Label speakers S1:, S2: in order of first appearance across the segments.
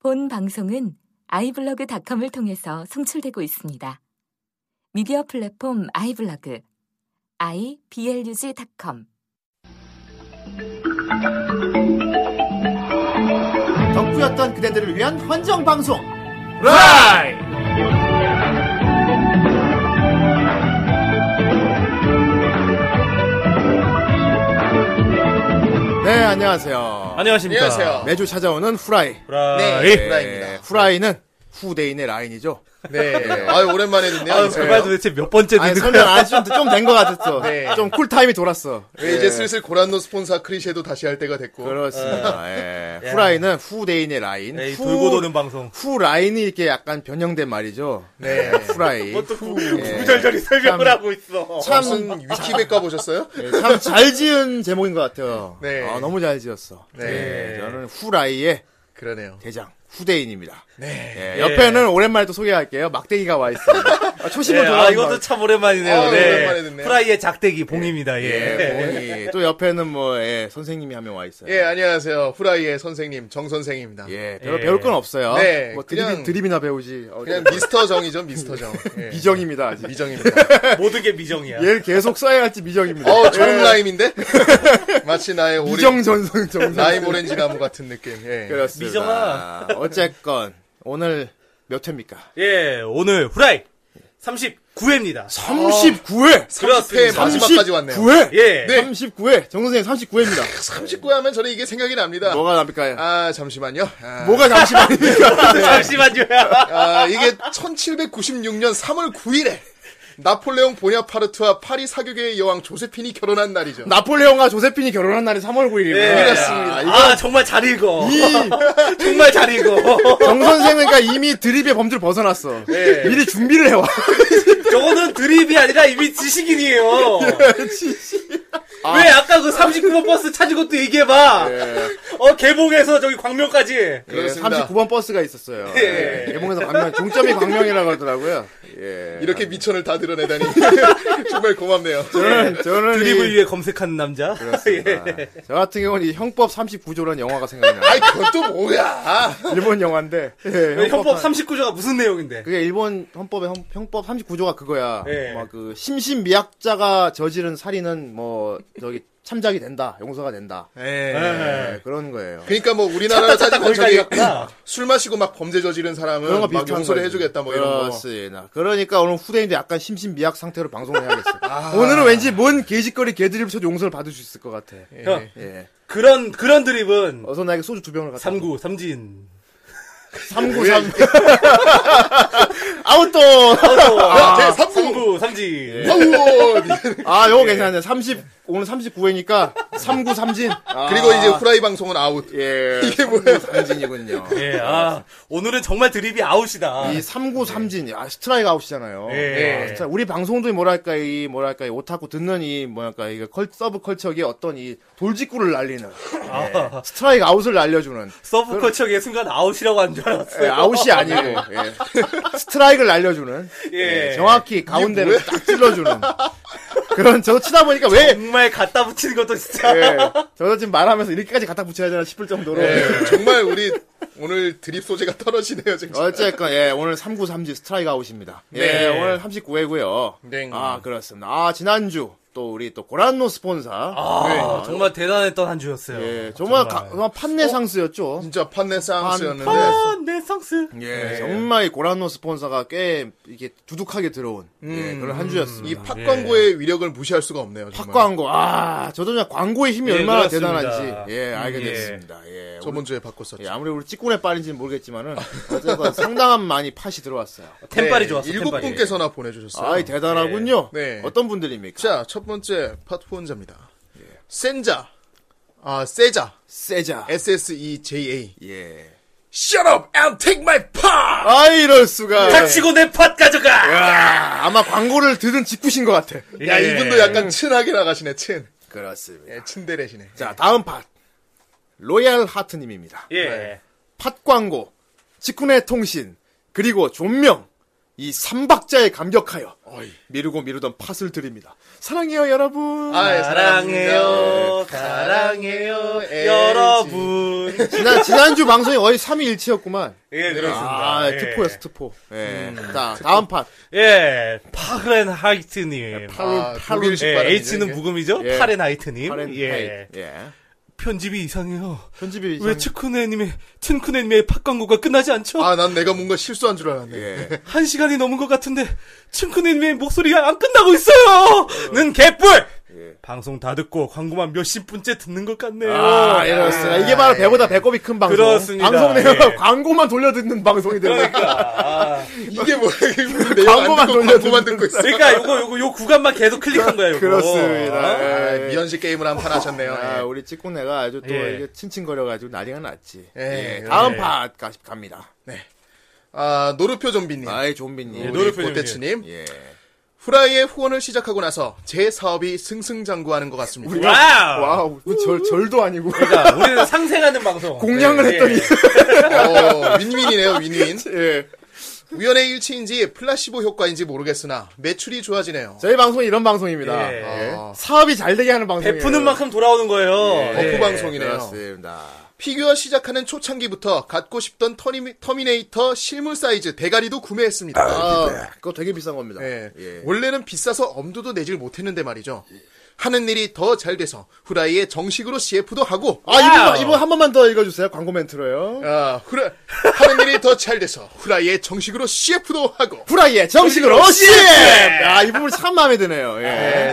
S1: 본 방송은 아이블로그닷컴을 통해서 송출되고 있습니다. 미디어 플랫폼 아이블로그 iblog.com
S2: 덕후였던 그대들을 위한 환정 방송.
S3: 라이!
S2: 네, 안녕하세요.
S3: 안녕하십니까.
S4: 안녕하세요.
S2: 매주 찾아오는 후라이.
S3: 라이. 예.
S4: 네. 후라이입니다.
S2: 네, 후라이는 후대인의 라인이죠. 예.
S4: 네. 아유, 오랜만에 듣네요.
S3: 아,
S4: 인사해요.
S3: 그말 도대체 몇 번째
S2: 아니,
S3: 듣는
S2: 설명
S3: 거야?
S2: 안 하시면 좀된 것 같았어.
S4: 네.
S2: 좀 쿨타임이 돌았어. 예,
S4: 왜 이제 슬슬 고란노 스폰사 크리셰도 다시 할 때가 됐고.
S2: 네. 그렇습니다.
S4: 네.
S2: 예. 후라이는 후대인의 라인.
S3: 에이,
S2: 후,
S3: 돌고 도는 방송.
S2: 후라인이 이렇게 약간 변형된 말이죠. 네. 후라이.
S3: 뭐그
S2: 예.
S3: 구구절절히 설명을 하고 있어.
S2: 참,
S4: 무슨 음, 위키백과 보셨어요?
S2: 참 잘 지은 제목인 것 같아요.
S4: 네.
S2: 아, 너무 잘 지었어.
S4: 네.
S2: 예, 저는 후라이의
S4: 그러네요.
S2: 대장 후대인입니다. 네.
S4: 예.
S2: 옆에는 오랜만에 또 소개할게요. 막대기가 와 있습니다. 아,
S3: 예,
S2: 초심을 돌아.
S3: 아, 이것도 참 오랜만이네요.
S4: 아,
S3: 네.
S4: 오랜만에 듣네요.
S3: 프라이의 작대기 봉입니다. 예.
S2: 예, 봉이. 또 옆에는 뭐 예, 선생님이 한 명 와 있어요.
S4: 예, 안녕하세요. 후라이의 선생님, 정선생입니다.
S2: 예, 별로
S3: 예.
S2: 배울 건 없어요.
S4: 네,
S2: 뭐 드립,
S4: 그냥-
S2: 드립이나 배우지. 어,
S4: 그냥 미스터 정이죠, 미스터 정. 예.
S2: 미정입니다. 아직.
S4: 미정입니다.
S3: 모든 게 미정이야.
S2: 얘를 계속 써야 할지 미정입니다. 예,
S4: 어, 좋은 라임인데? 마치 나의 오렌
S2: 미정 전선 정
S4: 라임 오렌지 나무 같은 느낌. 예.
S2: 그렇습니다.
S3: 미정아.
S2: 어쨌건 오늘 몇
S4: 어.
S2: 회입니까?
S3: 예, 오늘 후라이 39회입니다.
S2: 39회.
S4: 그렇습니다. 마지막까지 왔네요.
S2: 39회.
S3: 예.
S4: 네.
S2: 39회. 정 선생님 39회입니다.
S4: 39 하면 저는 이게 생각이 납니다.
S2: 뭐가 남을까요?
S4: 아, 잠시만요. 아,
S2: 뭐가 잠시만입니까?
S3: 잠시만요. 예.
S4: 아, 이게 1796년 3월 9일에 나폴레옹 보냐파르트와 파리 사교계의 여왕 조세핀이 결혼한 날이죠.
S2: 나폴레옹과 조세핀이 결혼한 날이 3월 9일입니다.
S3: 예.
S4: 그렇습니다.
S3: 아, 정말 잘 읽어. 정말 잘 읽어.
S2: 정 선생은 그러니까 이미 드립의 범주를 벗어났어.
S3: 예.
S2: 미리 준비를 해와.
S3: 저거는 드립이 아니라 이미 지식인이에요. 왜 아까 그 39번 버스 찾은 것도 얘기해봐. 어, 개봉에서 저기 광명까지.
S4: 그렇습니다.
S2: 39번 버스가 있었어요.
S3: 예.
S2: 예. 개봉에서 광명, 종점이 광명이라고 하더라고요. 예.
S4: 이렇게 미천을 다 드러내다니 정말 고맙네요.
S2: 저는, 저는.
S3: 드립을
S2: 이-
S3: 위해 검색하는 남자. 예.
S2: 그렇습니다. 예. 저 같은 경우는 이 형법 39조라는 영화가 생각나요.
S4: 아이 그것도 뭐야?
S2: 일본 영화인데. 예,
S3: 왜 형법 39조가 무슨 내용인데?
S2: 그게 일본 헌법의 헌- 형법 39조가 그거야.
S3: 예.
S2: 막 그 심신미약자가 저지른 살인은 뭐 저기 참작이 된다, 용서가 된다. 예, 그런 거예요.
S4: 그러니까 뭐 우리나라
S3: 찾다
S4: 따지면 저기
S3: 거기까지였구나.
S4: 술 마시고 막 범죄
S2: 그런
S4: 저지른
S2: 거
S4: 사람은 막
S2: 비슷한 거지.
S4: 용서를
S2: 어.
S4: 해주겠다 뭐 이런 거.
S2: 그렇습니다. 그러니까 오늘 후대인도 약간 심신미약 상태로 방송을 해야겠어. 오늘은 왠지 뭔 개짓거리 개드립을 쳐도 용서를 받을 수 있을 것 같아. 예.
S3: 형, 그런, 그런 드립은
S2: 어서 나에게 소주 두 병을 갖다.
S3: 삼구, 삼진.
S2: 393. 예. 아웃도!
S3: 아, 제 3구, 삼진.
S2: 예.
S4: 아우,
S2: 아, 요거 괜찮네. 30, 오늘 39회니까 393진.
S4: 그리고 이제 후라이 방송은 아웃.
S2: 아. 예. 이게 뭐야? 삼진이군요.
S3: 예, 아, 오늘은 정말 드립이 아웃이다. 네.
S2: 이 3구 삼진, 아, 스트라이크 아웃이잖아요.
S3: 예.
S2: 아, 스트라이크. 우리 방송도 뭐랄까, 이, 뭐랄까, 이 오타쿠 듣는 이, 뭐랄까, 이 컬, 서브 컬처의 어떤 이 돌직구를 날리는. 예. 스트라이크 아웃을 날려주는.
S3: 서브컬처의 순간 아웃이라고 하는 줄
S2: 예,
S3: 알았어요.
S2: 아웃이 아니고, 예. 스트라이크를 날려주는.
S3: 예.
S2: 예, 정확히 가운데를 딱 찔러주는. 그런, 저도 치다 보니까 왜,
S3: 정말 갖다 붙이는 것도 진짜.
S2: 예. 저도 지금 말하면서 이렇게까지 갖다 붙여야 되나 싶을 정도로.
S4: 예, 정말 우리 오늘 드립 소재가 떨어지네요 진짜.
S2: 어쨌건 예 오늘 393지 스트라이크 아웃입니다. 예
S3: 네.
S2: 오늘 39회고요.
S4: 네.
S2: 아 그렇습니다. 아 지난주 또 우리 또 고란노 스폰사.
S3: 아, 정말 대단했던 한 주였어요.
S2: 예 정말 가, 정말
S3: 어?
S2: 판내 상수였죠.
S4: 진짜 판네상스였는데
S3: 아, 내 상스.
S2: 예 정말 이 고란노 스폰사가 꽤 이게 두둑하게 들어온 예,
S3: 음.
S2: 그런 한 주였습니다.
S4: 이 팟광고의 위력을 무시할 수가 없네요. 정말.
S2: 팟광고 아 저도 그냥 광고의 힘이
S3: 예,
S2: 얼마나
S3: 그렇습니다.
S2: 대단한지 예 알게
S3: 예.
S2: 됐습니다. 예
S4: 저번 주에 바꿨었죠.
S2: 예, 아무리 우리 찌꾸네 빨인지는 모르겠지만은 어쨌건 상당한 많이 팥이 들어왔어요.
S3: 템빨이
S2: 예.
S3: 좋았어.
S4: 예, 일곱
S3: 템빨이.
S4: 분께서나 보내주셨어요.
S2: 아이 대단하군요.
S4: 네.
S2: 어떤 분들입니까?
S4: 자, 첫 번째 파트폰자입니다. 센자. 아, 세자.
S2: 세자.
S4: E SSEJA.
S2: 예.
S4: Shut up and take my part!
S2: 아 이럴 수가.
S3: 다치고 내 팟 가져가.
S2: 야, 아마 광고를 들은 직구신 것 같아.
S4: 야,
S3: 예.
S4: 이분도
S2: 음.
S4: 약간 친하게 나가시네, 친.
S2: 그렇습니다.
S4: 예, 친데레시네.
S2: 자 다음 팟 로얄 하트님입니다.
S3: 예.
S2: 팟 광고, 직군의 통신 그리고 존명 이 삼박자에 감격하여
S4: 어이.
S2: 미루고 미루던 팟을 드립니다. 사랑해요 여러분.
S4: 아이,
S3: 사랑해요, 사랑해요, 여러분.
S2: 지난 지난주 방송이 거의 3위 일치였구만.
S3: 예, 그렇습니다.
S2: 아,
S3: 예.
S2: 특포였어 특포. 예. 자 다음 팟.
S3: 예, 파렌하이트님.
S4: 아,
S2: 팔로-
S4: 독일식
S3: 예,
S4: 발음이죠,
S3: H는
S4: 이게?
S3: 무금이죠?
S2: 예.
S3: 파렌하이트님. 예.
S2: 파렌타이트. 예.
S3: 편집이 이상해요.
S2: 편집이
S3: 왜
S2: 이상해.
S3: 츠쿠네님의, 튼쿠네님의 팟 광고가 끝나지 않죠?
S4: 아, 난 내가 뭔가 실수한 줄 알았네.
S2: 예.
S3: 한 시간이 넘은 것 같은데, 츠쿠네님의 목소리가 안 끝나고 있어요! 는 개뿔! 방송 다 듣고 광고만 몇십 분째 듣는 것 같네요.
S2: 아, 이렇습니다. 이게 바로 배보다 배꼽이 큰 방송.
S3: 그렇습니다.
S2: 방송 내용
S3: 예.
S2: 광고만 돌려 듣는 방송이 되고
S3: 그러니까. 아.
S4: 이게 뭐야? 이거 내용
S2: 광고만
S4: 안 듣고
S2: 돌려
S4: 광고만 듣고 있어.
S3: 그러니까 요거, 요거, 요 구간만 계속 클릭한 거야, 요거.
S2: 그렇습니다.
S4: 아,
S2: 예.
S4: 미연식 게임을 한 판 하셨네요.
S2: 아,
S4: 예.
S2: 우리 찌꾸네가 아주 또
S3: 예.
S2: 이게 칭칭거려가지고 난리가 났지.
S4: 예,
S2: 예, 다음
S3: 예.
S2: 팟 가- 갑니다.
S4: 아, 노르표 좀비님.
S2: 아이 좀비님.
S3: 예,
S4: 우리
S3: 노르표
S4: 고테츠님.
S2: 예.
S4: 후라이의 후원을 시작하고 나서 제 사업이 승승장구하는 것 같습니다.
S3: 와우!
S2: 와우, 그 절, 절도 아니고.
S3: 그러니까 우리는 상생하는 방송.
S2: 공략을
S3: 예,
S2: 했더니.
S3: 예.
S4: 어, 윈윈이네요, 윈윈.
S2: 예.
S4: 우연의 일치인지 플라시보 효과인지 모르겠으나 매출이 좋아지네요.
S2: 저희 방송이 이런 방송입니다.
S3: 예.
S2: 예.
S4: 아.
S2: 사업이 잘 되게 하는 방송이에요.
S3: 베푸는 만큼 돌아오는 거예요.
S4: 버프
S3: 예.
S4: 방송이네요.
S2: 그렇습니다.
S4: 피규어 시작하는 초창기부터 갖고 싶던 터니, 터미네이터 실물 사이즈 대가리도 구매했습니다.
S2: 아, 그거 되게 비싼 겁니다.
S4: 예.
S2: 예.
S4: 원래는 비싸서 엄두도 내질 못했는데 말이죠. 하는 일이 더 잘 돼서 후라이에 정식으로 CF도 하고
S2: 아, 이분,
S3: 와우.
S2: 이분 한 번만 더 읽어주세요. 광고 멘트로요.
S4: 아, 후라 하는 일이 더 잘 돼서 후라이에 정식으로 CF도 하고
S2: 후라이의 정식으로 CM! 아, 이 부분 참 마음에 드네요. 예.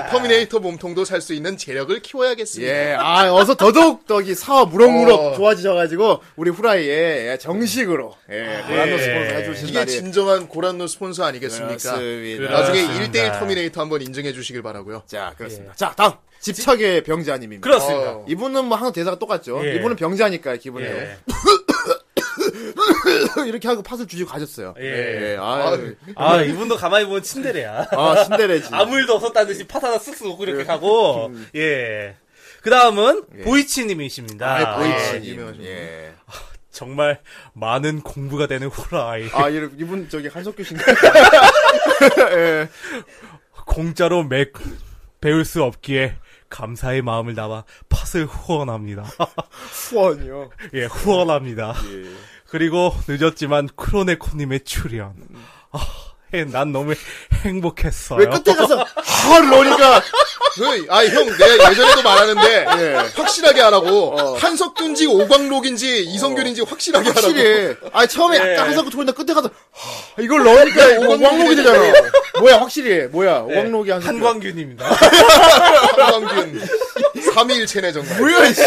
S4: 예, 터미네이터 몸통도 살 수 있는 재력을 키워야겠습니다.
S2: 예, 아, 어서 더더욱 더기 사업 무럭무럭
S4: 어.
S2: 좋아지셔가지고, 우리 후라이에 예, 정식으로, 예, 고란노
S3: 예.
S2: 스폰서 해주신
S4: 이게
S2: 날이
S4: 진정한 고란노 스폰서 아니겠습니까?
S2: 그렇습니다.
S4: 나중에
S3: 그렇습니다.
S4: 1대1 터미네이터 한번 인증해 주시길 바라고요.
S2: 자, 그렇습니다. 자, 다음. 집착의 병자님입니다.
S3: 그렇습니다.
S4: 어.
S2: 이분은 뭐 항상 대사가 똑같죠.
S3: 예.
S2: 이분은 병자니까, 기분이.
S3: 예.
S2: 이렇게 하고 팥을 주지고 가셨어요.
S3: 예.
S2: 아,
S3: 아, 이분도 가만히 보면 친데레야.
S2: 아, 신데레지.
S3: 아무 일도 없었다는 듯이 팥 하나 쓱쓱 놓고 이렇게 가고, 예. 그 다음은 보이치님이십니다.
S4: 아, 보이치.
S3: 예.
S2: 예,
S4: 유명하죠.
S2: 예.
S3: 정말 많은 공부가 되는 후라이.
S2: 아, 이분- 이분 저기 한석규 씨인가?
S3: 공짜로 맥, 배울 수 없기에 감사의 마음을 담아 팥을 후원합니다.
S2: 후원이요.
S3: 예, 후원합니다.
S2: 예,
S3: 그리고 늦었지만 크로네코님의 출연. 아, 예, 난 너무 행복했어요.
S2: 음. 왜 끝에 가서, 헐, 러니까.
S4: 그, 아, 형, 내가 예전에도 말하는데,
S2: 그러니까. 예. 어.
S4: 확실하게 하라고. 한석균지, 오광록인지, 이성균인지 확실하게 하라고.
S2: 확실히. 아 처음에
S3: 예.
S2: 약간 한사코 토인다 끝에 가서 하, 이걸 넣으니까
S4: 그러니까 오광록이
S2: 오광록이 되잖아.
S4: 되잖아요.
S2: 뭐야 확실히 뭐야
S3: 예,
S2: 오광록이 한
S3: 한광균입니다.
S4: 한광균. 3일체네, 정말.
S2: 뭐야 이씨.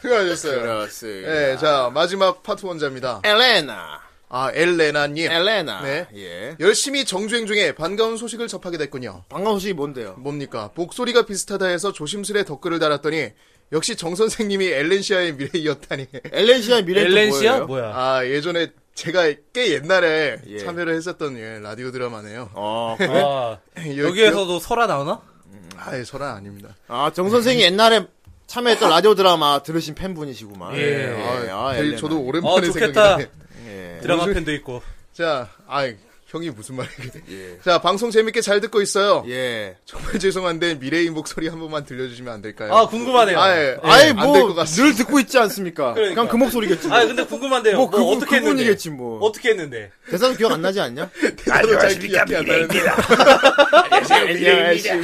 S4: 수고하셨어요.
S2: 그렇습니다.
S4: 예, 자, 마지막 파트 원자입니다.
S2: 엘레나,
S4: 아, 엘레나님.
S2: 엘레나.
S4: 네.
S2: 예.
S4: 열심히 정주행 중에 반가운 소식을 접하게 됐군요.
S2: 반가운 소식이 뭔데요?
S4: 뭡니까? 목소리가 비슷하다 해서 조심스레 댓글을 달았더니, 역시 정선생님이 엘렌시아의 미래이었다니.
S2: 엘렌시아 미래
S3: 엘렌시아?
S2: 뭐예요?
S3: 뭐야?
S4: 아, 예전에 제가 꽤 옛날에
S2: 예.
S4: 참여를 했었던 예, 라디오 드라마네요.
S2: 어.
S3: 아, 여기에서도 설아 나오나?
S4: 아예 설아 아닙니다.
S2: 아정 선생이 옛날에 참여했던 라디오 드라마 들으신 팬분이시구만.
S3: 예.
S2: 아,
S4: 아,
S2: 엘레나.
S4: 저도
S3: 어,
S4: 오랜만에
S3: 좋겠다.
S4: 생각이 나네.
S2: 예.
S3: 드라마 팬도 있고.
S4: 자, 아 형이 무슨 말이게?
S2: 예.
S4: 자, 방송 재밌게 잘 듣고 있어요.
S2: 예.
S4: 정말 죄송한데 미래인 목소리 한 번만 들려주시면 안 될까요?
S3: 아, 궁금하네요.
S4: 아,
S3: 아,
S4: 예.
S2: 아이
S4: 안될것
S2: 뭐
S4: 같습니다.
S2: 늘 듣고 있지 않습니까? 그
S3: 그러니까.
S2: 냥그 목소리겠지. 뭐.
S3: 근데 궁금한데요.
S2: 뭐
S3: 뭐,
S2: 그분
S3: 어떻게 했는데?
S2: 그분이겠지 뭐.
S3: 어떻게 했는데?
S2: 대사는 기억 안 나지 않냐?
S4: 나도 잘 기억이 안 나는데.
S2: 안녕하십니까.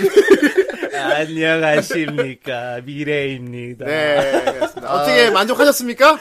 S3: 안녕하십니까. 미래입니다.
S2: 네, 그렇습니다. 어떻게 만족하셨습니까?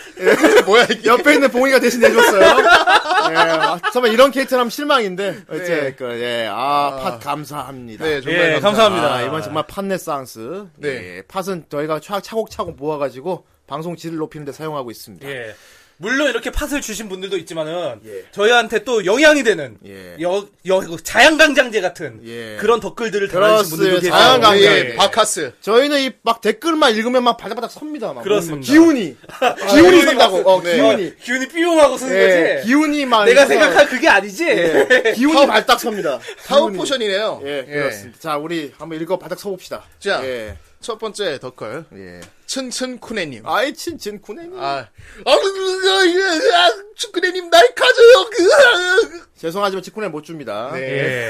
S4: 뭐야 이게?
S2: 예. 옆에 있는 봉이가 대신 내줬어요. 예, 아, 정말 이런 캐릭터 하면 실망인데. 어째, 그, 예, 아, 팟 감사합니다.
S4: 네, 정말
S3: 예,
S4: 감사합니다.
S3: 감사합니다.
S2: 아, 이번 정말 팟네상스.
S4: 네.
S2: 예, 팟은 저희가 차- 차곡차곡 모아가지고 방송 질을 높이는 데 사용하고 있습니다.
S3: 예. 물론 이렇게 팟을 주신 분들도 있지만은
S2: 예.
S3: 저희한테 또 영향이 되는
S2: 예.
S3: 여, 여 자양강장제 같은
S2: 예.
S3: 그런 덧글들을 달아주신 분들도
S2: 그렇습니다.
S3: 계세요.
S2: 자양강장.
S4: 우리
S2: 예.
S4: 바카스.
S2: 저희는 이 막 댓글만 읽으면 막 바닥바닥 섭니다. 막
S3: 그렇습니다.
S2: 기운이. 기운이
S3: 기운이
S2: 산다고. 어,
S4: 네.
S2: 기운이.
S3: 예. 기운이 삐용하고 쓰는
S2: 예,
S3: 거지.
S2: 기운이 막.
S3: 내가 생각한 그게 아니지.
S2: 예, 기운이 발딱 섭니다.
S4: 파워
S2: 기운이.
S4: 포션이네요.
S2: 예, 그렇습니다. 자, 우리 한번 읽어 바닥 서봅시다.
S4: 자.
S2: 예.
S4: 첫 번째 덕컬
S2: 예.
S4: 춘춘쿠네님.
S2: 예, 아이, 친, 진, 쿠네.
S4: 아, 아, 축구네님 날 가져요. 그.
S2: 죄송하지만 직군에 못 줍니다.
S4: 네.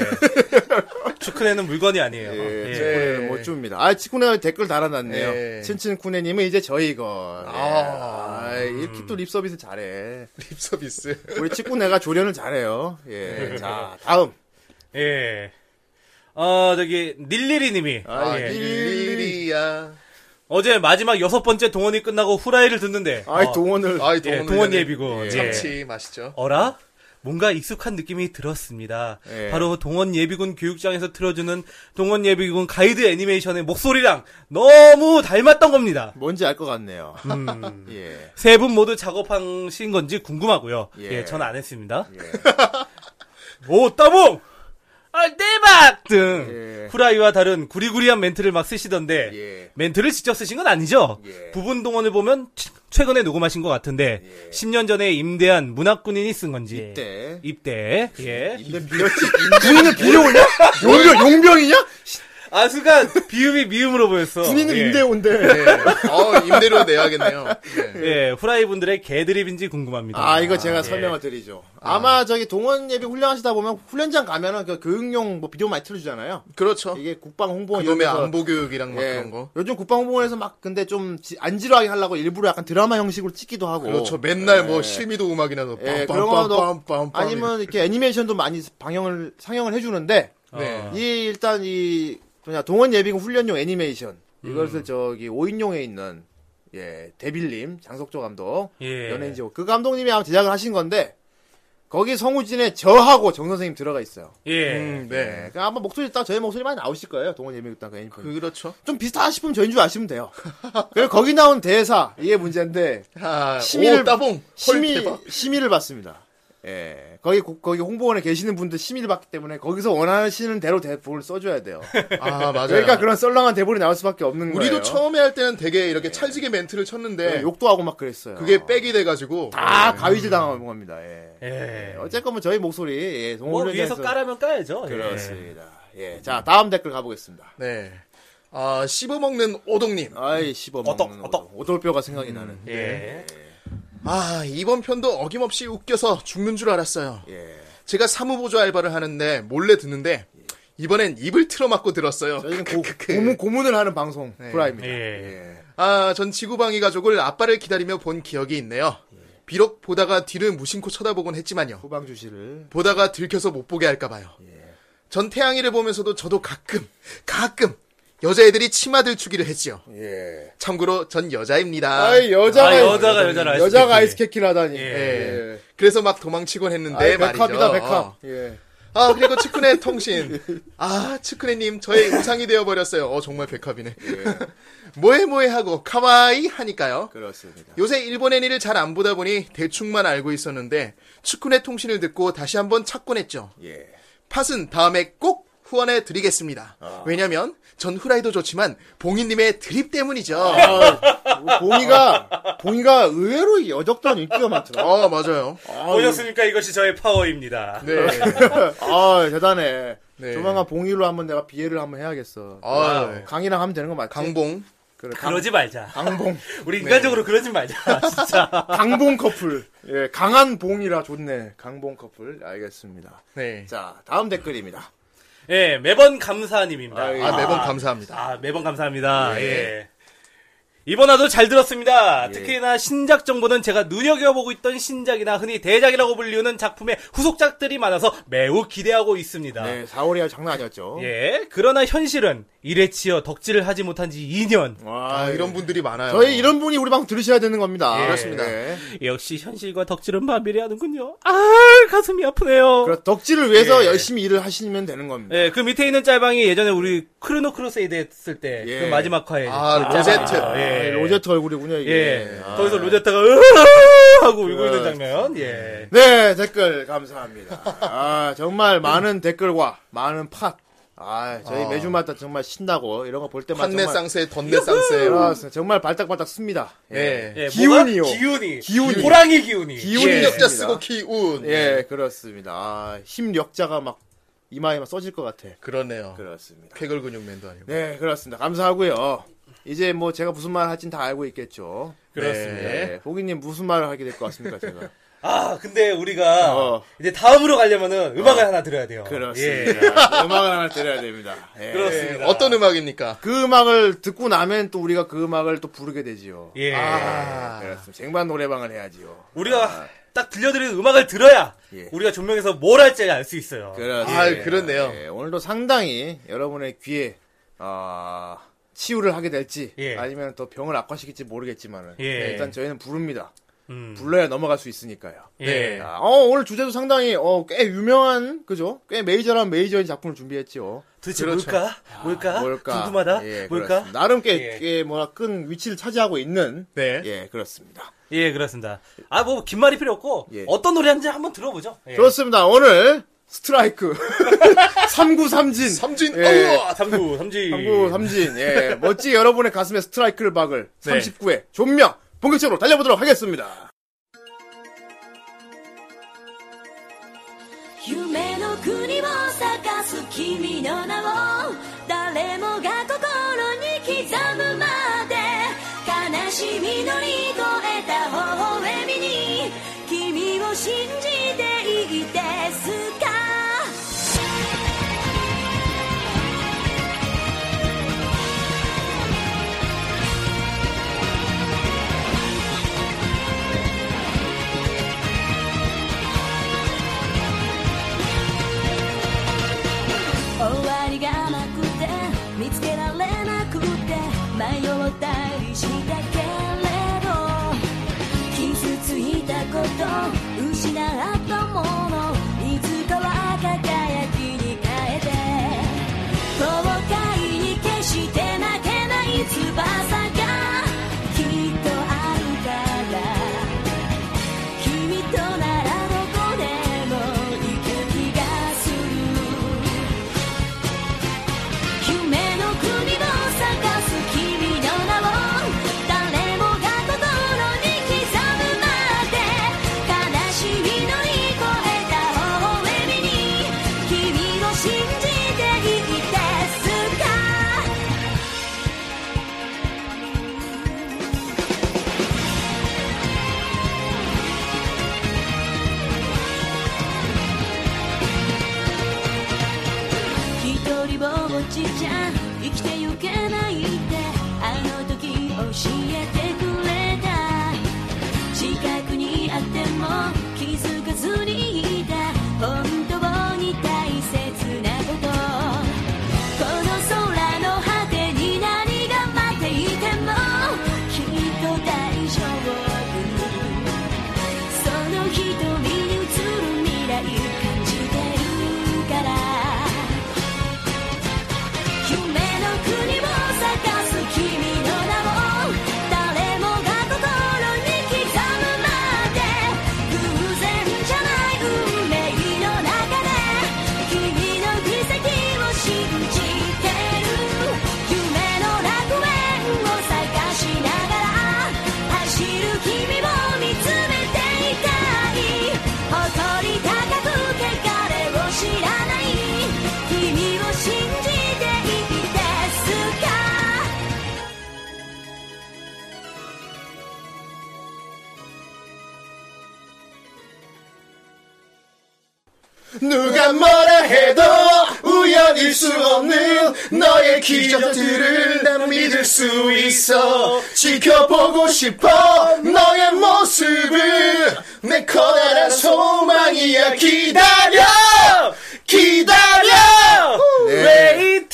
S3: 예. 축크네는 물건이 아니에요.
S2: 예,
S4: 네.
S3: 예.
S2: 직군에 못 줍니다. 아, 직군에 댓글 달아놨네요.
S4: 예.
S2: 친친쿠네님은 이제 저희 거. 예.
S4: 아.
S2: 아, 이렇게 또 립서비스 잘해.
S4: 립 서비스. 네.
S2: 우리 직군애가 조련을 잘해요. 예. 자, 다음.
S3: 예. 어, 저기, 닐리리님이.
S2: 아,
S3: 예.
S2: 닐-
S4: 일리야.
S3: 어제 마지막 여섯 번째 동원이 끝나고 후라이를 듣는데.
S2: 아이,
S3: 어,
S2: 동원을.
S4: 아이
S3: 예,
S4: 동원
S3: 동원
S4: 훈련의
S3: 예비군. 예.
S4: 참치 맛있죠.
S3: 어라? 뭔가 익숙한 느낌이 들었습니다.
S2: 예.
S3: 바로 동원 예비군 교육장에서 틀어주는 동원 예비군 가이드 애니메이션의 목소리랑 너무 닮았던 겁니다.
S2: 뭔지 알 것 같네요.
S4: 음.
S2: 예.
S3: 세 분 모두 작업하신 건지 궁금하고요.
S2: 예.
S3: 예, 전 안 했습니다. 오, 따봉! 아, 얼대박! 등
S2: 예.
S3: 후라이와 다른 구리구리한 멘트를 막 쓰시던데
S2: 예.
S3: 멘트를 직접 쓰신 건 아니죠?
S2: 예.
S3: 부분 동원을 보면 최- 최근에 녹음하신 것 같은데 10년 전에 임대한 문학군인이 쓴 건지
S2: 예. 입대. 그렇죠.
S3: 입대 예.
S2: 근데 비었지. 군인은 비려오냐? 용병, 용병이냐?
S3: 아 순간 비음이 미음으로 보였어
S2: 군인은
S3: 예.
S2: 임대온데.
S4: 네. 어, 임대료 내야겠네요. 네.
S3: 예, 후라이 분들의 개드립인지 궁금합니다
S2: 아, 이거 제가
S4: 예.
S2: 설명을 드리죠. 아마 저기 동원 예비 훈련하시다 보면 훈련장 가면은 그 교육용 뭐 비디오 많이 틀어주잖아요.
S4: 그렇죠.
S2: 이게 국방 홍보원
S4: 그놈의
S2: 이런 데서
S4: 안보 교육이랑 막
S2: 예,
S4: 그런 거.
S2: 요즘 국방부에서 막 근데 좀 안 지루하게 하려고 일부러 약간 드라마 형식으로 찍기도 하고.
S4: 그렇죠. 맨날
S2: 예.
S4: 뭐 실미도 음악이나 더
S2: 예,
S4: 빰빰빰빰빰
S2: 그런 것도
S4: 빰빰
S2: 아니면 이렇게 애니메이션도 많이 방영을 상영을 해주는데
S4: 네.
S2: 이 일단 이 뭐냐 동원 예비군 훈련용 애니메이션
S4: 음.
S2: 이것을 저기 5인용에 있는 예 데빌님 장석조 감독
S3: 예.
S2: 연예인지고 그 감독님이 아마 제작을 하신 건데 거기 성우진에 저하고 정 선생님 들어가 있어요.
S3: 예.
S4: 음,
S2: 네.
S4: 네.
S2: 그러니까 아마 목소리 딱 저희 목소리 많이 나오실 거예요. 동원 예비군 딱그 애니메이션.
S4: 그렇죠.
S2: 좀 비슷하다 싶으면 저인 줄 아시면 돼요. 그리고 거기 나온 대사, 이게 문제인데,
S4: 아,
S2: 심의를-
S4: 오, 따봉. 심의
S2: 심의, 심의를 받습니다. 예. 거기, 고- 거기 홍보원에 계시는 분들 심의를 받기 때문에 거기서 원하시는 대로 대본을 써줘야 돼요.
S4: 아, 맞아요.
S2: 그러니까 그런 썰렁한 대본이 나올 수밖에 없는 거예요.
S4: 우리도 처음에 할 때는 되게 이렇게 찰지게 멘트를 쳤는데
S2: 예, 욕도 아. 하고 막 그랬어요.
S4: 그게 아. 백이 돼 가지고
S2: 다 가위질 당한 겁니다. 예.
S3: 예.
S2: 예, 어쨌건 뭐 저희 목소리, 예, 동물
S3: 뭐 위에서
S2: 훈련장에서-
S3: 까라면 까야죠 예.
S2: 그렇습니다. 예. 자, 다음 댓글 가보겠습니다.
S4: 네. 아, 씹어 먹는 오동님.
S2: 아이, 씹어
S3: 어떡,
S2: 먹는
S3: 어떡.
S2: 오돌- 오돌뼈가 생각이 나는.
S4: 음, 네.
S3: 예.
S4: 아, 이번 편도 어김없이 웃겨서 죽는 줄 알았어요.
S2: 예.
S4: 제가 사무보조 알바를 하는데 몰래 듣는데 이번엔 입을 틀어막고 들었어요.
S2: 저희는 고, 고문, 고문을 하는 방송
S4: 네.
S2: 프라입니다.
S3: 예.
S4: 아, 전 지구방위 가족을 아빠를 기다리며 본 기억이 있네요. 비록 보다가 뒤를 무심코 쳐다보곤 했지만요.
S2: 후방 주시를
S4: 보다가 들켜서 못 보게 할까 봐요. 전 태양이를 보면서도 저도 가끔 가끔 여자애들이 치마 들추기를 했지요.
S2: 예.
S4: 참고로 전 여자입니다.
S2: 아 여자가
S3: 아, 여자가 여자를
S2: 여자가
S3: 아이스
S2: 아이스케키를 하다니.
S4: 예.
S2: 예.
S4: 그래서 막 도망치곤 했는데
S2: 아이,
S4: 네 말이죠.
S2: 백합이다 백합.
S4: 어.
S2: 예.
S4: 아 그리고 측근의 통신. 아 측근의님 저의 우상이 되어 버렸어요. 어 정말 백합이네.
S2: 예.
S4: 뭐해 뭐해 하고 카와이 하니까요.
S2: 그렇습니다.
S4: 요새 일본 애니를 잘 안 보다 보니 대충만 알고 있었는데 측근의 통신을 듣고 다시 한번 찾곤 했죠.
S2: 예.
S4: 팟은 다음에 꼭 후원해 드리겠습니다.
S2: 아.
S4: 왜냐면 전 후라이도 좋지만 봉인님의 드립 때문이죠.
S2: 아, 봉이가 봉이가 의외로 여적단 인기가 많더라.
S4: 아 맞아요.
S2: 네.
S3: 보셨습니까 이것이 저의 파워입니다
S4: 네.
S2: 아 대단해.
S4: 네.
S2: 조만간 봉이로 한번 내가 비애를 한번 해야겠어.
S4: 아,
S3: 와우.
S2: 강이랑 하면 되는 거 맞지?
S4: 강봉.
S2: 그래, 강,
S3: 그러지 말자
S2: 강봉
S3: 우리 인간적으로 그러지 말자 진짜
S2: 강봉 커플. 예. 강한 봉이라 좋네. 강봉 커플 알겠습니다.
S4: 네.
S2: 자 다음 댓글입니다.
S3: 예 매번 감사님입니다
S2: 아이,
S4: 아 매번 감사합니다.
S3: 아, 매번 감사합니다. 예. 이번화도 잘 들었습니다. 특히나 신작 정보는 제가 눈여겨보고 있던 신작이나 흔히 대작이라고 불리우는 작품의 후속작들이 많아서 매우 기대하고 있습니다.
S2: 네. 4월이야 장난 아니었죠.
S3: 예. 그러나 현실은 이래치어 덕질을 하지 못한 지 2년.
S2: 와
S4: 아, 이런 분들이 많아요.
S2: 예. 저희 이런 분이 우리 방송 들으셔야 되는 겁니다.
S4: 예, 그렇습니다.
S2: 예.
S3: 역시 현실과 덕질은 반비례하는군요. 아, 가슴이 아프네요.
S2: 그럼 덕질을 위해서
S4: 예.
S2: 열심히 일을 하시면 되는 겁니다.
S3: 예, 그 밑에 있는 짤방이 예전에 우리 크루노 크루세이드 했을 때 그
S2: 예.
S3: 마지막 화에
S4: 아,
S3: 그 짤방이죠.
S4: 로제트.
S2: 아,
S3: 예.
S2: 로제트 얼굴이군요. 이게.
S3: 예.
S2: 아.
S3: 거기서 로제타가 으아 하고 울고 있는 장면. 예.
S2: 네 댓글 감사합니다. 아 정말 많은 댓글과 많은 팟. 아 저희 매주마다 정말 신나고 이런 거 볼 때마다
S4: 판내
S2: 정말
S4: 쌍세, 덧내 쌍세. 음.
S2: 아, 정말 발딱발딱 씁니다. 네.
S4: 예.
S3: 예,
S2: 기운이요.
S3: 뭐가? 기운이.
S2: 기운이.
S3: 호랑이 기운이.
S2: 기운이
S4: 기운
S3: 예.
S4: 역자
S2: 있습니다.
S4: 쓰고 기운. 네.
S2: 예 그렇습니다. 아, 힘 역자가 막 이마에 막 써질 것 같아.
S4: 그러네요.
S2: 그렇습니다.
S4: 쾌걸 근육맨도 아니고.
S2: 네 그렇습니다. 감사하고요. 이제 뭐 제가 무슨 말 할진 다 알고 있겠죠.
S3: 그렇습니다.
S2: 네. 보기님 무슨 말을 하게 될 것 같습니까 제가?
S3: 아, 근데 우리가
S2: 어.
S3: 이제 다음으로 가려면은 음악을 하나 들어야 돼요. 예.
S2: 그렇습니다. 음악을 하나 드려야 됩니다. 예.
S3: 그렇습니다.
S4: 예, 어떤 음악입니까?
S2: 그 음악을 듣고 나면 또 우리가 그 음악을 또 부르게 되지요.
S3: 예.
S2: 아. 그렇습니다. 쟁반 노래방을 해야지요.
S3: 우리가 딱 들려드리는 음악을 들어야
S2: 예.
S3: 우리가 조명에서 뭘 할지 알 수 있어요.
S2: 그렇습니다.
S4: 아, 그렇네요.
S2: 예, 오늘도 상당히 여러분의 귀에 아, 치유를 하게 될지
S3: 예.
S2: 아니면 더 병을 악화시킬지 모르겠지만
S3: 예.
S2: 일단 저희는 부릅니다.
S3: 음.
S2: 불러야 넘어갈 수 있으니까요.
S3: 예.
S2: 아, 어, 오늘 주제도 상당히 어, 꽤 유명한 그죠? 꽤 메이저란 메이저인 작품을 준비했지요.
S3: 도대체 뭘까? 뭘까? 궁금하다.
S2: 그렇죠. 아, 예,
S3: 뭘까?
S2: 그렇습니다. 나름 꽤,
S3: 예.
S2: 꽤 뭐라 큰 위치를 차지하고 있는
S4: 네.
S2: 예 그렇습니다.
S3: 예, 그렇습니다. 아, 뭐 긴 말이 필요 없고
S2: 예.
S3: 어떤 노래 하는지 한번 들어보죠. 예.
S2: 그렇습니다. 오늘 스트라이크 3구 3진
S4: 삼진,
S2: 예.
S4: 어우!
S3: 아, 삼구, 삼지.
S2: 3구 3진 예 멋지게 여러분의 가슴에 스트라이크를 박을 39회 존명 본격적으로 달려보도록 하겠습니다.
S5: 夢の国を探す君の名を誰もが心に刻むまで悲しみ乗り越えた微笑みに君を信じていいですか終わりがなくて見つけられなくて迷ったりしたけれど傷ついたこと失ったものいつかは輝きに変えて後悔に決して泣けない翼がきっとあるから君とならどこでも行く気がする夢の国を探す君の名を誰もが心に刻むまで悲しみ乗り越えた微笑みに君を信じていいですか一人ぼっちじゃ生きてゆけないってあの時教えてくれた近くにあっても気づかずにいた本当に大切なことこの空の果てに何が待っていてもきっと大丈夫その瞳に映る未来感じてるから夢の国を探す君の名を誰もが心に刻むまで偶然じゃない運命の中で君の奇跡を信じてる夢の楽園を探しながら走る君を見つめていたい誇り高く汚れを知らない君を信じていいですか
S2: 누가 뭐라 해도 우연일 수 없는 너의 기적들을 난 믿을 수 있어 지켜보고 싶어 너의 모습을 내 커다란 소망이야 기다려 기다려
S3: 어,
S2: 네.
S3: 웨이팅!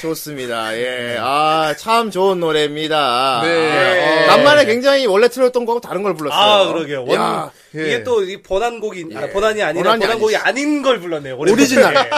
S2: 좋습니다 예아 참 좋은 노래입니다
S4: 네.
S2: 어, 간만에 굉장히 원래 틀었던 거하고 다른 걸 불렀어요
S3: 아, 그러게요. 원,
S2: 야, 예.
S3: 이게 또, 이 번안곡이, 아, 번안이 아니라
S2: 번안이
S3: 번안곡이
S2: 아니지.
S3: 아닌 걸 불렀네요.
S2: 오리지널.
S3: 예.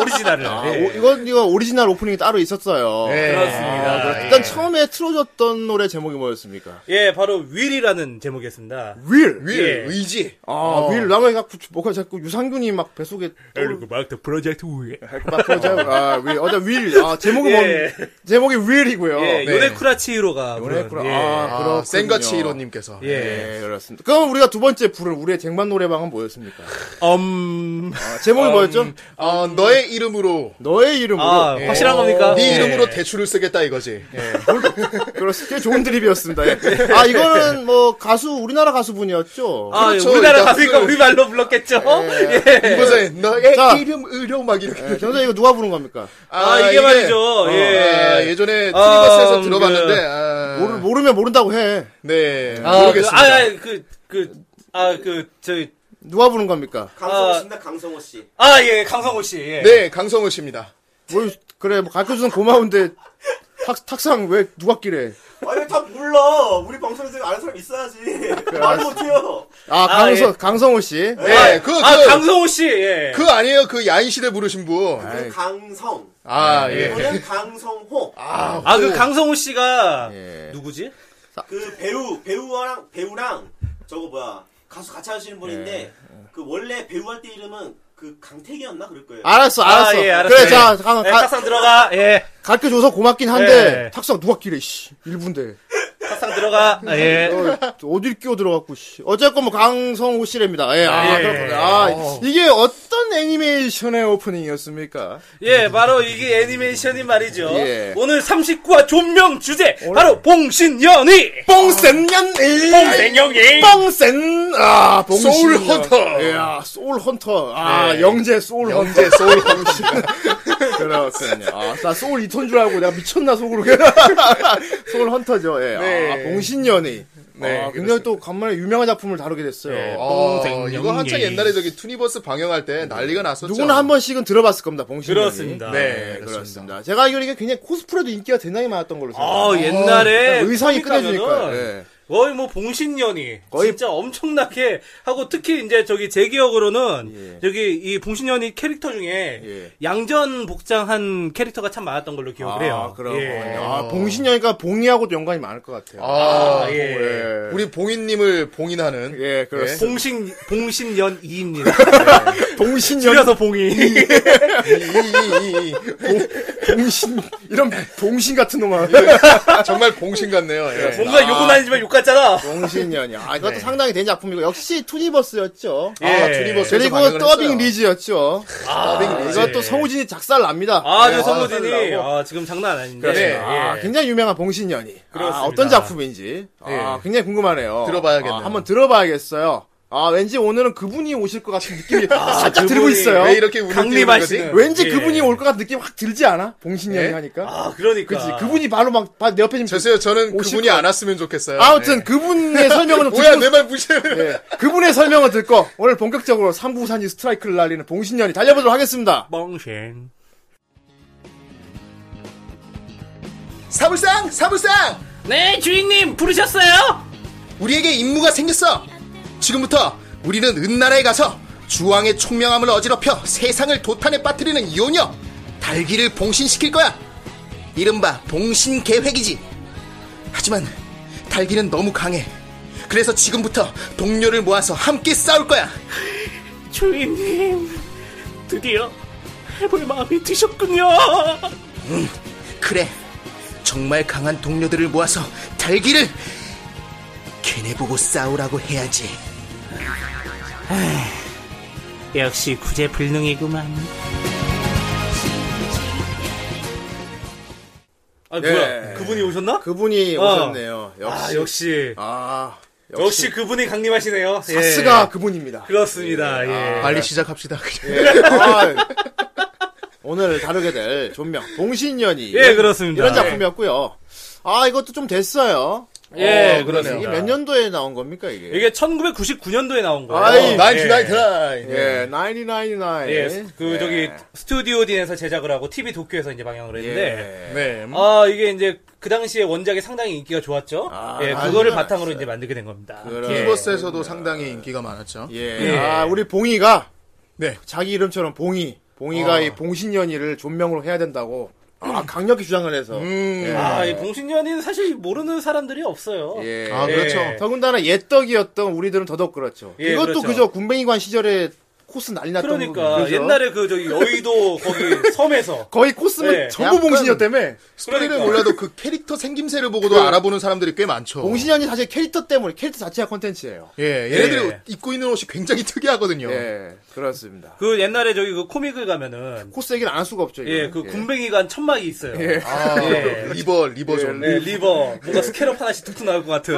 S3: 오리지널을.
S2: 아,
S3: 예.
S2: 오- 이건 이거 오리지널 오프닝이 따로 있었어요
S3: 그렇습니다.
S2: 아, 그렇- 일단 처음에 틀어줬던 노래 제목이 뭐였습니까?
S3: 예, 바로 윌이라는 제목이었습니다.
S2: 윌.
S4: 윌,
S3: 예.
S4: 의지.
S2: 아, 윌. 나가 자꾸 뭐가 자꾸 유산균이 막 뱃속에
S3: 엘리고 막더 프로젝트 윌.
S2: 막 그러죠. 아, 윌. 어제 윌. 아, 제목이 뭔
S3: 예.
S2: 제목이 윌이고요.
S3: 예,
S2: 네.
S3: 요네쿠라 치히로가.
S2: 요네쿠라.
S3: 부른, 예.
S2: 아, 그렇군요.
S4: 아, 센거치 이로님께서.
S3: 예.
S2: 예, 그렇습니다. 그럼 우리가 두 번째 부른 우리의 쟁반 노래방은 뭐였습니까?
S3: 음.
S2: 아, 제목이 뭐였죠?
S4: 어, 너의 이름으로
S2: 너의 이름으로.
S3: 아,
S2: 예.
S3: 확실한 겁니까?
S4: 네
S3: 예.
S4: 이름으로 대출을 쓰겠다 이거지.
S3: 네.
S2: 그렇습니다. 꽤 좋은 드립이었습니다. 예. 아, 이거는 뭐 가수, 우리나라 가수분이었죠?
S3: 아,
S4: 그렇죠.
S3: 우리나라
S4: 일단
S3: 가수니까
S4: 그-
S3: 우리말로 불렀겠죠? 예.
S4: 이곳에 너의
S2: 자.
S4: 이름으로 막 이렇게.
S2: 예, 전사 이거 누가 부른 겁니까?
S3: 네. 아, 이게 말이죠.
S4: 어,
S3: 예.
S4: 아, 예전에
S3: 어,
S4: 트리버스에서
S3: 음,
S4: 들어봤는데.
S3: 그-
S4: 아,
S2: 모르, 모르면 모른다고 해.
S4: 네.
S3: 아, 그,
S4: 모르겠습니다.
S3: 아, 아, 그, 그, 아, 그, 저희,
S2: 누가 부른 겁니까?
S6: 강성호
S3: 아.
S6: 씨입니다. 강성호 씨.
S3: 아, 예, 강성호 씨. 예.
S4: 네, 강성호 씨입니다.
S2: 뭘, 그래, 뭐 가르쳐주는 고마운데, 탁, 탁상 왜 누가 끼래?
S6: 아니 다 몰라. 우리 방송에서 아는 사람 있어야지. 말 못해요.
S2: 아,
S3: 아,
S2: 강성, 강성호 씨.
S4: 네,
S3: 아,
S4: 그, 그,
S3: 아, 강성호 씨. 예.
S4: 그 아니에요. 그 야인시대 부르신 분.
S6: 그리고 강성.
S4: 아, 예.
S6: 이거는 강성호.
S4: 네. 아,
S3: 아, 그 강성호 씨가
S2: 예.
S3: 누구지?
S6: 그 배우 배우랑 배우랑 저거 뭐야 가수 같이 하시는 분인데 그 원래 배우 할 때 이름은 그 강택이었나 그럴 거예요.
S2: 알았어, 알았어.
S3: 아, 예, 알았어.
S2: 그래,
S3: 예.
S2: 자, 강,
S3: 예,
S2: 가,
S3: 탁상 들어가. 예.
S2: 가르쳐줘서 고맙긴 한데,
S3: 예.
S2: 탁상 누가 끼래, 씨. 일분데.
S3: 탁상 들어가. 아, 예.
S2: 어, 어딜 끼워 들어갔고, 씨. 어쨌건 뭐, 강성호 씨랍니다. 예, 아,
S3: 예.
S2: 그렇군요. 아, 이게 어떤 애니메이션의 오프닝이었습니까?
S3: 예, 바로 이게 애니메이션이 말이죠.
S2: 예.
S3: 오늘 39화 존명 주제
S4: 어.
S3: 바로 봉신연이.
S2: 뽕센년이!
S3: 봉생영이.
S2: 뻥센 아 봉신.
S4: 소울 헌터.
S2: 이야 소울 헌터 아 영재 소울
S4: 영재
S2: 헌터
S4: 소울 홍씨.
S2: 그렇군요 아나 소울 이톤 줄 알고 내가 미쳤나 속으로 소울 헌터죠 예.
S4: 네.
S2: 아 봉신연이
S4: 네,
S2: 아, 굉장히
S4: 그렇습니다.
S2: 또 간만에 유명한 작품을 다루게 됐어요 아,
S4: 어,
S3: 뽕생영이.
S4: 이거 한창 옛날에 저기 투니버스 방영할 때 난리가 났었죠.
S2: 누구나 한 번씩은 들어봤을 겁니다 봉신연이
S3: 그렇습니다.
S2: 네, 그렇습니다 제가 알기로 이게 굉장히 코스프레도 인기가 대단히 많았던 걸로
S3: 아,
S2: 생각합니다
S3: 옛날에
S2: 의상이
S3: 코믹 하면은
S2: 끝내주니까 예.
S3: 거의 뭐 봉신연이
S2: 거의-
S3: 진짜 엄청나게 하고 특히 이제 저기 제 기억으로는 저기 이 봉신연이 캐릭터 중에
S2: 예.
S3: 양전 복장한 캐릭터가 참 많았던 걸로 기억을 해요.
S2: 아, 그렇군요.
S3: 예.
S2: 아, 봉신연이가 봉이하고도 연관이 많을 것 같아요.
S4: 아,
S3: 아, 예.
S2: 예.
S4: 우리 봉인님을 봉인하는.
S2: 예, 네. 그렇습니다.
S3: 봉신 봉신연이입니다.
S2: 봉신연
S3: 줄여서 봉이.
S4: 이, 이, 이, 이.
S2: 봉신 이런 봉신 같은 놈아
S4: 정말 봉신 같네요. 예.
S3: 뭔가 욕은 아니지만 욕 같잖아.
S2: 봉신년이야. 아 이것도 상당히 된 작품이고 역시 투니버스였죠.
S4: 아,
S3: 예.
S4: 투니버스에서
S2: 그리고
S4: 방영을
S2: 더빙
S4: 했어요.
S2: 아, 리즈였죠.
S4: 더빙 리즈.
S2: 이것도 성우진이 작살납니다.
S3: 예. 아,
S2: 네,
S3: 저 성우진이
S2: 작살나고.
S3: 아, 지금 장난 아닌데.
S4: 그렇습니다.
S3: 예.
S2: 아, 굉장히 유명한 봉신년이. 아,
S3: 그렇습니다. 예.
S2: 어떤 작품인지 아, 굉장히 궁금하네요.
S4: 들어봐야겠네요.
S2: 아, 한번 들어봐야겠어요. 아 왠지 오늘은 그분이 오실 것 같은 느낌이 살짝
S3: 아, 그분이
S2: 들고 있어요. 네.
S4: 왜 이렇게 우리
S3: 강림하시는.
S2: 왠지
S3: 예.
S2: 그분이 올 것 같은 느낌이 확 들지 않아? 봉신년이
S4: 예?
S2: 하니까.
S3: 아, 그러니까.
S2: 그치. 그분이 바로 막 내 옆에 지금
S4: 글쎄요, 저는
S2: 오실
S4: 그분이
S2: 것
S4: 안 왔으면 좋겠어요.
S2: 아무튼
S4: 예.
S2: 그분의 설명은 좀
S4: 뭐야,
S2: 듣고
S4: 내 말 무시해.
S2: 예, 그분의 설명을 듣고 오늘 본격적으로 삼부산이 스트라이크를 날리는 봉신년이 달려보도록 하겠습니다.
S3: 뻥쉔.
S4: 사물상! 사물상!
S3: 네, 주인님 부르셨어요?
S4: 우리에게 임무가 생겼어. 지금부터 우리는 은나라에 가서 주왕의 총명함을 어지럽혀 세상을 도탄에 빠뜨리는 이혼녀 달기를 봉신시킬 거야. 이른바 봉신 계획이지. 하지만 달기는 너무 강해. 그래서 지금부터 동료를 모아서 함께 싸울 거야.
S3: 주인님 드디어 해볼 마음이 드셨군요.
S4: 그래. 정말 강한 동료들을 모아서 달기를 걔네 보고 싸우라고 해야지.
S3: 역시 구제불능이구만. 아 뭐야?
S2: 예.
S3: 그분이 오셨나?
S2: 그분이
S3: 어.
S2: 오셨네요.
S3: 아
S2: 역시.
S3: 역시
S2: 아,
S3: 역시, 그분이 강림하시네요. 예.
S2: 사스가 아, 그분입니다.
S3: 그렇습니다. 예.
S4: 빨리 시작합시다.
S2: 예. 아, 오늘 다루게 될 존명 봉신년이
S3: 예, 그렇습니다.
S2: 이런 작품이었고요. 아 이것도 좀 됐어요.
S3: 예,
S2: 어,
S3: 그렇습니다.
S2: 이게 몇 년도에 나온 겁니까 이게?
S3: 이게 1999년도에 나온 거예요.
S2: 아이,
S3: 예.
S2: 예, 999.
S3: 예, 그 저기 스튜디오 딘에서 제작을 하고 TV 도쿄에서 이제 방영을 했는데
S2: 예.
S4: 네.
S3: 아 이게 이제 그 당시에 원작이 상당히 인기가 좋았죠.
S2: 아,
S3: 예,
S2: 아,
S3: 그거를
S2: 아,
S3: 바탕으로 이제 만들게 된 겁니다.
S2: 그런-
S4: 그렇죠. 유니버스에서도 상당히 인기가 많았죠.
S2: 예.
S3: 예.
S2: 아, 우리 봉이가
S4: 네.
S2: 자기 이름처럼 봉이 봉이가
S3: 아.
S2: 이 봉신연이를 존명으로 해야 된다고 아, 강력히 주장을 해서 예.
S3: 아, 이 봉신연이는 사실 모르는 사람들이 없어요.
S2: 예.
S4: 아, 그렇죠.
S3: 예.
S2: 더군다나 옛떡이었던 우리들은 더더욱 그렇죠.
S3: 예,
S2: 이것도
S3: 그렇죠.
S2: 그저 군뱅이관 시절에 코스 난리 났던
S3: 그러니까
S2: 부분, 그죠? 그렇죠?
S3: 옛날에 그 저기 여의도 거기 섬에서
S2: 거의 코스면
S3: 네.
S2: 전부
S4: 예, 약간- 어.
S2: 봉신이었다며
S4: 스토리를
S3: 그러니까. 그
S4: 몰라도 그 캐릭터 생김새를 보고도 알아보는 사람들이 꽤 많죠.
S2: 봉신현이 사실 캐릭터 때문에 캐릭터 자체가 컨텐츠예요.
S4: 예, 얘네들이
S3: 예.
S4: 입고 있는 옷이 굉장히 특이하거든요.
S2: 예, 그렇습니다.
S3: 그 옛날에 저기 그 코믹을 가면은
S2: 코스 얘기는 안 할 수가 없죠.
S3: 예
S2: 이거는.
S3: 그 군뱅이가 한 천막이 있어요. 예.
S4: 아, 리버, 리버존.
S3: 네, 리버 뭔가 스캐럽 하나씩 툭툭 나올 것 같은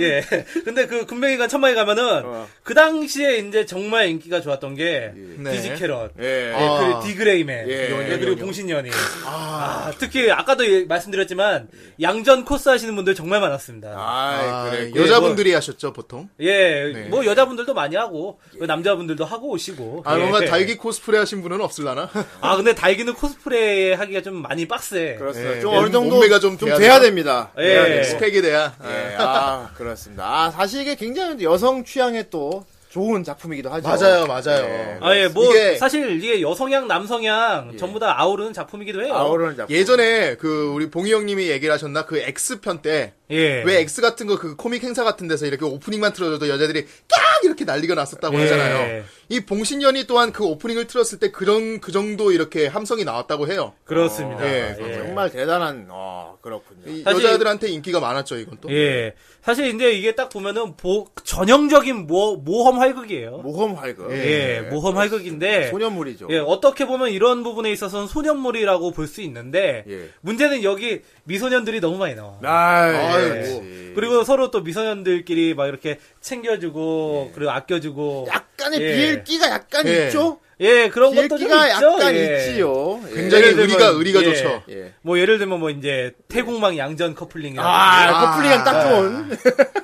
S3: 예 근데 그 군뱅이관 천막에 가면은
S2: 어.
S3: 그 당시에 이제 정말 인기가 좋았던 게
S4: 네.
S3: 디지캐럿
S2: 예. 예.
S4: 아.
S3: 그리고 디그레이맨
S2: 예,
S3: 예,
S2: 예,
S3: 그리고 봉신연이 아, 특히 아까도 예, 말씀드렸지만 양전 코스 하시는 분들 정말 많았습니다
S2: 아,
S4: 아,
S2: 그래.
S4: 여자분들이 하셨죠, 보통?
S3: 예,
S4: 네.
S3: 뭐 여자분들도 많이 하고 그 남자분들도 하고 오시고.
S4: 아,
S3: 예.
S4: 뭔가 달기 코스프레 하신 분은 없을라나?
S3: 아, 근데 달기는 코스프레 하기가 좀 많이 빡세.
S2: 그렇습니다.
S4: 예.
S2: 좀 어느 정도
S4: 몸매가 좀
S2: 좀
S4: 돼야
S2: 돼야 됩니다.
S3: 예.
S2: 돼야
S3: 네.
S2: 됩니다.
S4: 스펙에 대한.
S2: 예, 아, 그렇습니다. 아, 사실 이게 굉장히 여성 취향에 또 좋은 작품이기도 하죠.
S4: 맞아요, 맞아요.
S2: 예.
S3: 아, 예, 뭐
S4: 이게-
S3: 사실 이게 여성향, 남성향 전부 다 아우르는 작품이기도 해요.
S2: 아우르는 작품.
S4: 예전에 그 우리 봉희 형님이 얘기를 하셨나 그 X 편 때 왜
S3: 예.
S4: X 같은 거 그 코믹 행사 같은 데서 이렇게 오프닝만 틀어줘도 여자들이 깍 이렇게 난리가 났었다고
S3: 예.
S4: 하잖아요. 이 봉신년이 또한 그 오프닝을 틀었을 때 그런 그 정도 이렇게 함성이 나왔다고 해요.
S3: 그렇습니다.
S4: 어,
S3: 예.
S4: 예,
S2: 정말 대단한, 어, 그렇군요.
S4: 이
S3: 사실-
S4: 여자들한테 인기가 많았죠 이건 또.
S3: 예. 사실 이제 이게 딱 보면은 보- 전형적인 모, 모험 활극이에요.
S2: 모험 활극.
S3: 예, 모험 활극인데
S2: 소년물이죠.
S3: 예, 어떻게 보면 이런 부분에 있어서는 소년물이라고 볼 수 있는데
S2: 예.
S3: 문제는 여기 미소년들이 너무 많이 나와.
S2: 아,
S4: 아이고.
S2: 예.
S3: 그리고 서로 또 미소년들끼리 막 이렇게 챙겨주고
S2: 예.
S3: 그리고 아껴주고
S2: 약간의
S3: 예.
S2: 비엘기가 약간
S4: 예.
S2: 있죠?
S3: 예 그런 것도 좀
S2: 비엘기가
S3: 있죠.
S2: 약간
S3: 예.
S2: 있지요. 예.
S4: 굉장히
S3: 예를 들면-
S4: 의리가 의리가
S3: 예.
S4: 좋죠.
S2: 예.
S3: 뭐 예를 들면 뭐 이제 태국망 양전 커플링이나
S2: 아, 커플링이랑 딱 좋은.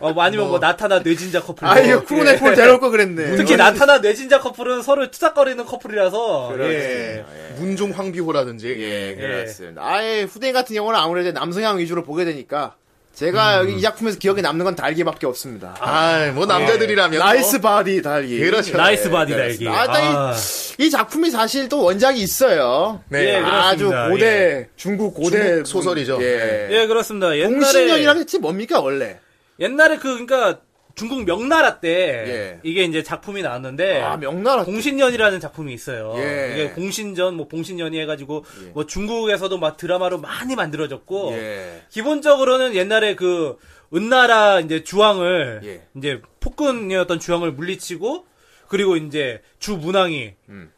S3: 어, 뭐 아니면 뭐, 나타나 뇌진자 커플.
S2: 아, 이거
S3: 예.
S2: 쿠로네폴 데려올 거 그랬네.
S3: 특히 나타나 뇌진자 커플은 서로 투닥거리는 커플이라서 예.
S2: 그렇습니다. 예.
S4: 문종 황비호라든지.
S2: 예, 그렇습니다. 아예 후대인 같은 영화는 아무래도 남성향 위주로 보게 되니까 제가 여기 이 작품에서 기억에 남는 건 달기밖에 없습니다.
S4: 아뭐 남자들이라면
S2: 나이스 바디 달기.
S4: 그렇죠.
S3: 예. 나이스 바디다
S2: 네. 그렇습니다.
S3: 이게.
S2: 아, 일단
S3: 아.
S2: 이, 이 작품이 사실 또 원작이 있어요.
S3: 예,
S2: 아주
S3: 그렇습니다.
S2: 고대 네, 중국 고대
S4: 중국 소설이죠.
S2: 예.
S3: 예 그렇습니다.
S2: 공신년이라는
S3: 옛날에
S2: 뜻이 뭡니까 원래?
S3: 옛날에 그 그러니까 중국 명나라 때
S2: 예.
S3: 이게 이제 작품이 나왔는데
S2: 아 명나라.
S3: 어, 봉신년이라는 작품이 있어요.
S2: 예.
S3: 이게 공신전, 뭐 봉신년이 해가지고 뭐 중국에서도 막 드라마로 많이 만들어졌고
S2: 예.
S3: 기본적으로는 옛날에 그 은나라 이제 주왕을
S2: 예.
S3: 이제 폭군이었던 주왕을 물리치고 그리고 이제 주문왕이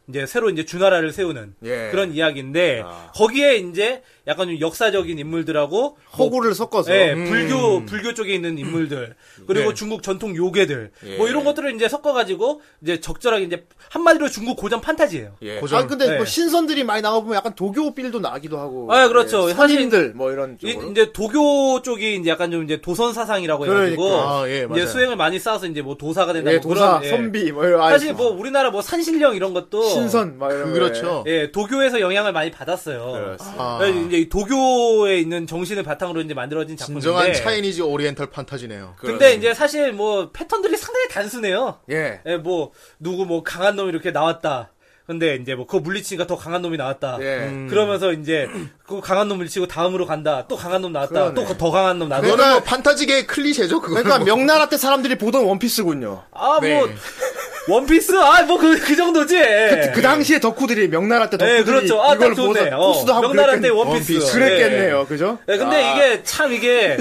S3: 이제 새로 이제 주나라를 세우는
S2: 음. 예. 아.
S3: 그런 이야기인데 거기에 이제 약간 좀 역사적인 인물들하고 뭐
S2: 허구를 섞어서.
S3: 예, 불교 불교 쪽에 있는 인물들
S2: 음.
S3: 그리고
S2: 네.
S3: 중국 전통 요괴들 뭐
S2: 예.
S3: 이런 것들을 이제 섞어가지고 이제 적절하게 이제 한마디로 중국 고전 판타지예요.
S2: 예.
S4: 고전.
S2: 아 근데
S3: 예.
S2: 뭐 신선들이 많이 나와 보면 약간 도교 빌도 나기도 하고.
S3: 아, 그렇죠.
S2: 예.
S3: 사실-
S2: 선인들 뭐 이런
S3: 이,
S2: 쪽으로.
S3: 제 도교 쪽이 이제 약간 좀 이제 도선 사상이라고 해가지고
S4: 그러니까. 아, 예,
S3: 이제
S4: 맞아요.
S3: 수행을 많이 쌓아서 이제 뭐 도사가 된다
S2: 예,
S3: 뭐
S2: 도사,
S3: 그런 예.
S2: 선비 뭐 이런. 아,
S3: 사실 뭐 우리나라 뭐 산신령 이런 것도
S2: 신선 막 아, 이런. 거,
S4: 그렇죠.
S3: 예 도교에서 영향을 많이 받았어요.
S2: 예. 그렇습니다.
S4: 아,
S3: 그래서 이제 이 도교에 있는 정신을 바탕으로 이제 만들어진 작품인데 그
S4: 진정한 차이니즈 오리엔탈 판타지네요.
S3: 근데 이제 사실 뭐 패턴들이 상당히 단순해요.
S2: 예.
S3: 예, 뭐 누구 뭐 강한 놈이 이렇게 나왔다. 근데 이제 뭐 그거 물리치니까 더 강한 놈이 나왔다.
S2: 예.
S3: 그러면서 이제 그 강한 놈 물리치고 다음으로 간다. 또 강한 놈 나왔다.
S2: 그러네.
S3: 또 더 강한 놈 나왔다.
S4: 그거는 뭐 판타지계의 클리셰죠. 그거는
S2: 그러니까
S4: 뭐.
S2: 명나라 때 사람들이 보던 원피스군요.
S3: 아, 뭐
S4: 네.
S3: 원피스 아, 뭐 그 그 정도지. 그,
S2: 그 당시에 덕후들이 명나라 때 덕후들이
S3: 예, 그렇죠. 아,
S2: 이걸
S3: 딱
S2: 보고
S3: 좋네. 어,
S2: 코스도 하고
S3: 명나라
S2: 그랬겠-
S3: 때 원피스.
S4: 원피스.
S2: 그랬겠네요.
S3: 예.
S2: 그죠?
S3: 예, 근데
S2: 아,
S3: 이게 참 이게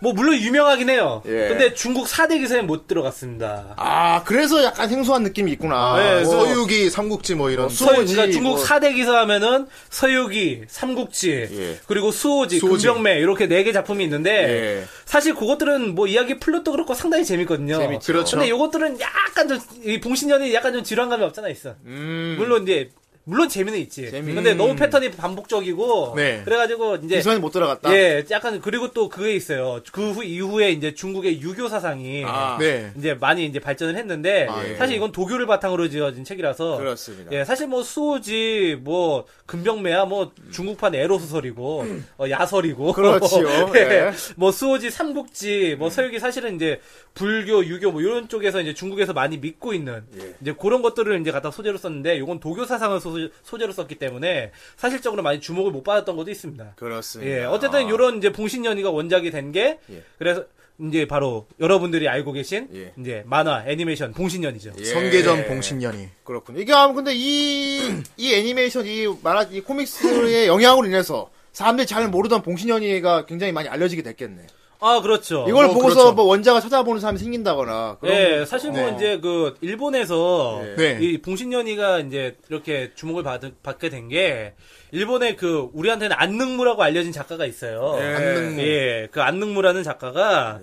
S3: 뭐 물론 유명하긴 해요.
S2: 예.
S3: 근데 중국 4대 기사에 못 들어갔습니다.
S2: 아, 그래서 약간 생소한 느낌이 있구나. 어,
S3: 예, 그래서-
S4: 서유기, 삼국지 뭐 이런.
S3: 서유,
S2: 수호지,
S3: 그러니까 중국
S2: 뭐.
S3: 4대 기사 하면은 서유기, 삼국지, 그리고 수호지,
S4: 수호지.
S3: 금병매 이렇게 네 개 작품이 있는데
S2: 예.
S3: 사실 그것들은 뭐 이야기 플롯도 그렇고 상당히 재밌거든요.
S2: 재밌죠.
S4: 그렇죠.
S3: 근데 요것들은 약간 좀이 봉신년이 약간 좀 지루한 감이 없잖아 있어. 물론 이제 물론 재미는 있지.
S2: 재미.
S3: 근데 너무 패턴이 반복적이고
S4: 네.
S3: 그래가지고 이제
S2: 이선이 못 들어갔다.
S3: 예, 약간 그리고 또 그게 있어요. 그 후 이후에 이제 중국의 유교 사상이
S2: 아,
S4: 네.
S3: 이제 많이 이제 발전을 했는데
S4: 아, 예.
S3: 사실 이건 도교를 바탕으로 지어진 책이라서
S2: 그렇습니다.
S3: 예, 사실 뭐 수호지 뭐 금병매야 뭐 중국판 에로 소설이고 어, 야설이고
S2: 음. 그렇지요.
S3: 예.
S2: 예. 음.
S3: 뭐 수호지 삼국지 뭐 서유기 사실은 이제 불교 유교 뭐 이런 쪽에서 이제 중국에서 많이 믿고 있는
S2: 예.
S3: 이제 그런 것들을 이제 갖다 소재로 썼는데 이건 도교 사상을 소재, 소재로 썼기 때문에 사실적으로 많이 주목을 못 받았던 것도 있습니다.
S2: 네. 그렇습니다.
S3: 예, 어쨌든 요런 이제 봉신연의가 원작이 된 게 그래서 이제 바로 여러분들이 알고 계신
S2: 예.
S3: 이제 만화 애니메이션 봉신년이죠.
S2: 예.
S4: 성계전 봉신년이
S2: 그렇군요. 이게 아무 근데 이, 이 애니메이션, 이 만화, 이 코믹스의 영향으로 인해서 사람들이 잘 모르던 봉신현이가 굉장히 많이 알려지게 됐겠네.
S3: 아 그렇죠.
S2: 이걸
S4: 어,
S2: 보고서
S4: 그렇죠.
S2: 뭐 원작을 찾아보는 사람이 생긴다거나. 예. 그런
S3: 예, 사실 뭐
S4: 네.
S3: 이제 그 일본에서
S4: 네.
S3: 이 봉신년이가 이제 이렇게 주목을 받, 받게 된 게 일본의 그 우리한테는 안능무라고 알려진 작가가 있어요.
S2: 예.
S4: 안능무.
S3: 예, 그 안능무라는 작가가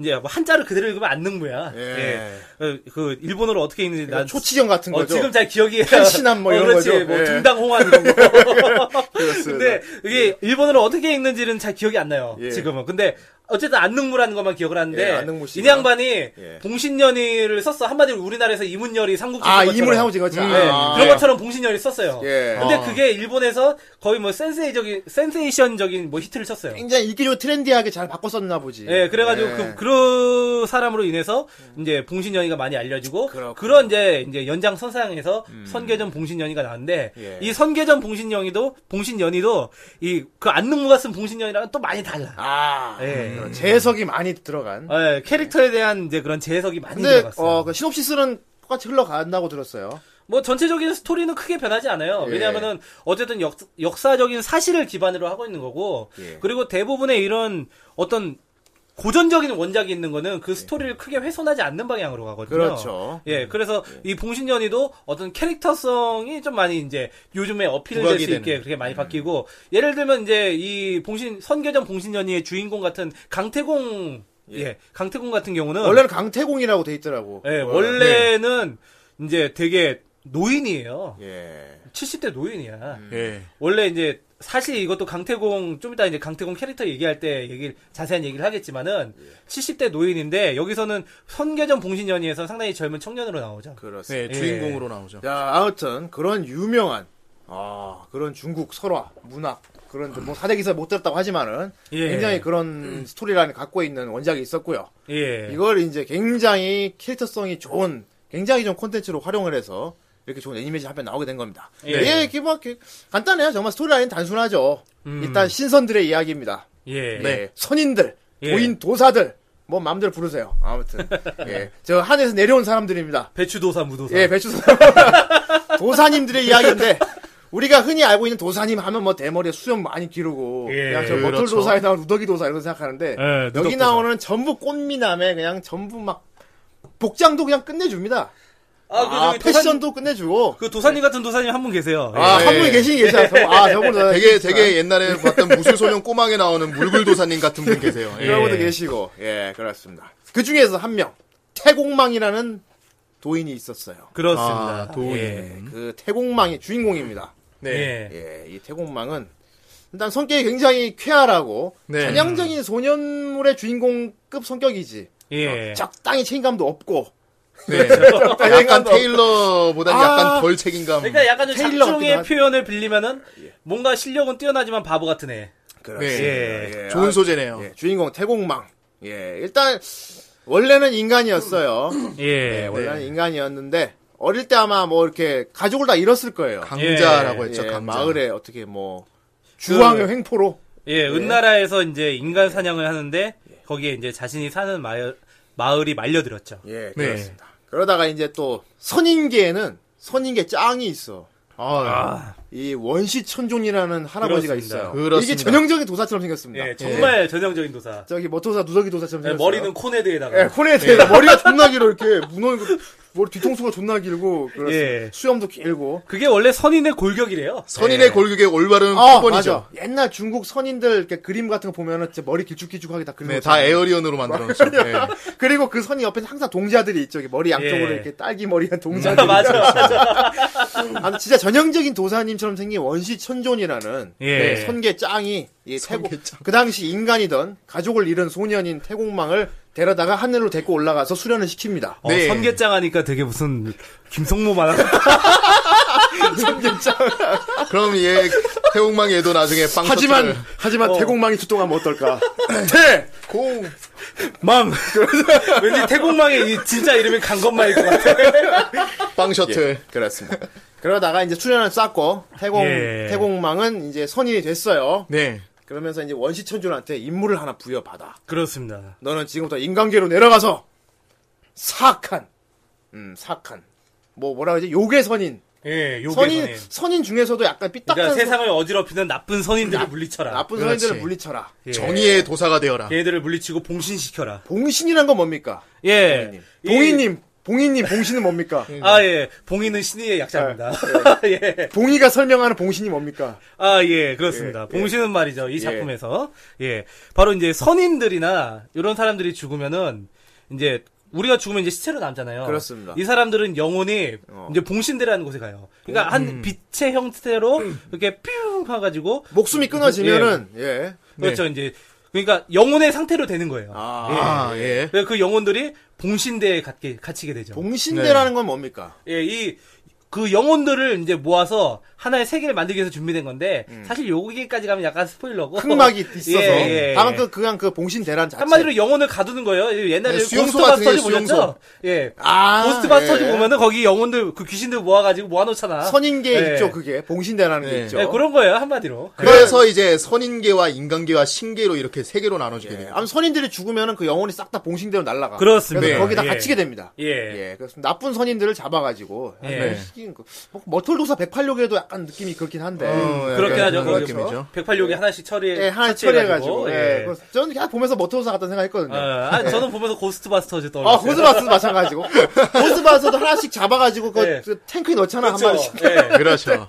S3: 이제 뭐 한자를 그대로 읽으면 안능무야. 예. 그- 그 일본어로 어떻게 읽는지 난
S2: 그러니까 초치경 같은
S3: 어,
S2: 거죠.
S3: 지금 잘 기억이
S2: 탄신함 뭐
S3: 어,
S2: 이런
S3: 그렇지.
S2: 거죠.
S3: 뭐
S2: 예.
S3: 등당홍환 이런 거.
S2: 그렇습니다.
S3: 근데 이게 일본어로 어떻게 읽는지는 잘 기억이 안 나요.
S2: 예.
S3: 지금은. 근데 어쨌든 안능무라는 것만 기억을 하는데
S2: 예, 안능무 씨가.
S3: 이 양반이
S2: 예.
S3: 봉신년이를 썼어. 한마디로 우리나라에서 이문열이 삼국지
S2: 아,
S3: 쓴 것처럼.
S2: 이문을 하고 지금 같이.
S3: 네,
S2: 아,
S3: 그런 것처럼 봉신열이 썼어요.
S2: 예.
S3: 근데
S4: 아.
S3: 그게 일본에서 거의 뭐 센세이적인 센세이션적인 뭐 히트를 쳤어요.
S2: 굉장히 인기적으로 트렌디하게 잘 바꿨었나 보지.
S3: 예, 그래가지고
S2: 예. 음.
S3: 그, 그런 사람으로 인해서 이제 봉신연이가 많이 알려지고
S2: 그렇군요. 음.
S3: 그런 이제 이제 연장 선상에서 선계전 봉신연이가 나왔는데
S2: 예.
S3: 이 선계전 봉신연이도 봉신연이도 이 그 안능무가 쓴 봉신연이랑 또 많이 달라.
S2: 아,
S3: 예.
S2: 그런 재해석이 많이 들어간.
S3: 예, 캐릭터에 대한 이제 그런 재해석이 많이
S2: 근데
S3: 들어갔어요.
S2: 어, 그 시놉시스는 똑같이 흘러간다고 들었어요.
S3: 뭐 전체적인 스토리는 크게 변하지 않아요.
S2: 예.
S3: 왜냐하면은 어쨌든 역, 역사적인 사실을 기반으로 하고 있는 거고
S2: 예.
S3: 그리고 대부분의 이런 어떤 고전적인 원작이 있는 거는 그 스토리를 크게 훼손하지 않는 방향으로 가거든요.
S2: 그렇죠.
S3: 예, 그래서 이 봉신연이도 어떤 캐릭터성이 좀 많이 이제 요즘에 어필될
S4: 부각이
S3: 수 있게
S4: 되는.
S3: 그렇게 많이 바뀌고 예를 들면 이제 이 봉신 선계전 봉신연이의 주인공 같은 강태공 예, 강태공 같은 경우는
S2: 원래는 강태공이라고 돼 있더라고.
S3: 예, 음. 원래는 이제 되게 노인이에요.
S2: 예.
S3: 70대 노인이야.
S2: 음.
S4: 예.
S3: 원래 이제 사실 이것도 강태공 좀 이따 이제 강태공 캐릭터 얘기할 때 얘기 자세한 얘기를 하겠지만은
S2: 예.
S3: 70대 노인인데 여기서는 선계전 봉신연이에서 상당히 젊은 청년으로 나오죠.
S2: 그렇습니다. 예.
S4: 네, 주인공으로 나오죠.
S2: 자, 아무튼 그런 유명한 아, 그런 중국 설화, 문학 그런 뭐 사대기사 못 들었다고 하지만은
S3: 예.
S2: 굉장히 그런 스토리라인 갖고 있는 원작이 있었고요.
S3: 예.
S2: 이걸 이제 굉장히 캐릭터성이 좋은 굉장히 좋은 콘텐츠로 활용을 해서 이렇게 좋은 애니메이션 한편 나오게 된 겁니다.
S3: 예.
S2: 예, 이게 뭐 이렇게 간단해요. 정말 스토리라인 단순하죠.
S4: 음.
S2: 일단 신선들의 이야기입니다.
S3: 예.
S2: 네. 선인들,
S3: 예.
S2: 도인, 도사들 뭐 마음대로 부르세요. 아무튼 예. 저 하늘에서 내려온 사람들입니다.
S3: 배추도사 무도사.
S2: 예, 배추 도사님들의 이야기인데 우리가 흔히 알고 있는 도사님 하면 뭐 대머리에 수염 많이 기르고
S3: 예,
S2: 그냥 저
S4: 그렇죠.
S2: 머털 도사에 나온 우더기 도사 이런 거 생각하는데
S3: 예, 누덕
S2: 여기
S3: 도사.
S2: 나오는 전부 꽃미남에 그냥 전부 막 복장도 그냥 끝내줍니다.
S3: 아, 그
S2: 아,
S3: 저기 도사님,
S2: 패션도 끝내주고
S3: 그 도사님 같은 도사님 한 분 계세요. 예.
S2: 아 한 분 계시긴 계시다. 저분- 아 저분
S4: 되게 되게
S2: 네.
S4: 옛날에 봤던 무술소년 꼬망에 나오는 물굴도사님 같은 분 계세요. 예.
S2: 이런 분도
S3: 예.
S2: 계시고 예 그렇습니다. 그 중에서 한 명 태공망이라는 도인이 있었어요.
S3: 그렇습니다.
S4: 아, 도인.
S3: 예.
S2: 그 태공망이 주인공입니다.
S4: 네.
S3: 예.
S2: 예, 이 태공망은 일단 성격이 굉장히 쾌활하고
S4: 네.
S2: 전형적인 소년물의 주인공급 성격이지. 아,
S3: 예.
S2: 적당히 책임감도 없고
S4: 네. 약간
S2: 책임감도
S4: 테일러보다는
S2: 아.
S4: 약간 덜 책임감.
S3: 그러니까 약간 좀
S2: 테일러
S3: 작중의
S2: 같기도
S3: 표현을 빌리면은 뭔가 실력은 뛰어나지만 바보 같은 애.
S2: 없고. 그렇습니다.
S3: 예.
S2: 예,
S4: 좋은
S2: 아,
S4: 소재네요.
S2: 예, 주인공 태공망. 예, 일단 원래는 인간이었어요.
S4: 네.
S2: 예,
S3: 예.
S2: 원래는 인간이었는데 어릴 때 아마 뭐 이렇게 가족을 다 잃었을 거예요.
S4: 강자라고
S2: 예,
S4: 했죠. 강자.
S2: 마을에 어떻게 뭐 주왕의 횡포로
S3: 예, 은나라에서 이제 인간 사냥을 하는데 거기에 이제 자신이 사는 마을 마을이 말려들었죠.
S4: 네.
S2: 예, 그렇습니다. 그러다가 이제 또 선인계에는 선인계 짱이 있어.
S4: 아,
S2: 이 원시 천종이라는 할아버지가
S3: 그렇습니다.
S2: 있어요.
S4: 그렇습니다.
S2: 이게 전형적인 도사처럼 생겼습니다.
S3: 예, 정말 전형적인 도사.
S2: 저기 머토사 누더기 도사처럼
S3: 예,
S2: 생겼어요.
S3: 머리는 코네드에다가.
S2: 그렇죠. 예, 코네에 대다 머리가 존나 길어 이렇게 무너 머리 뒤통수가 존나 길고 그렇습니다.
S3: 예.
S2: 수염도 길고.
S3: 그게 원래 선인의 골격이래요.
S4: 선인의 골격에 올바른
S2: 예. 아
S4: 표본이죠.
S2: 맞아. 옛날 중국 선인들 이렇게 그림 같은 거 보면은 진짜 머리 길쭉길쭉하게 다 그린
S4: 네,
S2: 거.
S4: 다 에어리언으로 만들어놨죠. 네.
S2: 그리고 그 선이 옆에 항상 동자들이 있죠. 이렇게 머리 양쪽으로
S3: 예. 음.
S2: 이렇게 딸기 머리한 동자들.
S3: 맞아, 어, 맞아.
S2: 아, 진짜 전형적인 도사님처럼 생긴 원시 천존이라는
S3: 예.
S2: 네, 선계 짱이 이 태국
S4: 선계짱.
S2: 그 당시 인간이던 가족을 잃은 소년인 태공망을 데려다가 하늘로 데리고 올라가서 수련을 시킵니다.
S3: 어,
S4: 네.
S3: 선계장 하니까 되게 무슨 김성모 만화.
S4: 그럼 얘 태국망 얘도 나중에 빵
S2: 하지만
S4: 터트려요.
S2: 하지만 태공망이 출동하면 어떨까? 네.
S4: 공
S3: 망. 왠지 태국망의 이 진짜 이름이 강건마일 것 같아.
S4: 빵
S2: 예.
S4: 셔틀.
S2: 그렇습니다. 그러다가 이제 수련을 쌓고 태공
S3: 예.
S2: 태공망은 이제 선인이 됐어요.
S4: 네.
S2: 그러면서 이제 원시천주한테 임무를 하나 부여받아.
S3: 그렇습니다.
S2: 너는 지금부터 인간계로 내려가서 사악한, 음 사악한, 뭐 뭐라 그러지 요괴 선인,
S3: 예, 요괴
S2: 선인
S3: 선인.
S2: 선인 중에서도 약간
S3: 그러니까
S2: 삐딱한
S3: 세상을 어지럽히는 나쁜 선인들을 물리쳐라.
S2: 나쁜
S4: 그렇지.
S2: 선인들을 물리쳐라.
S3: 예.
S4: 정의의 도사가 되어라.
S2: 예.
S3: 얘들을 물리치고 봉신시켜라.
S2: 봉신이란 건 뭡니까?
S3: 예. 이-
S2: 봉이님, 봉이님 봉신은 뭡니까?
S3: 아, 예. 봉인은 신의의 약자입니다.
S2: 아,
S3: 예.
S2: 봉이가 설명하는 봉신이 뭡니까?
S3: 아, 예. 그렇습니다.
S2: 예, 예.
S3: 봉신은 말이죠. 이 작품에서. 예. 바로 이제 선인들이나 이런 사람들이 죽으면은 이제 우리가 죽으면 이제 시체로 남잖아요.
S2: 그렇습니다.
S3: 이 사람들은 영혼이
S2: 어. 음.
S3: 이제 봉신대라는 곳에 가요. 그러니까 한 빛의 형태로 이렇게 뿅
S2: 뭐,
S3: 가가지고
S2: 목숨이 끊어지면은 예.
S3: 그렇죠. 이제 그러니까 영혼의 상태로 되는 거예요.
S2: 아,
S4: 아, 예.
S3: 그래서 그 영혼들이 봉신대에 갇게, 갇히게 되죠.
S4: 네.
S2: 봉신대라는 건 뭡니까?
S3: 예, 이, 그 영혼들을 이제 모아서 하나의 세계를 만들기 위해서 준비된 건데, 사실 여기까지 가면 약간 스포일러고.
S2: 음. 흑막이 있어서
S3: 예, 예.
S2: 다만 그 그냥 그 봉신대란 자체
S3: 한마디로 영혼을 가두는 거예요. 옛날에
S4: 네, 수용소
S3: 고스트바스터즈
S4: 같은 게
S3: 보셨죠?
S4: 수용소.
S3: 예.
S2: 아,
S3: 고스트바스터즈
S2: 예.
S3: 보면은 거기 영혼들, 그 귀신들 모아가지고 모아놓잖아.
S2: 선인계
S3: 예.
S2: 있죠 네. 그게 봉신대라는 게
S4: 예.
S2: 있죠.
S3: 예, 그런 거예요, 한마디로.
S4: 그래서 이제 선인계와 인간계와 신계로 이렇게 세 개로 나눠지게
S2: 예.
S4: 돼요.
S2: 아무 선인들이 죽으면은 그 영혼이 싹 다 봉신대로 날아가.
S3: 그렇습니다.
S2: 래서 거기다
S3: 예.
S2: 갇히게 됩니다.
S3: 예.
S2: 그래서 나쁜 선인들을 잡아가지고
S3: 예.
S2: 약간 시킨 거. 뭐, 머털도사 108력에도 약간 느낌이 그렇긴 한데.
S4: 어, 약간
S3: 음, 그렇게 하죠.
S4: 그런
S3: 거기서.
S4: 느낌이죠.
S3: 108욕이 하나씩 처리해.
S2: 예, 하나 처리해가지고. 예. 그래서 저는 그냥 보면서 뭐 머털도사 같다는 생각했거든요.
S3: 아, 아, 저는 보면서 고스트바스터즈 떠올랐어요.
S2: 아, 고스바스도 마찬가지고. 고스바스도 하나씩 잡아가지고 그,
S3: 예.
S2: 그 탱크에 넣잖아, 한
S3: 그렇죠.
S2: 마리씩.
S3: 예.
S4: 그렇죠.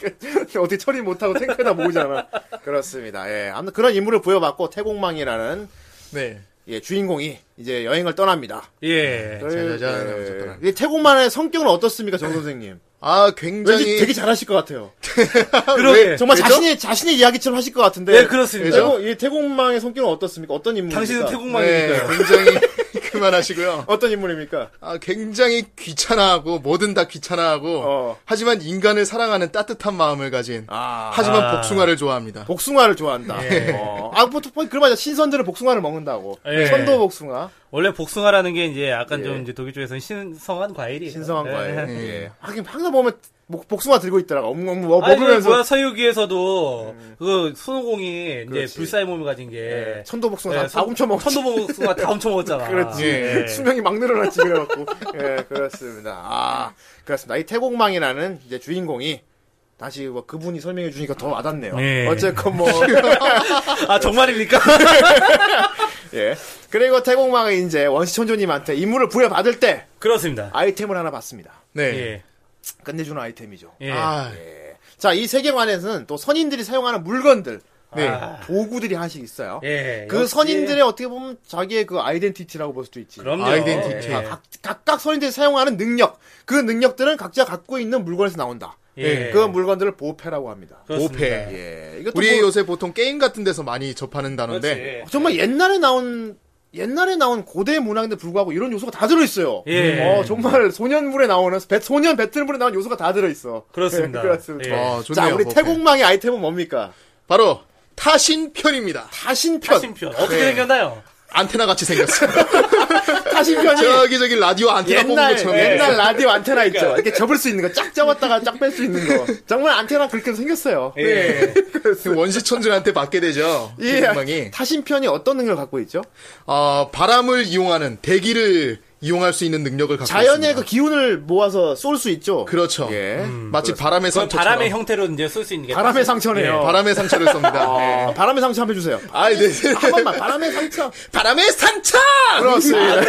S2: 어떻게 처리 못하고 탱크에다 모으잖아. 그렇습니다. 예. 아무튼 그런 인물을 부여받고 태공망이라는
S4: 네.
S2: 예, 주인공이 이제 여행을 떠납니다.
S3: 예.
S4: 짜자잔 네, 하면서 떠납니다.
S2: 이 태공만의 성격은 어떻습니까, 정 선생님?
S4: 아,
S2: 왠지
S4: 굉장히
S2: 되게 잘하실 것 같아요.
S3: 예. 그러게.
S2: 정말
S4: 왜죠?
S2: 자신의 자신의 이야기처럼 하실 것 같은데.
S3: 네, 그렇습니다.
S2: 태공, 이 태공망의 성격은 어떻습니까? 어떤 인물입니까?
S3: 당신은 그러니까.
S4: 네,
S3: 태국망이니까요.
S4: 굉장히 그만하시고요.
S2: 어떤 인물입니까?
S4: 아, 굉장히 귀찮아하고 뭐든 다 귀찮아하고
S2: 어.
S4: 하지만 인간을 사랑하는 따뜻한 마음을 가진
S2: 아.
S4: 하지만
S3: 아.
S4: 복숭아를 좋아합니다.
S2: 복숭아를 좋아한다. 어. 아, 보통, 그맞아 신선들은 복숭아를 먹는다고.
S3: 예.
S2: 천도 복숭아.
S3: 원래 복숭아라는 게 이제 약간
S2: 예.
S3: 좀 이제 독일 쪽에서는 신성한 과일이에요.
S2: 신성한
S3: 예.
S2: 과일.
S4: 예.
S2: 예. 하긴 항상 보면 목- 복숭아 들고 있더라고. 엉엉 뭐
S3: 아니, 그 뭐야,
S2: 먹으면서 음.
S3: 서유기에서도, 그, 손오공이, 이제,
S2: 그렇지.
S3: 불사의 몸을 가진 게.
S2: 천도 복숭아
S3: 예,
S2: 다, 다
S3: 손-
S2: 훔쳐 먹었지.
S3: 천도복숭아 다 훔쳐먹었잖아.
S2: 그렇지.
S4: 예.
S2: 수명이 막 늘어났지 그래갖고. 예, 그렇습니다. 아, 그렇습니다. 이 태공망이라는 이제 주인공이 다시 뭐 그분이 설명해 주니까 더 와닿네요.
S3: 예.
S2: 어쨌건 뭐
S3: 아, 정말입니까?
S2: 예. 그리고 태공망이 이제 원시천조님한테 임무를 부여받을 때
S3: 그렇습니다.
S2: 아이템을 하나 받습니다.
S4: 네.
S3: 예.
S2: 끝내주는 아이템이죠.
S3: 예.
S4: 아,
S2: 예. 자, 이 세계관에서는 또 선인들이 사용하는 물건들,
S4: 네.
S3: 아.
S2: 도구들이 하나씩 있어요.
S3: 예.
S2: 그
S3: 역시-
S2: 선인들의 어떻게 보면 자기의 그 아이덴티티라고 볼 수도 있지.
S3: 그럼요.
S4: 아이덴티티.
S2: 자,
S3: 예.
S2: 각, 각각 선인들이 사용하는 능력, 그 능력들은 각자 갖고 있는 물건에서 나온다.
S3: 예.
S2: 그 물건들을 보패라고 합니다.
S3: 그렇습니다.
S4: 오페.
S2: 예, 이것도
S4: 우리
S2: 뭐-
S4: 요새 보통 게임 같은 데서 많이 접하는 단어인데
S3: 그렇지.
S2: 정말 옛날에 나온 옛날에 나온 고대 문학인데 불구하고 이런 요소가 다 들어있어요.
S3: 예.
S2: 어, 정말 소년물에 나오는 배- 소년 배틀물에 나온 요소가 다 들어있어.
S3: 그렇습니다.
S2: 예, 그렇습니다.
S3: 예.
S4: 아,
S2: 자,
S4: 좋네요.
S2: 우리
S4: 오페.
S2: 태국망의 아이템은 뭡니까?
S4: 바로 타신편입니다.
S2: 타신편.
S3: 타심표. 어떻게
S4: 네.
S3: 생겼나요?
S4: 안테나 같이 생겼어요.
S2: 타신편이
S4: 저기 저기 라디오 안테나 뽑은
S2: 옛날
S4: 것처럼
S2: 옛날
S3: 예.
S4: 생겼어요.
S2: 라디오 안테나 있죠.
S3: 그러니까.
S2: 이렇게 접을 수 있는 거, 쫙 접었다가 쫙 뺄 수 있는 거. 정말 안테나 그렇게 생겼어요. 네.
S3: 예.
S4: 그 원시천준한테 받게 되죠.
S2: 이
S4: 태국망이
S2: 예. 타신편이 어떤 능력을 갖고 있죠?
S4: 어, 바람을 이용하는 대기를 이용할 수 있는 능력을 갖고
S2: 자연의 그
S4: 있습니다.
S2: 기운을 모아서 쏠 수 있죠.
S4: 그렇죠.
S2: 예.
S4: 마치 바람의
S3: 그건
S4: 상처처럼
S3: 바람의 형태로 이제 쓸 수 있는 게.
S2: 바람의 상처네요.
S4: 예, 바람의 상처를 씁니다. 네.
S2: 아, 바람의 상처 한번 해주세요.
S4: 아이, 네.
S2: 한 번만 바람의 상처.
S4: 바람의 상처!
S2: 그렇습니다.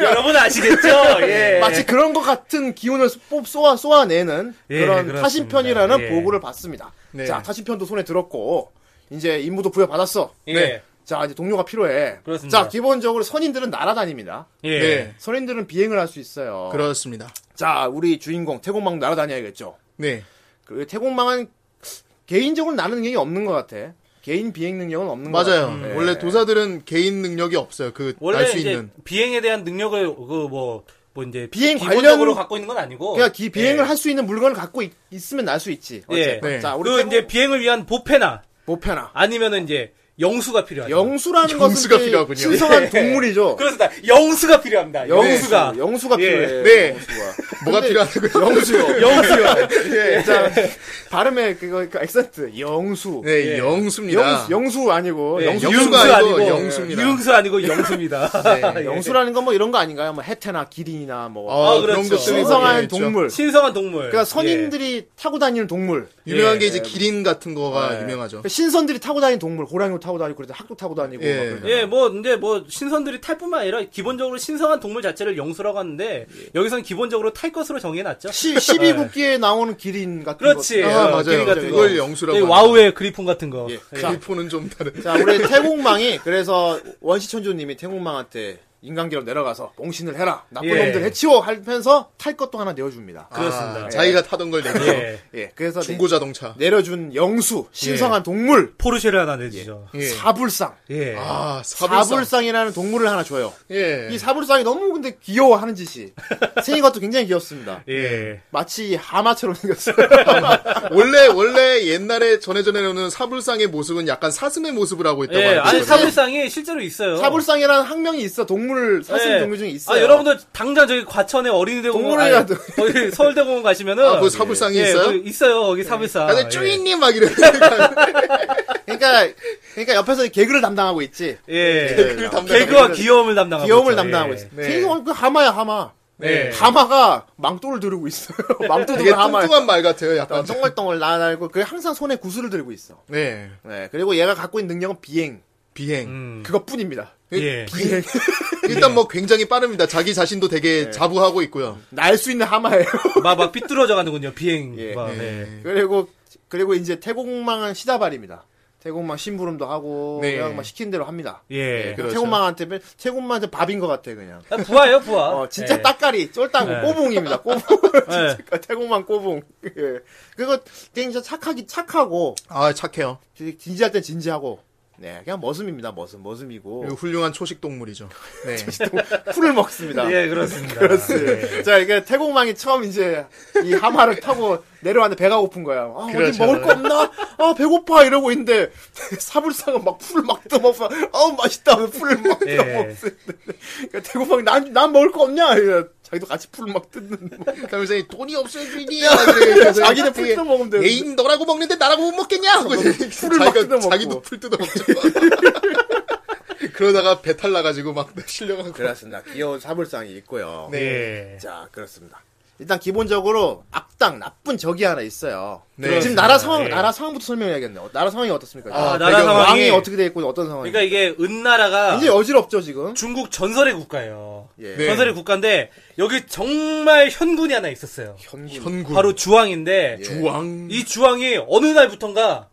S3: 여러분 아시겠죠? 예.
S2: 마치 그런 것 같은 기운을 뽑 쏘아 쏘아내는
S3: 예,
S2: 그런
S3: 그렇습니다.
S2: 타신편이라는
S3: 예.
S2: 보고를 받습니다.
S4: 네.
S2: 자, 타신편도 손에 들었고 이제 임무도 부여 받았어. 네.
S3: 예.
S2: 자, 이제 동료가 필요해.
S3: 그렇습니다.
S2: 자, 기본적으로 선인들은 날아다닙니다.
S3: 예.
S4: 네.
S2: 선인들은 비행을 할 수 있어요.
S4: 그렇습니다.
S2: 자, 우리 주인공 태공망 날아다녀야겠죠.
S4: 네.
S2: 그 태공망은 개인적으로 나는 능력이 없는 것 같아. 개인 비행 능력은 없는 것
S4: 맞아요.
S2: 같아. 네.
S4: 원래 도사들은 개인 능력이 없어요. 그, 날
S3: 원래
S4: 수
S3: 이제
S4: 있는.
S3: 비행에 대한 능력을 그 뭐 뭐 이제
S2: 비행
S3: 기본적으로
S2: 관련-
S3: 갖고 있는 건 아니고
S2: 그냥 그러니까 기, 비행을
S3: 예.
S2: 할 수 있는 물건을 갖고 있, 으면 날 수 있지.
S3: 예.
S2: 어쨌든.
S4: 네.
S2: 자, 우리
S3: 그
S2: 태공...
S3: 이제 비행을 위한 보패나
S2: 보편화.
S3: 아니면은 이제 영수가 필요하죠.
S2: 영수라는
S4: 영수가
S2: 것은
S4: 필요하군요.
S2: 이제 신성한 동물이죠.
S3: 예. 그렇습니다. 영수가 필요합니다. 영수가.
S2: 영수, 가
S3: 예.
S2: 필요해.
S4: 네.
S2: 영수가.
S4: 뭐가 필요하다고요?
S2: 영수요. 영수요. 예. 자, 발음에 그거 그 액센트 영수.
S4: 네,
S3: 예.
S4: 영수입니다.
S2: 영수, 영수 아니고
S3: 예,
S2: 영수.
S4: 영수. 영수가 아니고 영수입니다.
S3: 유흥수 아니고
S4: 네.
S3: 영수입니다. 예.
S2: 영수라는 건 뭐 이런 거 아닌가요? 뭐 해태나 기린이나 뭐
S4: 아, 예,
S3: 아,
S4: 그런
S3: 그렇죠. 예.
S4: 것들
S2: 신성한 동물.
S3: 신성한 동물.
S2: 그러니까 선인들이 타고 다니는 동물.
S4: 유명한
S3: 예. 아,
S4: 게 이제 기린 같은 거가
S2: 예.
S4: 아, 유명하죠.
S2: 신선들이 타고 다니는 동물, 고랑이도 타고 다니고 그래서 학도 타고 다니고
S4: 예.
S2: 막 그러잖아요.
S3: 예, 뭐, 근데 뭐, 신선들이 탈 뿐만 아니라, 기본적으로 신성한 동물 자체를 영수라고 하는데,
S2: 예.
S3: 여기서는 기본적으로 탈 것으로 정해놨죠.
S2: 시, 12국기에 나오는 기린 같은
S3: 그렇지.
S2: 거.
S4: 아,
S3: 어,
S4: 맞아요.
S3: 기린 같은 거.
S4: 이걸 영수라고
S3: 저기
S4: 하네요.
S3: 와우의 그리폰 같은 거.
S2: 예.
S3: 예.
S4: 그리포는 좀 다른.
S2: 자, 우리 태국망이 그래서 원시천조님이 태국망한테 인간계로 내려가서 봉신을 해라. 나쁜
S3: 예.
S2: 놈들 해치워 하면서 탈 것도 하나 내어줍니다.
S3: 그렇습니다.
S4: 아, 자기가 타던 걸 내고
S3: 예. 네.
S2: 예, 그래서 내-
S4: 중고 자동차.
S2: 내려준 영수, 신성한 동물,
S3: 포르쉐를 하나 내주죠.
S4: 예.
S2: 사불상.
S3: 예.
S4: 아, 사불상.
S2: 사불상. 이라는 동물을 하나 줘요.
S4: 예.
S2: 이 사불상이 너무 근데 귀여워하는 짓이 생긴 것도 굉장히 귀엽습니다.
S3: 예.
S2: 마치 하마처럼 생겼어요.
S4: 원래 원래 옛날에 전에 전에는 사불상의 모습은 약간 사슴의 모습을 하고 있다고
S3: 예, 아니,
S4: 하는데
S3: 사불상이 실제로 있어요.
S2: 사불상이라는 학명이 있어. 동물 사슴
S3: 예.
S2: 종류 중에 있어요.
S3: 아, 여러분들, 당장 저기 과천에 어린이대공원.
S2: 동물원이라
S3: 아니, 거기 서울대공원 가시면은.
S4: 아, 그 사불상이
S3: 예,
S4: 있어요?
S3: 거기 있어요, 거기 사불상.
S4: 아니
S3: 예.
S4: 쭈이님 막 이러니까
S2: 그러니까 그러니까 옆에서 개그를 담당하고 있지.
S3: 예.
S2: 네,
S4: 개그를 담당하고
S3: 개그와
S2: 있는-
S3: 귀여움을
S4: 아,
S3: 담당하고
S2: 귀여움을
S4: 그렇죠.
S3: 있죠.
S2: 담당하고
S3: 예.
S2: 있어.
S4: 네.
S2: 생긴 그 하마야 하마.
S3: 예.
S2: 하마가 망토를 들고 있어요. 망토
S4: 되게
S2: 들고 하마.
S4: 네. 뚱뚱한 말 같아요. 약간.
S2: 덩글덩글 나날고 그 항상 손에 구슬을 들고 있어.
S4: 네.
S2: 네. 그리고 얘가 갖고 있는 능력은 비행.
S4: 비행.
S3: 음.
S2: 그것뿐입니다.
S3: 예.
S2: 비행.
S4: 일단 뭐 굉장히 빠릅니다. 자기 자신도 되게
S2: 네.
S4: 자부하고 있고요.
S2: 날 수 있는 하마예요.
S3: 막, 막 삐뚤어져 가는군요, 비행.
S2: 예.
S3: 막,
S4: 예.
S2: 그리고 그리고 이제 태국망은 시다발입니다. 태국망 심부름도 하고
S4: 네.
S2: 그냥 막 시킨 대로 합니다. 네,
S3: 예. 예.
S4: 그렇죠.
S2: 태국망한테 태국망한테 밥인 것 같아 그냥.
S3: 아, 부하예요, 부하.
S2: 어, 진짜
S3: 예.
S2: 딱가리, 쫄딱,
S3: 네.
S2: 꼬붕입니다, 꼬붕.
S3: 예.
S2: 그러니까 태국만 꼬붕. 예. 그거, 진짜 착하기, 착하고,
S4: 아 착해요.
S2: 진- 진지할 땐 진지하고, 네, 그냥 머슴입니다, 머슴, 머슴이고.
S4: 그리고 훌륭한 초식 동물이죠. 네.
S2: 풀을 먹습니다.
S3: 예, 그렇습니다.
S2: 예. 자, 이게 태국망이 처음 이제 이 하마를 타고 내려왔는데 배가 고픈 거야. 아, 어디
S4: 그렇죠.
S2: 먹을 거 없나? 아, 배고파. 이러고 있는데, 사불상은 막 풀을 막 떠먹어. 아우, 맛있다. 하면서 풀을 막
S3: 예.
S2: 떠먹어. 그러니까 태국망이 난, 난 먹을 거 없냐? 이래. 자기도 같이 풀을 막 뜯는. 뭐.
S4: 사불상이 그러니까 돈이 없어요, 주니야.
S2: 자기는 풀 네, 뜯어먹으면 되는데. 뭐
S4: 에잉 너라고 먹는데 나라고 못 먹겠냐? 하고
S2: 풀을 막 뜯어먹고.
S4: 자기도 풀 뜯어먹죠. 그러다가 배탈 나가지고 막 실려가고.
S2: 그렇습니다. 귀여운 사물상이 있고요.
S3: 네.
S2: 자, 그렇습니다. 일단 기본적으로 악당 나쁜 적이 하나 있어요.
S4: 네.
S2: 지금 나라 상황
S3: 네.
S2: 나라 상황부터 설명해야겠네요. 나라 상황이 어떻습니까?
S3: 아,
S2: 지금?
S3: 나라
S4: 배경,
S3: 상황이.
S2: 왕이 어떻게 돼 있고 어떤 상황이?
S3: 그러니까 이게 은나라가
S2: 굉장히 어지럽죠 지금.
S3: 중국 전설의 국가예요.
S2: 예.
S4: 네.
S3: 전설의 국가인데 여기 정말 현군이 하나 있었어요.
S4: 현군.
S3: 바로 주왕인데
S4: 주왕.
S3: 이 주왕이 어느 날부턴가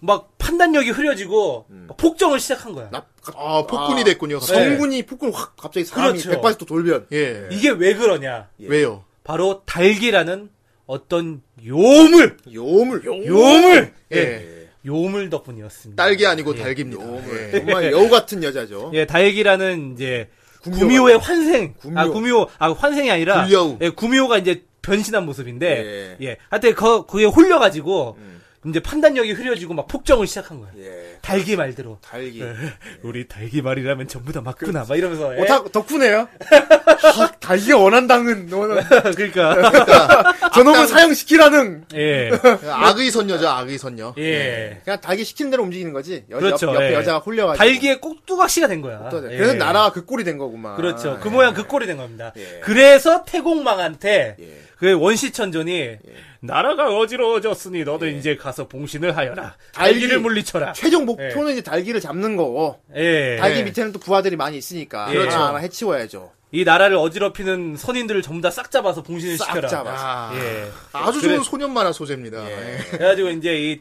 S3: 막 판단력이 흐려지고 막 폭정을 시작한 거야.
S2: 나-
S4: 아 폭군이
S2: 아,
S4: 됐군요. 갑자기.
S2: 성군이 폭군 확 갑자기 사람이
S3: 그렇죠.
S2: 180도 돌변.
S4: 예.
S3: 이게 왜 그러냐?
S4: 왜요?
S3: 바로 달기라는 어떤 요물,
S2: 요물.
S3: 요물,
S4: 예.
S3: 요물 덕분이었습니다.
S4: 딸기 아니고
S3: 예.
S4: 달기입니다. 예.
S2: 정말 여우 같은 여자죠.
S3: 예, 달기라는 이제
S2: 구미호가-
S3: 구미호의 환생, 아
S2: 구미호.
S3: 구미호, 아 환생이 아니라
S4: 굴려우.
S3: 예, 구미호가 이제 변신한 모습인데,
S2: 예. 음.
S3: 예, 하여튼 그 그에 홀려가지고 이제 판단력이 흐려지고 막 폭정을 시작한 거예요.
S2: 예.
S3: 달기 말대로.
S2: 달기.
S3: 예. 우리 달기 말이라면 전부 다 맞구나, 막 이러면서. 예.
S2: 오타 어, 덕후네요. 아, 달기가 원한당은 원한.
S3: 그러니까.
S2: 저놈을 사형시키라는.
S3: 예.
S4: 악의 선녀죠. 악의 선녀.
S3: 예.
S2: 그냥 달기 시키는 대로 움직이는 거지. 여,
S3: 그렇죠,
S2: 옆, 옆에
S3: 예.
S2: 여자가 홀려가지고.
S3: 달기의 꼭두각시가 된 거야.
S2: 또 돼.
S3: 예.
S2: 그래서 나라가 그 꼴이 된 거구만.
S3: 그렇죠. 그
S2: 예.
S3: 모양 그 꼴이 된 겁니다.
S2: 예.
S3: 그래서 태공망한테
S2: 예.
S3: 그 원시천존이 나라가 어지러워졌으니 너도 이제 가서 봉신을 하여라. 달기를
S2: 예. 달기.
S3: 물리쳐라.
S2: 최종 목표는 이제 달기를 잡는 거고.
S3: 예.
S2: 달기
S4: 예.
S2: 밑에는 또 부하들이 많이 있으니까.
S3: 그렇죠.
S2: 하나 하나 해치워야죠.
S3: 이 나라를 어지럽히는 선인들을 전부 다 싹 잡아서 봉신을
S2: 싹
S3: 시켜라.
S2: 잡아서.
S4: 아,
S3: 예.
S4: 아주
S3: 그래-
S4: 좋은 소년 만화 소재입니다. 예.
S3: 그래가지고 이제 이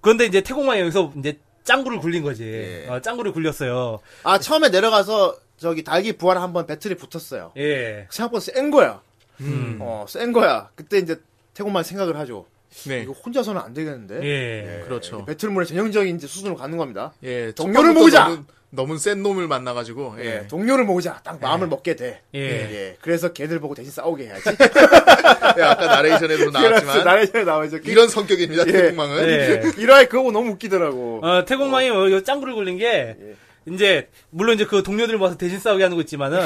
S3: 그런데 이제 태공망이 여기서 이제 짱구를 굴린 거지.
S2: 예.
S3: 어, 짱구를 굴렸어요.
S2: 아, 처음에 내려가서 저기 달기 부하랑 한번 배틀이 붙었어요.
S3: 예. 음.
S2: 생각보다 센 거야. 어, 센 거야. 그때 이제 태국만 생각을 하죠.
S4: 네.
S2: 이거 혼자서는 안 되겠는데.
S3: 예.
S4: 그렇죠.
S2: 배틀물의 전형적인 이제 수준으로 가는 겁니다.
S4: 예.
S2: 정렬을 모으자!
S4: 첫 번부터 너는 너무 센 놈을 만나가지고 예.
S2: 예, 동료를 모으자. 딱 마음을 먹게 돼.
S3: 예.
S2: 예, 그래서 걔들 보고 대신 싸우게 해야지.
S4: 예, 아까 나레이션에도
S2: 그래서
S4: 나왔지만
S2: 나레이션에 네. 나와있죠.
S4: 이런 성격입니다 태국망은 어,
S3: 예.
S2: 일화에 그거 너무 웃기더라고.
S3: 어, 태국망이 어, 이거 짱구를 굴린 게,
S2: 예.
S3: 이제, 물론 이제 그 동료들 모아서 대신 싸우게 하는 거 있지만은,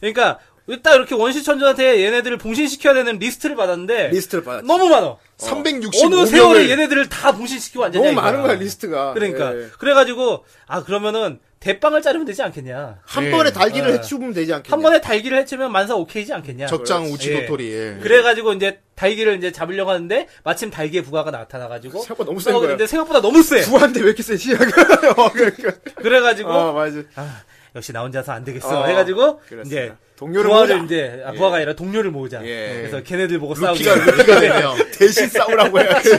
S3: 그러니까, 딱 이렇게 원시천조한테 얘네들을 봉신시켜야 되는 리스트를 받았는데,
S2: 리스트를 받았지.
S3: 너무 많아.
S4: 365명을
S3: 어느 세월에 얘네들을 다 봉신시키고 앉았냐.
S2: 너무
S3: 이거야.
S2: 많은 거야, 리스트가.
S3: 아. 그러니까.
S2: 예.
S3: 그래가지고, 아, 그러면은, 대빵을 자르면 되지 않겠냐.
S2: 한
S4: 예.
S2: 번에 달기를
S3: 예.
S2: 해치우면 되지 않겠냐.
S3: 한 번에 달기를 해치면 만사 오케이지 않겠냐.
S4: 적장 우치
S3: 예.
S4: 도토리 예.
S3: 그래가지고 이제 달기를 이제 잡으려고 하는데 마침 달기의 부하가 나타나가지고
S2: 그 생각보다 너무 센
S3: 싸우게
S2: 거야.
S3: 됐는데 생각보다 너무 세.
S2: 부한데 어, 왜 이렇게 세 시야가? 어, 그러니까.
S3: 네. 그래가지고
S2: 어, 맞아.
S3: 아, 역시 나 혼자서 안 되겠어.
S2: 어,
S3: 해가지고
S2: 그렇습니다.
S3: 이제
S2: 동료를
S3: 부하를
S2: 모으자.
S3: 이제 아, 부하가 아니라 동료를 모으자. 어,
S2: 예.
S3: 그래서 걔네들 보고 싸우기.
S4: 루피가 루피가 되네요
S2: 대신 싸우라고 해야지.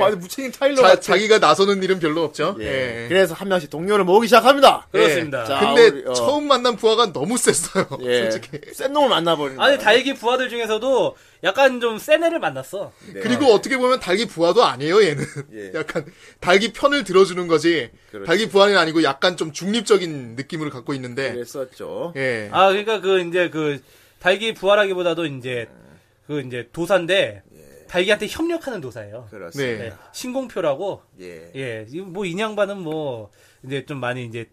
S2: 완전 무책임 타일러
S4: 자,
S2: 같아.
S4: 자기가 나서는 일은 별로 없죠
S2: 예.
S4: 예.
S2: 그래서 한 명씩 동료를 모으기 시작합니다.
S3: 그렇습니다.
S2: 예. 자,
S4: 근데
S2: 우리, 어,
S4: 처음 만난 부하가 너무 셌어요
S2: 예.
S4: 솔직히
S2: 센 놈을 만나버리는.
S3: 아니
S2: 거야.
S3: 달기 부하들 중에서도 약간 좀 센 애를 만났어.
S2: 네.
S4: 그리고 어떻게 보면 달기 부하도 아니에요, 얘는.
S2: 예.
S4: 약간 달기 편을 들어주는 거지.
S2: 그렇죠.
S4: 달기 부하는 아니고 약간 좀 중립적인 느낌을 갖고 있는데.
S2: 그랬었죠.
S4: 예.
S3: 아 그러니까 그 이제 그 달기 부하라기보다도 이제 그 이제 도사인데 달기한테 협력하는 도사예요.
S2: 그렇습니다.
S4: 네.
S3: 네, 신공표라고
S2: 예.
S3: 예, 이뭐 인양반은 뭐 이제 좀 많이 이제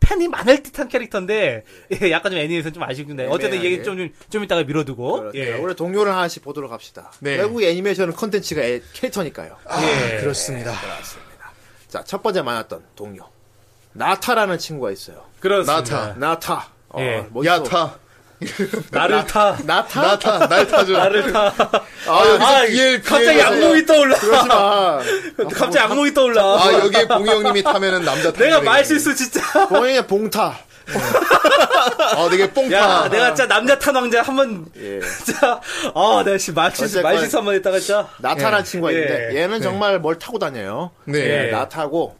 S3: 팬이 많을 듯한 캐릭터인데 예, 약간 좀 애니에서 좀 아쉽긴데 어쨌든
S2: 애매하게.
S3: 얘기 좀좀 좀 이따가
S4: 그렇죠.
S3: 미뤄두고
S2: 그렇습니다.
S3: 예.
S2: 우리 동료를 하나씩 보도록 합시다.
S4: 네.
S2: 결국 애니메이션은 컨텐츠가 애- 캐릭터니까요.
S3: 예.
S4: 그렇습니다.
S2: 자, 첫 번째 만났던 동료. 나타라는 친구가 있어요.
S3: 그렇습니다.
S4: 나타.
S2: 나타. 어,
S3: 예.
S2: 멋있어.
S4: 야, 타.
S3: 나를 타.
S2: 나타?
S4: 나 타. 날 타줘.
S3: 나를 타.
S4: 아, 여기서 BL,
S3: 갑자기 악몽이 떠올라.
S2: 그러지 마.
S3: 갑자기 악몽이 떠올라.
S4: 아, 여기에 봉이 형님이 타면은 남자 타.
S3: 내가 말 실수 진짜.
S2: 본인의 봉타.
S4: 아, 되게 뽕타.
S3: 야, 내가 진짜 남자 탄 왕자 한번 진짜 아, 내가 씨 말실수
S2: 예. 어쨌건-
S3: 말실수 한번 했다가 진짜.
S2: 나타라는 친구가
S3: 예.
S2: 있는데 얘는 정말 뭘 타고 다녀요.
S4: 네.
S2: 예, 나타고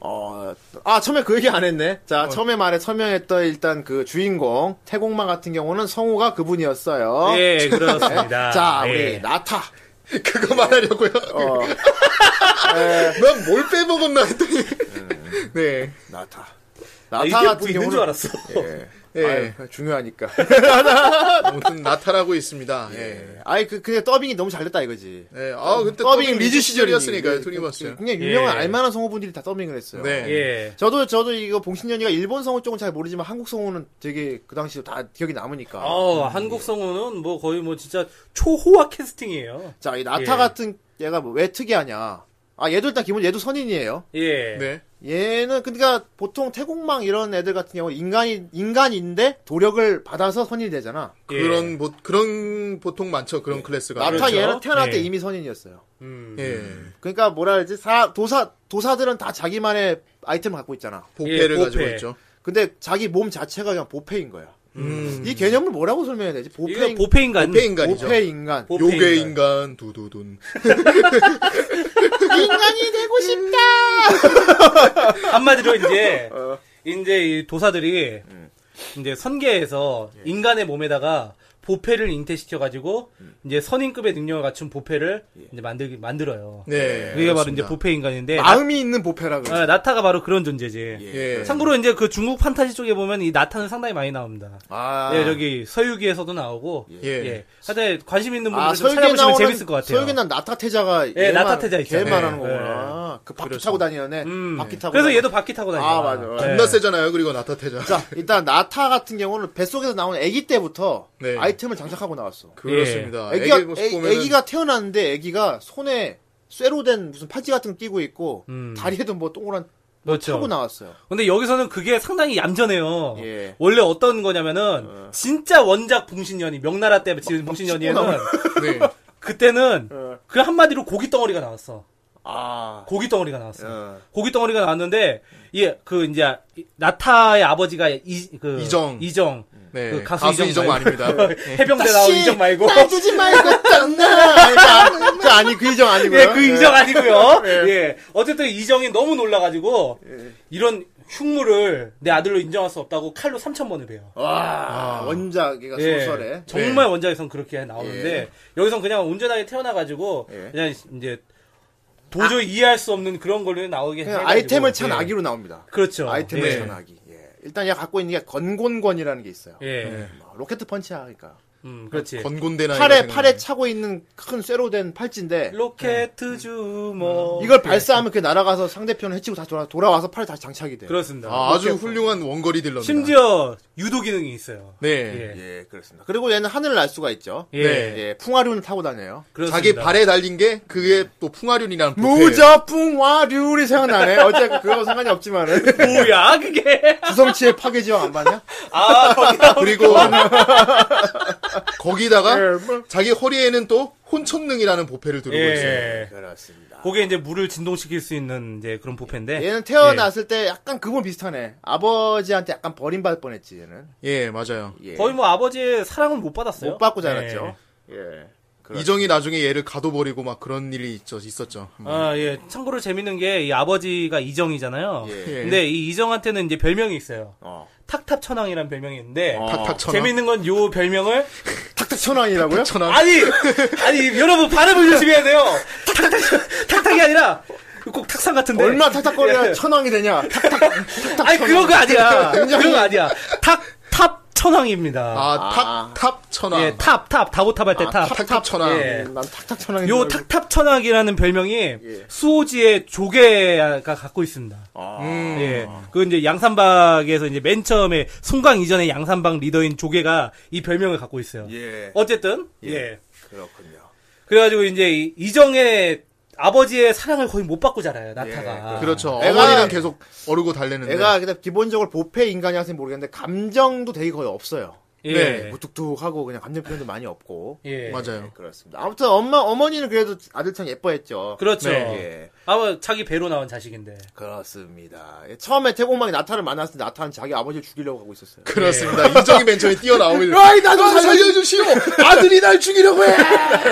S2: 어, 아, 처음에 그 얘기 안 했네. 자,
S3: 어.
S2: 처음에 말에 서명했던 일단 그 주인공, 태공마 같은 경우는 성우가 그분이었어요.
S3: 예, 그렇습니다.
S2: 자, 우리
S3: 예.
S2: 나타.
S4: 그거 말하려고요.
S2: 어,
S4: 난 뭘 빼먹었나 했더니. 네.
S2: 나타.
S3: 아, 이게
S2: 나타
S3: 뭐
S2: 같은
S3: 있는
S2: 경우는
S3: 줄 알았어.
S4: 예.
S2: 아유, 중요하니까.
S4: 아무튼 나타라고 있습니다. 예.
S2: 예. 아니 그 그냥 더빙이 너무 잘 됐다 이거지.
S4: 예. 아, 그때
S2: 더빙 리즈
S4: 시절이었으니까요,
S2: 시절이었으니까요.
S4: 토니버스.
S2: 그냥 유명한
S3: 예.
S2: 알만한 성우분들이 다 더빙을 했어요.
S4: 네.
S3: 예.
S2: 저도 저도 이거 봉신연이가 일본 성우 쪽은 잘 모르지만 한국 성우는 되게 그 당시도 다 기억이 남으니까.
S4: 아,
S3: 어, 한국 성우는 뭐 거의 뭐 진짜 초호화 캐스팅이에요.
S2: 자, 이
S3: 예.
S2: 나타 같은 얘가 뭐 왜 특이하냐? 아, 얘도 일단 기본 얘도 선인이에요.
S3: 예.
S4: 네.
S2: 얘는 그러니까 보통 태공망 이런 애들 같은 경우 인간이 인간인데 도력을 받아서 선인이 되잖아.
S3: 예.
S4: 그런 보, 그런 보통 많죠 네. 그런 클래스가
S2: 나타
S3: 그렇죠.
S2: 얘는 태어날 때
S3: 예.
S2: 이미 선인이었어요.
S3: 음.
S4: 예
S2: 그러니까 뭐라 그러지? 사 도사 도사들은 다 자기만의 아이템을 갖고 있잖아.
S4: 보패를
S3: 보패.
S4: 가지고 있죠
S2: 근데 자기 몸 자체가 그냥 보패인 거야.
S4: 음.
S2: 이 개념을 뭐라고 설명해야 되지?
S3: 이거
S2: 보패인
S3: 보페인간.
S4: 보패 인간이죠
S2: 보패 인간.
S3: 보패
S4: 요괴
S3: 인간.
S4: 인간 두두둔
S2: 인간이 되고 싶다.
S3: 한마디로 이제
S2: 어.
S3: 이제 이 도사들이
S2: 음.
S3: 이제 선계에서
S2: 예.
S3: 인간의 몸에다가 보패를 잉태시켜 가지고
S2: 음.
S3: 이제 선인급의 능력을 갖춘 보패를
S2: 예.
S3: 이제 만들기 만들어요.
S4: 네
S3: 그게 바로
S4: 그렇습니다.
S3: 이제 보패 인간인데
S2: 아, 마음이 있는 보패라 그러지.
S3: 나, 타가 바로 그런 존재지.
S4: 예.
S3: 참고로 이제 그 중국 판타지 쪽에 보면 이 나타는 상당히 많이 나옵니다.
S2: 아,
S3: 예, 저기 서유기에서도 나오고 예. 하여튼 관심 있는 분들
S2: 아,
S3: 좀
S2: 설계
S3: 찾아보시면
S2: 나오는
S3: 재밌을 것 같아요.
S2: 설계 난 나타 태자가
S3: 예, 나타 태자 있죠.
S2: 걔
S3: 예.
S2: 말하는 거구나. 그 바퀴 타고 다니는 애.
S3: 음.
S2: 바퀴 타고.
S3: 그래서
S2: 다니는
S3: 얘도 바퀴 타고 예. 다녀.
S2: 아, 맞아.
S4: 겁나 세잖아요 그리고 나타 태자
S2: 자, 일단 나타 같은 경우는 뱃속에서 나온 아기 때부터
S4: 네.
S2: 아이템을 장착하고 나왔어.
S4: 그렇습니다 애기
S2: 아기가
S4: 모습 보면은
S2: 기가 태어났는데 아기가 손에 쇠로 된 무슨 파지 같은 거 끼고 있고
S3: 음.
S2: 다리에도 뭐 동그란
S3: 그렇죠.
S2: 타고 나왔어요.
S3: 근데 여기서는 그게 상당히 얌전해요.
S2: 예.
S3: 원래 어떤 거냐면은 진짜 원작 봉신연이 명나라 때 지은 봉신연이에는
S4: 네.
S3: 그때는
S2: 어.
S3: 그 한마디로 고기 덩어리가 나왔어.
S2: 아.
S3: 고기 덩어리가 나왔어.
S2: 어.
S3: 고기 덩어리가 나왔는데 이그 이제 이- 나타의 아버지가 이그
S4: 이정.
S3: 이정
S4: 네.
S3: 그 가수,
S4: 가수, 이정
S3: 이정
S4: 아닙니다
S3: 해병대 나온 이정 말고
S2: 따지지 말고 떠나. 아니, 그, 아- 아니 그 이정 아니고요.
S3: 예, 그 이정 아니고요. 예. 어쨌든 이정이 너무 놀라가지고 이런 흉물을 내 아들로 인정할 수 없다고 칼로 3천 번을 베요.
S2: 와 아, 원작이가
S3: 아. 예,
S2: 소설에. 네. 예.
S3: 정말 원작에선 그렇게 나오는데 여기선 그냥 온전하게 태어나가지고 그냥 이제 도저히 이해할 수 없는 그런 걸로 나오게
S2: 아. 그냥
S3: 해가지고.
S2: 아이템을 찬
S3: 예.
S2: 아기로 나옵니다.
S3: 그렇죠.
S2: 아이템을
S3: 예.
S2: 찬 아기. 예. 일단 얘가 갖고 있는 게 건곤권이라는 게 있어요.
S3: 예.
S2: 뭐 로켓 펀치 하니까
S3: 음, 그렇지.
S4: 건곤대나
S2: 팔에
S4: 이런 생각이-
S2: 팔에 차고 있는 큰 쇠로 된 팔찌인데
S3: 예. 로켓 주머.
S2: 네. 이걸 발사하면 그 날아가서 상대편을 해치고 다시 돌아, 돌아와서 팔에 다시 장착이 돼요.
S3: 예. 그렇습니다.
S4: 아, 아주 훌륭한 원거리 딜러입니다.
S3: 심지어 유도 기능이 있어요.
S4: 네.
S3: 예.
S2: 예, 그렇습니다. 그리고 얘는 하늘을 날 수가 있죠.
S3: 예.
S2: 예, 풍화륜을 타고 다녀요.
S3: 그렇습니다.
S4: 자기 발에 달린 게 그게 또 풍화륜이라는 부패예요.
S2: 무저 풍화륜이 생각나네. 어째 그거 상관이 없지만은
S3: 뭐야 그게?
S2: 주성치의 파괴 지형 안 봤냐?
S3: 아 거기다
S4: 그리고 거기다가
S2: 예, 뭐.
S4: 자기 허리에는 또 혼천능이라는 보패를 두르고 있어요.
S3: 예.
S2: 그렇습니다.
S3: 그게 이제 물을 진동시킬 수 있는 이제 그런 보패인데.
S2: 얘는 태어났을 때 약간 그분 비슷하네. 아버지한테 약간 버림받을 뻔했지 얘는.
S4: 예, 맞아요.
S2: 예.
S3: 거의 뭐 아버지의 사랑을 못 받았어요.
S2: 못 받고
S3: 예.
S2: 자랐죠. 예. 그렇-
S4: 이정이 나중에 얘를 가둬버리고 막 그런 일이 있, 있었죠. 음. 한번.
S3: 아, 예. 참고로 재밌는 게 이 아버지가 이정이잖아요.
S2: 예.
S3: 근데 이 이정한테는 이제 별명이 있어요.
S2: 어.
S3: 탁탑 천왕이란 별명이 있는데
S4: 어. 탁탁천왕.
S3: 어, 재밌는 건 요 별명을
S2: 탁탁천왕이라고요?
S4: 천왕.
S3: 아니 아니 여러분 발음을 조심해야 돼요. 탁탁 탁탁이 아니라 꼭 탁상 같은데.
S2: 얼마
S3: 예.
S2: 탁탁거려야 천왕이 되냐?
S3: 아니 그런 거 아니야.
S2: 굉장히-
S3: 그런 거 아니야. 탁탑 천왕입니다.
S4: 아, 탑, 탑 천왕.
S3: 예, 탑, 탑, 다보탑 할 때
S2: 아,
S3: 탑.
S4: 탁, 탁 천왕.
S3: 예.
S2: 난 탁탁천왕이
S3: 요 탁탑 천왕이라는 별명이
S2: 예.
S3: 수호지의 조개가 갖고 있습니다.
S2: 아.
S4: 음.
S3: 예. 그 이제 양산박에서 이제 맨 처음에 송강 이전에 양산박 리더인 조개가 이 별명을 갖고 있어요.
S2: 예.
S3: 어쨌든 예.
S2: 그렇군요.
S3: 그래가지고 이제 이- 이정의 아버지의 사랑을 거의 못 받고
S2: 예,
S3: 자라요 나타가.
S4: 그렇죠.
S2: 애가-
S4: 어머니는 계속 어르고 달래는데.
S2: 애가 근데 기본적으로 보패 인간이라서 모르겠는데 감정도 되게 거의 없어요.
S3: 예.
S2: 뭐
S4: 네.
S2: 무뚝뚝하고 그냥 감정 표현도 많이 없고. 네,
S3: 예.
S4: 맞아요.
S2: 그렇습니다. 아무튼 엄마 어머니는 그래도 아들처럼 예뻐했죠.
S3: 그렇죠.
S2: 네.
S3: 아마 뭐 자기 배로 나온 자식인데.
S2: 그렇습니다. 예, 처음에 태공망이 나타를 만났을 때 나타는 자기 아버지를 죽이려고 하고 있었어요.
S4: 그렇습니다. 이정이 맨 처음에 뛰어나오고. 이제,
S2: 아이, 나좀
S4: 아,
S2: 살려-
S4: 살려주시오! 아들이 날 죽이려고 해!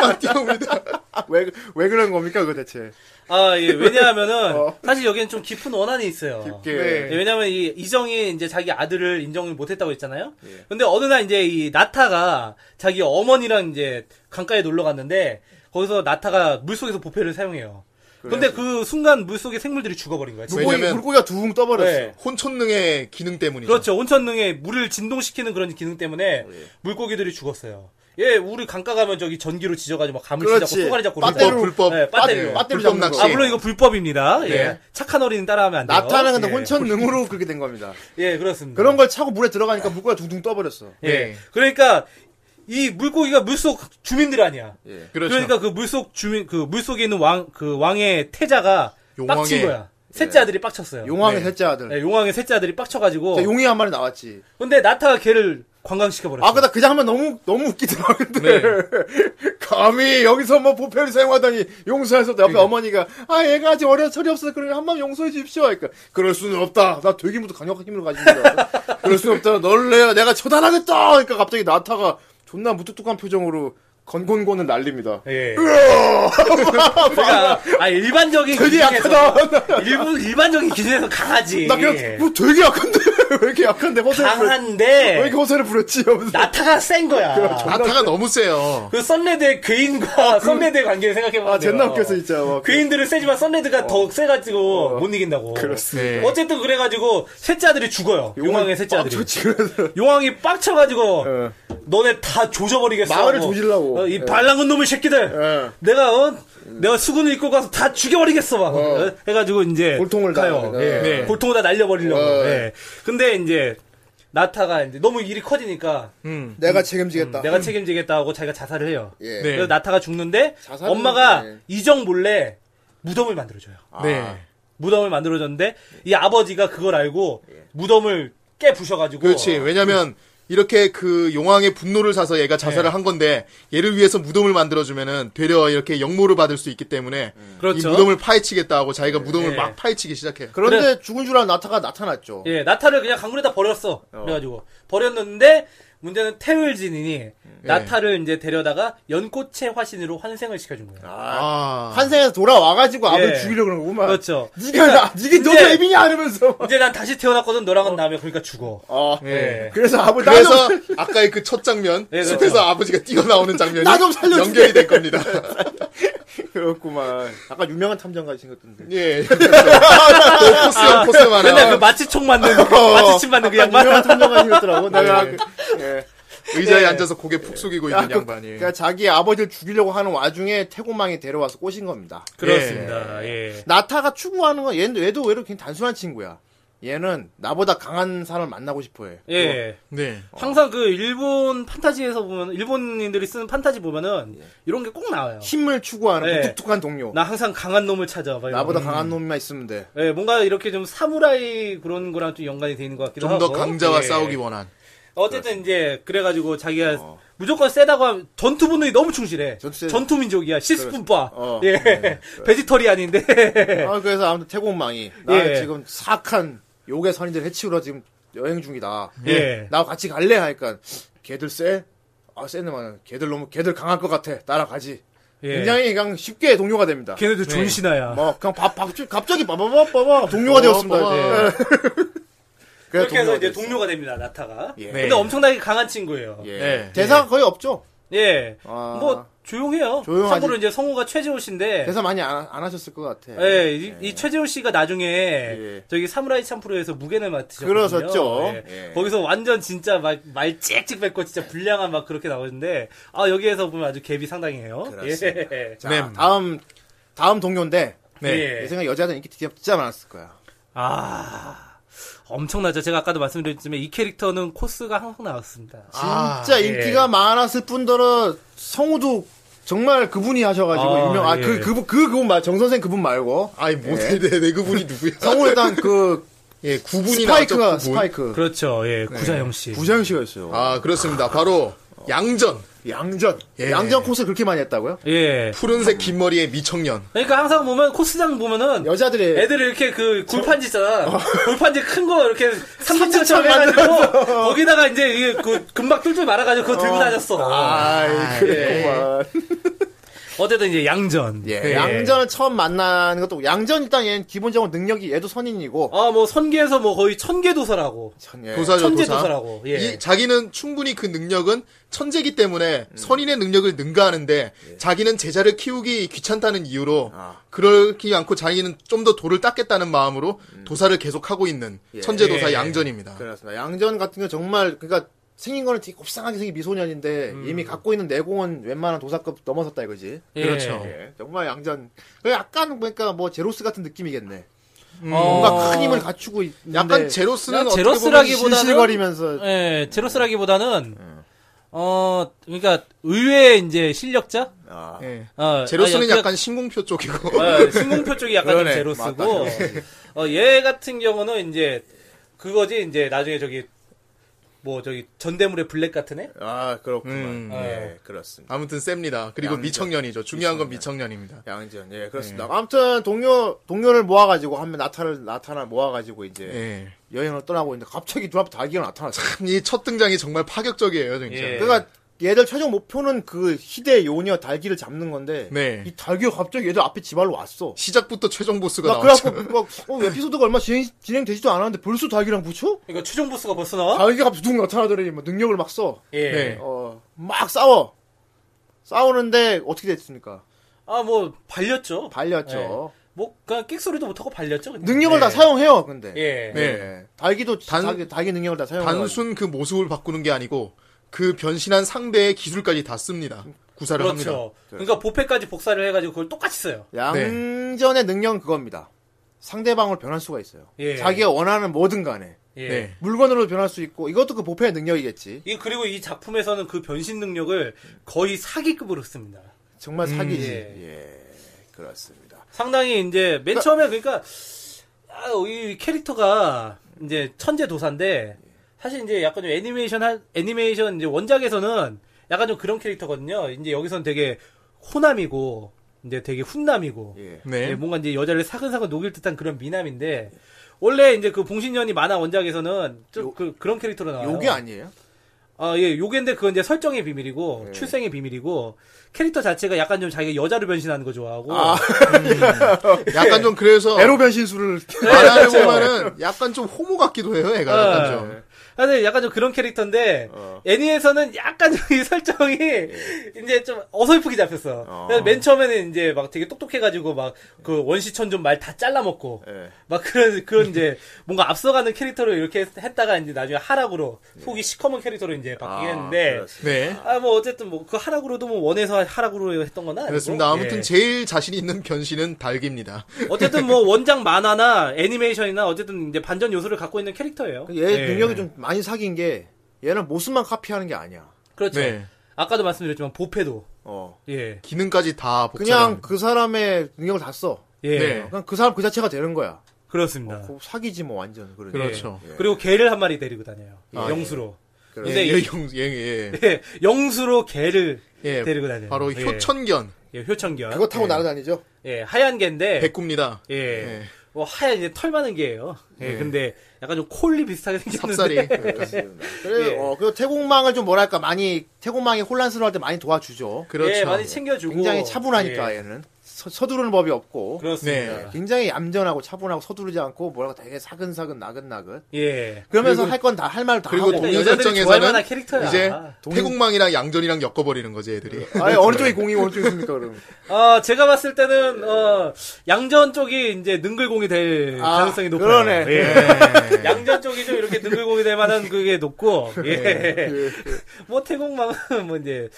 S4: 막 뛰어옵니다.
S2: 왜, 왜 그런 겁니까, 그거 대체?
S3: 아, 예. 왜냐하면은
S2: 어.
S3: 사실 여기는 좀 깊은 원한이 있어요.
S2: 깊게.
S3: 예, 왜냐면 이 이정이 이제 자기 아들을 인정을 못했다고 했잖아요.
S2: 예.
S3: 근데 어느 날 이제 이 나타가 자기 어머니랑 이제 강가에 놀러 갔는데 거기서 나타가 물 속에서 보패를 사용해요. 근데 그 순간 물 속에 생물들이 죽어버린 거예요.
S4: 물-
S2: 물고기,
S4: 왜냐면-
S2: 물고기가 둥 떠버렸어.
S3: 네.
S4: 혼천능의 기능 때문이죠.
S3: 그렇죠. 온천능에 물을 진동시키는 그런 기능 때문에
S2: 예.
S3: 물고기들이 죽었어요. 예, 우리 강가 가면 저기 전기로 지져가지고 막 감을
S2: 그렇지.
S3: 찢고 쏘가리 잡고
S4: 불법,
S3: 그러잖아요.
S4: 불법.
S3: 예, 빠떼로.
S4: 예,
S2: 빠떼로
S4: 불법
S2: 잡는 거.
S4: 낚시.
S3: 아, 물론 이거 불법입니다. 예. 착한 어린이 따라하면 안 돼요.
S2: 나타는 근데
S3: 예.
S2: 혼천능으로 그렇게 된 겁니다.
S3: 예, 그렇습니다.
S2: 그런 걸 차고 물에 들어가니까 물고기가 둥둥 떠버렸어.
S3: 예.
S4: 네.
S3: 그러니까 이 물고기가 물속 주민들 아니야.
S2: 예.
S4: 그렇죠.
S3: 그러니까그 물속 주민 그 물속에 있는 왕 그 왕의 태자가
S4: 용왕의-
S3: 빡친 거야. 셋째 아들이 빡쳤어요.
S2: 예. 용왕의
S4: 네.
S2: 셋째 아들.
S3: 예, 용왕의 셋째 아들이 빡쳐가지고.
S2: 자, 용이 한 마리 나왔지.
S3: 근데 나타가 걔를 관광시켜 버렸어.
S2: 아, 그다 그 장면 너무 너무 웃기더라. 근데 감히 여기서 뭐 보패를 사용하다니 용서해서 옆에 어머니가 아 얘가 아직 어려서 철이 없어서 그래 한번 용서해 주십시오. 그러니까 그럴 수는 없다. 나 되기부터 강력한 힘을 가지고 있다. 그럴 수는 없다. 널 내야 내가 처단하겠다. 그러니까 갑자기 나타가 존나 무뚝뚝한 표정으로 건곤곤을 날립니다.
S3: 예. 그러니까 아 일반적인
S2: 되게
S3: 기준에서
S2: 약하다.
S3: 일본 일반적인 기준에서 강하지. 예.
S2: 나 그냥 뭐 되게 약한데 왜 이렇게 약한데 허세를 부려, 왜
S3: 강한데
S2: 이렇게 그렇죠. 허세를 부렸지? 하면서
S3: 나타가 센 거야.
S4: 나타가 너무 세요.
S3: 그 썬레드의 괴인과 썬레드의 관계를 생각해봐.
S2: 그 아 그- 젠나 웃겨서 진짜 막
S3: 괴인들은 세지만
S2: 어.
S3: 썬레드가 더 세가지고 못 이긴다고.
S4: 그렇습니다.
S3: 어쨌든 그래가지고 셋째 아들이 죽어요. 용왕의 셋째 아들이.
S2: 빡쳤지, 그래서.
S3: 용왕이 빡쳐가지고
S2: 예.
S3: 너네 다 조져버리겠어.
S2: 마을을
S3: 하고.
S2: 조질라고.
S3: 어, 이
S2: 예.
S3: 발랑은 놈의 새끼들.
S2: 예.
S3: 내가 어? 내가 수군을 입고 가서 다 죽여버리겠어 막 어, 해가지고 이제
S2: 골통을 다
S3: 가요.
S2: 네.
S3: 예.
S4: 네.
S3: 골통을 다 날려버리려고.
S2: 어.
S3: 예. 근데 이제 나타가 이제 너무 일이 커지니까
S2: 음. 내가 책임지겠다.
S3: 내가 책임지겠다 하고 자기가 자살을 해요.
S2: 예.
S4: 네.
S3: 그래서 나타가 죽는데
S2: 자살은-
S3: 엄마가
S2: 네.
S3: 이정 몰래 무덤을 만들어줘요.
S2: 아.
S4: 네.
S3: 무덤을 만들어줬는데 이 아버지가 그걸 알고
S2: 예.
S3: 무덤을 깨 부셔가지고
S4: 그렇지. 왜냐면 이렇게 그 용왕의 분노를 사서 얘가 자살을 한 건데 얘를 위해서 무덤을 만들어주면은 되려 이렇게 역모를 받을 수 있기 때문에
S3: 그렇죠.
S4: 이 무덤을 파헤치겠다 하고 자기가 무덤을
S3: 네.
S4: 막 파헤치기 시작해요.
S2: 그런데 죽은 줄 알고 나타가 나타났죠.
S3: 예, 나타를 그냥 강물에다 버렸어. 그래가지고 버렸는데 문제는 태울진인이
S2: 예.
S3: 나타를 이제 데려다가 연꽃의 화신으로 환생을 시켜준 거예요.
S4: 아,
S2: 환생에서 돌아와가지고 아버지
S3: 예.
S2: 죽이려고 그런 거구만.
S3: 그렇죠.
S2: 니가,
S4: 그러니까
S2: 나, 니가
S3: 이제-
S2: 너가 애비냐? 이러면서.
S3: 이제 난 다시 태어났거든 너랑은 남에 그러니까 죽어.
S2: 어.
S3: 예.
S2: 그래서 아버지,
S4: 그래서 아까의 그 첫 장면
S3: 네, 그렇죠.
S4: 숲에서 아버지가 뛰어나오는 장면이
S2: 나좀 살려주세요.
S4: 연결이 될 겁니다.
S2: 그렇구만. 아까 유명한 탐정가신 것 같은데.
S4: 예. 포스형 포스 많아. 어. 아,
S3: 맨날 그 마취총 맞는 마취침 맞는 그 양반.
S2: 유명한 탐정가신 것 같더라고. 내가
S4: 네.
S2: 그- 예.
S4: 의자에
S3: 네.
S2: 예.
S4: 앉아서 고개 푹 숙이고
S2: 야,
S4: 있는
S2: 그-
S4: 양반이. 예.
S2: 그러니까 자기 아버지를 죽이려고 하는 와중에 태고망이 데려와서 꼬신 겁니다.
S3: 그렇습니다. 예.
S2: 나타가 추구하는 건 얘는 얘도 외로 굉장히 단순한 친구야. 얘는 나보다 강한 사람을 만나고 싶어해.
S3: 예.
S4: 네.
S3: 항상 그 일본 판타지에서 보면 일본인들이 쓰는 판타지
S2: 예.
S3: 보면은 이런 게 꼭 나와요.
S2: 힘을 추구하는
S3: 예.
S2: 그 뚝뚝한 동료.
S3: 나 항상 강한 놈을 찾아. 막 이런
S2: 나보다
S3: 거. 음.
S2: 강한 놈만 있으면 돼.
S3: 예, 뭔가 이렇게 좀 사무라이 그런 거랑 좀 연관이 돼 있는 것 같기도
S4: 좀
S2: 어?
S3: 하고.
S4: 더 강자와
S3: 예.
S4: 싸우기 원한.
S3: 어쨌든 이제 그래가지고 자기가 무조건 세다고 하면 전투 본능이 너무 충실해.
S2: 어. 전투 세-
S3: 전투 민족이야. 시스푼빠.
S2: 어.
S3: 예. 베지터리안인데.
S2: 아, 그래서 아무튼 태고망이 나
S3: 예.
S2: 지금 사악한 요괴 선인들 해치우러 지금 여행 중이다.
S3: 예.
S2: 나와 같이 갈래? 하니까 걔들 쎄? 아, 쎄네만 걔들 너무 걔들 강할 것 같아. 따라가지.
S3: 예. 그
S2: 굉장히 그냥 쉽게 동료가 됩니다.
S3: 걔네도 존시나야.
S2: 뭐 그냥 밥, 밥 갑자기 빠바바바바
S3: 어,
S2: 동료가 되었습니다.
S4: 빠바바바.
S2: 예. 그래서
S3: 그렇게 해서
S2: 동료가
S3: 이제
S2: 됐어요.
S3: 뭐, 동료가 됩니다. 나타가. 네.
S2: 예.
S3: 근데 엄청나게 강한 친구예요. 예.
S2: 예.
S4: 네.
S2: 대사가 거의 없죠. 아.
S3: 뭐 조용해요.
S2: 조용하지.
S3: 참고로 이제 성우가 최재호 씨인데
S2: 대사 많이 안, 안 하셨을 것 같아.
S3: 예, 이, 이 최재호 씨가 나중에 저기 사무라이 참프로에서 무게를 맡으셨거든요.
S2: 예. 그러셨죠.
S3: 예.
S2: 예.
S3: 거기서 완전 진짜 막 말 찍찍 뱉고 진짜 불량한 막 그렇게 나오는데 아 여기에서 보면 아주 갭이 상당해요.
S2: 그렇습니다.
S3: 예.
S2: 자,
S4: 네.
S2: 아, 다음 다음 동료인데
S3: 네.
S2: 내 생각에 여자들 인기 진짜 많았을 거야.
S3: 아 엄청나죠. 제가 아까도 말씀드렸지만 이 캐릭터는 코스가 항상 나왔습니다.
S2: 아. 진짜
S4: 아, 예.
S2: 인기가 많았을 뿐더러 성우도 정말 그분이 하셔가지고
S3: 아,
S2: 유명. 아
S3: 예.
S2: 그 그분 그 그분 말정 선생 그분 말고 예.
S4: 아이 못해 내, 내 그분이 누구야?
S2: 성우에단 그
S4: 예, 구분이
S2: 스파이크가
S4: 나왔죠. 구분.
S2: 스파이크
S3: 그렇죠. 예, 구자영 씨.
S2: 네. 구자영 씨가 있어요.
S4: 아 그렇습니다. 바로 양전
S2: 양전
S4: 예.
S2: 양전 코스 그렇게 많이 했다고요?
S3: 예.
S4: 푸른색 긴 머리의 미청년.
S3: 그러니까 항상 보면 코스장 보면은
S2: 여자들의
S4: 예.
S3: 애들 이렇게 그 굴판지 있잖아. 굴판지 큰 거 이렇게 삼각형처럼 해가지고 거기다가 이제 이게 그 금박 뚫뚫 말아가지고 그거 들고 다녔어.
S4: 예.
S2: 아이 예. 그랬구만.
S3: 어쨌든 이제 양전. 그
S2: 예. 양전을 처음 만나는 것도 양전 일단 얘는 기본적으로 능력이 얘도 선인이고
S3: 아뭐 선계에서 뭐 거의 천계 도사라고.
S2: 예.
S4: 어, 도사죠
S3: 천재
S4: 도사.
S3: 도사라고. 예.
S4: 이, 자기는 충분히 그 능력은 천재기 때문에 선인의 능력을 능가하는데 자기는 제자를 키우기 귀찮다는 이유로 그러기 않고 자기는 좀 더 도를 닦겠다는 마음으로 도사를 계속하고 있는 천재 도사
S3: 예.
S4: 양전입니다.
S2: 아. 그렇습니다. 양전 같은 경우 정말 그러니까 생긴 거는 되게 곱상하게 생긴 미소년인데 이미 갖고 있는 내공은 웬만한 도사급 넘어섰다 이거지.
S3: 음. 예.
S4: 그렇죠.
S2: 예, 정말 양전. 그래, 약간 그러니까 뭐 제로스 같은 느낌이겠네.
S3: 어,
S2: 뭔가 큰 힘을 갖추고 있는데
S4: 약간 제로스는
S3: 그냥
S4: 어떻게
S3: 제로스라기보다는-
S4: 보면
S2: 실실거리면서
S3: 예, 제로스라기보다는 어 그러니까 의외의 이제 실력자.
S2: 아,
S4: 신- 예.
S3: 어,
S4: 제로스는
S3: 아, 그-
S4: 약간 신공표 쪽이고
S3: 어, 신공표 쪽이 약간
S2: 그러네.
S3: 좀
S2: 맞다.
S3: 제로스고 어, 얘 같은 경우는 이제 그거지 이제 나중에 저기 뭐 저기 전대물의 블랙 같은 애?
S2: 아, 그렇구만.
S4: 음.
S2: 예, 그렇습니다.
S4: 아무튼 셉니다. 그리고
S2: 양전.
S4: 미청년이죠. 중요한 건 미청년입니다.
S2: 양전. 예, 그렇습니다. 아무튼 동료 동료를 모아 가지고 한명 나타를 나타나 모아 가지고 이제
S4: 예.
S2: 여행을 떠나고 있는데 갑자기 눈앞에 달기가 나타났어.
S4: 이 첫 등장이 정말 파격적이에요, 진짜.
S3: 예.
S2: 그러니까 얘들 최종 목표는 그 희대 요녀 달기를 잡는 건데
S4: 네.
S2: 이 달기가 갑자기 얘들 앞에 지발로 왔어.
S4: 시작부터 최종 보스가
S2: 나
S4: 나왔죠.
S2: 그래갖고 막 어, 에피소드가 얼마 진행, 진행되지도 않았는데 벌써 달기랑 붙여?
S3: 그러니까 최종 보스가 벌써 나와?
S2: 달기가 갑자기 둥 나타나더니 뭐 능력을 막 써.
S3: 예.
S4: 네.
S2: 어, 막 싸워. 싸우는데 어떻게 됐습니까?
S3: 아 뭐 발렸죠.
S2: 발렸죠.
S3: 뭐 그냥 끽 소리도 못 하고 발렸죠. 근데.
S2: 능력을 다 사용해요, 근데.
S3: 예.
S4: 네.
S2: 네. 예. 달기도
S4: 단-
S2: 달기, 달기 능력을 다 사용해요.
S4: 단순 그 모습을 바꾸는 게 아니고 그 변신한 상대의 기술까지 다 씁니다. 구사를 합니다.
S2: 네.
S3: 그렇죠. 그러니까 보패까지 복사를 해가지고 그걸 똑같이 써요.
S2: 양전의 능력은 그겁니다. 상대방을 변할 수가 있어요.
S3: 예.
S2: 자기가 원하는 뭐든 간에.
S3: 예.
S4: 네.
S2: 물건으로 변할 수 있고 이것도 그 보편의 능력이겠지.
S3: 이 그리고 이 작품에서는 그 변신 능력을 거의 사기급으로 씁니다.
S2: 정말 사기지.
S3: 예.
S2: 예. 그렇습니다.
S3: 상당히 이제 맨 처음에 그러니까 아, 이 캐릭터가 이제 천재 도사인데 사실 이제 약간 좀 애니메이션 한 애니메이션 이제 원작에서는 약간 좀 그런 캐릭터거든요. 이제 여기서는 되게 호남이고 이제 되게 훈남이고
S2: 예.
S3: 예,
S4: 네.
S3: 뭔가 이제 여자를 사근사근 녹일 듯한 그런 미남인데 원래 이제 그 봉신년이 만화 원작에서는 좀 그, 그런 캐릭터로 나와요.
S2: 요게 아니에요?
S3: 아, 예, 요괴인데 그건 이제 설정의 비밀이고, 출생의 비밀이고, 캐릭터 자체가 약간 좀 자기가 여자로 변신하는 거 좋아하고, 예.
S4: 약간 좀 그래서
S2: 에로 변신술을
S4: 말하려고 하면 약간 좀 호모 같기도 해요, 애가
S3: 아,
S4: 약간 좀.
S3: 사실 약간 좀 그런 캐릭터인데 애니에서는 약간 좀이 설정이 이제 좀 어설프게 잡혔어.
S2: 어.
S3: 그래서 맨 처음에는 이제 막 되게 똑똑해가지고 막 그 원시천 좀 말 다 잘라먹고
S2: 예.
S3: 막 그런 그런 이제 뭔가 앞서가는 캐릭터로 이렇게 했다가 이제 나중에 하락으로 속이 시커먼 캐릭터로 이제 바뀌게 했는데
S2: 아, 그렇습니다.
S4: 네.
S3: 아 뭐 어쨌든 뭐 그 하락으로도 뭐 원에서 하락으로 했던 거나 아니고
S4: 그렇습니다. 아무튼
S3: 예.
S4: 제일 자신 있는 변신은 달기입니다.
S3: 어쨌든 뭐 원작 만화나 애니메이션이나 어쨌든 이제 반전 요소를 갖고 있는 캐릭터예요.
S2: 얘
S3: 예.
S2: 능력이 좀 많이 사귄 게 얘는 모습만 카피하는 게 아니야.
S3: 그렇죠.
S4: 네.
S3: 아까도 말씀드렸지만 보패도
S2: 어.
S3: 예.
S4: 기능까지 다
S2: 그냥
S4: 복사합니다.
S2: 그 사람의 능력을 다 써.
S3: 예.
S4: 네.
S2: 그냥 그 사람 그 자체가 되는 거야.
S3: 그렇습니다.
S2: 어, 그거 사기지 뭐 완전 그런.
S3: 예.
S4: 그렇죠.
S3: 그리고 개를 한 마리 데리고 다녀요.
S4: 아,
S3: 영수로.
S2: 예.
S3: 근데
S4: 예,
S3: 이-
S4: 영, 예, 예.
S3: 예, 영수로 개를
S4: 예,
S3: 데리고 다녀요.
S4: 바로
S3: 예.
S4: 효천견
S3: 예, 효천견.
S2: 그거 타고 날아다니죠.
S3: 예, 하얀 개인데
S4: 백구입니다.
S3: 예.
S4: 예.
S3: 뭐 하얀 이제 털 많은 개예요. 예.
S4: 예.
S3: 근데 약간 좀 콜리 비슷하게 생겼는데
S4: 삽살이 약간.
S2: 그래,
S3: 예.
S2: 어, 그 태국망을 좀 뭐랄까 많이 태국망이 혼란스러울 때 많이 도와주죠.
S4: 그렇죠.
S3: 예, 많이 챙겨주고
S2: 굉장히 차분하니까
S3: 예.
S2: 얘는 서, 서두르는 법이 없고
S3: 그렇습니다.
S4: 네.
S2: 예, 굉장히 얌전하고 차분하고 서두르지 않고 뭐라고 되게 사근사근 나긋나긋.
S3: 예.
S2: 그러면서 할 건 다 할 말 다
S4: 그리고
S2: 하고.
S3: 동료-
S4: 동일
S3: 여자들이 좋아할 만한
S4: 설정에서는
S3: 캐릭터야.
S4: 이제
S2: 동일-
S4: 태국망이랑 양전이랑 엮어버리는 거지 애들이.
S2: 아니 예, 어느 쪽이 공이 어느 쪽이 있습니까 그럼?
S3: 어, 제가 봤을 때는 어, 양전 쪽이 이제 능글공이 될
S2: 아,
S3: 가능성이 높아요. 예.
S2: 그러네.
S3: 양전 쪽이 좀 이렇게 능글공이 될 만한 그게 높고 예. 뭐 태국망은 뭐 이제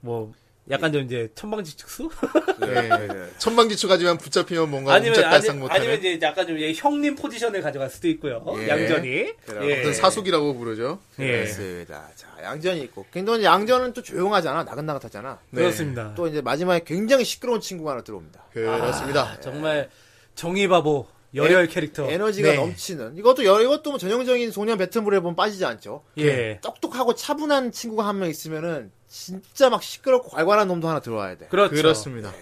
S3: 뭐 약간 좀 이제 천방지축수
S4: 예. 천방지축하지만 붙잡히면 뭔가
S3: 아니면 아니,
S4: 움짝달싹
S3: 아니면
S4: 뭐, 못하는
S3: 이제 약간 좀 이제 형님 포지션을 가져갈 수도 있고요.
S4: 예.
S3: 양전이
S4: 어떤 사숙이라고 부르죠.
S3: 예.
S2: 그렇습니다. 자 양전이 있고 근데 양전은 또 조용하잖아 나긋나긋하잖아.
S4: 네.
S3: 그렇습니다.
S2: 또 이제 마지막에 굉장히 시끄러운 친구가 하나 들어옵니다.
S3: 아.
S4: 그렇습니다.
S3: 정말 정의바보 열혈 캐릭터.
S2: 에너지가
S4: 네.
S2: 넘치는 이것도 여- 이것도 뭐 전형적인 소년 배트물에 보면 빠지지 않죠. 네.
S3: 예.
S2: 똑똑하고 차분한 친구가 한 명 있으면은 진짜 막 시끄럽고 괄괄한 놈도 하나 들어와야 돼.
S3: 그렇죠.
S4: 그렇습니다.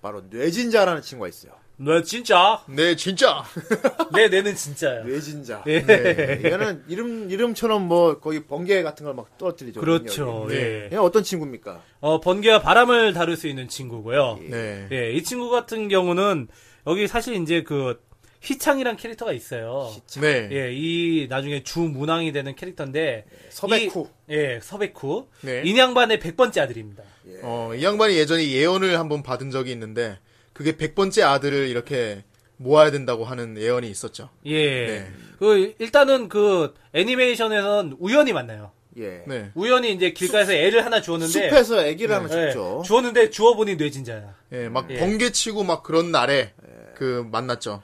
S2: 바로 뇌진자라는 친구가 있어요.
S3: 너 진짜
S4: 네, 진짜.
S3: 내 뇌는 진짜야.
S2: 뇌진자.
S3: 예.
S2: 네, 이거는 이름 이름처럼 뭐 거의 번개 같은 걸 막 떨어뜨리죠.
S3: 그렇죠.
S2: 능력이.
S3: 예.
S2: 얘는 어떤 친구입니까?
S3: 어, 번개와 바람을 다룰 수 있는 친구고요.
S4: 네.
S3: 예, 이 친구 같은 경우는 여기 사실 이제 그 희창이란 캐릭터가 있어요.
S4: 네.
S3: 예, 이 나중에 주문왕이 되는 캐릭터인데
S2: 서백후.
S3: 이- 예, 서백후.
S4: 네.
S3: 인양반의 100번째 아들입니다.
S4: 어, 이 양반이 예전에 예언을 한번 받은 적이 있는데 그게 100번째 아들을 이렇게 모아야 된다고 하는 예언이 있었죠.
S3: 예.
S4: 네.
S3: 그 일단은 그 애니메이션에선 우연히 만나요.
S2: 예.
S4: 네.
S3: 우연히 이제 길가에서 애를 하나 주었는데
S2: 숲에서 아기를 하나
S3: 예,
S2: 줬죠.
S3: 주었는데 주워보니 뇌진자야.
S4: 예, 막
S3: 예.
S4: 번개치고 막 그런 날에 그 만났죠.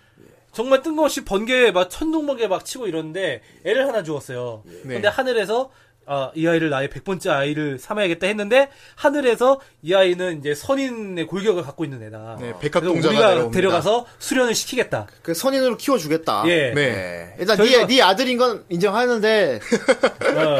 S3: 정말 뜬금없이 번개 막 천둥번개 막 치고 이러는데 애를 하나 주었어요.
S4: 네.
S3: 근데 하늘에서 아, 이 아이를 나의 100번째 아이를 삼아야겠다 했는데 하늘에서 이 아이는 이제 선인의 골격을 갖고 있는 애다.
S4: 네,
S3: 아, 그래서
S4: 백합동자가
S3: 우리가
S4: 내려옵니다.
S3: 데려가서 수련을 시키겠다.
S2: 그 선인으로 키워주겠다.
S3: 네. 예.
S4: 네.
S2: 예. 일단
S3: 저희가-
S2: 네, 네 아들인 건 인정하는데
S3: 어.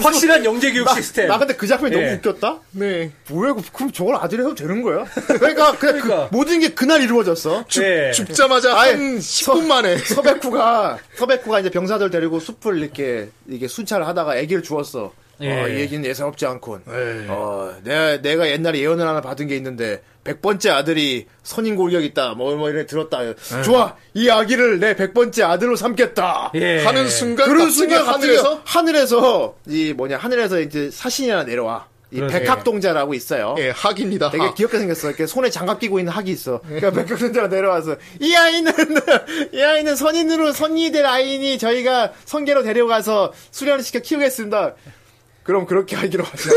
S3: 확실한 영재 교육
S2: 나,
S3: 시스템.
S2: 나 근데 그 작품이
S3: 예.
S2: 너무 웃겼다.
S4: 네.
S2: 뭐야 이거 그럼 저걸 아들이 해도 되는 거야? 그러니까 그냥 그
S3: 그러니까.
S2: 모든 게 그날 이루어졌어.
S4: 죽,
S3: 예.
S4: 죽자마자
S2: 아예
S4: 한 10분 만에
S2: 서백구가 서백구가 아, 이제 병사들 데리고 숲을 이렇게 이게 순찰을 하다가 아기를 주웠어.
S3: 예.
S2: 어, 이 얘기는 예사롭지 않군. 어, 내, 내가 옛날에 예언을 하나 받은 게 있는데, 백번째 아들이 선인 골격 있다. 뭐, 뭐, 이래 들었다. 좋아! 이 아기를 내 백번째 아들로 삼겠다!
S3: 예.
S4: 하는 순간
S2: 그런
S4: 갑자기
S2: 순간
S4: 하늘에서
S2: 하늘에서? 하늘에서, 이 뭐냐, 하늘에서 이제 사신이 하나 내려와. 이
S3: 그러네.
S2: 백학동자라고 있어요.
S4: 예, 학입니다.
S2: 되게
S4: 학.
S2: 귀엽게 생겼어. 이렇게 손에 장갑 끼고 있는 학이 있어. 그러니까 백격전자가 내려와서 이 아이는 이 아이는 선인으로 선이 될 아이니 저희가 성계로 데려가서 수련을 시켜 키우겠습니다. 그럼 그렇게 하기로 하자.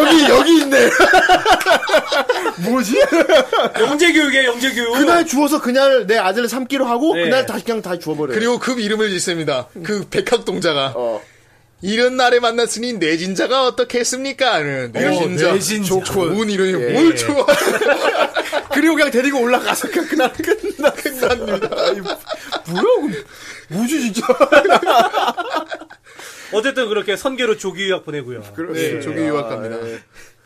S2: 여기 여기 있네. 뭐지?
S3: 영재 교육이야 영재 교육.
S2: 그날 주워서 그날 내 아들을 삼기로 하고
S3: 네.
S2: 그날 다시 그냥 다 주워버려.
S4: 그리고 그 이름을 짓습니다. 그 백학동자가
S2: 어.
S4: 이런 날에 만났으니 내진자가 어떻겠습니까? 는 내진자.
S3: 뇌진자.
S4: 좋- 좋은 이름이 뭘 좋아.
S2: 그리고 그냥 데리고 올라가서 그냥 그날 끝나 끝납니다. 뭐야? 뭐지 진짜?
S3: 어쨌든 그렇게 선계로 조기유학 보내고요. 예.
S4: 네, 조기 유학 갑니다.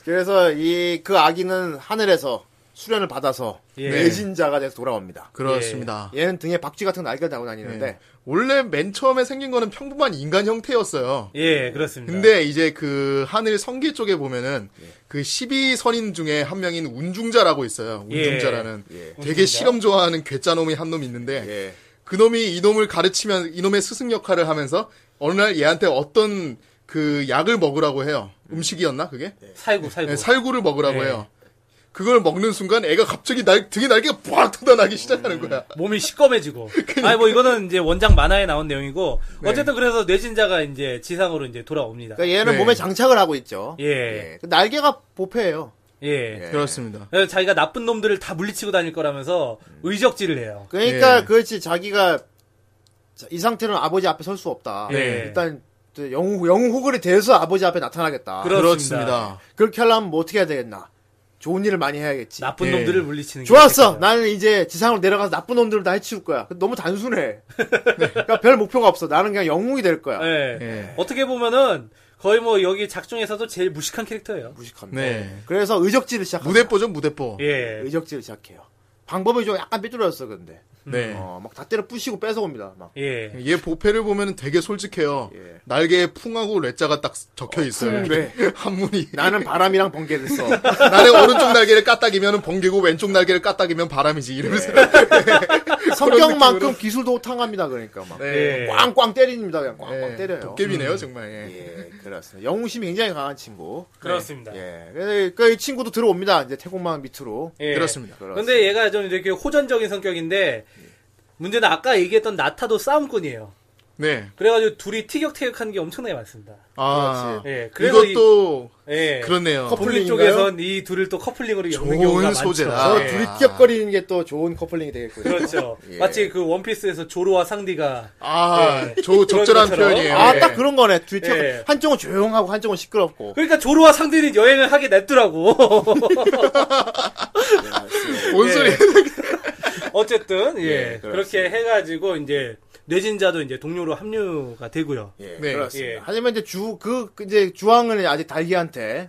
S2: 그래서 이 그 아기는 하늘에서 수련을 받아서
S3: 예.
S2: 내진자가 돼서 돌아옵니다.
S4: 그렇습니다.
S2: 얘는 등에 박쥐 같은 날개를 달고 다니는데
S4: 네. 원래 맨 처음에 생긴 거는 평범한 인간 형태였어요.
S3: 예, 그렇습니다.
S4: 근데 이제 그 하늘 성계 쪽에 보면은 그 12선인 중에 한 명인 운중자라고 있어요.
S3: 예.
S4: 운중자라는
S2: 예.
S4: 되게 실험 좋아하는 괴짜 놈이 한 놈이 있는데
S2: 예.
S4: 그 놈이 이 놈을 가르치면 이 놈의 스승 역할을 하면서 어느 날 얘한테 어떤 그 약을 먹으라고 해요. 음식이었나 그게?
S3: 살구, 살구.
S4: 네, 살구를 먹으라고
S3: 뭐. 네.
S4: 해요. 그걸 먹는 순간 애가 갑자기 날 등에 날개가 빡 돋아나기 시작하는 거야.
S3: 몸이 시꺼매지고. 아니, 뭐, 이거는 이제 원작 만화에 나온 내용이고. 어쨌든 그래서 뇌진자가 이제 지상으로 이제 돌아옵니다.
S2: 네. 그러니까 얘는
S4: 네.
S2: 몸에 장착을 하고 있죠.
S3: 예.
S2: 예. 날개가 보패예요.
S3: 예.
S2: 예.
S4: 그렇습니다.
S3: 그래서 자기가 나쁜 놈들을 다 물리치고 다닐 거라면서 의적질을 해요.
S2: 음. 그러니까
S4: 예.
S2: 그렇지 자기가 자, 이 상태로는 아버지 앞에 설 수 없다.
S3: 예.
S2: 일단 저 영웅 영웅 호글이 돼서 아버지 앞에 나타나겠다.
S3: 그렇습니다.
S2: 그렇게 하려면 뭐 어떻게 해야 되겠나? 좋은 일을 많이 해야겠지.
S3: 나쁜
S4: 예.
S3: 놈들을 물리치는 게
S2: 좋았어.
S3: 있겠다.
S2: 나는 이제 지상으로 내려가서 나쁜 놈들을 다 해치울 거야. 근데 너무 단순해. 그러니까 별 목표가 없어. 나는 그냥 영웅이 될 거야.
S3: 예.
S4: 예.
S3: 어떻게 보면은 거의 뭐 여기 작중에서도 제일 무식한 캐릭터예요.
S2: 무식한데.
S4: 네.
S2: 그래서 의적지를 시작해.
S4: 무대뽀죠 무대뽀.
S3: 예.
S2: 의적지를 시작해요. 방법이 좀 약간 삐뚤어졌어 근데.
S4: 네.
S2: 어, 막 다 때려 부시고 뺏어옵니다. 막.
S3: 예.
S4: 얘 보패를 보면 되게 솔직해요.
S2: 예.
S4: 날개에 풍하고 레자가 딱 적혀 있어요. 이렇게. 한문이.
S2: 나는 바람이랑 번개를 써.
S4: 나의 오른쪽 날개를 까딱이면 번개고 왼쪽 날개를 까딱이면 바람이지 이러면서
S2: 성격만큼 기술도 호탕합니다. 그러니까 막.
S3: 예.
S2: 꽝꽝 때립니다. 그냥 꽝꽝
S4: 예,
S2: 때려요.
S4: 네. 도깨비네요 정말. 예.
S2: 예, 그렇습니다. 영웅심이 굉장히 강한 친구.
S3: 그렇습니다.
S2: 예. 그래서 그이 친구도 들어옵니다. 이제 태국만 밑으로.
S3: 예.
S4: 그렇습니다.
S3: 근데 얘가 좀 이렇게 호전적인
S2: 예.
S3: 성격인데 문제는 아까 얘기했던 나타도 싸움꾼이에요.
S4: 네.
S3: 그래가지고 둘이 티격태격하는 게 엄청나게 많습니다.
S4: 아
S3: 예. 그래서
S4: 이것도
S3: 이, 예.
S4: 그렇네요.
S2: 커플-
S3: 독일
S2: 커플링인가요? 아,
S3: 쪽에선 이 둘을 또 커플링으로 엮는 경우가
S4: 좋은
S3: 많죠.
S4: 소재다.
S3: 예.
S2: 둘이 예. 끼어거리는 게 또 좋은 커플링이 되겠군요.
S3: 그렇죠. 마치 그 원피스에서 조로와 상디가
S4: 아
S3: 예.
S4: 조, 적절한
S3: 것처럼.
S4: 표현이에요.
S2: 아,
S4: 예.
S2: 딱 그런 거네. 둘이 튀어.
S3: 예.
S2: 한쪽은 조용하고 한쪽은 시끄럽고.
S3: 그러니까 조로와 상디는 여행을 하게 냈더라고. 예.
S4: 뭔 소리?
S3: 어쨌든 예. 그렇게 해가지고 이제 뇌진자도 이제 동료로 합류가 되고요.
S2: 예,
S4: 네.
S2: 그렇습니다.
S3: 예.
S2: 하지만 이제 주, 그, 그 이제 주황은 아직 달기한테,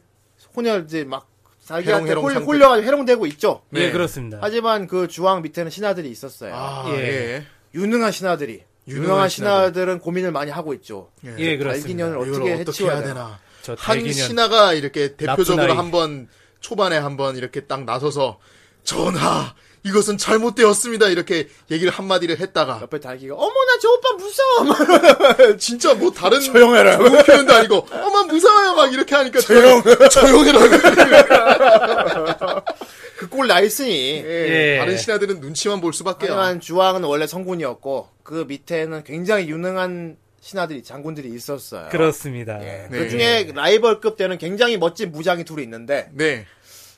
S2: 혼혈 이제 막, 달기한테
S4: 해롱, 해롱
S2: 홀-
S4: 상태.
S2: 홀려가지고 해롱되고 있죠.
S3: 예, 그렇습니다.
S2: 하지만 그 주황 밑에는 신하들이 있었어요.
S4: 아
S3: 예.
S4: 예.
S2: 유능한 신하들이.
S4: 유능한
S2: 유능한,
S4: 신하들.
S2: 신하들은 고민을 많이 하고 있죠.
S3: 예, 그렇습니다.
S2: 달기년을
S4: 이걸
S2: 어떻게
S4: 어떻게,
S2: 해치워야
S4: 해야
S2: 되나.
S4: 되나?
S3: 저
S4: 한
S3: 대기년.
S4: 신하가 이렇게 대표적으로
S3: 나쁜 아이.
S4: 한번 초반에 한번 이렇게 딱 나서서 전하 이것은 잘못되었습니다 이렇게 얘기를 한마디를 했다가
S2: 옆에 달기가, 어머나, 저 오빠 무서워! 막
S4: 진짜 뭐 다른 조용해라 표현도 아니고 어마 무서워요 막 이렇게 하니까 조용 조용해라
S2: 그 꼴 나있으니.
S3: 예.
S4: 다른 신하들은 눈치만 볼 수밖에요
S2: 하지만 주황은 원래 성군이었고, 그 밑에는 굉장히 유능한 신하들이, 장군들이 있었어요.
S3: 그렇습니다.
S2: 그 중에 라이벌급 때는 굉장히 멋진 무장이 둘이 있는데,
S4: 네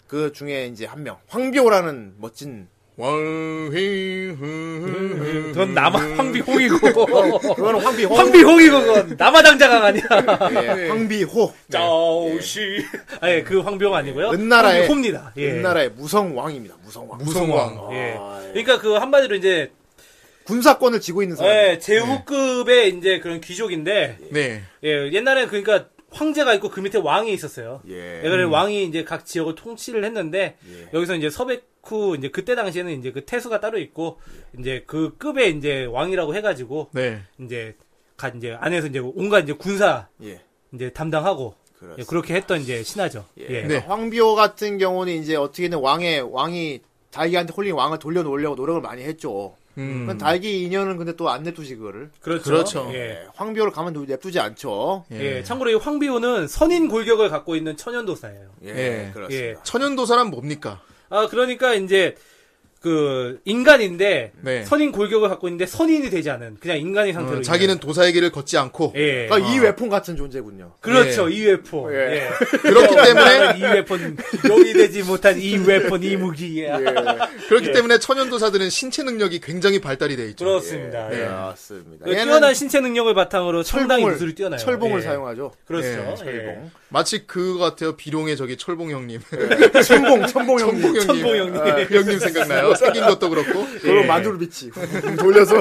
S2: 그 중에 이제 한 명, 황비호라는 멋진,
S4: 왕휘
S3: 음, 그건 남아 황비홍이고
S2: 그거는 황비호.
S3: 황비홍이고 그건 남아당자강 아니야.
S2: 예, 황비호.
S3: 짜오시. 아예 그 황비홍 아니고요.
S2: 은나라의-
S3: 황비홍입니다. 예.
S2: 옛날에 무성왕입니다, 무성왕. 아,
S4: 무성왕
S3: 예. 그러니까 그 한마디로 이제
S2: 군사권을 쥐고 있는 사람.
S3: 예, 제후급의 이제 그런 귀족인데
S4: 네
S3: 예, 옛날에 그러니까 황제가 있고 그 밑에 왕이 있었어요.
S2: 예.
S3: 그래 왕이 이제 각 지역을 통치를 했는데 여기서 이제 서백후 이제 그때 당시에는 이제 그 태수가 따로 있고 이제 그 급의 이제 왕이라고 해가지고
S4: 네.
S3: 이제 가 이제 안에서 이제 온갖 이제 군사
S2: 예.
S3: 이제 담당하고
S2: 그렇습니다.
S3: 예, 그렇게 했던 이제 신하죠. 예.
S4: 네.
S2: 그러니까 황비호 같은 경우는 이제 어떻게든 왕의 왕이 달기한테 홀린 왕을 돌려놓으려고 노력을 많이 했죠.
S3: 음.
S2: 그건 달기 인연은 근데 또 안 냅두지 그거를.
S3: 그렇죠.
S4: 그렇죠.
S3: 예.
S2: 예, 황비호를 가만 두- 냅두지 않죠.
S4: 예.
S3: 예, 참고로 이 황비호는 선인 골격을 갖고 있는 천연도사예요.
S2: 예,
S4: 예.
S2: 그렇습니다.
S4: 천연도사란 뭡니까
S3: 아, 그러니까 이제 그 인간인데
S4: 네.
S3: 선인 골격을 갖고 있는데 선인이 되지 않은 그냥 인간의 상태로
S4: 어, 자기는 도사의 길을 걷지 않고
S3: 있는. 예.
S2: 그러니까 이 외폰 같은 존재군요.
S3: 그렇죠. 이 웨폰.
S2: 예.
S3: 예.
S4: 그렇기 때문에
S3: 이 웨폰 용이 되지 못한 이 웨폰 이 무기. 예.
S4: 그렇기 때문에 천연도사들은 신체 능력이 굉장히 발달이 돼 있죠
S3: 그렇습니다. 예.
S2: 그렇습니다.
S3: 그 뛰어난 신체 능력을 바탕으로 상당히 무술이 뛰어나요.
S2: 철봉을
S3: 예.
S2: 사용하죠.
S3: 그렇죠.
S4: 예,
S3: 예.
S2: 철봉.
S4: 마치 그거 같아요 비룡의 저기 철봉 형님
S2: 천봉, 천봉
S3: 예.
S2: 형님.
S4: 형님.
S3: 천봉 형님.
S4: 아, 그 형님 생각나요? 생긴 것도 그렇고.
S2: 그리고
S3: 예.
S2: 만두를 비치. 돌려서.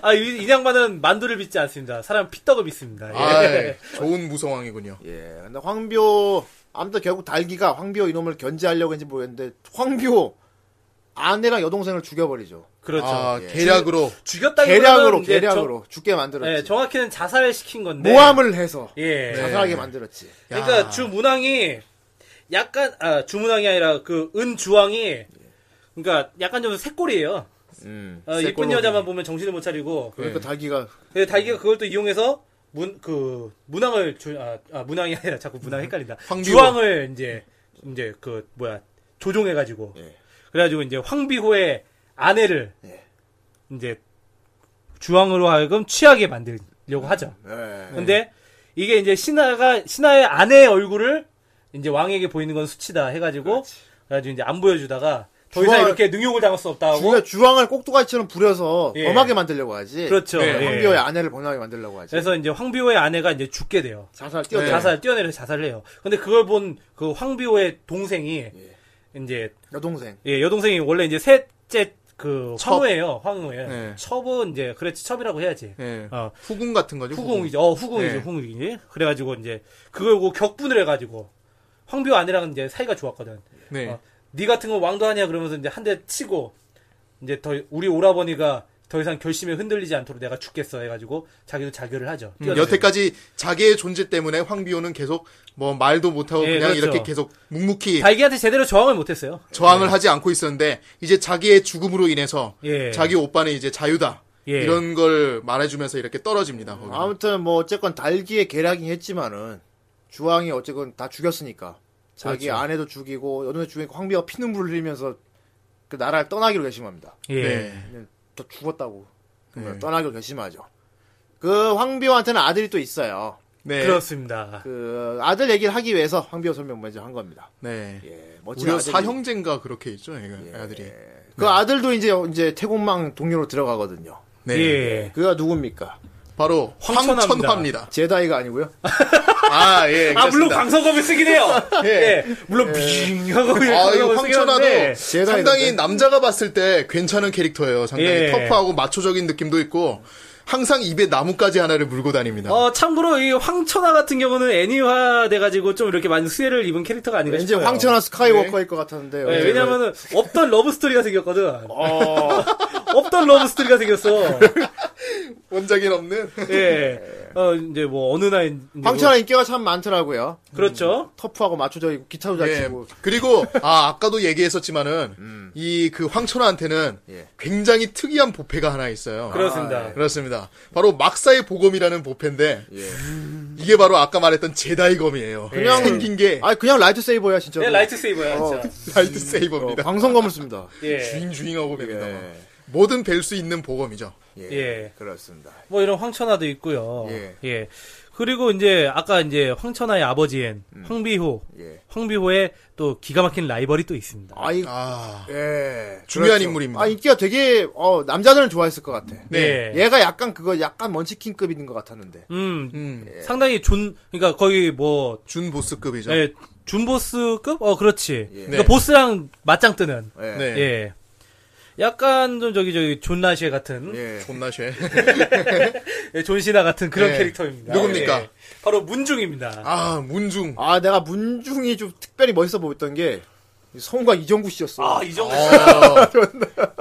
S3: 아, 이, 이 양반은 만두를 빚지 않습니다. 사람 피떡을 빚습니다. 예.
S4: 아, 예. 좋은 무성왕이군요.
S2: 예. 근데 황비호 아무튼 결국 달기가 황비호 이놈을 견제하려고 했는지 모르겠는데 황비호 아내랑 여동생을 죽여버리죠.
S3: 그렇죠.
S4: 아, 계략으로.
S3: 죽였다기보다는
S2: 계략으로
S3: 이제
S2: 계략으로 죽게
S3: 정, 예,
S2: 만들었지. 네.
S3: 정확히는 자살시킨 건데.
S2: 모함을 해서
S3: 네. 예.
S2: 자살하게 만들었지.
S3: 그러니까
S4: 야.
S3: 주문왕이 약간 아 주문왕이 아니라 그 은주왕이 그러니까 약간 좀 새꼴이에요. 어, 예쁜 여자만 보면 정신을 못 차리고
S2: 그러니까 달기가
S3: 근데 달기가 그걸 또 이용해서 문 그 문항을 주, 아, 아, 문항이 아니라 자꾸 문항 헷갈린다.
S4: 황비호.
S3: 주황을 이제 이제 그 뭐야 조종해 가지고
S4: 예.
S3: 그래가지고 이제 황비호의 아내를 이제 주황으로 하여금 취하게 만들려고 하죠.
S2: 네.
S3: 근데 이게 이제 신하가 신하의 아내의 얼굴을 이제 왕에게 보이는 건 수치다 해가지고 그래가지고 이제 안 보여주다가 더 이상
S2: 주황을-
S3: 이렇게 능욕을 당할 수 없다 하고
S2: 주가 주황을 꼭두가지처럼 부려서
S3: 예.
S2: 범하게 만들려고 하지.
S3: 그렇죠.
S2: 네,
S3: 예.
S2: 황비호의 아내를 범하게 만들려고 하지.
S3: 그래서 이제 황비호의 아내가 이제 죽게 돼요.
S2: 자살 뛰어
S4: 네.
S3: 자살 뛰어내려 서 자살을 해요. 근데 그걸 본 그 황비호의 동생이 이제
S2: 여동생.
S3: 예, 여동생이 원래 이제 셋째 그
S4: 첩.
S3: 황후예요. 황후예.
S4: 네.
S3: 첩은 이제 그래 첩이라고 해야지.
S4: 예.
S3: 어.
S4: 후궁 같은 거죠.
S3: 후궁이죠. 어, 후궁이죠.
S4: 네.
S3: 후궁이지. 그래가지고 이제 그걸 보고 격분을 해가지고 황비호 아내랑 이제 사이가 좋았거든.
S4: 네.
S3: 어, 네 같은 건 왕도 하냐 그러면서 이제 한 대 치고 이제 더 우리 오라버니가 더 이상 결심에 흔들리지 않도록 내가 죽겠어 해가지고 자기도 자결을 하죠.
S4: 음,
S3: 뛰어내려.
S4: 여태까지 자기의 존재 때문에 황비호는 계속 뭐 말도 못하고
S3: 예,
S4: 그냥
S3: 그렇죠.
S4: 이렇게 계속 묵묵히
S3: 달기한테 제대로 저항을 못했어요.
S4: 저항을 하지 않고 있었는데 이제 자기의 죽음으로 인해서
S3: 네. 예.
S4: 자기 오빠는 이제 자유다
S3: 예.
S4: 이런 걸 말해주면서 이렇게 떨어집니다. 거기.
S2: 아무튼 뭐 어쨌건 달기의 계략이긴 했지만은 주황이 어쨌건 다 죽였으니까 자기
S3: 그렇죠.
S2: 아내도 죽이고 여동생 죽이고 황비가 피눈물 흘리면서 그 나라를 떠나기로 결심합니다.
S3: 예.
S4: 네.
S2: 저 죽었다고 그러면
S4: 네.
S2: 떠나기로 결심하죠. 그 황비호한테는 아들이 또 있어요.
S4: 네.
S3: 그렇습니다.
S2: 그 아들 얘기를 하기 위해서 황비호 설명 먼저 한 겁니다.
S4: 네.
S2: 예, 멋진
S4: 무려
S2: 아들이-
S4: 사형제인가 그렇게 있죠, 애가-
S3: 예.
S4: 애들이.
S2: 그 아들도 이제 이제 태공망 동료로 들어가거든요.
S4: 네.
S3: 예.
S2: 그가 누굽니까?
S4: 바로
S3: 황천화입니다.
S4: 황천화입니다.
S2: 제다이가 아니고요.
S4: 아, 예.
S3: 아, 물론
S4: 그렇습니다.
S3: 광선검을 쓰긴 해요. 예. 물론 빙 하고 이렇게
S4: 아, 이거
S3: 그 광선검을 쓰긴 하는데.
S4: 황천화도 상당히 남자가 봤을 때 괜찮은 캐릭터예요. 상당히
S3: 예.
S4: 터프하고 마초적인 느낌도 있고 항상 입에 나뭇가지 하나를 물고 다닙니다.
S3: 어, 참고로 이 황천화 같은 경우는 애니화 돼가지고 좀 이렇게 많이 수혜를 입은 캐릭터가 아닌가
S2: 왠지
S3: 싶어요.
S2: 황천화 스카이워커일 것 같았는데요.
S3: 예, 왜냐면은 없던 러브 스토리가 생겼거든.
S4: 어.
S3: 없던 러브 스토리가 생겼어.
S4: 원작인 없는.
S3: 예. 어, 이제 뭐 어느 날 이제
S2: 황천화 인기가 참 많더라고요.
S3: 뭐- 그렇죠.
S2: 터프하고 마초적 이고 기타도 잘
S4: 예.
S2: 치고.
S4: 그리고 아 아까도 얘기했었지만은
S3: 음.
S4: 이 그 황천화한테는
S2: 예.
S4: 굉장히 특이한 보패가 하나 있어요.
S3: 그렇습니다.
S4: 아, 그렇습니다. 바로 막사의 보검이라는 보패인데
S3: 예.
S4: 이게 바로 아까 말했던 제다이 검이에요. 그냥 생긴 게
S2: 아 그냥 라이트 세이버야 진짜.
S3: 예, 라이트 세이버야, 진짜.
S4: 라이트
S2: 어,
S4: 세이버입니다.
S2: 광선검을 씁니다.
S3: 예.
S4: 주인 주인하고 뵙니다. 뭐든 뵐 수 있는 보검이죠.
S3: 예.
S2: 그렇습니다.
S3: 뭐 이런 황천화도 있고요.
S2: 예.
S3: 예. 그리고 이제 아까 이제 황천화의 아버지인 황비호,
S2: 예.
S3: 황비호의 또 기가 막힌 라이벌이 또 있습니다.
S2: 아이
S4: 아
S2: 예.
S4: 중요한
S2: 그렇죠.
S4: 인물입니다.
S2: 아 인기가 되게 어 남자들은 좋아했을 것 같아.
S3: 네.
S2: 얘가 약간 그거 약간 먼치킨급 있는 것 같았는데.
S3: 음,
S4: 음,
S3: 상당히 존, 그러니까 거의 뭐,
S4: 준 보스급이죠.
S3: 예, 준보스급? 어, 그렇지. 그러니까
S4: 네.
S3: 보스랑 맞짱 뜨는.
S2: 예.
S4: 네.
S3: 예. 약간 좀 저기 저기 존나쉐 같은
S2: 예.
S4: 존나 쉐.
S3: 예, 존시나 같은 그런
S4: 예.
S3: 캐릭터입니다.
S4: 누굽니까?
S3: 예. 바로 문중입니다.
S4: 아 문중.
S2: 아 내가 문중이 좀 특별히 멋있어 보였던 게 성우가 이정구 씨였어.
S3: 아, 이 정도.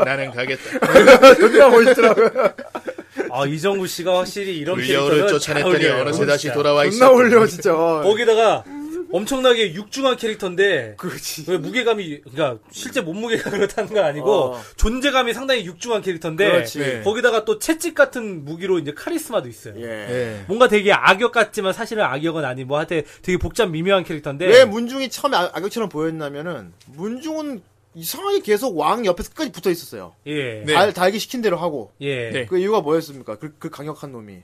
S4: 나는 가겠다.
S2: 존나 멋있더라고.
S3: 아, 이정구 씨가 확실히 이런
S4: 물려를
S3: 캐릭터를
S4: 쫓아냈더니
S3: 잘 어울려요,
S4: 어느새 다시
S3: 진짜.
S4: 돌아와 있어.
S2: 존나 올려 진짜. 어.
S3: 거기다가 엄청나게 육중한 캐릭터인데
S2: 그렇지.
S3: 왜 무게감이 그러니까 실제 몸무게가 그렇다는 건 아니고
S2: 어.
S3: 존재감이 상당히 육중한 캐릭터인데
S2: 그렇지.
S4: 네.
S3: 거기다가 또 채찍 같은 무기로 이제 카리스마도 있어요.
S2: 예.
S4: 예.
S3: 뭔가 되게 악역 같지만 사실은 악역은 아닌 뭐 하여튼 되게 복잡 미묘한 캐릭터인데
S2: 왜 문중이 처음에 아, 악- 악역처럼 보였냐면은 문중은 이상하게 계속 왕 옆에서 끝까지 붙어 있었어요.
S3: 예.
S4: 네.
S2: 달, 달기 시킨 대로 하고.
S3: 예.
S4: 네.
S2: 그 이유가 뭐였습니까? 그, 그 강력한 놈이.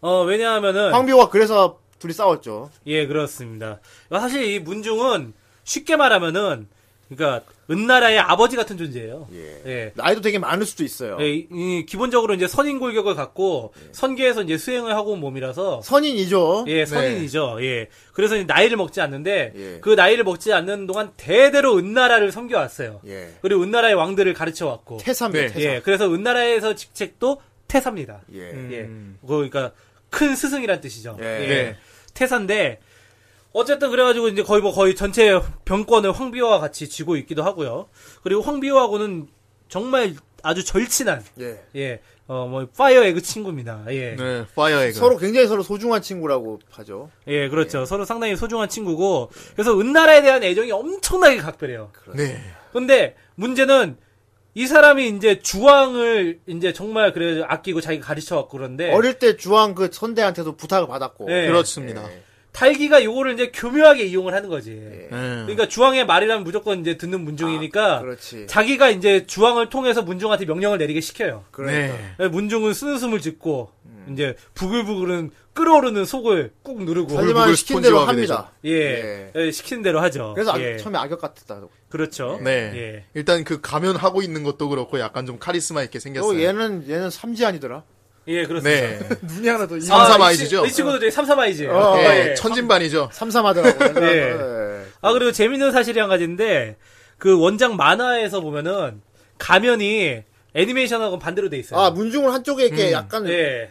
S3: 어, 왜냐하면은
S2: 황비호가 그래서 둘이 싸웠죠.
S3: 예, 그렇습니다. 사실 이 문중은 쉽게 말하면은 그러니까 은나라의 아버지 같은 존재예요. 예.
S4: 네.
S2: 나이도 되게 많을 수도 있어요.
S3: 예, 이- 이 기본적으로 이제 선인 골격을 갖고
S2: 예.
S3: 선계에서 이제 수행을 하고 온 몸이라서
S2: 선인이죠.
S3: 예, 선인이죠. 예. 그래서 이제 나이를 먹지 않는데
S2: 네. 예.
S3: 그 나이를 먹지 않는 동안 대대로 은나라를 섬겨 왔어요.
S2: 예.
S3: 그리고 은나라의 왕들을 가르쳐 왔고.
S2: 태삼이에요,
S4: 네.
S2: 태삼.
S3: 예. 그래서 은나라에서 직책도 태사입니다.
S2: 예.
S3: 예. 그러니까 큰 스승이란 뜻이죠.
S2: 예.
S3: 예.
S4: 네.
S3: 태사인데 어쨌든 그래가지고 이제 거의 뭐 거의 전체 병권을 황비호와 같이 쥐고 있기도 하고요. 그리고 황비호하고는 정말 아주 절친한
S2: 예.
S3: 예, 어, 뭐, 파이어 에그 친구입니다. 예.
S4: 네. 파이어 에그.
S2: 서로 굉장히 서로 소중한 친구라고 하죠.
S3: 예, 그렇죠. 서로 상당히 소중한 친구고, 그래서 은나라에 대한 애정이 엄청나게 각별해요.
S4: 네.
S3: 근데, 문제는, 이 사람이 이제 주왕을 이제 정말 그래 아끼고 자기가 가르쳐왔고 그런데
S4: 네.
S2: 어릴 때 주왕 그 선대한테도 부탁을 받았고.
S3: 예.
S4: 그렇습니다.
S3: 탈기가 요거를 이제 교묘하게 이용을 하는 거지.
S4: 예.
S3: 그러니까 주왕의 말이라면 무조건 이제 듣는 문중이니까
S2: 아,
S4: 그렇죠. 네.
S2: 그렇지.
S3: 자기가 이제 주왕을 통해서 문중한테 명령을 내리게 시켜요.
S2: 그러니까.
S3: 문중은 쓰는 숨을 짓고
S2: 음.
S3: 이제 부글부글은 끓어오르는 속을 꾹 누르고
S2: 하지만
S4: 얼굴
S2: 시킨 대로
S4: 스폰지밥이
S2: 합니다.
S3: 예, 예, 시키는 대로 하죠.
S2: 그래서 악-
S3: 예.
S2: 처음에 악역 같았다. 또
S3: 그렇죠.
S4: 네.
S3: 예.
S4: 일단 그 가면 하고 있는 것도 그렇고 약간 좀 카리스마 있게 생겼어요.
S2: 얘는 얘는 삼지안이더라.
S3: 예, 그렇습니다.
S4: 네.
S2: 눈이 하나 더
S4: 삼- 삼삼
S3: 아,
S4: 아이즈죠?
S3: 이, 친- 이 친구도 되게 삼삼아이즈예요.
S2: 어,
S4: 예,
S3: 예.
S4: 천진반이죠.
S2: 삼삼하더라고.
S3: 예.
S2: 예.
S3: 아 그리고 재밌는 사실이 한 가지인데 그 원작 만화에서 보면은 가면이 애니메이션하고 반대로 돼 있어요.
S2: 아 뭐- 문중은 한쪽에 이렇게 약간
S3: 예.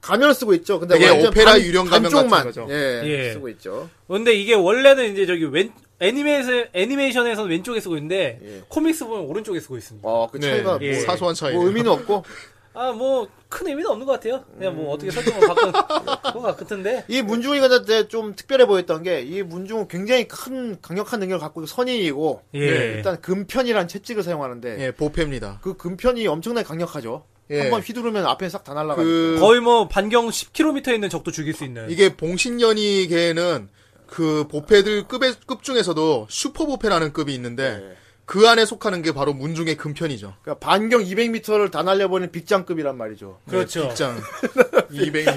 S2: 가면을 쓰고 있죠. 근데
S4: 음. 되게
S2: 완전
S4: 오페라
S2: 반-
S4: 유령 가면 같은
S2: 반쪽만
S4: 거죠.
S2: 예,
S3: 예.
S2: 쓰고 있죠.
S3: 근데 이게 원래는 이제 저기 왼 애니메이션 애니메이션에서는 왼쪽에 쓰고 있는데 코믹스 보면 오른쪽에 쓰고 있습니다.
S2: 어그 차이가
S3: 예.
S2: 뭐,
S4: 네. 사소한 차이.
S2: 뭐 의미는 없고
S3: 아 뭐 큰 의미는 없는 것 같아요. 그냥 뭐 어떻게 설정을 바꾼 것 같은데.
S2: 이 문중이가 그때 좀 특별해 보였던 게 이 문중은 굉장히 큰 강력한 능력을 갖고 선인이고 네,
S3: 예.
S2: 일단 금편이란 채찍을 사용하는데
S4: 예, 보패입니다.
S2: 그 금편이 엄청나게 강력하죠.
S4: 예.
S2: 한번 휘두르면 앞에 싹 다 날라가.
S4: 그
S3: 거의 뭐 반경 10km 있는 적도 죽일 수 있는.
S4: 이게 봉신연희계에는 그 보패들 급의 급 중에서도 슈퍼 보패라는 급이
S2: 네.
S4: 있는데 그 안에 속하는 게 바로 문중의 금편이죠.
S2: 그러니까 반경 200m를 다 날려버리는 빅장급이란 말이죠.
S3: 그렇죠.
S4: 빗장 200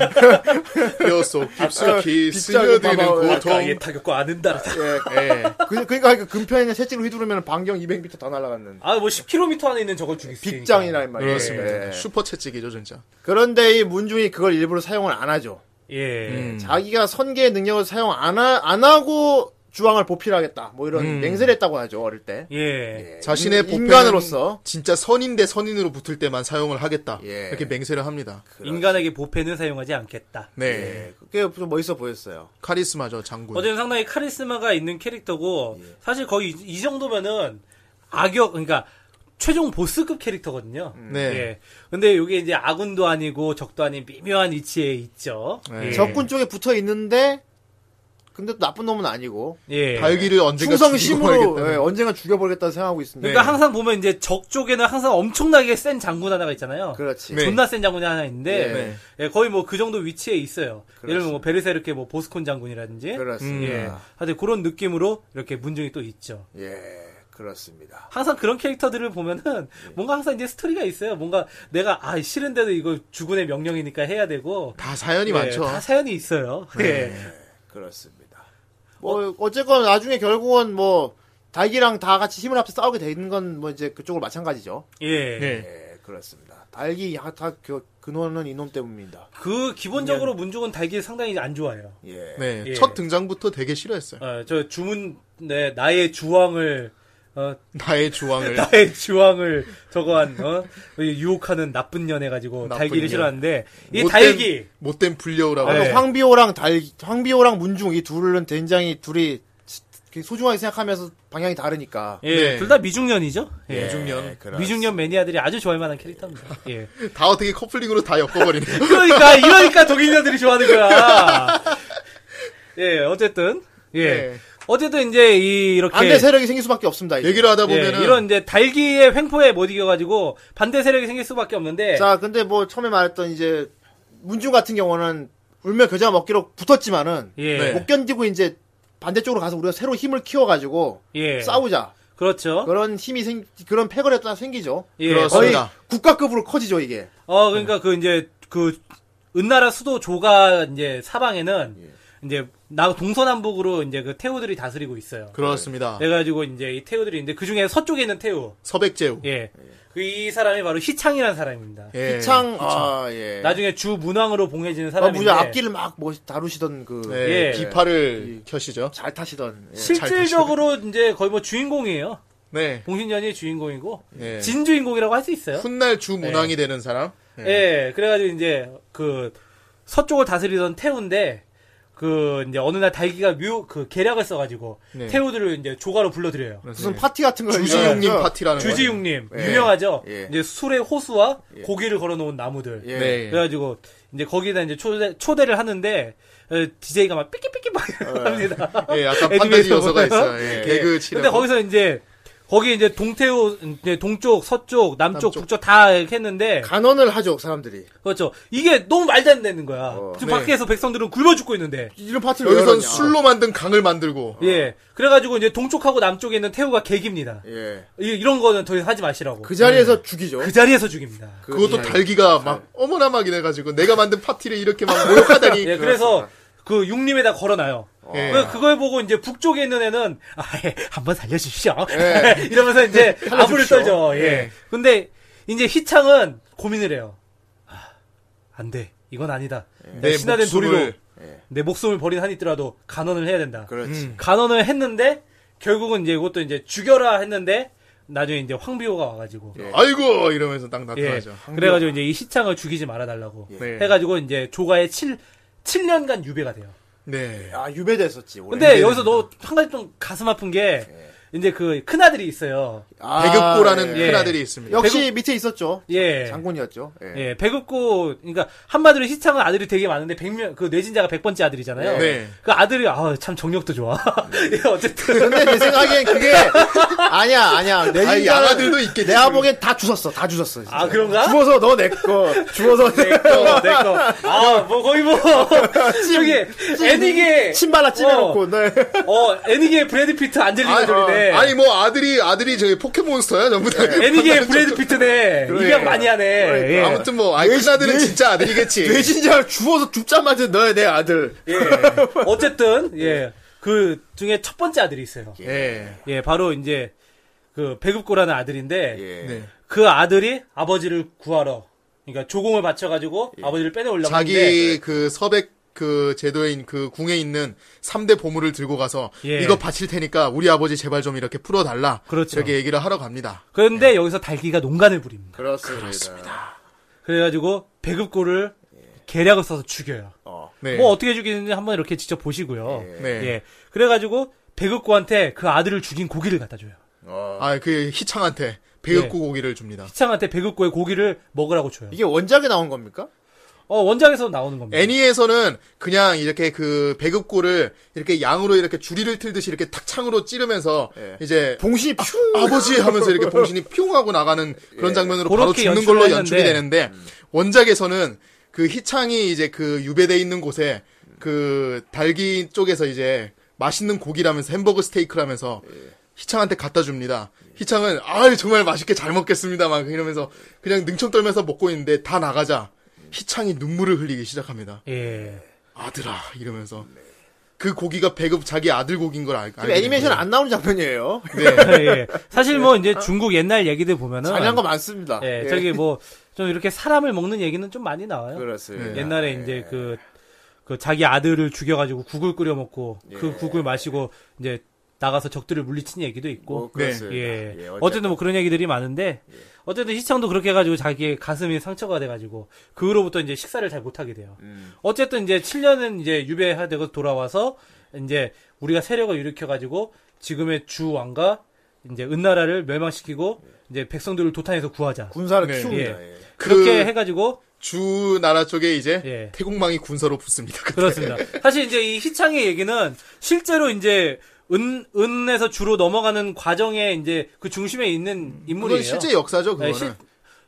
S4: 뼈속 깊숙이
S2: 빗장을
S4: 스며드는
S2: 봐봐.
S3: 아까
S4: 고통.
S3: 얘 그러니까 타격과 안 된다.
S2: 예.
S4: 예.
S2: 그, 그러니까 그 금편이나 채찍을 휘두르면 반경 200m 다 날아가는
S3: 아뭐 10km 안에 있는 저걸 죽일 수 있는.
S2: 빅장이란 말이에요.
S4: 그러니까. 그렇습니다.
S2: 예.
S4: 슈퍼 채찍이죠, 진짜.
S2: 그런데 이 문중이 그걸 일부러 사용을 안 하죠.
S3: 예.
S4: 음.
S2: 자기가 선계의 능력을 사용 안, 하, 안 하고 주왕을 보필하겠다. 뭐 이런
S4: 음.
S2: 맹세를 했다고 하죠, 어릴 때.
S3: 예.
S4: 자신의
S2: 인-
S4: 보패는
S2: 인간으로서.
S4: 진짜 선인 대 선인으로 붙을 때만 사용을 하겠다.
S2: 예.
S4: 이렇게 맹세를 합니다.
S3: 인간에게 보패는 사용하지 않겠다.
S4: 네.
S2: 예, 그게 좀 멋있어 보였어요.
S4: 카리스마죠, 장군.
S3: 어쨌든 상당히 카리스마가 있는 캐릭터고
S4: 예.
S3: 사실 거의 이- 이 정도면은 악역 그러니까 최종 보스급 캐릭터거든요.
S2: 음.
S4: 네.
S3: 예. 근데 이게 이제 아군도 아니고 적도 아닌 미묘한 위치에 있죠.
S4: 네.
S3: 예.
S2: 적군 쪽에 붙어 있는데, 근데 또 나쁜 놈은 아니고,
S3: 예.
S4: 발기를 언젠가 죽이고
S2: 충성심으로
S4: 말겠다는.
S2: 예, 언젠가 죽여버리겠다고 생각하고 있습니다.
S4: 네.
S3: 그러니까 항상 보면 이제 적 쪽에는 항상 엄청나게 센 장군 하나가 있잖아요.
S2: 그렇지.
S4: 네.
S3: 존나 센 장군이 하나 있는데
S4: 네.
S3: 예, 거의 뭐 그 정도 위치에 있어요. 예를 들면 뭐 베르세르케 뭐 보스콘 장군이라든지 예.
S2: 그렇습니다.
S3: 하여튼 그런 느낌으로 이렇게 문중이 또 있죠.
S2: 예. 그렇습니다.
S3: 항상 그런 캐릭터들을 보면은
S4: 네.
S3: 뭔가 항상 이제 스토리가 있어요. 뭔가 내가 아 싫은데도 이거 주군의 명령이니까 해야 되고
S4: 다 사연이
S3: 예,
S4: 많죠. 네.
S3: 다 사연이 있어요. 예.
S2: 그렇습니다. 뭐, 어쨌건 나중에 결국은 뭐, 닭이랑 다 같이 힘을 합쳐 싸우게 되는 건 뭐 이제 그쪽으로 마찬가지죠.
S3: 예.
S4: 네.
S2: 예, 그렇습니다. 닭이 다 그- 근원은 이놈 때문입니다.
S3: 그 기본적으로 문중은 달기 상당히 안 좋아요.
S2: 예.
S4: 네.
S3: 예.
S4: 첫 등장부터 되게 싫어했어요.
S3: 어, 저 주문 네, 나의 주왕을 어,
S4: 나의 주왕을.
S3: 나의 주왕을 저거한 어? 유혹하는 나쁜 년 해가지고
S4: 나쁜
S3: 달기를
S4: 년.
S3: 싫어하는데 이
S4: 못된-
S3: 달기
S4: 못된 불려우라고.
S2: 그러니까
S3: 네.
S2: 황비호랑 달 황비호랑 문중 이 둘은 굉장히 둘이 그 소중하게 생각하면서 방향이 다르니까.
S4: 네.
S3: 예, 둘 다 미중년이죠. 예.
S4: 중년.
S3: 미중년 매니아들이 아주 좋아할 만한 캐릭터입니다. 예.
S4: 다 어떻게 커플링으로 다 엮어버리네.
S3: 그러니까 이러니까 독일인들이 좋아하는 거야. 예, 어쨌든 예,
S4: 네.
S3: 어쨌든 이제 이 이렇게
S2: 반대 세력이 생길 수밖에 없습니다. 이게.
S4: 예. 얘기를 하다
S3: 예,
S4: 보면은.
S3: 이런 이제 달기의 횡포에 못 이겨가지고 반대 세력이 생길 수밖에 없는데
S2: 자, 근데 뭐 처음에 말했던 이제 문중 같은 경우는 울며 겨자 먹기로 붙었지만은
S3: 예,
S4: 네.
S2: 못 견디고 이제 반대쪽으로 가서 우리가 새로 힘을 키워가지고
S3: 예,
S2: 싸우자
S3: 그렇죠.
S2: 그런 힘이 생 그런 패거리 또 생기죠.
S3: 예,
S4: 그렇습니다.
S2: 거의
S4: 맞습니다.
S2: 국가급으로 커지죠 이게.
S3: 어, 그러니까 그 이제 그 은나라 수도 조가 이제 사방에는
S4: 예.
S3: 이제 나 동서남북으로 이제 그 태우들이 다스리고 있어요.
S4: 그렇습니다.
S3: 그래가지고 이제 이 태우들이 있는데 그 중에 서쪽에 있는 태우,
S4: 서백제우.
S3: 예, 그 이 사람이 바로 희창이라는 사람입니다.
S4: 예.
S2: 창, 아, 예.
S3: 나중에 주 문왕으로 봉해지는
S2: 아,
S3: 사람인데
S2: 무자 앞길을 막 뭐 다루시던 그 잘
S4: 네,
S3: 예.
S4: 비파를 켜시죠.
S2: 타시던 예.
S3: 실질적으로 이제 거의 뭐 주인공이에요.
S4: 네.
S3: 봉신년이 주인공이고
S2: 예.
S4: 네.
S3: 진주인공이라고 할 수 있어요.
S4: 훗날
S3: 네.
S4: 주문왕이 되는 사람. 네.
S3: 예. 그래가지고 이제 그 서쪽을 다스리던 태우인데 그 이제 어느 날 달기가 묘그 계략을 써가지고
S4: 네.
S3: 태우들을 이제 조가로 불러들여요.
S2: 무슨 파티 같은 걸
S4: 주지용님
S2: 이용해서
S4: 파티라는 거.
S3: 네. 주지웅님
S2: 예.
S3: 유명하죠.
S2: 예.
S3: 이제 술의 호수와 고기를 걸어놓은 나무들.
S2: 예.
S4: 네.
S3: 그래가지고 이제 거기다 이제 초대 초대를 하는데 DJ가 막
S2: 어.
S3: 삐끼삐끼 막 이러고 합니다.
S4: 예,
S3: 애니메이션
S4: 약간
S3: 예.
S4: 판타지
S3: 보면은.
S4: 요소가 있어요. 예, 개그 치는.
S3: 근데 거기서 이제 거기 이제 동태우 이제 동쪽, 서쪽, 남쪽, 북쪽 다 이렇게 했는데
S7: 간언을 하죠 사람들이.
S3: 그렇죠. 이게 너무 말도 안 되는 거야. 지금
S4: 네.
S3: 밖에서 백성들은 굶어 죽고 있는데.
S7: 이런 파트를 왜
S4: 여기선
S7: 열었냐?
S4: 술로 만든 강을 만들고
S3: 예. 그래가지고 이제 동쪽하고 남쪽에 있는 태우가 개깁니다.
S7: 예.
S3: 이- 이런 거는 더 이상 하지 마시라고.
S7: 그
S3: 그,
S7: 자리에서
S4: 네.
S7: 죽이죠.
S3: 자리에서 죽입니다.
S4: 그것도 달기가
S3: 예.
S4: 막 어머나 막 이래가지고 내가 만든 파티를 이렇게 막 모욕하다니
S3: 예, 그래서 그 육림에다 걸어놔요.
S4: 예.
S3: 그- 그걸 보고 이제 북쪽에 있는 애는 아, 예, 한번 살려주십시오.
S4: 네.
S3: 이러면서 이제 아부를 떨죠. 예. 근데 이제 희창은 고민을 해요. 아, 안 돼. 이건 아니다.
S4: 내
S3: 내가 신화된
S4: 네. 목숨을- 예.
S3: 도리로 내 목숨을 버린 한이 있더라도 간언을 해야 된다.
S7: 그렇지.
S4: 음.
S3: 간언을 했는데 결국은 이제 이것도 이제 죽여라 했는데 나중에 이제 황비호가 와가지고
S4: 예, 아이고 이러면서 딱
S3: 예.
S4: 나타나죠
S3: 그래가지고 이제 이 희창을 죽이지 말아달라고
S4: 네.
S3: 해가지고 이제 조가의 7 7년간 유배가 돼요.
S4: 네
S7: 아 유배됐었지. 올해.
S3: 근데 여기서 너 한 가지 좀 가슴 아픈 게
S4: 예.
S3: 이제 그 큰아들이 있어요.
S7: 아,
S4: 배급고라는
S3: 예.
S4: 큰 아들이 있습니다
S7: 역시 밑에 있었죠.
S3: 예.
S7: 장군이었죠. 예.
S3: 예, 배급고, 그러니까, 한마디로 희창은 아들이 되게 많은데, 100명, 그 뇌진자가 100번째 아들이잖아요.
S4: 네.
S3: 그 아들이, 아 참, 정력도 좋아. 예, 어쨌든.
S7: 근데 내 생각엔 그게 아니야 아니야 내
S4: 아이
S7: 인간은
S4: 양아들도 있겠지
S7: 내가 보기엔 다 주웠어 다 주웠어 진짜.
S3: 아, 그런가?
S7: 주워서 너 내꺼 주워서
S3: 어, 내 거. 아, 뭐, 거의 뭐. 저기, 애니게.
S7: 신발라 찜해놓고 네.
S3: 어, 애니게의 브래드 피트 안젤리나
S4: 아니,
S3: 졸리네. 예.
S4: 아니 뭐 아들이 아들이 저기 포켓몬스터야 전부 다
S3: 애니게의 브래드 피트네.
S4: 그러니까.
S3: 입양 많이 하네. 예.
S4: 아무튼 뭐 아이 큰 아들은 진짜 아들이겠지
S7: 뇌진자를 주워서 죽자마자 너의 내 아들
S3: 예. 어쨌든, 예. 그 중에 첫 번째 아들이 있어요.
S4: 예.
S3: 예, 바로 이제, 그, 배급고라는 아들인데,
S4: 네.
S3: 그 아들이 아버지를 구하러, 그러니까 조공을 바쳐가지고 아버지를 빼내오려고 하는데,
S4: 예. 자기 그 서백 그 제도인 그 궁에 있는 3대 보물을 들고 가서
S3: 예.
S4: 이거 바칠 테니까 우리 아버지 제발 좀 이렇게 풀어달라.
S3: 그렇죠.
S4: 이렇게 얘기를 하러 갑니다.
S3: 그런데 여기서 달기가 농간을 부립니다.
S7: 그렇습니다
S3: 그래가지고, 배급고를
S4: 예.
S3: 계략을 써서 죽여요.
S4: 네.
S3: 뭐 어떻게 죽이는지 한번 이렇게 직접 보시고요.
S4: 네.
S3: 예. 그래가지고 배급고한테 그 아들을 죽인 고기를 갖다 줘요.
S4: 아, 그 희창한테
S3: 예.
S4: 배읍구 고기를 줍니다.
S3: 희창한테 배급고의 고기를 먹으라고 줘요.
S7: 이게 원작에 나온 겁니까?
S3: 어, 원작에서 나오는 겁니다.
S4: 애니에서는 그냥 이렇게 그 배급고를 이렇게 양으로 이렇게 줄이를 틀듯이 이렇게 탁 창으로 찌르면서
S3: 예.
S4: 이제
S7: 봉신이 퓨
S4: 아버지 뭐, 하면서 이렇게 봉신이 퓨용 하고 나가는 그런 장면으로 바로
S3: 예. 그렇게
S4: 죽는
S3: 연출을
S4: 걸로
S3: 했는데.
S4: 연출이 되는데 원작에서는 그 희창이 이제 그 유배돼 있는 곳에 그 달기 쪽에서 이제 맛있는 고기라면서 햄버거 스테이크라면서
S3: 예.
S4: 희창한테 갖다 줍니다. 희창은 아 정말 맛있게 잘 먹겠습니다 막 이러면서 그냥 능청 떨면서 먹고 있는데 다 나가자 희창이 눈물을 흘리기 시작합니다.
S3: 예.
S4: 아들아 이러면서
S3: 네.
S4: 그 고기가 배급 자기 아들 고기인 걸 알, 알게 됩니다. 네.
S7: 애니메이션 안 나오는 장면이에요
S3: 예. 사실 뭐 이제 중국 옛날 얘기들 보면은
S7: 잔인한 거 많습니다
S3: 예, 저기 뭐 좀 이렇게 사람을 먹는 얘기는 좀 많이 나와요.
S7: 그렇습니다
S3: 옛날에 이제 그, 그 자기 아들을 죽여가지고 국을 끓여 먹고
S7: 예.
S3: 그 국을 마시고 이제 나가서 적들을 물리친 얘기도 있고.
S7: 뭐 그렇습니다.
S3: 예.
S7: 예,
S3: 어쨌든 예. 뭐 그런 얘기들이 많은데 어쨌든 희창도 그렇게 해가지고 자기의 가슴이 상처가 돼가지고 그 후로부터 이제 식사를 잘 못하게 돼요. 어쨌든 이제 7년은 이제 유배되고 돌아와서 이제 우리가 세력을 일으켜가지고 지금의 주왕과 이제 은나라를 멸망시키고 이제 백성들을 도탄에서 예. 구하자.
S7: 군사를
S4: 네.
S7: 키웁니다
S3: 예.
S7: 예.
S3: 그렇게
S4: 그-
S3: 해가지고
S4: 주 나라 쪽에 이제
S3: 예.
S4: 태국망이 군사로 붙습니다. 그때.
S3: 그렇습니다. 사실 이제 이 희창의 얘기는 실제로 이제 은 은에서 주로 넘어가는 과정에 이제 그 중심에 있는 인물이에요.
S4: 그건 실제 역사죠, 그거는.
S3: 네, 실-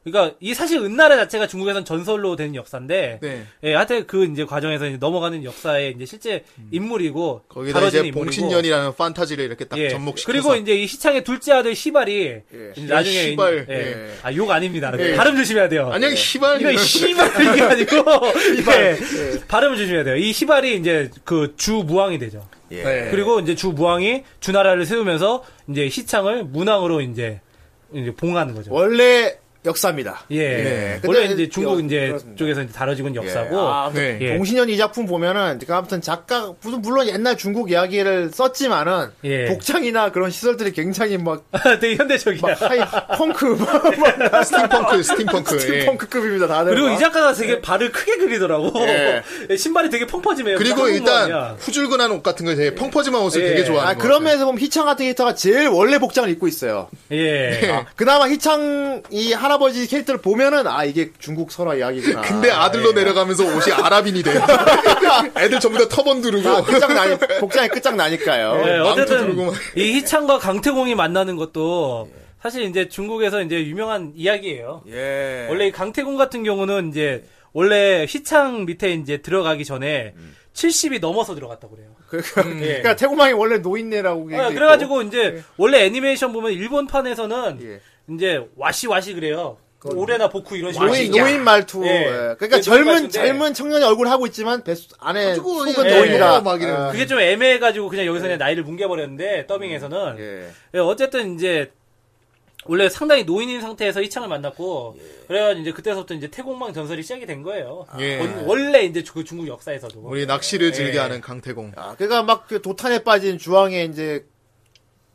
S3: 그러니까 이 사실 은나라 자체가 중국에선 전설로 된 역사인데
S4: 네.
S3: 예, 하여튼 그 이제 과정에서 이제 넘어가는 역사의 이제 실제 인물이고
S4: 음. 거기다
S3: 다뤄지는
S4: 이제
S3: 인물이고.
S4: 봉신년이라는 판타지를 이렇게 딱
S3: 예.
S4: 접목시켜서
S3: 그리고 이제 이 희창의 둘째 아들 시발이 이제 나중에
S4: 야, 시발.
S3: 예.
S4: 예.
S3: 아 욕 아닙니다. 발음 조심해야 돼요.
S4: 안녕 시발
S3: 이거 시발이 아니고 예. 발음을 조심해야 돼요. 이 시발이 이제 그 주 무왕이 되죠.
S4: 네.
S3: 그리고 이제 주 무왕이 주나라를 세우면서 이제 시창을 문왕으로 이제 이제 봉하는 거죠.
S7: 원래 역사입니다
S3: 예.
S4: 네.
S3: 원래
S7: 근데
S3: 이제 중국
S7: 여-
S3: 이제
S7: 그렇습니다.
S3: 쪽에서 이제 다뤄지고 있는 역사고.
S7: 아,
S4: 네.
S3: 예.
S7: 봉신현 이 작품 보면은 그러니까 아무튼 작가 무슨 물론 옛날 중국 이야기를 썼지만은
S3: 예.
S7: 복장이나 그런 시설들이 굉장히 막,
S3: 되게 현대적이야.
S7: 막 하이 펑크 막, 막
S4: 스팀펑크 스팀펑크 예.
S7: 펑크급입니다 다들.
S3: 그리고
S7: 막.
S3: 이 작가가 되게 발을 크게 그리더라고.
S7: 예.
S3: 신발이 되게 펑퍼짐해요.
S4: 그리고
S3: 작은 거
S4: 일단
S3: 아니야.
S4: 후줄근한 옷 같은 걸 되게 펑퍼짐한 옷을
S3: 예.
S4: 되게 좋아하는
S7: 아,
S4: 것
S7: 그런
S4: 같아요.
S7: 면에서 보면 희창 같은 캐릭터가 제일 원래 복장을 입고 있어요.
S3: 예.
S7: 그나마 희창이
S2: 할아버지 캐릭터를 보면은 아 이게 중국 설화 이야기구나.
S4: 근데
S3: 예.
S4: 아들로 내려가면서 옷이 아랍인이 돼. 애들 전부 다 터번
S2: 아,
S4: 두르고.
S2: 끝장 나니 복장이 끝장 나니까요.
S3: 네,
S4: 망토
S3: 어쨌든
S4: 들고
S3: 이 희창과 강태공이 만나는 것도 사실 이제 중국에서 이제 유명한 이야기예요.
S8: 예.
S3: 원래 이 강태공 같은 경우는 이제 원래 희창 밑에 이제 들어가기 전에 70이 넘어서 들어갔다고 그래요. 예.
S2: 그러니까 태고망이 원래 노인네라고
S3: 아, 그래가지고 이제 원래 애니메이션 보면 일본판에서는 이제 와시 와시 그래요. 오레나 복쿠 이런 식으로.
S2: 노인, 노인 말투.
S3: 예.
S2: 예. 그러니까
S3: 예,
S2: 젊은
S3: 노인
S2: 젊은 청년이 얼굴 하고 있지만 배 안에 속은
S4: 예,
S2: 노인이라.
S4: 막 이래.
S2: 아,
S3: 그게 좀 애매해가지고 그냥 여기서 그냥 나이를 뭉개버렸는데
S4: 그
S3: 더빙에서는
S2: 예.
S3: 예, 어쨌든 이제 원래 상당히 노인인 상태에서 이창을 만났고 그래가지고 이제 그때서부터 이제 태공망 전설이 시작이 된 거예요.
S4: 예.
S3: 원- 원래 이제 그 중국 역사에서도
S4: 우리
S3: 예.
S4: 낚시를 즐겨하는 강태공.
S2: 아, 그러니까 막그 도탄에 빠진 주황에 이제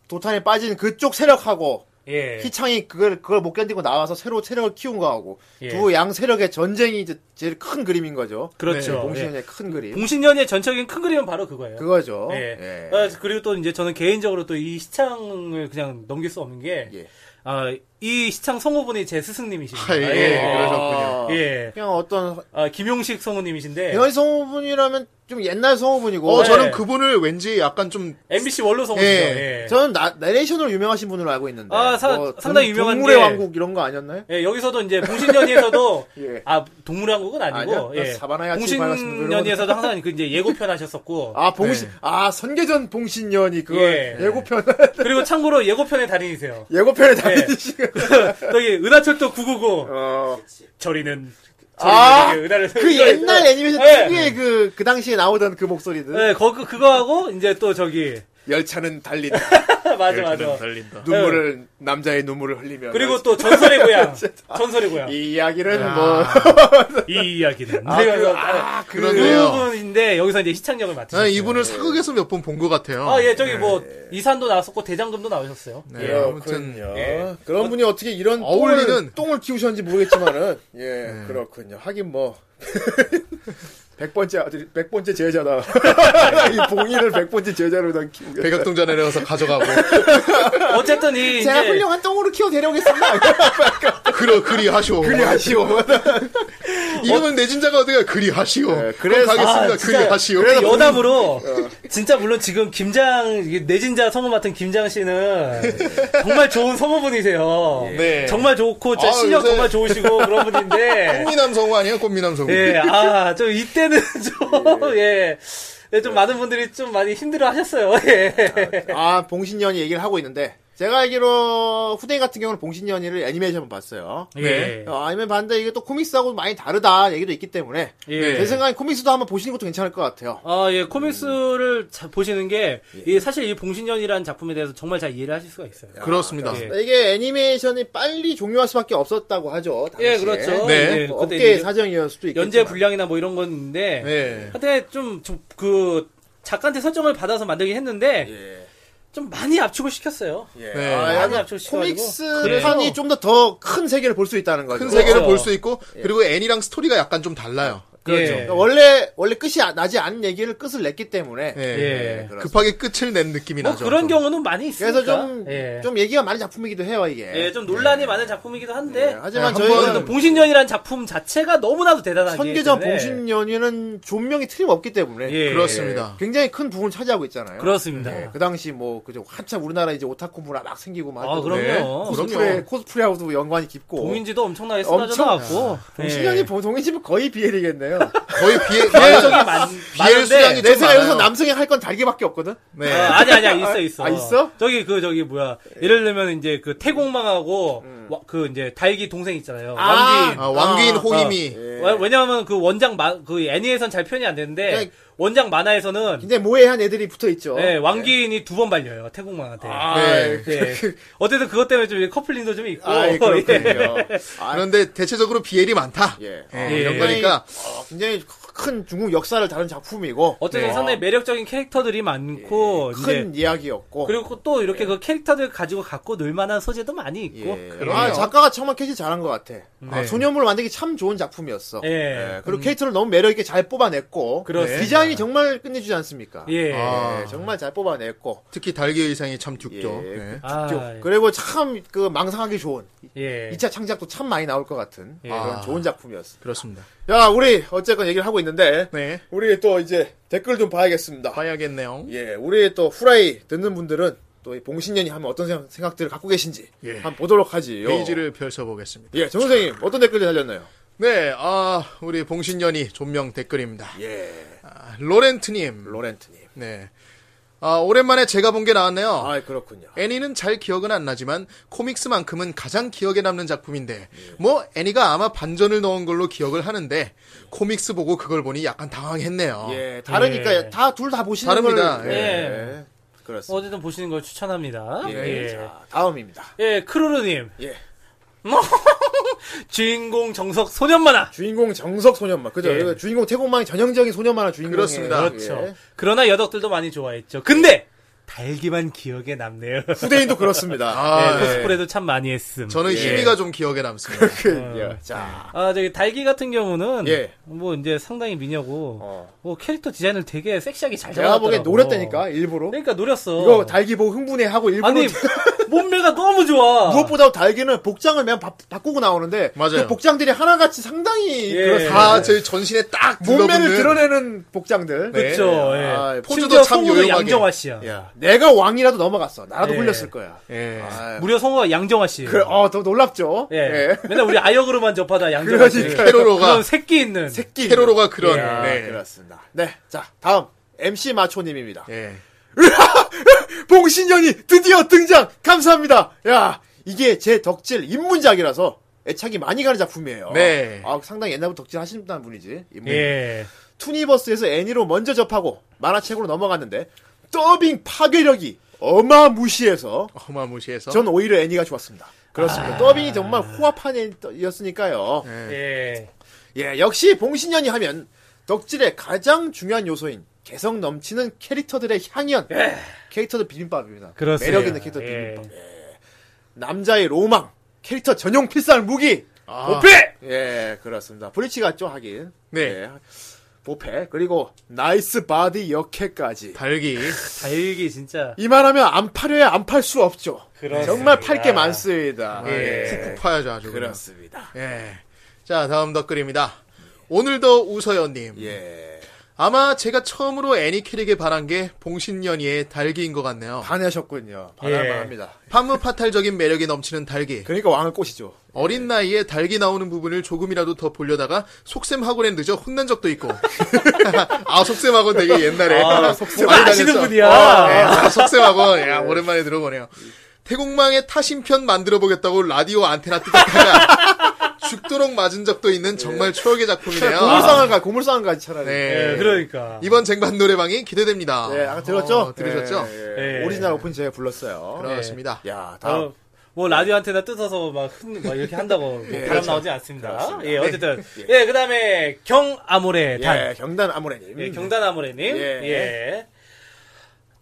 S2: 도탄에 빠진 그쪽 세력하고
S3: 예.
S2: 희창이 그걸 그걸 못 견디고 나와서 새로 세력을 키운 거하고
S3: 예.
S2: 두 양 세력의 전쟁이 이제 제일 큰 그림인 거죠.
S3: 그렇죠.
S2: 네, 봉신의 큰
S3: 예.
S2: 그림.
S3: 봉신년의 전적인 큰 그림은 바로 그거예요.
S2: 그거죠.
S3: 예.
S2: 예.
S3: 어, 그리고 또 이제 저는 개인적으로 또 이 시창을 그냥 넘길 수 없는 게,
S2: 예.
S3: 아, 이 시창 성우분이 제 스승님이십니다.
S4: 아, 예, 그러셨군요.
S2: 아,
S3: 예.
S2: 그냥 어떤
S3: 아, 김용식 성우님이신데,
S2: 이현 성우분이라면 좀 옛날 성우분이고
S4: 어,
S3: 네.
S4: 저는 그분을 왠지 약간 좀
S3: MBC 원로 성우시죠.
S4: 예.
S3: 예.
S2: 저는 나, 내레이션으로 유명하신 분으로 알고 있는데 뭐
S3: 아, 사-
S2: 동-
S3: 상당히 유명한
S2: 동물의
S3: 게-
S2: 왕국 이런 거 아니었나요?
S3: 예, 여기서도 이제 봉신년이에서도
S2: 예.
S3: 아 동물의 왕국은 아니고
S2: 아니요.
S3: 예.
S2: 사바나 야채 말하시는 거 이런
S3: 봉신년이에서도 항상 그 이제 예고편 하셨었고
S2: 아 봉신 아 선계전 봉신년이 그걸
S3: 네. 예.
S2: 예. 고편
S3: 그리고 참고로 예고편의 달인이세요.
S2: 예고편에 다니시고
S3: 저기 은하철도 999
S2: 어.
S3: 저리는
S2: 아,
S3: 저리는 되게 은하를
S2: 그 옛날 애니메이션
S3: 예.
S2: 특유의 그, 그 당시에 나오던 그 목소리들.
S3: 예, 거 그- 그거하고 이제 또 저기
S2: 열차는 달린다. 예,
S3: 맞아 맞아.
S8: 달린다.
S2: 눈물을, 남자의 눈물을 흘리며.
S3: 예. 그리고 또 전설의 고향 전설의 고향 이,
S2: 이 이야기는 뭐.
S3: 이야기는
S2: 아,
S3: 내가
S2: 그,
S3: 아,
S4: 그러네요.
S3: 분인데 여기서 이제 시창력을 맡으셨어요.
S4: 나는 이분을 사극에서 몇 번 본 것 같아요.
S3: 아, 예, 저기 뭐 이산도 나왔었고 대장금도 나오셨어요.
S4: 네,
S3: 예.
S4: 아무튼
S2: 예. 그런 분이 어떻게 이런
S4: 어울리는-
S2: 똥을, 똥을 키우셨는지 모르겠지만은 예 그렇군요. 하긴 뭐 백번째 아들이 백번째 제자다. 이 봉이를 백번째 제자로 난 키우겠다.
S4: 백악동자 내려가서 가져가고
S3: 어쨌든
S4: 예.
S3: 이
S2: 제가
S3: 이제
S2: 훌륭한 똥으로 키워 데려오겠습니다.
S4: 그러 그리 하쇼.
S2: 그리 아쉬워.
S4: 이거는 내 진자가 어디가 그리 하시오.
S3: 네,
S2: 예,
S4: 그럼
S2: 그래서-
S4: 가겠습니다. 그리 하시오.
S3: 근데 아, 여담으로 진짜 물론 지금 김장 이게 내진자 성우 맡은 김장 씨는 정말 좋은 성우분이세요.
S4: 네.
S3: 정말 좋고 진짜
S4: 아,
S3: 실력
S4: 요새-
S3: 정말 좋으시고 그런 분인데
S4: 꽃미남 성우 아니에요? 꽃미남 성우.
S3: 예, 아, 좀 이때는 좀
S4: 네.
S3: 예. 예, 좀 많은 분들이 좀 많이 힘들어 하셨어요. 예.
S2: 아 봉신년이 얘기를 하고 있는데 제가 알기로 후대인 같은 경우는 봉신년이를 애니메이션 봤어요.
S3: 예.
S2: 어, 아니면 반대 이게 또 코믹스하고 많이 다르다 얘기도 있기 때문에
S3: 예.
S2: 제 생각엔 코믹스도 한번 보시는 것도 괜찮을 것 같아요.
S3: 아, 예, 코믹스를 자- 보시는 게,
S2: 예.
S3: 이 사실 이 봉신년이라는 작품에 대해서 정말 잘 이해를 하실 수가 있어요.
S2: 아,
S4: 그렇습니다.
S3: 예.
S2: 이게 애니메이션이 빨리 종료할 수밖에 없었다고 하죠. 당시에.
S3: 예, 그렇죠.
S4: 네.
S3: 예,
S2: 뭐
S3: 그때
S2: 업계의
S3: 이제
S2: 사정이었을 수도 있겠지만
S3: 연재 분량이나 뭐 이런 건데,
S4: 네.
S3: 한때 좀 그 작가한테 설정을 받아서 만들긴 했는데
S2: 예.
S3: 좀 많이 압축을 시켰어요. 예.
S4: 네.
S2: 아,
S3: 많이
S2: 약간
S3: 압축시켜가지고
S2: 코믹스
S3: 그래서-
S2: 판이 좀 더 더 큰 세계를 볼 수 있다는 거죠.
S4: 큰 세계를
S3: 그렇죠.
S4: 볼 수 있고 그리고 애니랑 스토리가 약간 좀 달라요.
S3: 그렇죠.
S2: 그러니까 원래 원래 끝이 아- 나지 않은 얘기를 끝을 냈기 때문에
S4: 예.
S3: 예.
S2: 그렇습니다.
S4: 급하게 끝을 낸 느낌이
S3: 뭐
S4: 나죠.
S3: 그런
S4: 좀.
S3: 경우는 많이 있으니까.
S2: 그렇죠. 그래서 좀
S3: 예.
S2: 좀 얘기가 많은 작품이기도 해요 이게.
S3: 예, 좀 논란이 많은 작품이기도 한데
S2: 하지만
S4: 예,
S2: 저희는
S4: 한번
S3: 봉신년이라는 작품 자체가 너무나도 대단하기
S2: 선계전
S3: 때문에.
S2: 봉신 연유는 존명이 틀림없기 때문에
S3: 예.
S4: 그렇습니다.
S2: 굉장히 큰 부분을 차지하고 있잖아요.
S3: 그렇습니다.
S2: 예, 그 당시 뭐 그죠 한참 우리나라 이제 오타쿠 문화 막 생기고 막
S3: 아,
S2: 할 때도
S4: 네,
S3: 그럼요.
S2: 코스프레 코스프레하고도 연관이 깊고
S3: 봉인지도 엄청나게
S2: 엄청-
S3: 쏟아져 나왔고. 예.
S2: 동신년이 보- 동인집은 뭐 거의 비엘이겠네요.
S4: 거의 비해
S2: 예.
S3: 적이
S4: 비해
S3: 많,
S4: 비엘 수량이
S3: 그렇죠, 많은데.
S4: 좀
S2: 내 생각에서
S4: 많아요.
S2: 남성이 할 건 달기밖에 없거든.
S3: 어,
S4: 네.
S3: 아니 아니야 있어 있어.
S2: 아, 있어?
S3: 저기 그 저기 뭐야 예를 들면 이제 그 태공망하고
S2: 음.
S3: 와- 그 이제 달기 동생 있잖아요. 왕기
S4: 아, 왕귀인 호임이
S2: 예.
S3: 왜- 왜냐하면 그 원작 마, 그 애니에선 잘 표현이 안 되는데
S2: 그냥-
S3: 원작 만화에서는
S2: 굉장히 모해한 애들이 붙어 있죠.
S3: 예, 왕기인이 두 번 발려요 태국만한테.
S4: 네.
S3: 예. 어쨌든 그것 때문에 좀 커플링도 좀 있고.
S2: 아, 예,
S3: 예.
S2: 그렇군요.
S4: 그런데 대체적으로 비엘이 많다.
S2: 예. 어,
S4: 예, 이런 거니까
S2: 굉장히 크- 큰 중국 역사를 다룬 작품이고 네.
S3: 어쨌든 상당히 매력적인 캐릭터들이 많고 이제
S2: 예, 큰 이야기였고
S3: 그리고 또 이렇게 그 캐릭터들 가지고 갖고 놀 만한 소재도 많이 있고.
S2: 예.
S3: 뭐 그런-
S2: 아, 작가가 정말 캐치 잘한 것 같아. 아, 소녀물 만들기 참 좋은 작품이었어.
S3: 네. 예.
S2: 그리고 캐릭터를 너무 매력 있게 잘 뽑아냈고
S3: 그렇습니다.
S2: 디자인이 정말 끝내주지 않습니까?
S3: 예.
S4: 아.
S2: 예, 정말 잘 뽑아냈고
S4: 특히 달기 의상이 참 듀죠.
S2: 예.
S4: 예.
S3: 아,
S2: 그리고 참 그 망상하기 좋은
S3: 예.
S2: 2차 창작도 참 많이 나올 것 같은 그런
S4: 아.
S2: 좋은 작품이었어.
S4: 그렇습니다.
S2: 야, 우리 어쨌건 얘기를 하고 있는데
S4: 네.
S2: 우리 또 이제 댓글 좀 봐야겠습니다.
S4: 봐야겠네요.
S2: 예, 우리 또 후라이 듣는 분들은 또이 봉신년이 하면 어떤 생각- 생각들을 갖고 계신지
S4: 예.
S2: 한번 보도록 하지요.
S4: 페이지를 펼쳐보겠습니다.
S2: 예, 정 선생님 어떤 댓글이 달렸나요?
S4: 네, 아, 우리 봉신년이 존명 댓글입니다.
S2: 예,
S4: 아, 로렌트님.
S2: 로렌트님.
S4: 네. 아, 오랜만에 제가 본 게 나왔네요.
S2: 아, 그렇군요.
S4: 애니는 잘 기억은 안 나지만 코믹스만큼은 가장 기억에 남는 작품인데
S2: 예.
S4: 뭐 애니가 아마 반전을 넣은 걸로 기억을 하는데 코믹스 보고 그걸 보니 약간 당황했네요.
S2: 예, 다르니까
S3: 예.
S2: 다 둘 다 보시는
S4: 아, 다릅니다.
S2: 걸.
S4: 예.
S2: 예, 그렇습니다.
S3: 어디든 보시는 걸 추천합니다.
S4: 어,
S2: 예,
S3: 예.
S2: 자, 다음입니다.
S3: 예, 크루루님. 뭐?
S2: 예.
S3: 주인공 정석 소년 만화.
S2: 주인공 정석 소년만 그죠?
S3: 예.
S2: 주인공 태국만이 전형적인 예. 소년만화 주인공
S4: 그렇습니다.
S3: 그렇죠. 그러나 여덕들도 많이 좋아했죠. 근데 달기만 기억에 남네요.
S2: 후대인도 그렇습니다.
S4: 아,
S3: 예, 코스프레도 참 많이 했음.
S4: 저는 희미가 좀 기억에 남습니다.
S2: 예. 자,
S3: 아, 저기 달기 같은 경우는
S2: 예.
S3: 뭐 이제 상당히 미녀고
S2: 어.
S3: 뭐 캐릭터 디자인을 되게 섹시하게 잘
S2: 제가
S3: 잡았더라고.
S2: 보기엔 노렸다니까 일부러.
S3: 그러니까 노렸어.
S2: 이거 달기 보고 흥분해하고 일부러
S3: 아니 몸매가 너무 좋아.
S2: 무엇보다 달기는 복장을 맨 바, 꾸고 나오는데
S4: 맞아요.
S2: 그 복장들이 하나같이 상당히
S3: 예.
S2: 그런
S4: 다 제 전신에 딱
S2: 몸매를
S4: 들러붙는-
S2: 드러내는 복장들.
S4: 네.
S3: 그렇죠. 예.
S2: 아,
S4: 포즈도
S3: 심지어
S4: 참
S3: 성우는
S4: 요염하게.
S3: 양정화 씨야.
S2: 야, 내가 왕이라도 넘어갔어. 나라도
S3: 예.
S2: 홀렸을 거야.
S4: 예.
S2: 아유.
S3: 무려 성우가 양정화 씨.
S2: 그, 어, 더 놀랍죠?
S3: 예.
S2: 예.
S3: 맨날 우리 아역으로만 접하다 양정화 씨.
S2: 그러니까요.
S4: 테로로가
S3: 그런 새끼 있는.
S2: 새끼.
S4: 테로로가 그런
S2: 아,
S3: 예.
S4: 네.
S2: 그렇습니다. 네. 자, 다음. MC 마초님입니다.
S4: 예.
S2: 봉신년이 드디어 등장! 감사합니다! 야, 이게 제 덕질 입문작이라서 애착이 많이 가는 작품이에요.
S4: 네.
S2: 아, 상당히 옛날부터 덕질 하신다는 분이지. 입문.
S3: 예.
S2: 투니버스에서 애니로 먼저 접하고 만화책으로 넘어갔는데 더빙 파괴력이 어마무시해서
S4: 어마무시해서
S2: 전 오히려 애니가 좋았습니다.
S3: 아.
S2: 그렇습니다. 더빙이 정말 호화판 애니였으니까요.
S3: 예.
S2: 예, 역시 봉신년이 하면 덕질의 가장 중요한 요소인 개성 넘치는 캐릭터들의 향연, 캐릭터들 비빔밥입니다.
S3: 예. 그렇습니다.
S2: 매력 있는 캐릭터
S3: 예.
S2: 비빔밥. 예. 남자의 로망, 캐릭터 전용 필살 무기,
S3: 아.
S2: 보패. 예, 그렇습니다. 브리치 같죠 하긴.
S4: 네.
S2: 예, 보패 그리고 나이스 바디 역캐까지.
S4: 달기
S3: 달기 진짜.
S2: 이만하면 안 팔려야 안 팔 수 없죠.
S3: 그렇습니다.
S2: 정말 팔 게 많습니다.
S4: 예. 파야죠 아주 그냥.
S2: 그렇습니다.
S4: 예. 자 다음 댓글입니다. 오늘도 우서연님.
S2: 예,
S4: 아마 제가 처음으로 애니 캐릭에 반한 게 봉신연이의 달기인 것 같네요.
S2: 아. 반하셨군요. 반할만합니다.
S4: 파무파탈적인 매력이 넘치는 달기.
S2: 그러니까 왕을 꼬시죠.
S4: 어린 나이에 달기 나오는 부분을 조금이라도 더 보려다가 속셈 학원에 늦어 혼난 적도 있고. 아 속셈 학원 되게 옛날에 속셈
S3: 누가 아시는 분이야.
S4: 예, 속셈 학원. 야 예, 오랜만에 들어보네요. 태국망에 타신편 만들어 보겠다고 라디오 안테나 뜯었다가 죽도록 맞은 적도 있는 정말 추억의 작품이네요.
S2: 고물상을 가, 고물상을 가지 차라리.
S3: 예,
S4: 아. 네.
S3: 그러니까.
S4: 이번 쟁반 노래방이 기대됩니다.
S2: 예, 아까 들었죠?
S4: 어, 들으셨죠?
S2: 예,
S3: 예.
S2: 예. 오리지널 오픈 제가 불렀어요. 예.
S4: 그렇습니다.
S2: 야, 다음.
S3: 어, 뭐 라디오 안테나 뜯어서 막, 흔, 막 이렇게 한다고 바람 나오지 않습니다. 예, 어쨌든 예, 그다음에 경아모레 단.
S2: 예, 경단 아모레님.
S3: 예, 경단 아모레님. 예.
S2: 예.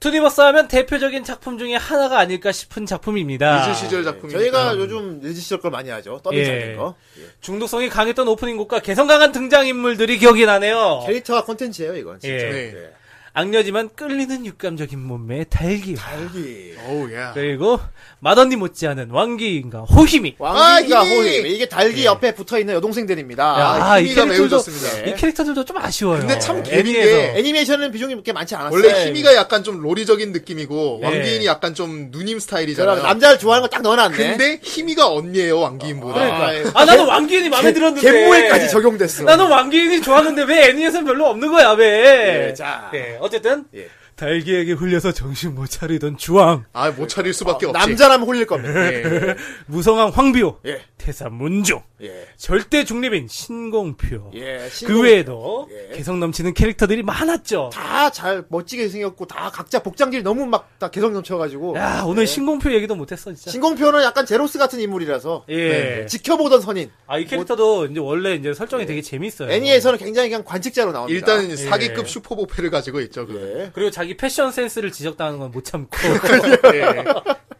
S3: 투니버스 하면 대표적인 작품 중에 하나가 아닐까 싶은 작품입니다.
S4: 이즈 시절 작품입니다.
S2: 저희가 요즘 일지 시절 걸 많이 하죠. 더빙
S3: 예.
S2: 잡는 거.
S3: 중독성이 강했던 오프닝곡과 개성 강한 등장인물들이 기억이 나네요.
S2: 캐릭터와 콘텐츠예요 이건. 진짜.
S3: 예.
S4: 어. 네.
S2: 예.
S3: 악녀지만 끌리는 육감적인 몸매의 달기.
S2: 달기.
S4: 오우 예. 야.
S3: 그리고 마더니 못지않은 왕기인가 호희미.
S2: 왕기가
S4: 아,
S2: 호이
S4: 희미!
S2: 이게 달기 옆에 붙어 있는 여동생들입니다.
S3: 야,
S4: 아, 예. 희미가 매우 좋습니다.
S2: 네. 예.
S3: 이 캐릭터들도 좀 아쉬워요.
S4: 근데 참
S3: 예.
S4: 개인 게
S2: 애니메이션은 비중이 그렇게 많지 않았어요.
S4: 어, 원래 희미가 약간 좀 로리적인 느낌이고
S3: 네.
S4: 왕기인이 약간 좀 누님 스타일이잖아요.
S2: 그럼 남자를 좋아하는 거 딱 넣어놨네.
S4: 근데 희미가 언니예요 왕기인보다.
S2: 그러니까.
S4: 아,
S3: 아 나는 왕기인이 마음에 들었는데.
S2: 갯모에까지 적용됐어.
S3: 나는 왕기인이 좋아하는데 왜 애니에서 별로 없는 거야 왜?
S2: 예, 자.
S3: 네, 어쨌든
S2: 예.
S3: 달기에게 흘려서 정신 못 차리던 주황,
S4: 아, 못 차릴 수밖에 없지.
S2: 남자라면 홀릴 겁니다.
S4: 예.
S3: 무성한 황비호,
S2: 예.
S3: 태사 문종,
S2: 예.
S3: 절대 중립인 신공표.
S2: 예.
S3: 그 외에도
S2: 예.
S3: 개성 넘치는 캐릭터들이 많았죠.
S2: 다 잘 멋지게 생겼고 다 각자 복장들이 너무 막 다 개성 넘쳐가지고
S3: 야, 오늘 신공표 얘기도 못했어, 진짜.
S2: 신공표는 약간 제로스 같은 인물이라서
S3: 예.
S2: 네. 지켜보던 선인.
S3: 아, 이 캐릭터도 이제 원래 이제 설정이 되게 재밌어요.
S2: 예. 애니에서는 굉장히 그냥 관측자로 나옵니다.
S4: 네. 일단 사기급 슈퍼보패를 가지고 있죠. 그.
S2: 예.
S3: 그리고 자기 패션 센스를 지적당하는 건 못 참고.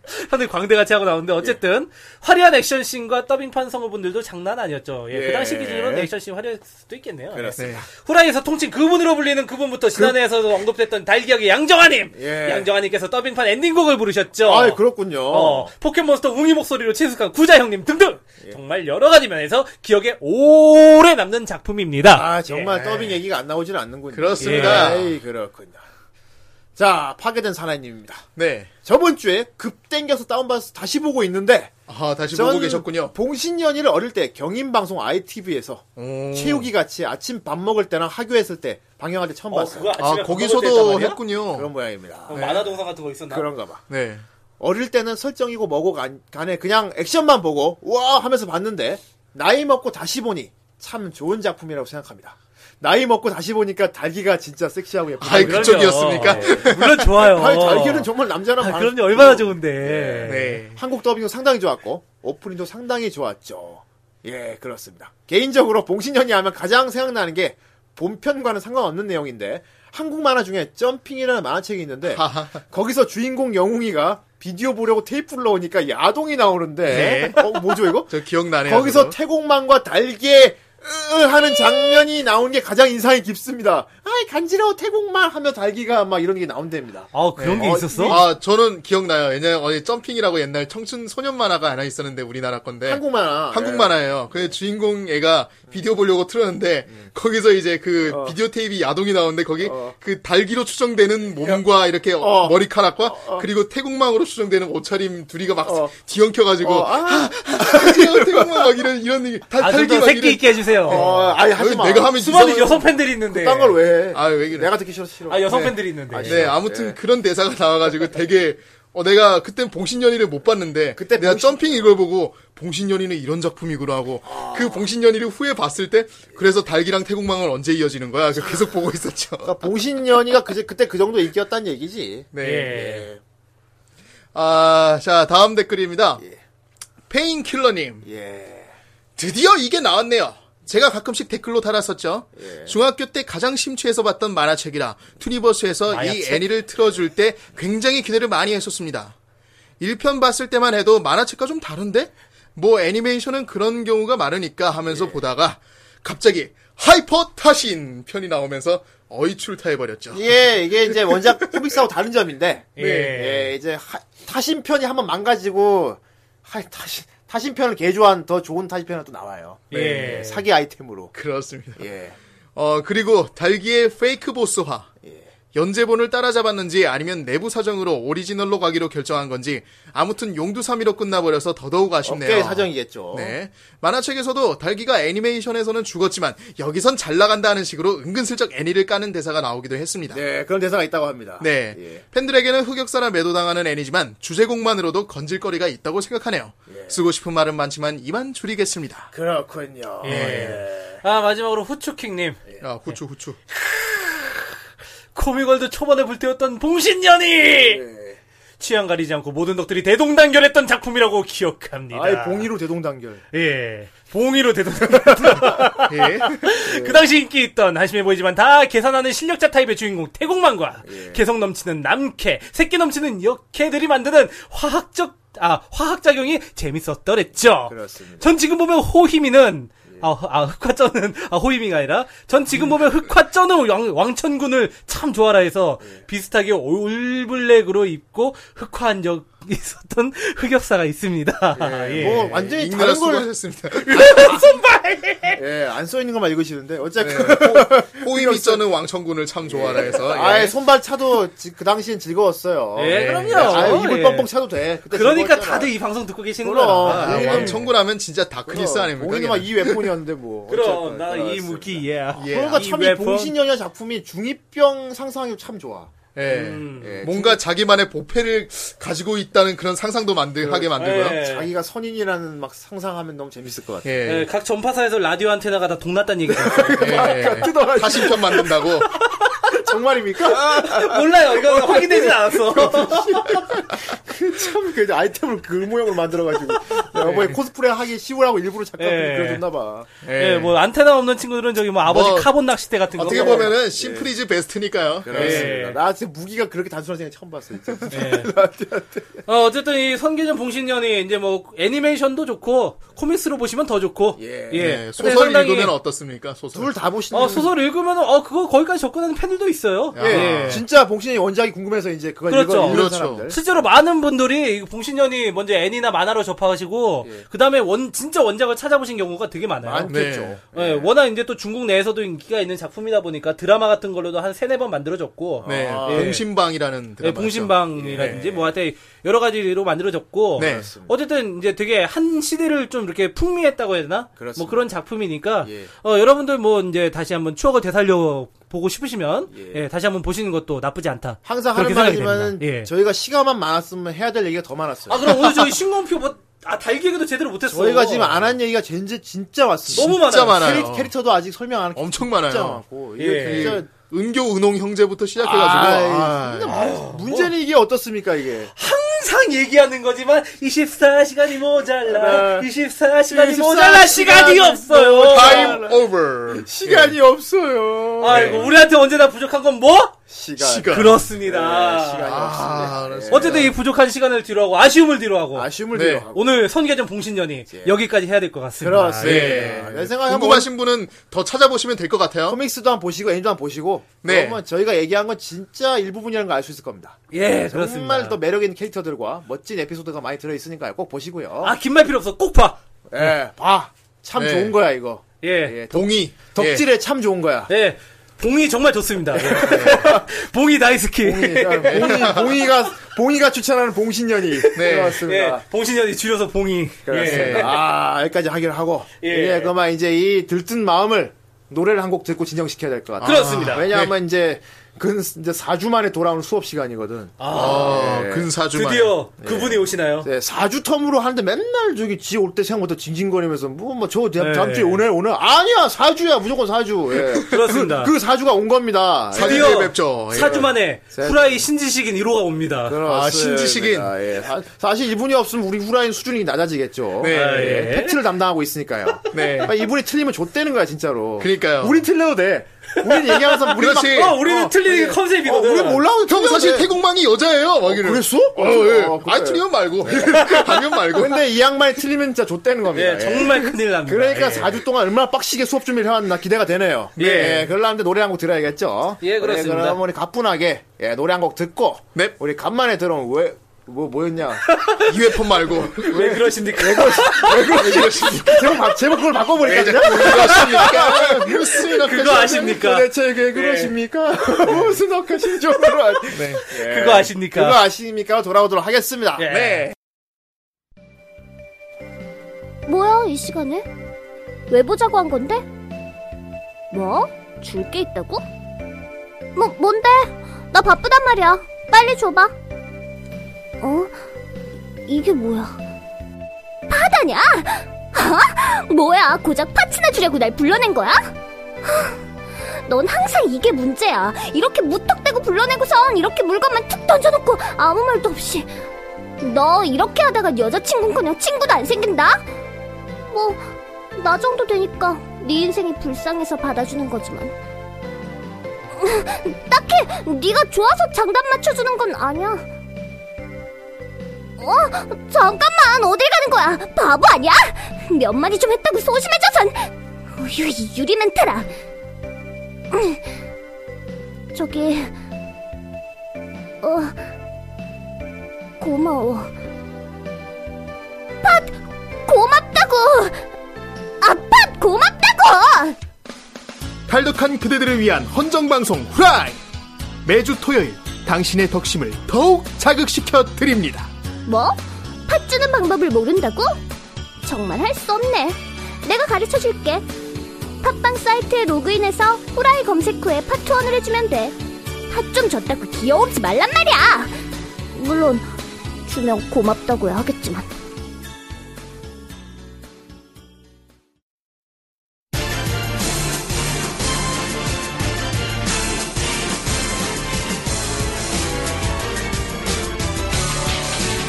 S3: 사람들이 광대같이 하고 나오는데, 어쨌든, 화려한 액션씬과 더빙판 성우분들도 장난 아니었죠. 예, 그 당시 기준으로는 액션씬 화려했을 수도 있겠네요.
S4: 그렇습니다.
S3: 예. 후라이에서 통칭 그분으로 불리는 그분부터 지난해에서 언급됐던 달기역의 양정아님!
S2: 예.
S3: 양정아님께서 더빙판 엔딩곡을 부르셨죠.
S2: 아, 그렇군요.
S3: 어, 포켓몬스터 웅이 목소리로 친숙한 구자 형님 등등! 정말 여러 가지 면에서 기억에 오래 남는 작품입니다. 예.
S2: 아, 정말 더빙 얘기가 안 나오질 않는군요.
S4: 예. 그렇습니다.
S2: 예. 에이, 그렇군요. 자, 파괴된 사나이님입니다.
S4: 네.
S2: 저번 주에 급 땡겨서 다운받아서 다시 보고 있는데
S4: 아, 다시
S2: 전
S4: 보고 계셨군요.
S2: 봉신연이를 어릴 때 경인방송 ITV에서
S4: 오.
S2: 채우기 같이 아침 밥 먹을 때랑 하교했을 때 방영할 때 처음
S3: 어,
S2: 봤어요.
S3: 그거 아침에
S4: 아,
S3: 밥 먹을 때
S4: 거기서도
S3: 했단 말이야?
S4: 했군요.
S2: 그런 모양입니다.
S3: 어, 만화 동상 같은 거 있었나?
S2: 그런가 봐.
S4: 네.
S2: 어릴 때는 설정이고 뭐고 간- 간에 그냥 액션만 보고 우와 하면서 봤는데 나이 먹고 다시 보니 참 좋은 작품이라고 생각합니다. 나이 먹고 다시 보니까 달기가 진짜 섹시하고 예쁘다.
S4: 아이, 그쪽이었습니까?
S3: 예. 물론 좋아요.
S2: 아니, 달기는 정말 남자랑 어.
S3: 아,
S2: 반-
S3: 그럼요. 얼마나 좋은데.
S4: 네.
S2: 한국 더빙도 상당히 좋았고 오프닝도 상당히 좋았죠. 예, 그렇습니다. 개인적으로 봉신연이 하면 가장 생각나는 게 본편과는 상관없는 내용인데 한국 만화 중에 점핑이라는 만화책이 있는데
S4: 하하.
S2: 거기서 주인공 영웅이가 비디오 보려고 테이프를 넣으니까 야동이 나오는데 어, 뭐죠 이거?
S4: 네. 저 기억나네요.
S2: 거기서
S4: 저도.
S2: 태국만과 달게 으, 으 하는 장면이 나온 게 가장 인상이 깊습니다. 아이 간지러워 태국만 하며 달기가 막 이런 게 나온답니다.
S3: 아, 그런 게 있었어?
S4: 아, 저는 기억나요. 왜냐면 어디 점핑이라고 옛날 청춘 소년 만화가 하나 있었는데 우리나라 건데.
S2: 한국 만화.
S4: 네. 한국
S2: 예.
S4: 만화예요. 그 주인공 애가 비디오 보려고 틀었는데 거기서 이제 그
S2: 어.
S4: 비디오 테이프 야동이 나오는데 거기
S2: 음, 어.
S4: 그 달기로 추정되는 몸과 이렇게
S2: 어.
S4: 머리카락과 그리고 태국망으로 추정되는 옷차림 둘이가 막
S2: 어.
S4: 뒤엉켜가지고
S2: 어, 아,
S4: 태국망 막 이런 이런 얘기. 달,
S3: 아, 좀더
S4: 달기 막
S3: 새끼 있게 해주세요.
S2: 어, 아니 하지
S4: 여기
S2: 마.
S4: 내가 하면
S3: 수많은
S4: 이상한-
S3: 여성 팬들이 있는데.
S2: 딴 걸 왜 해?
S4: 아, 왜 그래?
S2: 내가 듣기 싫어 싫어.
S3: 아, 여성
S4: 네.
S3: 팬들이 있는데.
S4: 네, 아무튼 그런 대사가 나와가지고 되게 어 내가 그땐 봉신연이를 못 봤는데 그때 내가 점핑 이걸 보고 봉신연이는 이런 작품이구나 하고 그 봉신연이를 후에 봤을 때 그래서 달기랑 태국망은 언제 이어지는 거야? 그래서 계속 보고 있었죠.
S2: 그러니까 봉신연이가 그, 그때 그 정도 인기였단 얘기지.
S4: 네.
S3: 예.
S4: 아, 자 다음 댓글입니다.
S3: 예.
S4: 페인킬러님
S2: 예.
S4: 드디어 이게 나왔네요. 제가 가끔씩 댓글로 달았었죠.
S3: 예.
S4: 중학교 때 가장 심취해서 봤던 만화책이라 투니버스에서 이
S3: 만화책?
S4: 애니를 틀어줄 때 굉장히 기대를 많이 했었습니다. 1편 봤을 때만 해도 만화책과 좀 다른데? 뭐 애니메이션은 그런 경우가 많으니까 하면서
S3: 예.
S4: 보다가 갑자기 하이퍼 타신 편이 나오면서 어이출타해버렸죠.
S2: 예, 이게 이제 원작 코믹스하고 다른 점인데.
S3: 예.
S2: 예, 이제 하- 타신편이 한번 망가지고 하, 타신 타신편을 개조한 더 좋은 타신편은 또 나와요.
S3: 예.
S2: 예, 사기 아이템으로.
S4: 그렇습니다.
S2: 예.
S4: 어, 그리고 달기의 페이크 보스화.
S2: 예.
S4: 연재본을 따라잡았는지 아니면 내부 사정으로 오리지널로 가기로 결정한 건지 아무튼 용두삼이로 끝나버려서 더더욱 아쉽네요.
S2: 업계의 사정이겠죠.
S4: 네. 만화책에서도 달기가 애니메이션에서는 죽었지만 여기선 잘 나간다는 식으로 은근슬쩍 애니를 까는 대사가 나오기도 했습니다.
S2: 네, 그런 대사가 있다고 합니다.
S4: 네.
S2: 예.
S4: 팬들에게는 흑역사나 매도당하는 애니지만 주제곡만으로도 건질거리가 있다고 생각하네요.
S2: 예.
S4: 쓰고 싶은 말은 많지만 이만 줄이겠습니다.
S2: 그렇군요. 예.
S3: 아, 마지막으로 후추킹님.
S4: 아, 후추 후추.
S3: 코미걸드 초반에 불태웠던 봉신년이!
S2: 네.
S3: 예. 취향 가리지 않고 모든 덕들이 대동단결했던 작품이라고 기억합니다.
S2: 아예 봉이로 대동단결.
S3: 예. 봉이로 대동단결.
S4: 예.
S3: 그 당시 인기 있던 한심해 보이지만 다 계산하는 실력자 타입의 주인공 태국만과
S2: 예.
S3: 개성 넘치는 남캐, 새끼 넘치는 역캐들이 만드는 화학적 아 화학작용이 재밌었더랬죠.
S2: 그렇습니다. 예.
S3: 전 지금 보면 호희미는 아, 허- 아, 흑화쩌는 아 호희미가 아니라 전
S2: 음.
S3: 지금 보면 흑화쩌는 왕, 왕천군을 참 좋아라 해서
S2: 예.
S3: 비슷하게 올블랙으로 입고 흑화한 적 있었던 흑역사가 있습니다. 예.
S2: 뭐 완전히 다른
S4: 읽느라
S2: 걸
S4: 수고하셨습니다.
S2: 예, 안 써 있는 것만 읽으시는데 어쨌든
S4: 호임이 쩌는 왕천군을 참 좋아라 해서. 예.
S2: 아예 손발 차도 지- 그 당시엔 즐거웠어요.
S3: 예, 그럼요.
S2: 아유, 입을
S3: 예.
S2: 뻥뻥 차도 돼. 그때
S3: 그러니까
S2: 즐거웠잖아.
S3: 다들 이 방송 듣고 계시는
S2: 그럼.
S4: 아,
S3: 거야.
S2: 예.
S4: 왕천군 하면 진짜 다크니스 아닙니까?
S2: 봉이는 막이 웹폰이었는데 뭐.
S3: 그렇죠. 그럼
S2: 어쨌든
S3: 나 이
S2: 그렇습니다.
S3: 무기 예.
S4: 예.
S2: 그러니까
S3: 이
S2: 참 이
S3: 웹폰.
S2: 봉신연이라는 작품이 중2병 상상하기 참 좋아.
S4: 그냥. 예.
S3: 음.
S2: 예,
S4: 뭔가 자기만의 보패를 가지고 있다는 그런 상상도 만들, 하게 만들고요.
S2: 아,
S3: 예.
S2: 자기가 선인이라는 막 상상하면 너무 재밌을 것 같아.
S3: 예,
S4: 예.
S3: 각 전파사에서 라디오 안테나가 다 동났다는 얘기가 있어요.
S4: 예.
S2: 뜯어라.
S4: 40편 만든다고.
S2: 정말입니까?
S3: 몰라요. 이거 확인되진 않았어.
S2: 참, 그 아이템을 그 모양으로 만들어가지고. 여보에 코스프레 하기 쉬우라고 일부러 작가들이
S3: 예.
S2: 그려줬나봐.
S3: 예, 뭐 안테나 없는 친구들은 저기 뭐 아버지
S4: 뭐,
S3: 카본 낚싯대 같은 거.
S4: 어떻게 보면은 심플이즈 베스트니까요.
S3: 예.
S2: 그렇습니다. 나 지금 무기가 그렇게 단순한 생각 처음 봤어. 진짜.
S3: 어, 어쨌든 이 선계전 봉신년이 이제 뭐 애니메이션도 좋고 코믹스로 보시면 더 좋고.
S2: 예.
S4: 예.
S3: 예.
S4: 소설
S3: 상당히-
S4: 읽으면 어떻습니까? 소설.
S2: 둘 다 보시는.
S3: 어, 소설 읽으면 어 그거 거기까지 접근하는 팬들도 있어요.
S4: 야.
S2: 예,
S4: 아.
S2: 진짜 봉신이 원작이 궁금해서 이제 그걸
S3: 그렇죠.
S2: 읽어 읽는
S4: 그렇죠.
S2: 사람들.
S3: 실제로 많은 분들이 이 봉신년이 먼저 애니나 만화로 접하시고 그다음에 원 진짜 원작을 찾아보신 경우가 되게 많아요.
S2: 예. 많겠죠.
S4: 네.
S3: 예, 워낙 이제 또 중국 내에서도 인기가 있는 작품이다 보니까 드라마 같은 걸로도 한 세네 번 만들어졌고
S4: 네.
S2: 아. 예.
S4: 예. 봉신방이라는
S3: 예,
S4: 드라마.
S3: 봉신방이라든지 뭐 하여튼 여러 가지로 만들어졌고
S4: 네.
S3: 어쨌든 이제 되게 한 시대를 좀 이렇게 풍미했다고 해야 되나?
S2: 그렇습니다.
S3: 뭐 그런 작품이니까
S2: 예.
S3: 어, 여러분들 뭐 이제 다시 한번 추억을 되살려 보고 싶으시면
S2: 예.
S3: 예, 다시 한번 보시는 것도 나쁘지 않다.
S2: 항상
S3: 그렇게
S2: 하는
S3: 생각이
S2: 말이지만
S3: 됩니다. 예.
S2: 저희가 시간만 많았으면 해야 될 얘기가 더 많았어요.
S3: 아 그럼 오늘 저희 신공표 뭐, 아 달기 얘기도 제대로 못했어.
S2: 저희가 지금 안 한 얘기가 진짜 진짜 왔습니다.
S3: 너무 많아요.
S4: 진짜 많아요.
S2: 캐릭, 캐릭터도 아직 설명 안 했기
S4: 엄청
S2: 진짜
S4: 많아요.
S2: 많고
S3: 예.
S2: 이게 진짜
S4: 은교 은홍 형제부터 시작해가지고.
S2: 아,
S4: 아.
S2: 진짜 문제는 이게 어떻습니까 이게?
S3: 항상 얘기하는 거지만 24시간이 모자라.
S2: 아,
S3: 24시간이
S2: 24
S3: 모자라 시간이
S2: 시간이 뭐
S3: 없어요.
S4: Time over.
S2: 시간이 없어요.
S3: 아이고 우리한테 언제나 부족한 건 뭐?
S2: 시간.
S4: 예. 시간.
S3: 그렇습니다.
S2: 네, 시간이
S4: 아,
S2: 없습니다.
S3: 어쨌든 이 부족한 시간을 뒤로하고 아쉬움을 뒤로하고
S2: 예. 아쉬움을
S4: 네.
S2: 네. 하고
S3: 오늘 선계전 봉신년이 여기까지 해야 될 것 같습니다.
S2: 그렇습니다.
S4: 네.
S2: 내 생각에 한번
S4: 궁금하신 분은 더 찾아보시면 될 것
S3: 어?
S4: 같아요.
S2: 코믹스도 한번 보시고 애니도 한번 보시고
S4: 네.
S2: 그러면 저희가 얘기한 건 진짜 일부분이라는 걸 알 수 있을 겁니다.
S3: 예, 그렇습니다.
S2: 정말 또 매력 있는 캐릭터들과 멋진 에피소드가 많이 들어 있으니까 꼭 보시고요.
S3: 아, 긴 말 필요 없어. 꼭 봐.
S2: 예, 봐. 참
S4: 네.
S2: 좋은 거야 이거.
S3: 예.
S2: 예, 덕,
S4: 동의.
S2: 덕질에 참 좋은 거야.
S3: 예. 봉이 정말 좋습니다. 예. 봉이 나이스키.
S2: 봉이,
S3: 네.
S2: 봉이, 봉이가 봉이가 추천하는 봉신년이
S4: 네.
S3: 예.
S2: 들어왔습니다.
S3: 봉신년이 줄여서 봉이. 예.
S2: 그렇습니다. 아 여기까지 하기로 하고
S3: 예.
S2: 예, 그만 이제 이 들뜬 마음을 노래를 한 곡 듣고 진정시켜야 될 것 같아요.
S3: 그렇습니다. 네.
S2: 왜냐하면 이제 근 이제 4주 만에 돌아오는 수업 시간이거든.
S4: 아, 근사주만.
S3: 드디어 그분이 오시나요?
S2: 네, 4주 텀으로 하는데 맨날 저기 지 올 때 생각보다 징징거리면서 뭐 뭐 저 다음
S3: 네.
S2: 주에 오네 오네 아니야 4주야 무조건 4주. 예.
S3: 그렇습니다.
S2: 그 4주가 온 겁니다. 예.
S4: 사주에 뵙죠. 예.
S3: 4주 만에 후라이 신지식인 1호가 옵니다.
S2: 그렇습니다.
S4: 아, 신지식인.
S2: 예. 사- 사실 이분이 없으면 우리 후라인 수준이 낮아지겠죠.
S4: 네.
S3: 아, 예.
S2: 팩트를 담당하고 있으니까요.
S4: 네.
S2: 그러니까 이분이 틀리면 좆되는 거야 진짜로.
S4: 그러니까요.
S2: 우린 틀려도 돼. 우린 얘기하면서 우리 막
S4: 그렇지.
S3: 어, 우리는 틀리는 게 컨셉이거든.
S2: 어, 우리 몰라도
S4: 형
S2: 틀려도
S4: 어, 사실
S2: 돼.
S4: 태국망이 여자예요. 막 이래.
S2: 그랬어?
S4: 어, 예.
S2: 어, 그래.
S4: 아, 네. 틀리면 말고. 하면 말고.
S2: 근데 이 양말 틀리면 진짜 좆되는 겁니다.
S3: 예, 정말 큰일 납니다.
S2: 그러니까
S3: 예.
S2: 4주 동안 얼마나 빡시게 수업 준비를 해왔나 기대가 되네요.
S3: 예.
S2: 예. 그러려는데 노래 한 곡 들어야겠죠.
S3: 예, 그렇습니다.
S2: 예, 그럼 우리 가뿐하게 예, 노래 한 곡 듣고
S4: 넵.
S2: 우리 간만에 들어온 왜, 뭐, 뭐였냐.
S4: 네, 이회폰 말고.
S3: 왜 그러십니까?
S2: 제목, 바, 제목 그걸 바꿔버릴까 그냥?
S4: 아, 그렇습니까? 무슨
S3: 그거 아십니까?
S2: 도대체 왜 그러십니까?
S4: 아,
S2: 무슨
S4: 어, 그
S2: 억하신 줄 알아.
S4: 네.
S3: 그거 아십니까?
S2: 그거 아십니까? 돌아오도록 하겠습니다.
S3: 예.
S8: 뭐야 이 시간에? 왜 보자고 한 건데? 뭐? 줄 게 있다고? 뭐 뭔데? 나 바쁘단 말이야. 빨리 줘봐. 어? 이게 뭐야? 파다냐? 어? 뭐야? 고작 파츠나 주려고 날 불러낸 거야? 하, 넌 항상 이게 문제야. 이렇게 무턱대고 불러내고선 이렇게 물건만 툭 던져놓고 아무 말도 없이. 너 이렇게 하다가 여자친구는 그냥 친구도 안 생긴다? 뭐, 나 정도 되니까 네 인생이 불쌍해서 받아주는 거지만. 딱히 네가 좋아서 장단 맞춰주는 건 아니야. 어, 잠깐만 어딜 가는 거야? 바보 아니야? 몇 마디 좀 했다고 소심해져선. 어휴, 이 유리 멘트라. 저기, 어, 고마워. 고맙다고! 아빠 고맙다고!
S4: 탈덕한 그대들을 위한 헌정방송 후라이! 매주 토요일, 당신의 덕심을 더욱 자극시켜 드립니다.
S8: 뭐? 팥 주는 방법을 모른다고? 정말 할 수 없네. 내가 가르쳐 줄게. 팟빵 사이트에 로그인해서 후라이 검색 후에 팟투원을 해주면 돼. 핫좀 줬다고 귀여우지 말란 말이야. 물론 주면 고맙다고야 하겠지만.
S5: 「ひざまずいて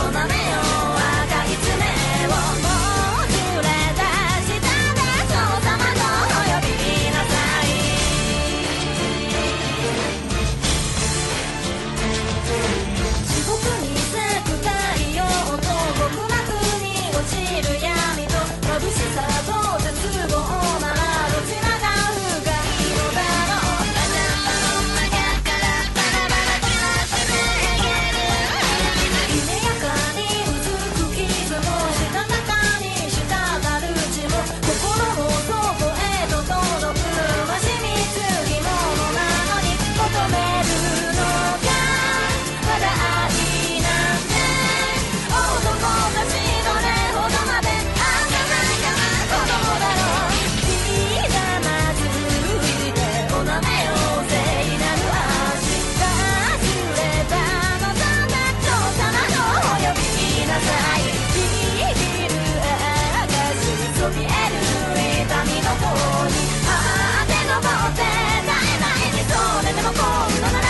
S5: お豆よ赤い爪をもうずれ出したでそうさまとお呼びなさい」地獄に咲く太陽と極楽に落ちる闇と眩しさと絶望ならどちらが不甲斐のだろうあなたの真逆からバラバラとなってめげる緩やかにうずく傷もしたたかに滴る血も心の底へと届くは染みつぎものなのに求めるのがまだ愛なんて男たちどれほどまで儚いかな子供だろうひざまずいておなめを聖なる明日ずれたのさなとさまのお呼びなさい握る赤しそびえる痛みの方にあって登って絶えないでそれでも今度なら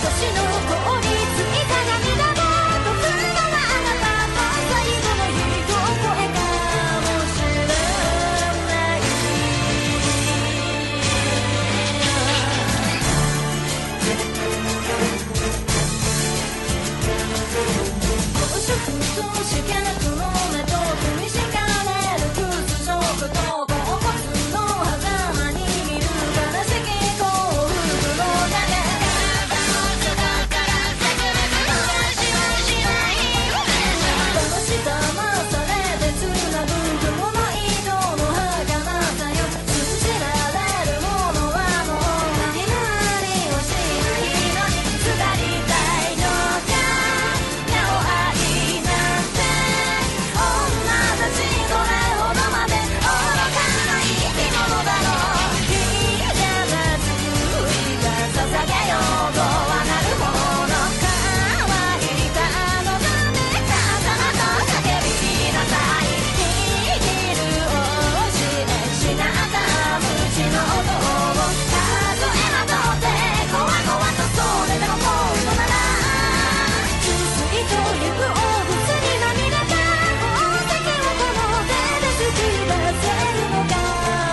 S5: 私の頬についた涙が僕ならあなたの最後の一声かもしれない「公職と試験の目と踏みしかれる屈辱と恍惚の狭間に見る悲しき幸福の種」「体を使から隠れる話はしない」「騙したまされてつなぐ雲の糸の儚さよ」「信じられるものはもう何々をしないのに伝りたいのか」なお愛なんて女たちどれほどまで愚かな生き物だろうひざまずいた捧げようとはなるほど乾いたのだね刀と叫びなさい握る押し失った無知の音を数えまとってこわこわとそれでも今度なら「純粋という大物に涙が宝石をこの手に突き出せるのか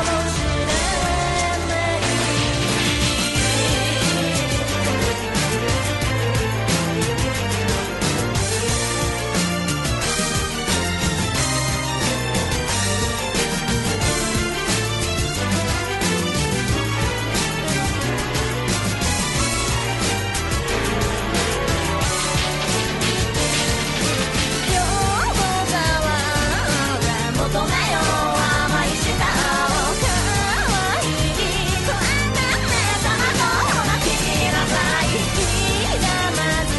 S5: もしれない」「今日も川が求めよう甘い下を」「可愛い子あんた目玉と泣きなさい」「ひざまず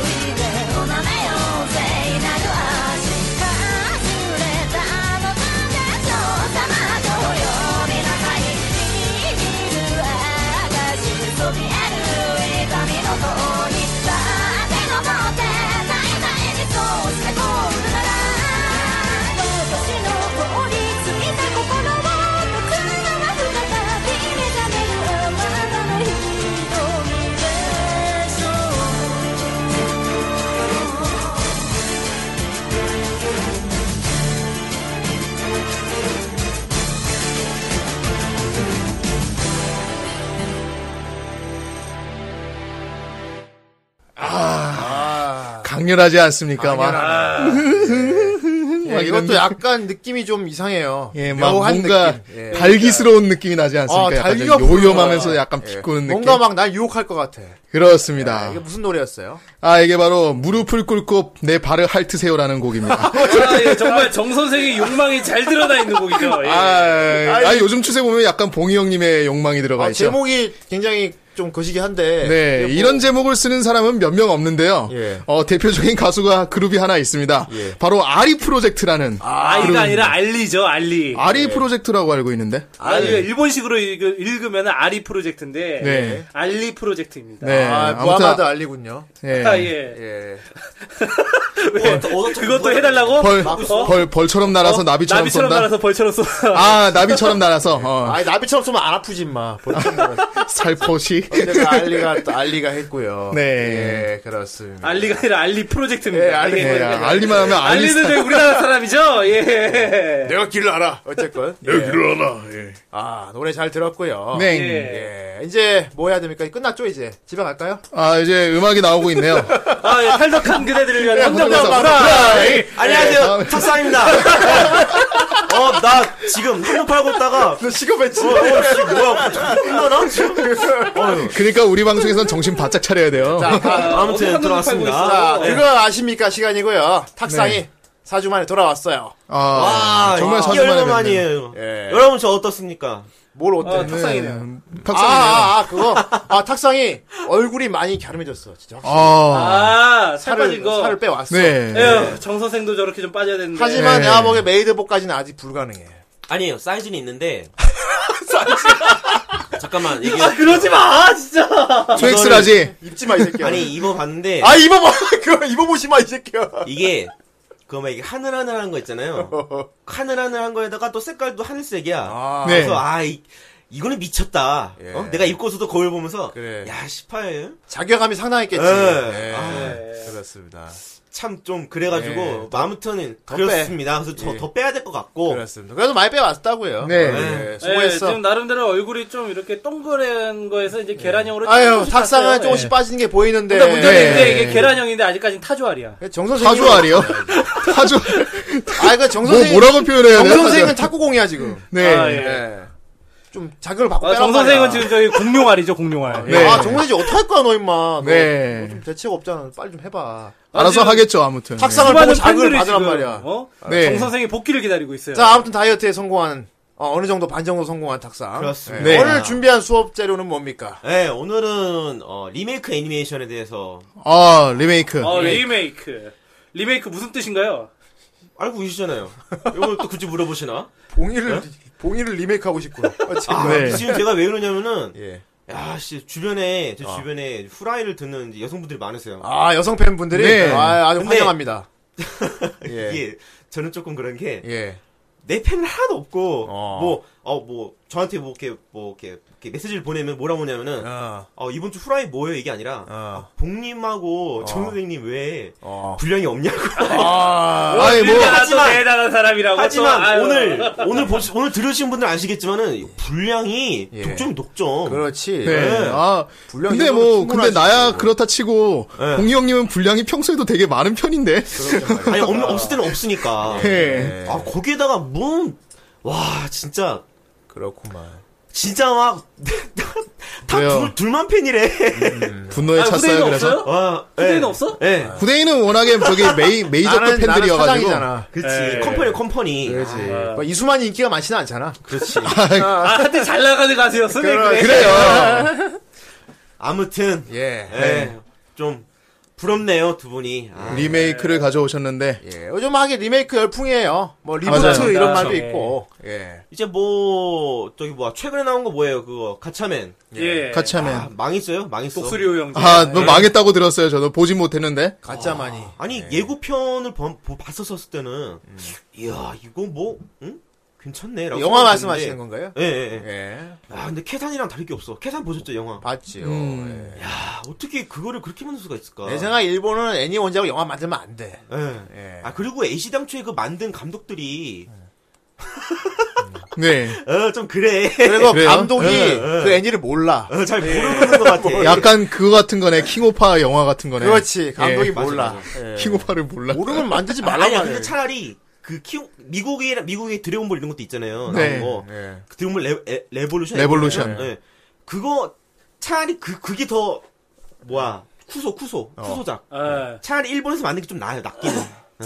S5: いておなめよ聖なる足」「かすれたのさでしょうさまと呼びなさい」「握るあがしそびえる痛みの塔に立って登って耐えない」「どうしてこうなら」「私の頬についた言葉が僕ならあなたの最後の一声かもしれない」
S4: 강렬하지 않습니까? 막.
S7: 예, 이것도 약간 느낌이 좀 이상해요.
S4: 예, 막
S7: 묘한
S4: 뭔가
S7: 느낌. 예.
S4: 발기스러운 느낌이 나지 않습니까?
S7: 아,
S4: 약간
S7: 달기가
S4: 좀 요염하면서
S7: 부르다.
S4: 약간 비꼬는 느낌.
S7: 뭔가 막 날 유혹할 것 같아.
S4: 그렇습니다.
S7: 이게 무슨 노래였어요?
S4: 아, 이게 바로 무릎을 꿇고 내 발을 핥으세요라는 곡입니다.
S3: 아, 예, 정말 정 선생의 욕망이 잘 드러나 있는 곡이죠. 예.
S4: 아, 아, 요즘 추세 보면 약간 봉이 형님의 욕망이 들어가
S7: 아,
S4: 있죠.
S7: 제목이 굉장히
S2: 좀 거시기 한데.
S4: 네,
S2: 이게 뭐-
S4: 이런 제목을 쓰는 사람은 몇 명 없는데요.
S2: 예.
S4: 어, 대표적인 가수가 그룹이 하나 있습니다.
S2: 예.
S4: 바로 아리 프로젝트라는
S3: 아, 네. 이가 아니라 알리죠, 알리.
S4: 아리 프로젝트라고 알고 있는데.
S3: 알리가 일본식으로 읽, 으면 아리 프로젝트인데
S4: 네.
S3: 알리 프로젝트입니다.
S4: 네,
S2: 아,
S4: 아무튼-
S2: 무하마드 알리군요.
S4: 예.
S3: 아, 예.
S2: 예.
S3: 그것도 해달라고?
S4: 벌,
S3: 어?
S4: 벌, 벌처럼 날아서
S3: 어?
S4: 나비처럼,
S3: 나비처럼
S4: 쏜다.
S3: 날아서 벌처럼 쏜다.
S4: 아, 나비처럼 날아서. 어,
S2: 아니, 나비처럼 쏘면 안 아프지, 마.
S4: 살포시.
S2: 그래서 알리가, 또 알리가 했고요. 예,
S4: 네.
S2: 그렇습니다.
S3: 알리가 아니라 알리 프로젝트입니다.
S2: 예, 알리
S4: 네,
S3: 예.
S4: 알리만 하면 알리
S3: 알리는 왜 우리나라 사람이죠? 예.
S2: 내가 길을 알아. 어쨌건. 예.
S4: 일어나. 예.
S2: 아, 노래 잘 들었고요.
S4: 네.
S3: 예.
S2: 아, 예. 이제 뭐 해야 됩니까? 끝났죠, 이제? 집에 갈까요?
S4: 아, 이제 음악이 나오고 있네요.
S3: 아, 예. 탈덕한 그대들을
S2: 네,
S3: 위한
S4: 혼자
S3: 함정과
S4: 혼자
S3: 불안.
S6: 안녕하세요.
S2: 아,
S6: 탁상입니다. 어, 나 지금 한눈 팔고 있다가
S2: 너 시급했지?
S6: 어, 어, 씨, 뭐야? 끝나나?
S2: 어,
S4: 그러니까 우리 방송에선 정신 바짝 차려야
S2: 뭐
S4: 돼요.
S3: 어디
S6: 아무튼
S3: 한눈을 팔고
S6: 들어왔습니다.
S2: 자,
S3: 있어?
S6: 네.
S2: 그거 아십니까? 시간이고요. 탁상이
S4: 네.
S2: 사 4주 만에 돌아왔어요.
S4: 아,
S6: 와,
S4: 정말
S6: 이게
S4: 사주만에 뵙네요.
S6: 얼마 만이에요.
S2: 예.
S6: 여러분 저 어떻습니까?
S2: 뭘 어때?
S3: 아, 탁상이네요.
S2: 아,
S4: 탁상이네요.
S2: 아, 아, 그거. 아, 탁상이 얼굴이 많이 갸름해졌어. 진짜. 확실히.
S4: 아,
S3: 아, 살
S2: 살을,
S3: 빠진 거.
S2: 살을 빼왔어.
S4: 네.
S3: 에휴, 정 선생도 저렇게 좀 빠져야 되는데.
S2: 하지만
S4: 네.
S2: 내가 보기에 메이드복까지는 아직 불가능해.
S6: 아니에요. 사이즈는 있는데. 잠깐만. 이게
S3: 아, 그러지 마, 진짜.
S4: 투엑스라지.
S2: 입지 마, 이 새끼야.
S6: 아니 입어봤는데
S2: 아, 입어봐! 그거 입어보지 마, 이 새끼야.
S6: 이게 그막 이게 하늘하늘한 거 있잖아요. 하늘하늘한 거에다가 또 색깔도 하늘색이야.
S2: 아,
S4: 네.
S6: 그래서 아 이, 거는 미쳤다.
S2: 예.
S6: 어? 내가 입고서도 거울 보면서
S2: 그래.
S6: 야 시파예요.
S2: 자격감이 상당했겠지.
S4: 네.
S6: 예.
S2: 예.
S6: 아.
S2: 그렇습니다.
S6: 참 좀 그래가지고
S2: 예.
S6: 아무튼
S2: 더 예.
S6: 그렇습니다. 그래서 저 더 빼야 될 것 같고.
S2: 그렇습니다. 그래도 많이 빼왔다고요.
S4: 뭐. 네.
S2: 예,
S3: 예,
S2: 수고했어.
S3: 지금 나름대로 얼굴이 좀 이렇게 동그란 거에서 이제 계란형으로
S2: 네. 아유,
S3: 조금씩
S2: 탁상은
S3: 갔어요.
S2: 조금씩
S3: 예.
S2: 빠지는 예. 게 보이는데. 그
S3: 근데 문제는
S4: 네.
S3: 이제 이게 계란형인데 아직까진 타조알이야.
S2: 정선생.
S4: 타조알이요? 타조.
S2: 아, 그
S4: 뭐
S2: 정선생.
S4: 뭐라고 표현해야 돼요?
S2: 아, 정선생은
S4: 타조.
S2: 탁구공이야, 지금.
S4: 네.
S3: 아, 예.
S2: 예. 네. 좀 자극을 받고
S3: 아,
S2: 빼란
S3: 정 선생은
S2: 말이야.
S3: 지금 저기 공룡알이죠, 공룡알.
S4: 네.
S2: 아, 정선생 어떡할 거야, 너 임마.
S4: 네.
S2: 네. 좀 대책 없잖아. 빨리 좀 해봐.
S4: 알아서
S3: 지금
S4: 하겠죠 아무튼.
S2: 탁상을 보고
S3: 수많은
S2: 자극을
S3: 팬들이
S2: 받으란
S3: 지금,
S2: 말이야.
S3: 어?
S4: 네.
S3: 정 선생이 복귀를 기다리고 있어요.
S2: 자, 아무튼 다이어트에 성공한, 어, 느 정도, 반 정도 성공한 탁상.
S6: 그렇습니다.
S2: 예.
S4: 네.
S2: 오늘 준비한 수업 자료는 뭡니까?
S6: 네, 오늘은 어, 리메이크 애니메이션에 대해서
S4: 아 리메이크.
S3: 어,
S6: 네.
S3: 리메이크. 리메이크 무슨 뜻인가요?
S6: 알고 계시잖아요. 이걸 또 굳이 물어보시나?
S2: 봉이를, 봉이를 리메이크하고 싶고요. 어, 지금.
S6: 아,
S4: 네.
S6: 지금 제가 왜 이러냐면은
S2: 예.
S6: 야, 씨, 주변에, 제 주변에 후라이를 듣는 이제 여성분들이 많으세요.
S2: 아, 여성 팬분들이
S4: 네.
S2: 아, 아주
S6: 근데-
S2: 환영합니다. 예.
S6: 이게, 저는 조금 그런 게,
S2: 예.
S6: 내 팬은 하나도 없고,
S2: 어.
S6: 뭐, 어, 뭐, 저한테 뭐, 이렇게, 뭐, 이렇게, 이렇게 메시지를 보내면 뭐라 뭐냐면은,
S2: 어.
S6: 어, 이번 주 후라이 뭐예요? 이게 아니라, 아, 복님하고 정선생님 왜
S2: 어.
S6: 분량이 없냐고.
S2: 아.
S4: 아니 뭐
S3: 하지만
S6: 하지만-
S3: 대단한 사람이라고. 또,
S6: 하지만
S3: 아유.
S6: 오늘, 오늘 보시, 오늘 들으신 분들 아시겠지만은, 분량이
S2: 예.
S6: 독점이 독점.
S2: 그렇지.
S4: 네. 아,
S2: 분량이
S4: 근데
S2: 정도
S4: 뭐, 근데
S2: 충분하지.
S4: 나야 그렇다 치고,
S6: 네.
S4: 공이 형님은 분량이 평소에도 되게 많은 편인데.
S6: 아니, 없, 없을 때는 없으니까.
S2: 예.
S4: 네.
S6: 아, 거기에다가 뭔, 와, 진짜.
S2: 그렇구만.
S6: 진짜 막, 다
S4: 왜요?
S6: 둘, 둘만 팬이래.
S4: 분노에
S3: 아,
S4: 찼어요, 네.
S3: 후대인
S4: 그래서.
S3: 없어요?
S6: 와,
S3: 후대인 없어?
S6: 예.
S2: 아,
S4: 후대인은 워낙에 저기 메이, 메이저급
S2: 나는, 나는
S4: 팬들이어가지고.
S2: 사장이잖아.
S6: 그치.
S3: 예.
S6: 컴퍼니, 컴퍼니. 아,
S2: 그렇지. 뭐 이수만 인기가 많지는 않잖아.
S6: 그렇지.
S3: 아, 한때 잘 나가는 가수였어, 왜 그래.
S4: 그래요.
S6: 아무튼,
S2: 예.
S6: 예. 좀, 부럽네요, 두 분이. 아,
S4: 리메이크를 가져오셨는데.
S2: 예. 요즘 하게 리메이크 열풍이에요. 뭐 리부트
S4: 맞아요.
S2: 이런 말도
S3: 그렇죠.
S2: 있고. 예.
S6: 이제 뭐, 저기 뭐야, 최근에 나온 거 뭐예요, 그거. 가차맨.
S3: 예.
S4: 같이
S2: 네.
S4: 하면.
S6: 아, 망했어요? 망했어.
S3: 독수리호 예. 형제.
S4: 아, 너 망했다고 들었어요. 저도 보진 못했는데.
S2: 가짜만이.
S6: 아니, 예고편을 번- 보- 봤었을 때는, 이야, 이거 뭐, 응? 괜찮네. 라고
S2: 음. 영화
S6: 생각했는데.
S2: 말씀하시는 건가요?
S6: 예, 예, 예.
S2: 예.
S6: 아, 근데 캐산이랑 다를 게 없어. 캐산 보셨죠, 영화?
S2: 봤지요.
S4: 음.
S2: 예.
S6: 야, 어떻게 그거를 그렇게 만들 수가 있을까?
S2: 내 생각에 일본은 애니 원작으로 영화 만들면 안 돼.
S6: 예.
S2: 네, 예.
S6: 아 그리고 AC 당초에 그 만든 감독들이
S4: 네.
S2: 예.
S6: 어 좀 그래
S2: 그리고
S4: 그래요?
S2: 감독이
S4: 예,
S2: 그 애니를 몰라.
S6: 어, 잘 모르는 것 같아.
S4: 약간 그거 같은 거네. 킹오파 영화 같은 거네.
S2: 그렇지. 감독이
S4: 예.
S2: 몰라.
S4: 킹오파를 몰라.
S2: 모르면 만들지 말라
S6: 아니야
S2: 말이야.
S6: 근데 차라리 그 키우 미국이랑 미국의 드래곤볼 이런 것도 있잖아요.
S4: 네.
S6: 나온 거.
S2: 예.
S6: 그 드래곤볼 레, 레, 레볼루션.
S4: 레볼루션.
S6: 있잖아요. 예. 그거 차라리 그 그게 더 뭐야 쿠소 쿠소 쿠소작.
S3: 아.
S6: 차라리 일본에서 만든 게 좀 나아요 낫기는.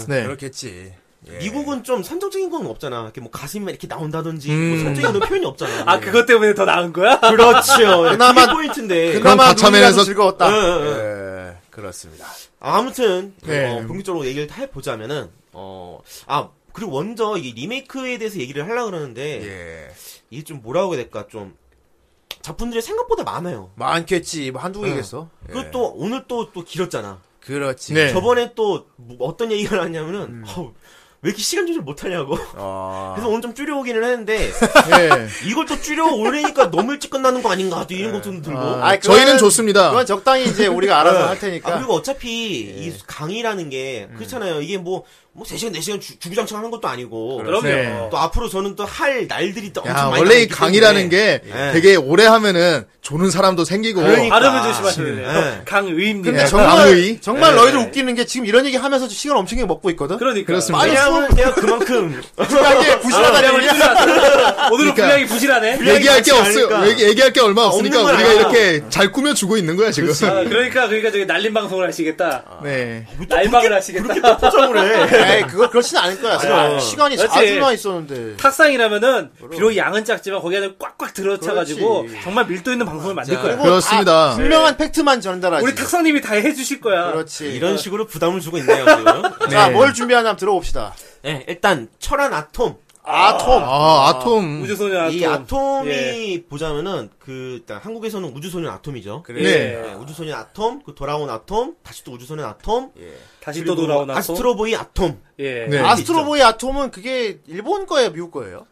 S4: 네.
S2: 그렇겠지.
S6: 미국은 좀 선정적인 건 없잖아. 이렇게 뭐 가슴이 이렇게 나온다든지 뭐 선정적인 그런 표현이 없잖아.
S3: 아, 그것 때문에 더 나은 거야?
S4: 네.
S6: 그렇죠.
S2: 그나마-
S6: 그게 포인트인데.
S4: 그럼
S2: 그나마
S4: 다참회에서-
S2: 눈이라도 즐거웠다.
S6: 응, 응,
S2: 예, 그렇습니다.
S6: 아무튼
S2: 네.
S6: 어, 본격적으로 얘기를 해 보자면은 어아 그리고 먼저 이 리메이크에 대해서 얘기를 하려고 그러는데
S2: 예.
S6: 이게 좀 뭐라고 해야 될까 좀 작품들이 생각보다 많아요.
S2: 많겠지. 뭐 한두 개겠어.
S6: 그리고 또 오늘 또 또 길었잖아.
S2: 그렇지.
S7: 네.
S6: 저번에 또뭐 어떤 얘기가 나왔냐면은 어우, 왜 이렇게 시간 조절 못하냐고.
S2: 아.
S6: 그래서 오늘 좀 줄여오기는 했는데
S7: 예.
S6: 이걸 또 줄여올리니까 너무 일찍 끝나는 거 아닌가 또 이런 것좀 들고.
S7: 아, 그건-
S4: 저희는 좋습니다.
S7: 그건 적당히 이제 우리가 알아서 할
S6: 아,
S7: 테니까.
S6: 그리고 어차피 이 강의라는 게 그렇잖아요. 이게 뭐 뭐 3시간 4시간 주, 주구장창 하는 것도 아니고. 어.
S3: 그럼요. 어,
S7: 네.
S6: 또 앞으로 저는 또 할 날들이 또 엄청
S4: 야,
S6: 많이
S4: 원래 이
S6: 남았기
S4: 강의라는
S6: 때문에.
S4: 게
S6: 예.
S4: 되게 오래 하면은 조는 사람도 생기고 예,
S6: 그러니까.
S4: 아,
S3: 발음을 조심하셔야 돼요.
S6: 네.
S3: 강의입니다.
S7: 근데
S4: 강의.
S7: 정말 정말
S6: 네.
S7: 너희들 웃기는 게 지금 이런 얘기 하면서 시간 엄청 먹고 있거든.
S3: 그러니까.
S4: 그렇습니다.
S6: 왜냐하면 내가 그만큼
S7: 그게 부실하다는
S3: 분량이 부실하다. 오늘은
S4: 그러니까.
S3: 분량이 부실하네.
S4: 얘기할 게
S6: 많지
S4: 없어요.
S6: 않으니까.
S4: 얘기, 얘기할 게 얼마 없으니까
S6: 없는 건
S4: 우리가
S6: 알아.
S4: 이렇게 잘 꾸며주고 있는 거야 지금.
S3: 아, 그러니까 그러니까 저기 날림 방송을 하시겠다. 아,
S4: 네.
S3: 날방을 하시겠다.
S6: 포장을 해.
S7: 에이, 그거 그렇진 않을 거야.
S6: 맞아.
S7: 시간이
S3: 그렇지.
S7: 4주나 있었는데.
S3: 탁상이라면은 비록 양은 작지만 거기 안에 꽉꽉 들어차가지고
S7: 그렇지.
S3: 정말 밀도 있는 방송을 만들 거야.
S7: 그리고
S4: 그렇습니다.
S7: 아, 분명한 팩트만 전달하지.
S3: 우리 탁상님이 다 해주실 거야.
S7: 그렇지.
S6: 이런 식으로 부담을 주고 있네요. 지금.
S7: 자, 뭘 준비하냐면 들어봅시다.
S6: 네, 일단 철안 아톰.
S7: 아톰.
S4: 아 아톰.
S3: 우주소녀
S6: 이 아톰이
S3: 예.
S6: 보자면은 그 일단 한국에서는 우주소년 아톰이죠.
S3: 예.
S2: 그래.
S4: 네.
S6: 네, 우주소년 아톰, 그 돌아온 아톰, 다시 또 우주소년 아톰,
S7: 예.
S3: 다시 또 돌아온 아톰.
S6: 아스트로보이 아톰
S3: 예.
S4: 네.
S7: 아스트로보이 아톰은 그게 일본 거예요, 미국 거예요?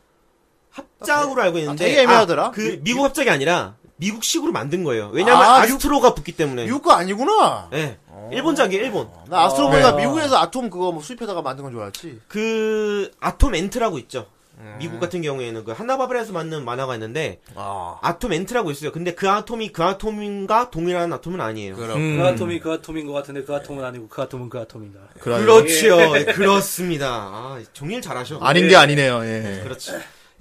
S6: 합작으로 알고 있는데
S7: 아, 되게 애매하더라.
S6: 아, 그
S7: 미-
S6: 미국 합작이 아니라 미국식으로 만든 거예요. 왜냐면
S7: 아,
S6: 아, 스트로가 붙기 때문에.
S7: 미국 거 아니구나.
S6: 네, 일본작이에요, 일본.
S7: 나 아스트로보이가 미국에서 아톰 그거 뭐 수입해다가 만든 건 줄 알았지.
S6: 그 아톰 엔트라고 있죠.
S7: 예.
S6: 미국 같은 경우에는 그 하나바벨에서 만든 만화가 있는데
S2: 아.
S6: 아톰 엔트라고 있어요. 근데 그 아톰이 그 아톰과 동일한 아톰은 아니에요.
S2: 그럼.
S4: 음,
S3: 그 아톰이 그 아톰인 것 같은데 그 아톰은 아니고 그 아톰은 그 아톰인가.
S2: 네.
S6: 그렇죠. 예, 그렇지요.
S7: 예.
S6: 그렇습니다. 아, 정리를 잘하셔.
S4: 아닌 게 아니네요. 예.
S6: 그렇지.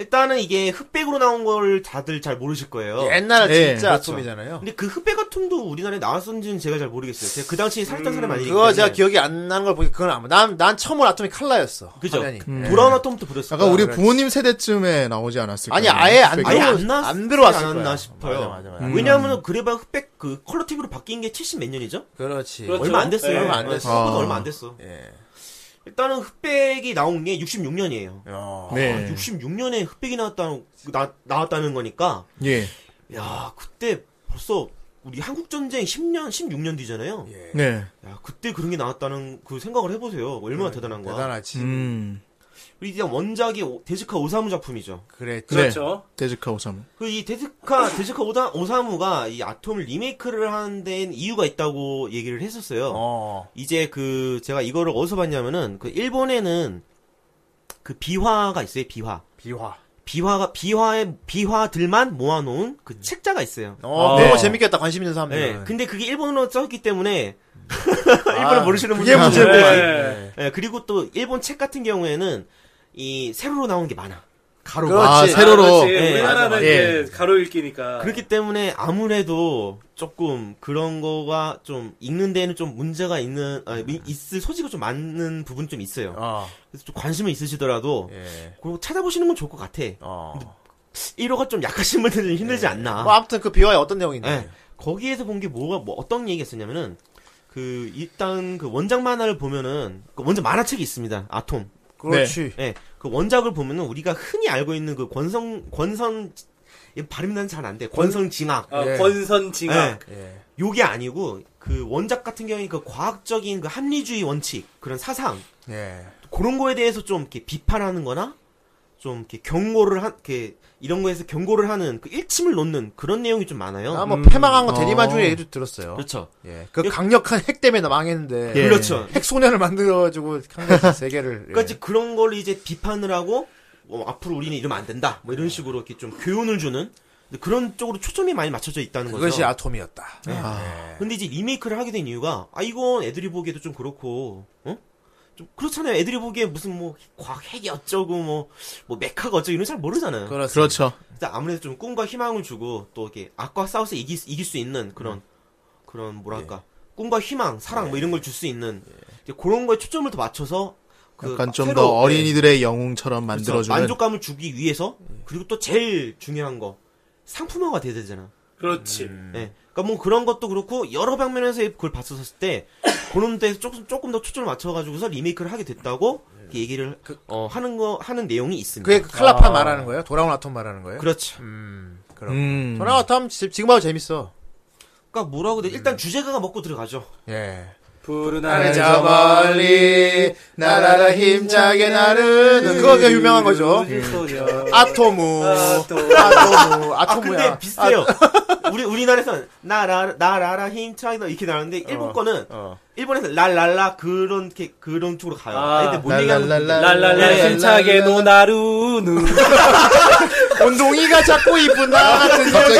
S6: 일단은 이게 흑백으로 나온 걸 다들 잘 모르실 거예요.
S7: 옛날에
S4: 예,
S7: 진짜
S4: 그렇죠.
S7: 아톰이잖아요.
S6: 근데 그 흑백 아톰도 우리나라에 나왔었는지는 제가 잘 모르겠어요. 제가 그 당시에 살던 사람이 아니기
S7: 음, 그거
S6: 때문에.
S7: 제가 기억이 안 나는 걸 보니까 그건 아마 난, 난 처음으로 아톰이 칼라였어.
S6: 그죠.
S7: 화면이. 네.
S6: 돌아온 아톰부터 부렸어요.
S4: 약간 우리 부모님 세대쯤에 나오지 않았을까?
S7: 아니, 아예 안
S6: 아예
S7: 들어오-
S6: 안 나왔,
S7: 안 들어왔을
S6: 안
S7: 거야.
S6: 나 싶어요. 음.
S7: 맞아, 맞아, 맞아.
S6: 왜냐하면 그래봐 흑백 그 컬러 TV로 바뀐 게 70 몇 년이죠?
S7: 그렇지.
S3: 그렇죠.
S6: 얼마 안 됐어요.
S3: 예.
S7: 얼마 안 됐어. 예.
S6: 생각보다
S4: 아.
S6: 얼마 안 됐어. 일단은 흑백이 나온 게 66년이에요.
S7: 어. 예.
S4: 네.
S6: 66년에 흑백이 나왔다는 나, 나왔다는 거니까
S4: 예.
S6: 야 그때 벌써 우리 한국 전쟁 10년 16년 뒤잖아요.
S4: 네.
S6: 야 그때 그런 게 나왔다는 그 생각을 해보세요. 얼마나 네, 대단한 거야.
S7: 대단하지.
S4: 음.
S6: 우리 이제 원작이 오- 데즈카 오사무 작품이죠.
S7: 그랬지.
S3: 그렇죠.
S4: 네. 데즈카 오사무.
S6: 그 이 데즈카 데즈카 오다, 오사무가 이 아톰을 리메이크를 하는 데엔 이유가 있다고 얘기를 했었어요.
S7: 어.
S6: 이제 그 제가 이거를 어디서 봤냐면은 그 일본에는 그 비화가 있어요. 비화.
S7: 비화.
S6: 비화가 비화의 비화들만 모아놓은 그 책자가 있어요.
S7: 어,
S3: 아.
S7: 너무
S3: 네.
S7: 재밌겠다, 관심 있는
S6: 네,
S7: 사람들은.
S6: 근데 그게 일본어로 써있기 때문에
S7: 일본은 모르시는 분들.
S4: 분들은
S3: 예.
S7: 네.
S6: 예, 그리고 또 일본 책 같은 경우에는 이 세로로 나온 게 많아. 가로.
S7: 그렇지.
S4: 아 세로로.
S3: 아, 그렇지.
S6: 예,
S3: 우리나라는
S4: 맞아,
S3: 이제 가로 읽기니까.
S6: 그렇기 때문에 아무래도 조금 그런 거가 좀 읽는 데에는 좀 문제가 있는 아, 미- 있을 소지가 좀 많은 부분 좀 있어요.
S2: 아.
S6: 그래서 좀 관심은 있으시더라도
S2: 예.
S6: 그리고 찾아보시는 건 좋을 것 같아.
S2: 어.
S6: 1호가 좀 약하신 분들은 힘들지
S2: 예.
S6: 않나.
S7: 뭐, 아무튼 그 비화에 어떤 내용인데.
S6: 예. 거기에서 본 게 뭐가 뭐 어떤 얘기가 있었냐면은 그 일단 그 원작 만화를 보면은 그 원작 만화책이 있습니다. 아톰.
S7: 그렇지.
S6: 예, 그 원작을 보면은 우리가 흔히 알고 있는 그 권성 권선 이 발음 난 잘 안 돼. 권성 징악.
S3: 아,
S7: 예.
S3: 권선징악.
S6: 예. 요게 아니고 그 원작 같은 경우에 그 과학적인 그 합리주의 원칙 그런 사상
S7: 예.
S6: 그런 거에 대해서 좀 이렇게 비판하는거나 좀 이렇게 경고를 한 이렇게 이런 거에서 경고를 하는 그 일침을 놓는 그런 내용이 좀 많아요.
S7: 아, 뭐, 패망한 거 대리만 중에
S4: 어.
S7: 얘기도 들었어요.
S6: 어. 음. 그렇죠.
S7: 예. 그
S6: 예.
S7: 강력한 핵 때문에 나 망했는데.
S4: 예.
S6: 그렇죠.
S7: 핵 소년을 만들어가지고 강력한 세계를. 예.
S6: 그러니까 이제 그런 걸 이제 비판을 하고 뭐 앞으로 우리는 이러면 안 된다. 뭐 이런 식으로 이렇게 좀 교훈을 주는 근데 그런 쪽으로 초점이 많이 맞춰져 있다는 거죠. 네.
S7: 그것이 아톰이었다.
S6: 근데 이제 리메이크를 하게 된 이유가 아 이건 애들이 보기에도 좀 그렇고 어? 좀 그렇잖아요. 애들이 보기에 무슨 뭐 과학이 어쩌고 뭐, 뭐 메카가 어쩌고 이런 잘 모르잖아요.
S7: 그렇습니다.
S4: 그렇죠.
S6: 일단 아무래도 좀 꿈과 희망을 주고 또 이렇게 악과 싸워서 이기, 이길 수 있는
S4: 네.
S6: 그런
S4: 예.
S6: 그런 뭐랄까 꿈과 희망, 사랑 뭐 이런 걸 줄 수 있는 이제 그런 거에 초점을 더 맞춰서 그
S4: 약간 좀
S6: 새로-
S4: 더 어린이들의 영웅처럼
S6: 그렇죠.
S4: 만들어주는 예.
S6: 만족감을 주기 위해서 그리고 또 제일 중요한 거 상품화가 돼야 되잖아.
S3: 그렇지.
S2: 음.
S6: 예. 그러니까 뭐 그런 것도 그렇고 여러 방면에서 그걸 봤었을 때 그런 데서 조금 조금 더 초점을 맞춰가지고서 리메이크를 하게 됐다고 이렇게 얘기를 어, 하는 거 하는 내용이 있습니다.
S2: 네. 그 그게 그 칼라파 말하는 거예요? 돌아온 아톰 말하는 거예요?
S6: 음. 그렇죠.
S2: 음, 그럼.
S4: 음.
S2: 돌아온 아톰 지- 지금 봐도 재밌어.
S6: 그러니까 뭐라고 돼?
S2: 음.
S6: 일단 주제가가 먹고 들어가죠.
S2: 예.
S3: 푸른
S2: 나는
S3: 하늘
S2: 저 멀리 나라라 힘차게 나르는 그거 가 유명한 거죠. 예. 아토무. 아토무.
S6: 아
S2: 아토무야. 아.
S6: 근데 비슷해요. 우리 우리나라에서는 나라 나라라 힘차이다 이렇게 나오는데 일본 거는
S2: 어.
S6: 일본에서 랄랄라 그런 게 그런 쪽으로 가요.
S3: 아.
S6: 아, 근데 못 얘기하는 분들.
S3: 랄랄라 힘차게 노나루누
S2: 운동이가 자꾸 이쁜다. 같은
S4: 갑자기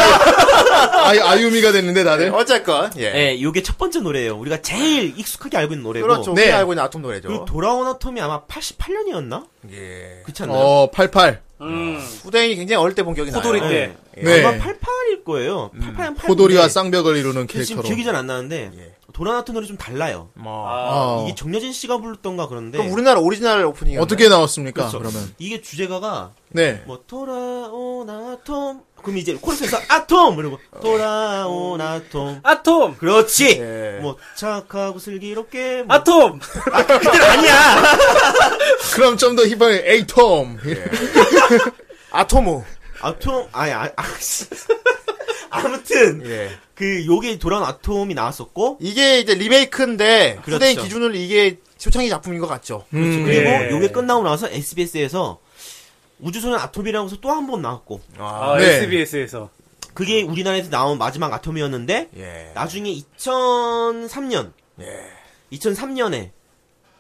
S4: 아유 아유미가 됐는데 다들
S2: 어쨌건 예.
S6: 예, 요게 첫 번째 노래예요. 우리가 제일 익숙하게 알고 있는 노래고.
S2: 그렇죠.
S4: 네.
S2: 우리가 알고 있는 아톰
S6: 그리고
S2: 노래죠.
S6: 돌아온 아톰이 아마 88년이었나?
S2: 예.
S6: 그렇지 않나요?
S4: 어 88.
S3: 음.
S2: 후대인이 굉장히 어릴 때 본 기억이
S3: 호돌이
S2: 나요.
S3: 때
S4: 네.
S6: 아마 88일 거예요. 88년 8
S4: 호돌이와 쌍벽을 이루는
S6: 지금
S4: 캐릭터로.
S6: 기억이 잘 안 나는데 돌아온 아톰 노래 좀 달라요.
S2: 뭐.
S3: 아,
S4: 어.
S6: 이게 정여진 씨가 부르던가 그런데
S2: 그럼 우리나라 오리지널 오프닝
S4: 어떻게 나왔습니까?
S6: 그렇죠.
S4: 그러면
S6: 이게 주제가가
S4: 네.
S6: 뭐 돌아온 아톰 그럼 이제 코러스에서 아톰 이러고 돌아온 아톰
S3: 아톰
S6: 그렇지.
S2: 예.
S6: 뭐 착하고 슬기롭게 뭐
S3: 아톰
S4: 그럼 좀 더 힙하게 에이톰.
S6: 그
S2: 아토무.
S6: 아톰 아니 아, 아 아무튼
S2: 예.
S6: 그 요게 돌아온 아톰이 나왔었고
S2: 이게 이제 리메이크인데
S6: 그렇죠.
S2: 후대인 기준으로 이게 초창기 작품인 것 같죠.
S4: 음.
S6: 그리고
S3: 예.
S6: 요게 끝나고 나서 SBS에서 우주소년 아톰이라고서 또 한 번 나왔고
S3: 아,
S4: 네.
S3: SBS에서
S6: 그게 우리나라에서 나온 마지막 아톰이었는데
S2: 예.
S6: 나중에 2003년
S2: 네.
S6: 2003년에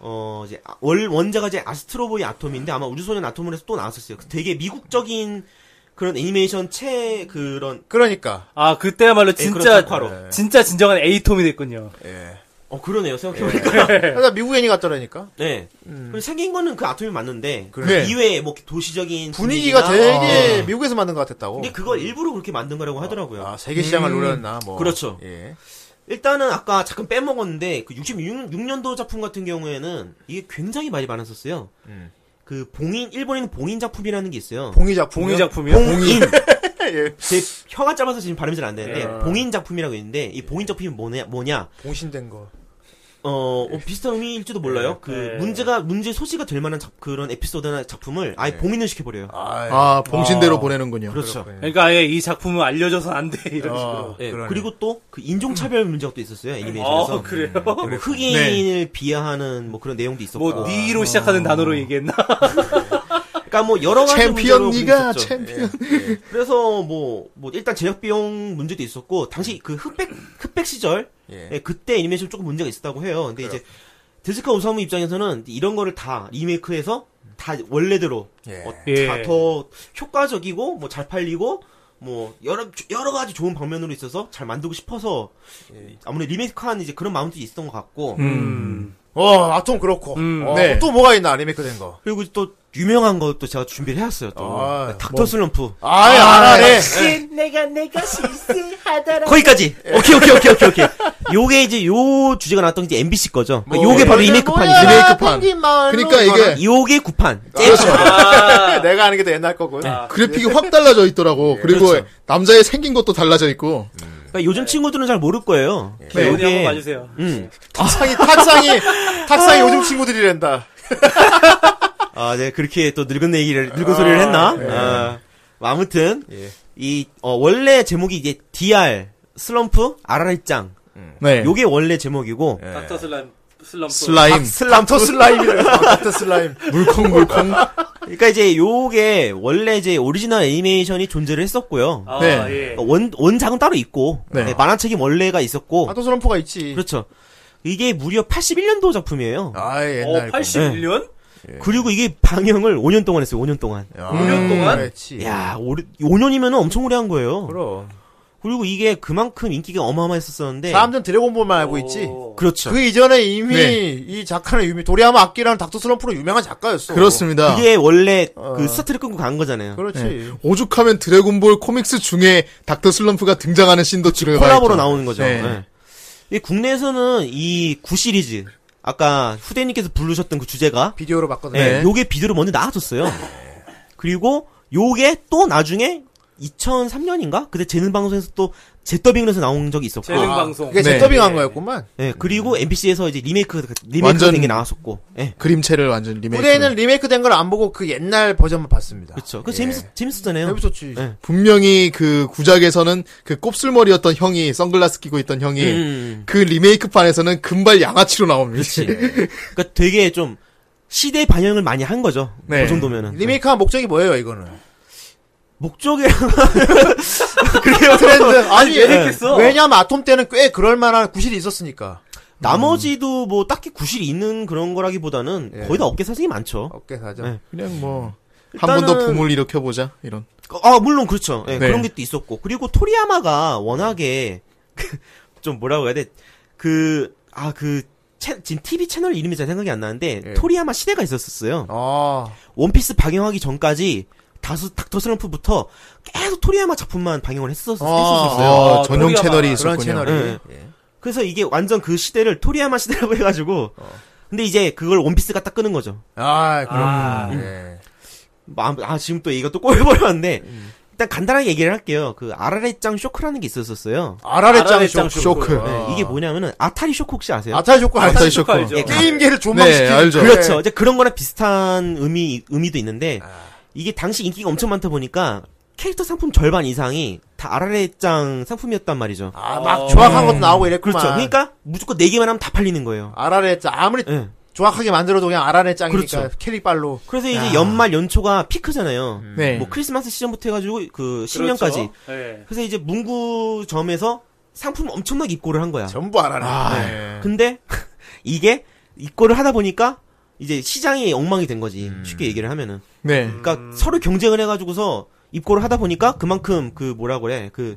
S6: 어 이제 아- 월 원작가 이제 아스트로보이 아톰인데 아마 우주소년 아톰으로 해서 또 나왔었어요. 그 되게 미국적인 그런 애니메이션 채 그런
S2: 그러니까.
S3: 아 그때야말로 진짜
S6: 작화로. 예.
S3: 진짜 진정한 에이톰이 됐군요.
S6: 어 그러네요
S2: 그래서
S6: 생각해보니까
S2: 그러니까 미국 애니 같더라니까.
S6: 네
S2: 음.
S6: 그리고 생긴 거는 그 아톰이 맞는데 그
S4: 그래.
S6: 이외에 뭐 도시적인
S2: 분위기가
S6: 분위기나-
S2: 되게
S6: 어.
S2: 미국에서 만든 것 같았다고.
S6: 근데 그걸 일부러 그렇게 만든 거라고 하더라고요.
S2: 아, 세계 시장을 노렸나, 뭐.
S6: 그렇죠.
S2: 예.
S6: 일단은 아까 잠깐 빼먹었는데 그 66년도 작품 같은 경우에는 이게 굉장히 많이 많았었어요. 그 봉인 일본에는 봉인 작품이라는 게 있어요.
S2: 봉이 작품.
S3: 봉이 작품이요.
S6: 봉인.
S2: 예.
S6: 제 혀가 짧아서 지금 발음이 잘 안 되는데 봉인 작품이라고 있는데 이 봉인 작품이 뭐냐 뭐냐
S2: 봉신된 거.
S6: 어, 어, 비슷한 의미일지도 몰라요. 그
S3: 예.
S6: 문제가 문제 소지가 될 만한 작- 그런 에피소드나 작품을 아예 봉인을 시켜버려요.
S2: 아,
S4: 아 봉신대로 보내는군요.
S6: 그렇죠.
S3: 그러니까 아예 이 작품은 알려져선 안 돼 이런 식으로.
S6: 예, 그리고 또 그 인종차별 문제가 또 있었어요 애니메이션에서.
S3: 아 그래요?
S6: 뭐 흑인을 비하하는 뭐 그런 내용도 있었고.
S3: 뭐 니로 시작하는 단어로 얘기했나?
S6: 그러니까 뭐 여러 가지
S4: 챔피언
S6: 문제로
S4: 니가
S6: 있었죠.
S4: 챔피언.
S6: 그래서 뭐, 뭐 일단 제작 비용 문제도 있었고 당시 그 흑백 흑백 시절
S2: 음. 예.
S6: 예, 그때 애니메이션 조금 문제가 있었다고 해요. 근데 이제 데스카 오사무 입장에서는 이런 거를 다 리메이크해서 다 원래대로
S2: 예.
S6: 어,
S3: 예.
S6: 자- 더 효과적이고 뭐 잘 팔리고 뭐 여러 여러 가지 좋은 방면으로 있어서 잘 만들고 싶어서
S2: 예.
S6: 아무래도 리메이크한 이제 그런 마음도 있었던 것 같고
S3: 음.
S2: 어, 아톰 그렇고.
S3: 음.
S2: 어,
S4: 네.
S2: 또 뭐가 있나, 리메이크 된 거.
S6: 그리고 또 유명한 것도 제가 준비를 해왔어요. 또
S2: 아,
S6: 닥터
S4: 뭐.
S6: 슬럼프
S2: 아이, 네. 알아래.
S4: 네,
S6: 거기까지. 오케이 오케이 오케이 오케이 오케이. 요게 이제 요 주제가 나왔던 게 이제 MBC 거죠. 그러니까
S2: 뭐,
S6: 요게 바로
S2: 예.
S6: 리메이크판이죠.
S4: 리메이크판.
S2: 그러니까
S4: 그러니까 이게
S6: 요게 구판.
S2: 내가 아는 게 더 옛날 거고요.
S4: 그래픽이 확 달라져 있더라고. 그리고
S6: 그렇죠.
S4: 남자의 생긴 것도 달라져 있고.
S6: 그러니까 요즘 친구들은 잘 모를 거예요.
S3: 기운이 한번 봐주세요.
S6: 음.
S2: 탁상이, 탁상이, 탁상이 요즘 친구들이란다.
S6: 아, 네 그렇게 또 늙은 얘기를 늙은 소리를 했나? 아, 뭐 아무튼 이 어, 원래 제목이 이제 DR 슬럼프 아라리짱.
S4: 네.
S6: 요게 원래 제목이고
S3: 닥터 슬람 슬럼프.
S4: 슬라임
S2: 닥터 슬라임이래. 닥터 슬라임.
S4: 물컹물컹.
S6: 그러니까 이제 요게 원래 이제 오리지널 애니메이션이 존재를 했었고요. 그러니까
S3: 아,
S4: 네.
S3: 예.
S6: 원 원작은 따로 있고
S4: 네.
S6: 네, 만화책이 원래가 있었고
S2: 닥터 슬럼프가 있지.
S6: 그렇죠. 이게 무려 81년도 작품이에요.
S2: 아
S3: 어,
S2: 옛날.
S3: 81년?
S6: 그리고 이게 방영을 5년 동안 했어요. 5년 동안.
S2: 야,
S3: 5년 동안?
S2: 그렇지.
S6: 야, 오래, 5년이면 엄청 오래 한 거예요.
S2: 그럼.
S6: 그리고 이게 그만큼 인기가 어마어마했었었는데.
S2: 사람들은 드래곤볼만 알고 있지.
S3: 오.
S6: 그렇죠.
S2: 그 이전에 이미
S4: 네.
S2: 이 작가는 유미 도리야마 아키라는 닥터 슬럼프로 유명한 작가였어.
S4: 그렇습니다.
S6: 이게 원래
S2: 어. 그렇죠.
S6: 그 스타트를 끊고 간 거잖아요.
S2: 그렇지.
S4: 네. 오죽하면 드래곤볼 코믹스 중에 닥터 슬럼프가 등장하는 씬도 들어가
S6: 그 콜라보로 네.
S4: 있죠.
S6: 나오는 거죠.
S4: 네.
S6: 예. 이 국내에서는 이 9시리즈 아까 후대님께서 부르셨던 그 주제가
S9: 비디오로 봤거든요.
S6: 예,
S4: 네.
S6: 요게 비디오로 먼저 나왔었어요. 그리고 요게 또 나중에 2003년인가? 그때 재능 방송에서 또 재더빙을 해서 나온 적이 있었고.
S3: 재능 방송.
S2: 그게
S4: 네.
S2: 재더빙한 거였구만.
S6: 예, 그리고 MBC에서 이제 그 리메이크 리메이크
S4: 완전-
S6: 된게 나왔었고. 예.
S4: 네, 그림체를 완전 리메이크.
S2: 후대에는 리메이크 된 걸 안 보고 그 옛날 버전만 봤습니다.
S6: 그렇죠. 그 재밌었 재밌었잖아요.
S2: 재밌었지.
S6: 예.
S4: 분명히 그 구작에서는 그 곱슬머리였던 형이 선글라스 끼고 있던 형이
S6: 음.
S4: 그 리메이크판에서는 금발 양아치로 나옵니다.
S6: 그렇지. 그러니까 되게 좀 시대 반영을 많이 한 거죠.
S4: 네.
S6: 그 정도면은.
S2: 리메이크한 목적이 뭐예요, 이거는?
S6: 목적이랑
S2: 트렌드. 아니,
S3: 왜 이랬겠어?
S2: 왜냐면 아톰 때는 꽤 그럴만한 구실이 있었으니까.
S6: 나머지도 뭐 딱히 구실이 있는 그런 거라기보다는
S2: 예.
S6: 거의 다 업계 사정이 많죠.
S2: 어깨 음. 사죠.
S6: 네.
S4: 그냥 뭐 한번
S6: 일단은-
S4: 더 붐을 일으켜보자 이런.
S6: 아 물론 그렇죠. 예,
S4: 네.
S6: 그런 게 또 있었고 그리고 토리야마가 워낙에 그 좀 뭐라고 해야 돼? 그 아 그 지금 TV 채널 이름이 잘 생각이 안 나는데
S2: 예.
S6: 토리야마 시대가 있었었어요.
S2: 아,
S6: 원피스 방영하기 전까지 다수 닥터 슬럼프부터 계속 토리야마 작품만 방영을 했었, 했었어요.
S4: 어,
S3: 아,
S4: 전용
S3: 토리야마.
S4: 채널이
S2: 그런
S4: 있었군요. 네.
S2: 채널이.
S6: 예. 그래서 이게 완전 그 시대를 토리야마 시대라고 해가지고 근데 이제 그걸 원피스가 딱 끄는 거죠.
S2: 아, 그럼.
S3: 아.
S2: 예.
S6: 아, 아, 지금 또 이것도 꼬여버렸는데 일단 간단하게 얘기를 할게요. 그 아라레짱 쇼크라는 게 있었었어요.
S2: 아라레짱
S3: 아라레짱
S2: 쇼크.
S3: 쇼크.
S4: 쇼크.
S6: 네, 이게 뭐냐면은 아타리 쇼크 혹시 아세요?
S2: 아타리 쇼크 알죠?
S4: 아타리 쇼크.
S3: 알죠.
S6: 예,
S2: 게임계를 조망시키는
S4: 네, 알죠.
S6: 그렇죠. 이제 그런 거랑 비슷한 의미 의미도 있는데 이게 당시 인기가 엄청 많다 보니까 캐릭터 상품 절반 이상이 다 아라레짱 상품이었단 말이죠.
S2: 아, 막 조악한 것도 나오고 이랬구만.
S6: 그렇죠. 그러니까 무조건 네 개만 하면 다 팔리는 거예요.
S2: 아라레짱 아무리
S6: 예.
S2: 조악하게 만들어도 그냥 아라레짱이니까
S6: 그렇죠.
S2: 캐릭발로.
S6: 그래서 이제 연말 연초가 피크잖아요.
S2: 음.
S4: 네.
S6: 뭐 크리스마스 시즌부터 해가지고 그 신년까지.
S3: 그렇죠. 예.
S6: 그래서 이제 문구점에서 상품 엄청나게 입고를 한 거야.
S2: 전부 네. 아라레.
S6: 근데 이게 입고를 하다 보니까 이제 시장이 엉망이 된 거지. 쉽게 얘기를 하면은.
S4: 네.
S6: 그러니까 서로 경쟁을 해가지고서 입고를 하다 보니까 그만큼 그 뭐라 그래 그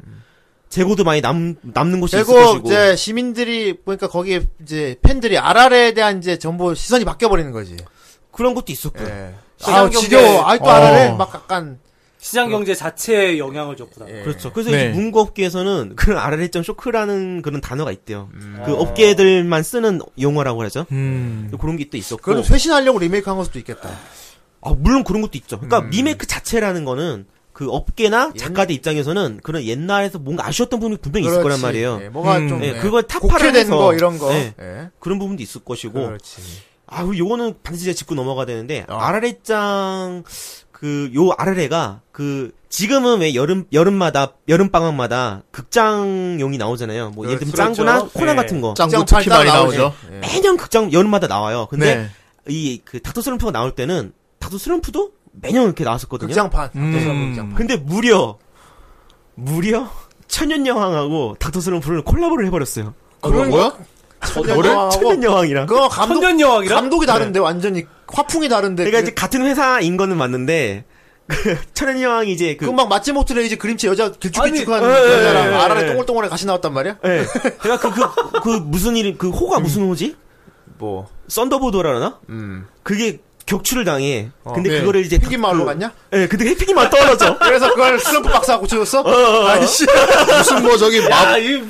S6: 재고도 많이 남 남는 곳이 있을
S2: 그리고 예.
S6: 것이고.
S2: 이제 시민들이 보니까 거기에 이제 팬들이 아라레에 대한 이제 전부 시선이 바뀌어 버리는 거지.
S6: 그런 것도 있었고요.
S2: 예.
S3: 시장
S2: 아,
S3: 경제-
S2: 지겨워. 아이 또
S4: 어.
S2: 아라레 막 약간
S3: 시장 경제 자체에 영향을 줬구나.
S6: 그렇죠. 그래서
S4: 네.
S6: 이제 문구업계에서는 그런 아라레점 쇼크라는 그런 단어가 있대요. 그 업계들만 쓰는 용어라고 하죠.
S4: 음.
S6: 그런 게 또 있었고.
S2: 그래도 쇄신하려고 리메이크한 걸 수도 있겠다.
S6: 아, 물론 그런 것도 있죠.
S2: 음.
S6: 그러니까 리메이크 자체라는 거는 그 업계나 작가들 입장에서는 그런 옛날에서 뭔가 아쉬웠던 부분이 분명히 있을 거란
S2: 그렇지.
S6: 말이에요.
S2: 예, 뭐가
S4: 음.
S2: 좀
S6: 예,
S2: 예,
S6: 그걸 타파를
S2: 곡해된
S6: 해서
S2: 거 이런 거.
S6: 예,
S2: 예.
S6: 그런 부분도 있을 것이고.
S2: 그렇지.
S6: 아, 그리고 요거는 반드시 제가 짚고 넘어가야 되는데, 아라레짱, 그, 요 아라레가, 그, 지금은 왜 여름, 여름마다, 여름방학마다 극장용이 나오잖아요. 뭐, 예를 들면
S3: 그렇죠.
S6: 짱구나 코난
S3: 네.
S6: 같은 거. 예.
S4: 짱구
S2: 극장
S4: 특히
S2: 팔다
S4: 많이
S2: 나오지.
S4: 나오죠.
S6: 매년 극장, 여름마다 나와요. 근데,
S4: 네.
S6: 이, 그, 닥터 슬럼프가 나올 때는, 닥터 슬럼프도 매년 이렇게 나왔었거든요.
S2: 극장판.
S4: 음.
S2: 극장판, 극장판.
S6: 근데 무려, 무려, 천연여왕하고 닥터 슬럼프를 콜라보를 해버렸어요.
S4: 그런 거야?
S2: 그래?
S6: 아, 천연여왕이랑. 네.
S2: 그거 감독
S3: 천년 여왕이랑
S2: 감독이 다른데 완전히 화풍이 다른데.
S6: 그러니까 이제 같은 회사인 거는 맞는데, 그, 천연여왕이 이제 그,
S2: 금방 마치 모트레 이제 그림체 여자 길쭉길쭉한
S6: 아니, 예,
S2: 여자랑
S6: 예, 예,
S2: 아라레
S6: 예.
S2: 동글동글에 같이 나왔단 말이야?
S6: 예. 내가 그, 그, 그 무슨 일, 그 호가 무슨 호지?
S2: 음. 뭐.
S6: 썬더보드라나?
S2: 음. 어.
S6: 그게 격추를 당해. 근데
S4: 네.
S6: 그거를 이제.
S2: 튀김 마을로 갔냐?
S6: 예, 근데 해피기만 떨어져.
S2: 그래서 그걸 슬럼프 박사가 고쳐줬어? 아이씨.
S4: 무슨 뭐 저기
S3: 아,
S4: 마,
S3: 이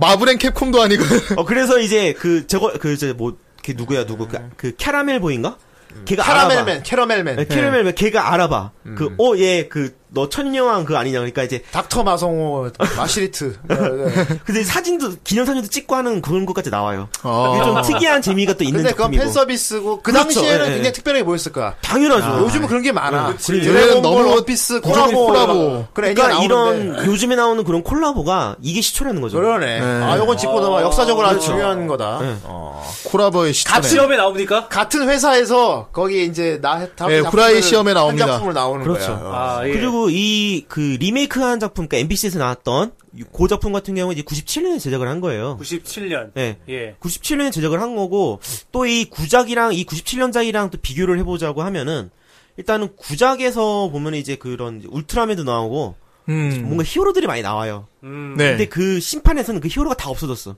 S4: 마블 앤 캡콤도 아니고.
S6: 어, 그래서 이제 그, 저거, 그, 이제 뭐, 걔 누구야, 누구, 그, 그 캐러멜 보인가? 걔가
S2: 음.
S6: 알아봐.
S2: 캐러멜맨, 네. 음. 캐러멜맨.
S6: 예, 캐러멜맨, 걔가 알아봐. 그, 어, 얘, 그, 너 천녀왕 그거 아니냐. 그러니까 이제,
S2: 닥터 마성호, 마시리트. 네, 네.
S6: 근데 사진도, 기념사진도 찍고 하는 그런 것까지 나와요. 이게
S4: 어.
S6: 좀 특이한 재미가 또 있는
S2: 근데 그건
S6: 작품이고.
S2: 팬서비스고, 그
S6: 그렇죠,
S2: 당시에는
S6: 예, 아, 예.
S2: 굉장히 특별하게 보였을 거야.
S6: 당연하죠.
S2: 아. 요즘은 그런 게 많아.
S4: 그치.
S2: 드래곤볼,
S4: 너무
S2: 원피스,
S4: 구조물이
S2: 코라보.
S4: 콜라보.
S2: 그래,
S6: 그러니까
S2: 이런.
S6: 이런 예. 요즘에 나오는 그런 콜라보가 이게 시초라는 거죠.
S2: 그러네.
S4: 네.
S2: 아, 요건 짚고 넘어. 역사적으로 아주 중요한 거다. 어.
S6: 네.
S4: 코라보의 시초네.
S3: 시험에 나옵니까?
S2: 같은 회사에서 거기 이제 나 다음
S4: 예,
S2: 작품을-
S4: 후라이 시험에 나옵니다.
S2: 한 작품을 나오는
S6: 그렇죠.
S2: 거야. 어.
S3: 아, 예.
S6: 그리고 이 그 리메이크한 작품, 그러니까 MBC에서 나왔던 그 작품 같은 경우는 이제 97년에 제작을 한 거예요.
S3: 97년.
S6: 예.
S3: 예.
S6: 97년에 제작을 한 거고 또 이 구작이랑 이 97년작이랑 또 비교를 해보자고 하면은 일단은 구작에서 보면 이제 그런 이제 울트라맨도 나오고
S4: 음.
S6: 뭔가 히어로들이 많이 나와요.
S3: 음.
S4: 네.
S6: 근데 그 심판에서는 그 히어로가 다 없어졌어.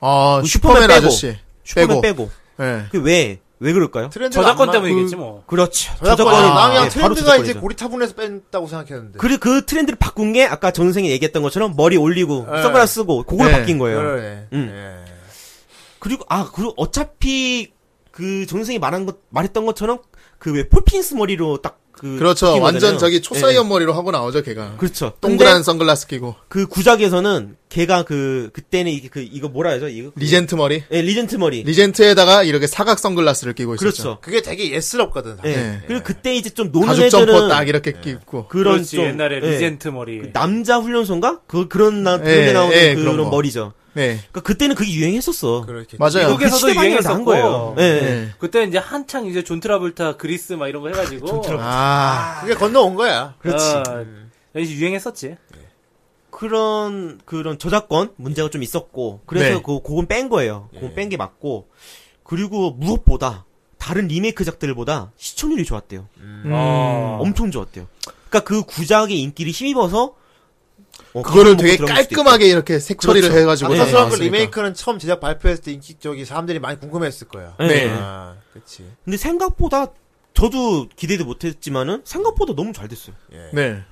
S4: 아,
S6: 그 슈퍼맨
S4: 슈퍼맨
S6: 빼고.
S4: 아저씨.
S6: 슈퍼맨
S4: 빼고.
S6: 빼고.
S4: 예.
S6: 그 왜? 왜 그럴까요?
S2: 트렌드
S3: 저작권 때문이겠지 뭐.
S6: 그렇죠.
S2: 저작권.
S6: 저작권이-
S4: 아,
S2: 나 그냥
S6: 예, 바로
S2: 트렌드가 이제
S6: 저작권이죠.
S2: 고리타분해서 뺀다고 생각했는데.
S6: 그리고 그 트렌드를 바꾼 게 아까 전생이 얘기했던 것처럼 머리 올리고
S3: 네.
S2: 예.
S6: 선글라스 쓰고 그걸
S4: 예.
S2: 네.
S6: 바뀐 거예요.
S2: 그러네.
S6: 음. 그리고 아 그리고 어차피 그 정선생이 말한 것 말했던 것처럼 그 왜 폴핀스 머리로 딱그
S4: 그렇죠. 완전 저기 초사이언 머리로 하고 나오죠, 걔가.
S6: 그렇죠.
S4: 동그란
S6: 근데
S4: 선글라스 끼고
S6: 그 구작에서는 걔가 그 그때는 이게 그 이거 뭐라 해죠 이거
S4: 리젠트 머리.
S6: 예, 리젠트 머리.
S4: 리젠트에다가 이렇게 사각 선글라스를 끼고 있었죠.
S6: 그렇죠.
S2: 그게 되게 예스럽거든.
S6: 예.
S4: 네.
S6: 그리고 그때 이제 좀 노는
S4: 가죽
S6: 애들은
S4: 점퍼 딱 이렇게 끼고.
S6: 그런
S3: 그렇지,
S6: 좀
S3: 옛날에
S6: 예.
S3: 리젠트 머리.
S6: 남자 훈련소인가? 그 그런 나 그런
S4: 예,
S6: 게 나오는
S4: 예,
S6: 그런,
S4: 그런 거.
S6: 머리죠.
S4: 네.
S6: 그러니까 그때는 그게 유행했었어.
S3: 그렇죠.
S4: 맞아요.
S3: 미국에- 한국에서도
S6: 그 시대 방향이
S3: 유행했었고.
S6: 난 거예요. 예. 예.
S4: 네.
S3: 그때 이제 한창 이제 존 트라볼타 그리스 막 이런 거 해가지고.
S4: 아,
S2: 그게 건너온 거야.
S3: 어, 이제 유행했었지.
S6: 그런 그런 저작권 문제가 좀 있었고 그래서
S4: 네.
S6: 그 곡은 뺀 거예요. 곡은 뺀 게 맞고 그리고 무엇보다 다른 리메이크작들보다 시청률이 좋았대요.
S4: 아.
S3: 어.
S6: 엄청 좋았대요. 그러니까 그 구작의 인기를 힘입어서 어,
S4: 그거를
S6: 기분
S4: 되게
S6: 먹고 들어갈 수도 있고.
S4: 깔끔하게 이렇게 색 처리를
S6: 그렇죠.
S4: 해가지고.
S6: 네.
S2: 아카스랑 그
S4: 나왔으니까.
S2: 리메이크는 처음 제작 발표했을 때 인기 저기 사람들이 많이 궁금했을 거야.
S4: 네.
S2: 아, 그치.
S6: 근데 생각보다 저도 기대도 못했지만은 생각보다 너무 잘 됐어요.
S4: 네.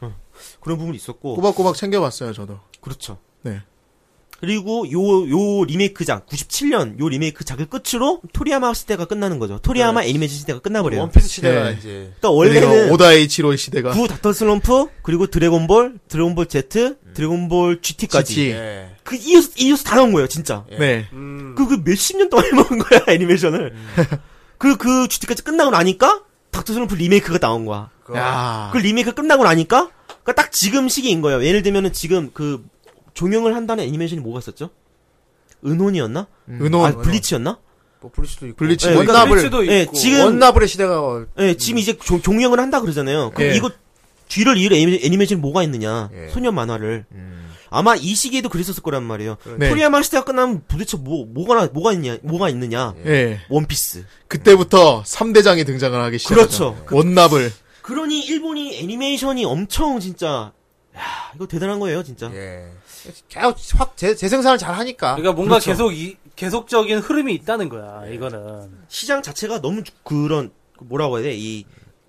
S6: 그런 부분이 있었고
S4: 꼬박꼬박 챙겨봤어요, 저도.
S6: 그렇죠.
S4: 네.
S6: 그리고 요, 요 리메이크작, 97년 요 리메이크작을 끝으로 토리야마 시대가 끝나는 거죠. 토리야마 애니메이션 시대가 끝나버려요.
S2: 원피스 그 시대가
S4: 예.
S2: 이제
S6: 그러니까
S4: 네. 그리고
S6: 원래는
S4: 오다 H로의 시대가.
S6: 구 닥터 슬럼프, 그리고 드래곤볼, 드래곤볼 Z, 드래곤볼 GT까지.
S4: GT.
S2: 예.
S6: 그 이어서, 이어서 다 나온 거예요, 진짜.
S4: 네.
S2: 음,
S6: 그, 그 몇십 년 동안 해먹은 거야, 애니메이션을.
S4: 음.
S6: 그, 그 GT까지 끝나고 나니까 닥터 슬럼프 리메이크가 나온 거야.
S4: 야.
S6: 그 리메이크 끝나고 나니까 그러니까 딱 지금 시기인 거예요. 예를 들면은 지금 그 종영을 한다는 애니메이션이 뭐가 있었죠? 은혼이었나?
S4: 은혼.
S6: 아 블리치였나?
S2: 뭐 브리스도 있고.
S4: 블리치.
S6: 예,
S4: 원-
S6: 그러니까
S2: 원나블.
S3: 도 있고.
S6: 예, 지금
S2: 원나블의 시대가
S6: 예, 지금 이제 조- 종영을 한다 그러잖아요. 그럼
S4: 예.
S6: 이거 뒤를 이을 애니- 애니메이션이 뭐가 있느냐? 소년 만화를. 아마 이 시기에도 그랬었을 거란 말이에요.
S4: 네.
S6: 토리야마 시대가 끝나면 도대체 뭐 뭐가 나- 뭐가 있냐? 뭐가 있느냐?
S4: 예.
S6: 원피스.
S4: 그때부터 3대장이 등장을 하기 시작했죠.
S6: 그렇죠.
S4: 원납을.
S6: 그러니 일본이 애니메이션이 엄청 진짜 야, 이거 대단한 거예요, 진짜.
S2: 예. 계속 확 재, 재생산을 잘 하니까.
S3: 그러니까 뭔가
S4: 그렇죠.
S3: 계속 이, 계속적인 흐름이 있다는 거야.
S6: 네.
S3: 이거는.
S6: 시장 자체가 너무 주- 그런 그 뭐라고 해야 돼? 이,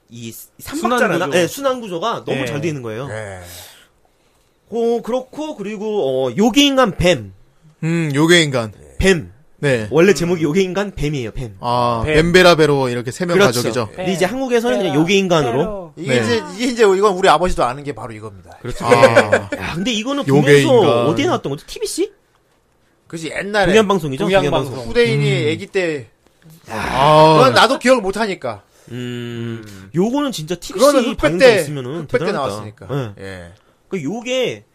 S6: 이
S3: 순환
S6: 삼박자라나?
S3: 구조.
S6: 예, 순환 구조가 너무
S3: 예.
S6: 잘 돼 있는 거예요.
S2: 예.
S6: 어, 그렇고 그리고 어, 요괴 인간 뱀.
S4: 음, 요괴 인간.
S6: 뱀.
S4: 네.
S6: 원래 제목이 요괴 인간 뱀이에요, 뱀.
S4: 아,
S3: 뱀.
S4: 뱀베라베로 이렇게 세 명 가족이죠.
S3: 네.
S6: 근데 이제 한국에서는 그냥 요괴 인간으로.
S2: 이게
S4: 네.
S2: 이제 이게 이제 이건 우리 아버지도 아는 게 바로 이겁니다.
S6: 그렇죠.
S4: 아,
S6: 야, 근데 이거는
S4: 요괴 인간.
S6: 국내에서 어디에 나왔던 거죠? TBC?
S2: 그지 옛날에
S6: 동양 방송이죠. 음.
S3: 동양
S6: 동양 방송.
S3: 방송.
S2: 후대인이 아기 때
S4: 아,
S6: 어.
S2: 그건 나도 기억을 못 하니까.
S6: 음. 요거는 진짜
S2: 그거는
S6: TBC
S2: 흑백
S6: 방송
S2: 때
S6: 있으면은
S2: 흑백 때
S6: 대단하다.
S2: 나왔으니까.
S6: 예.
S2: 예.
S6: 그 요게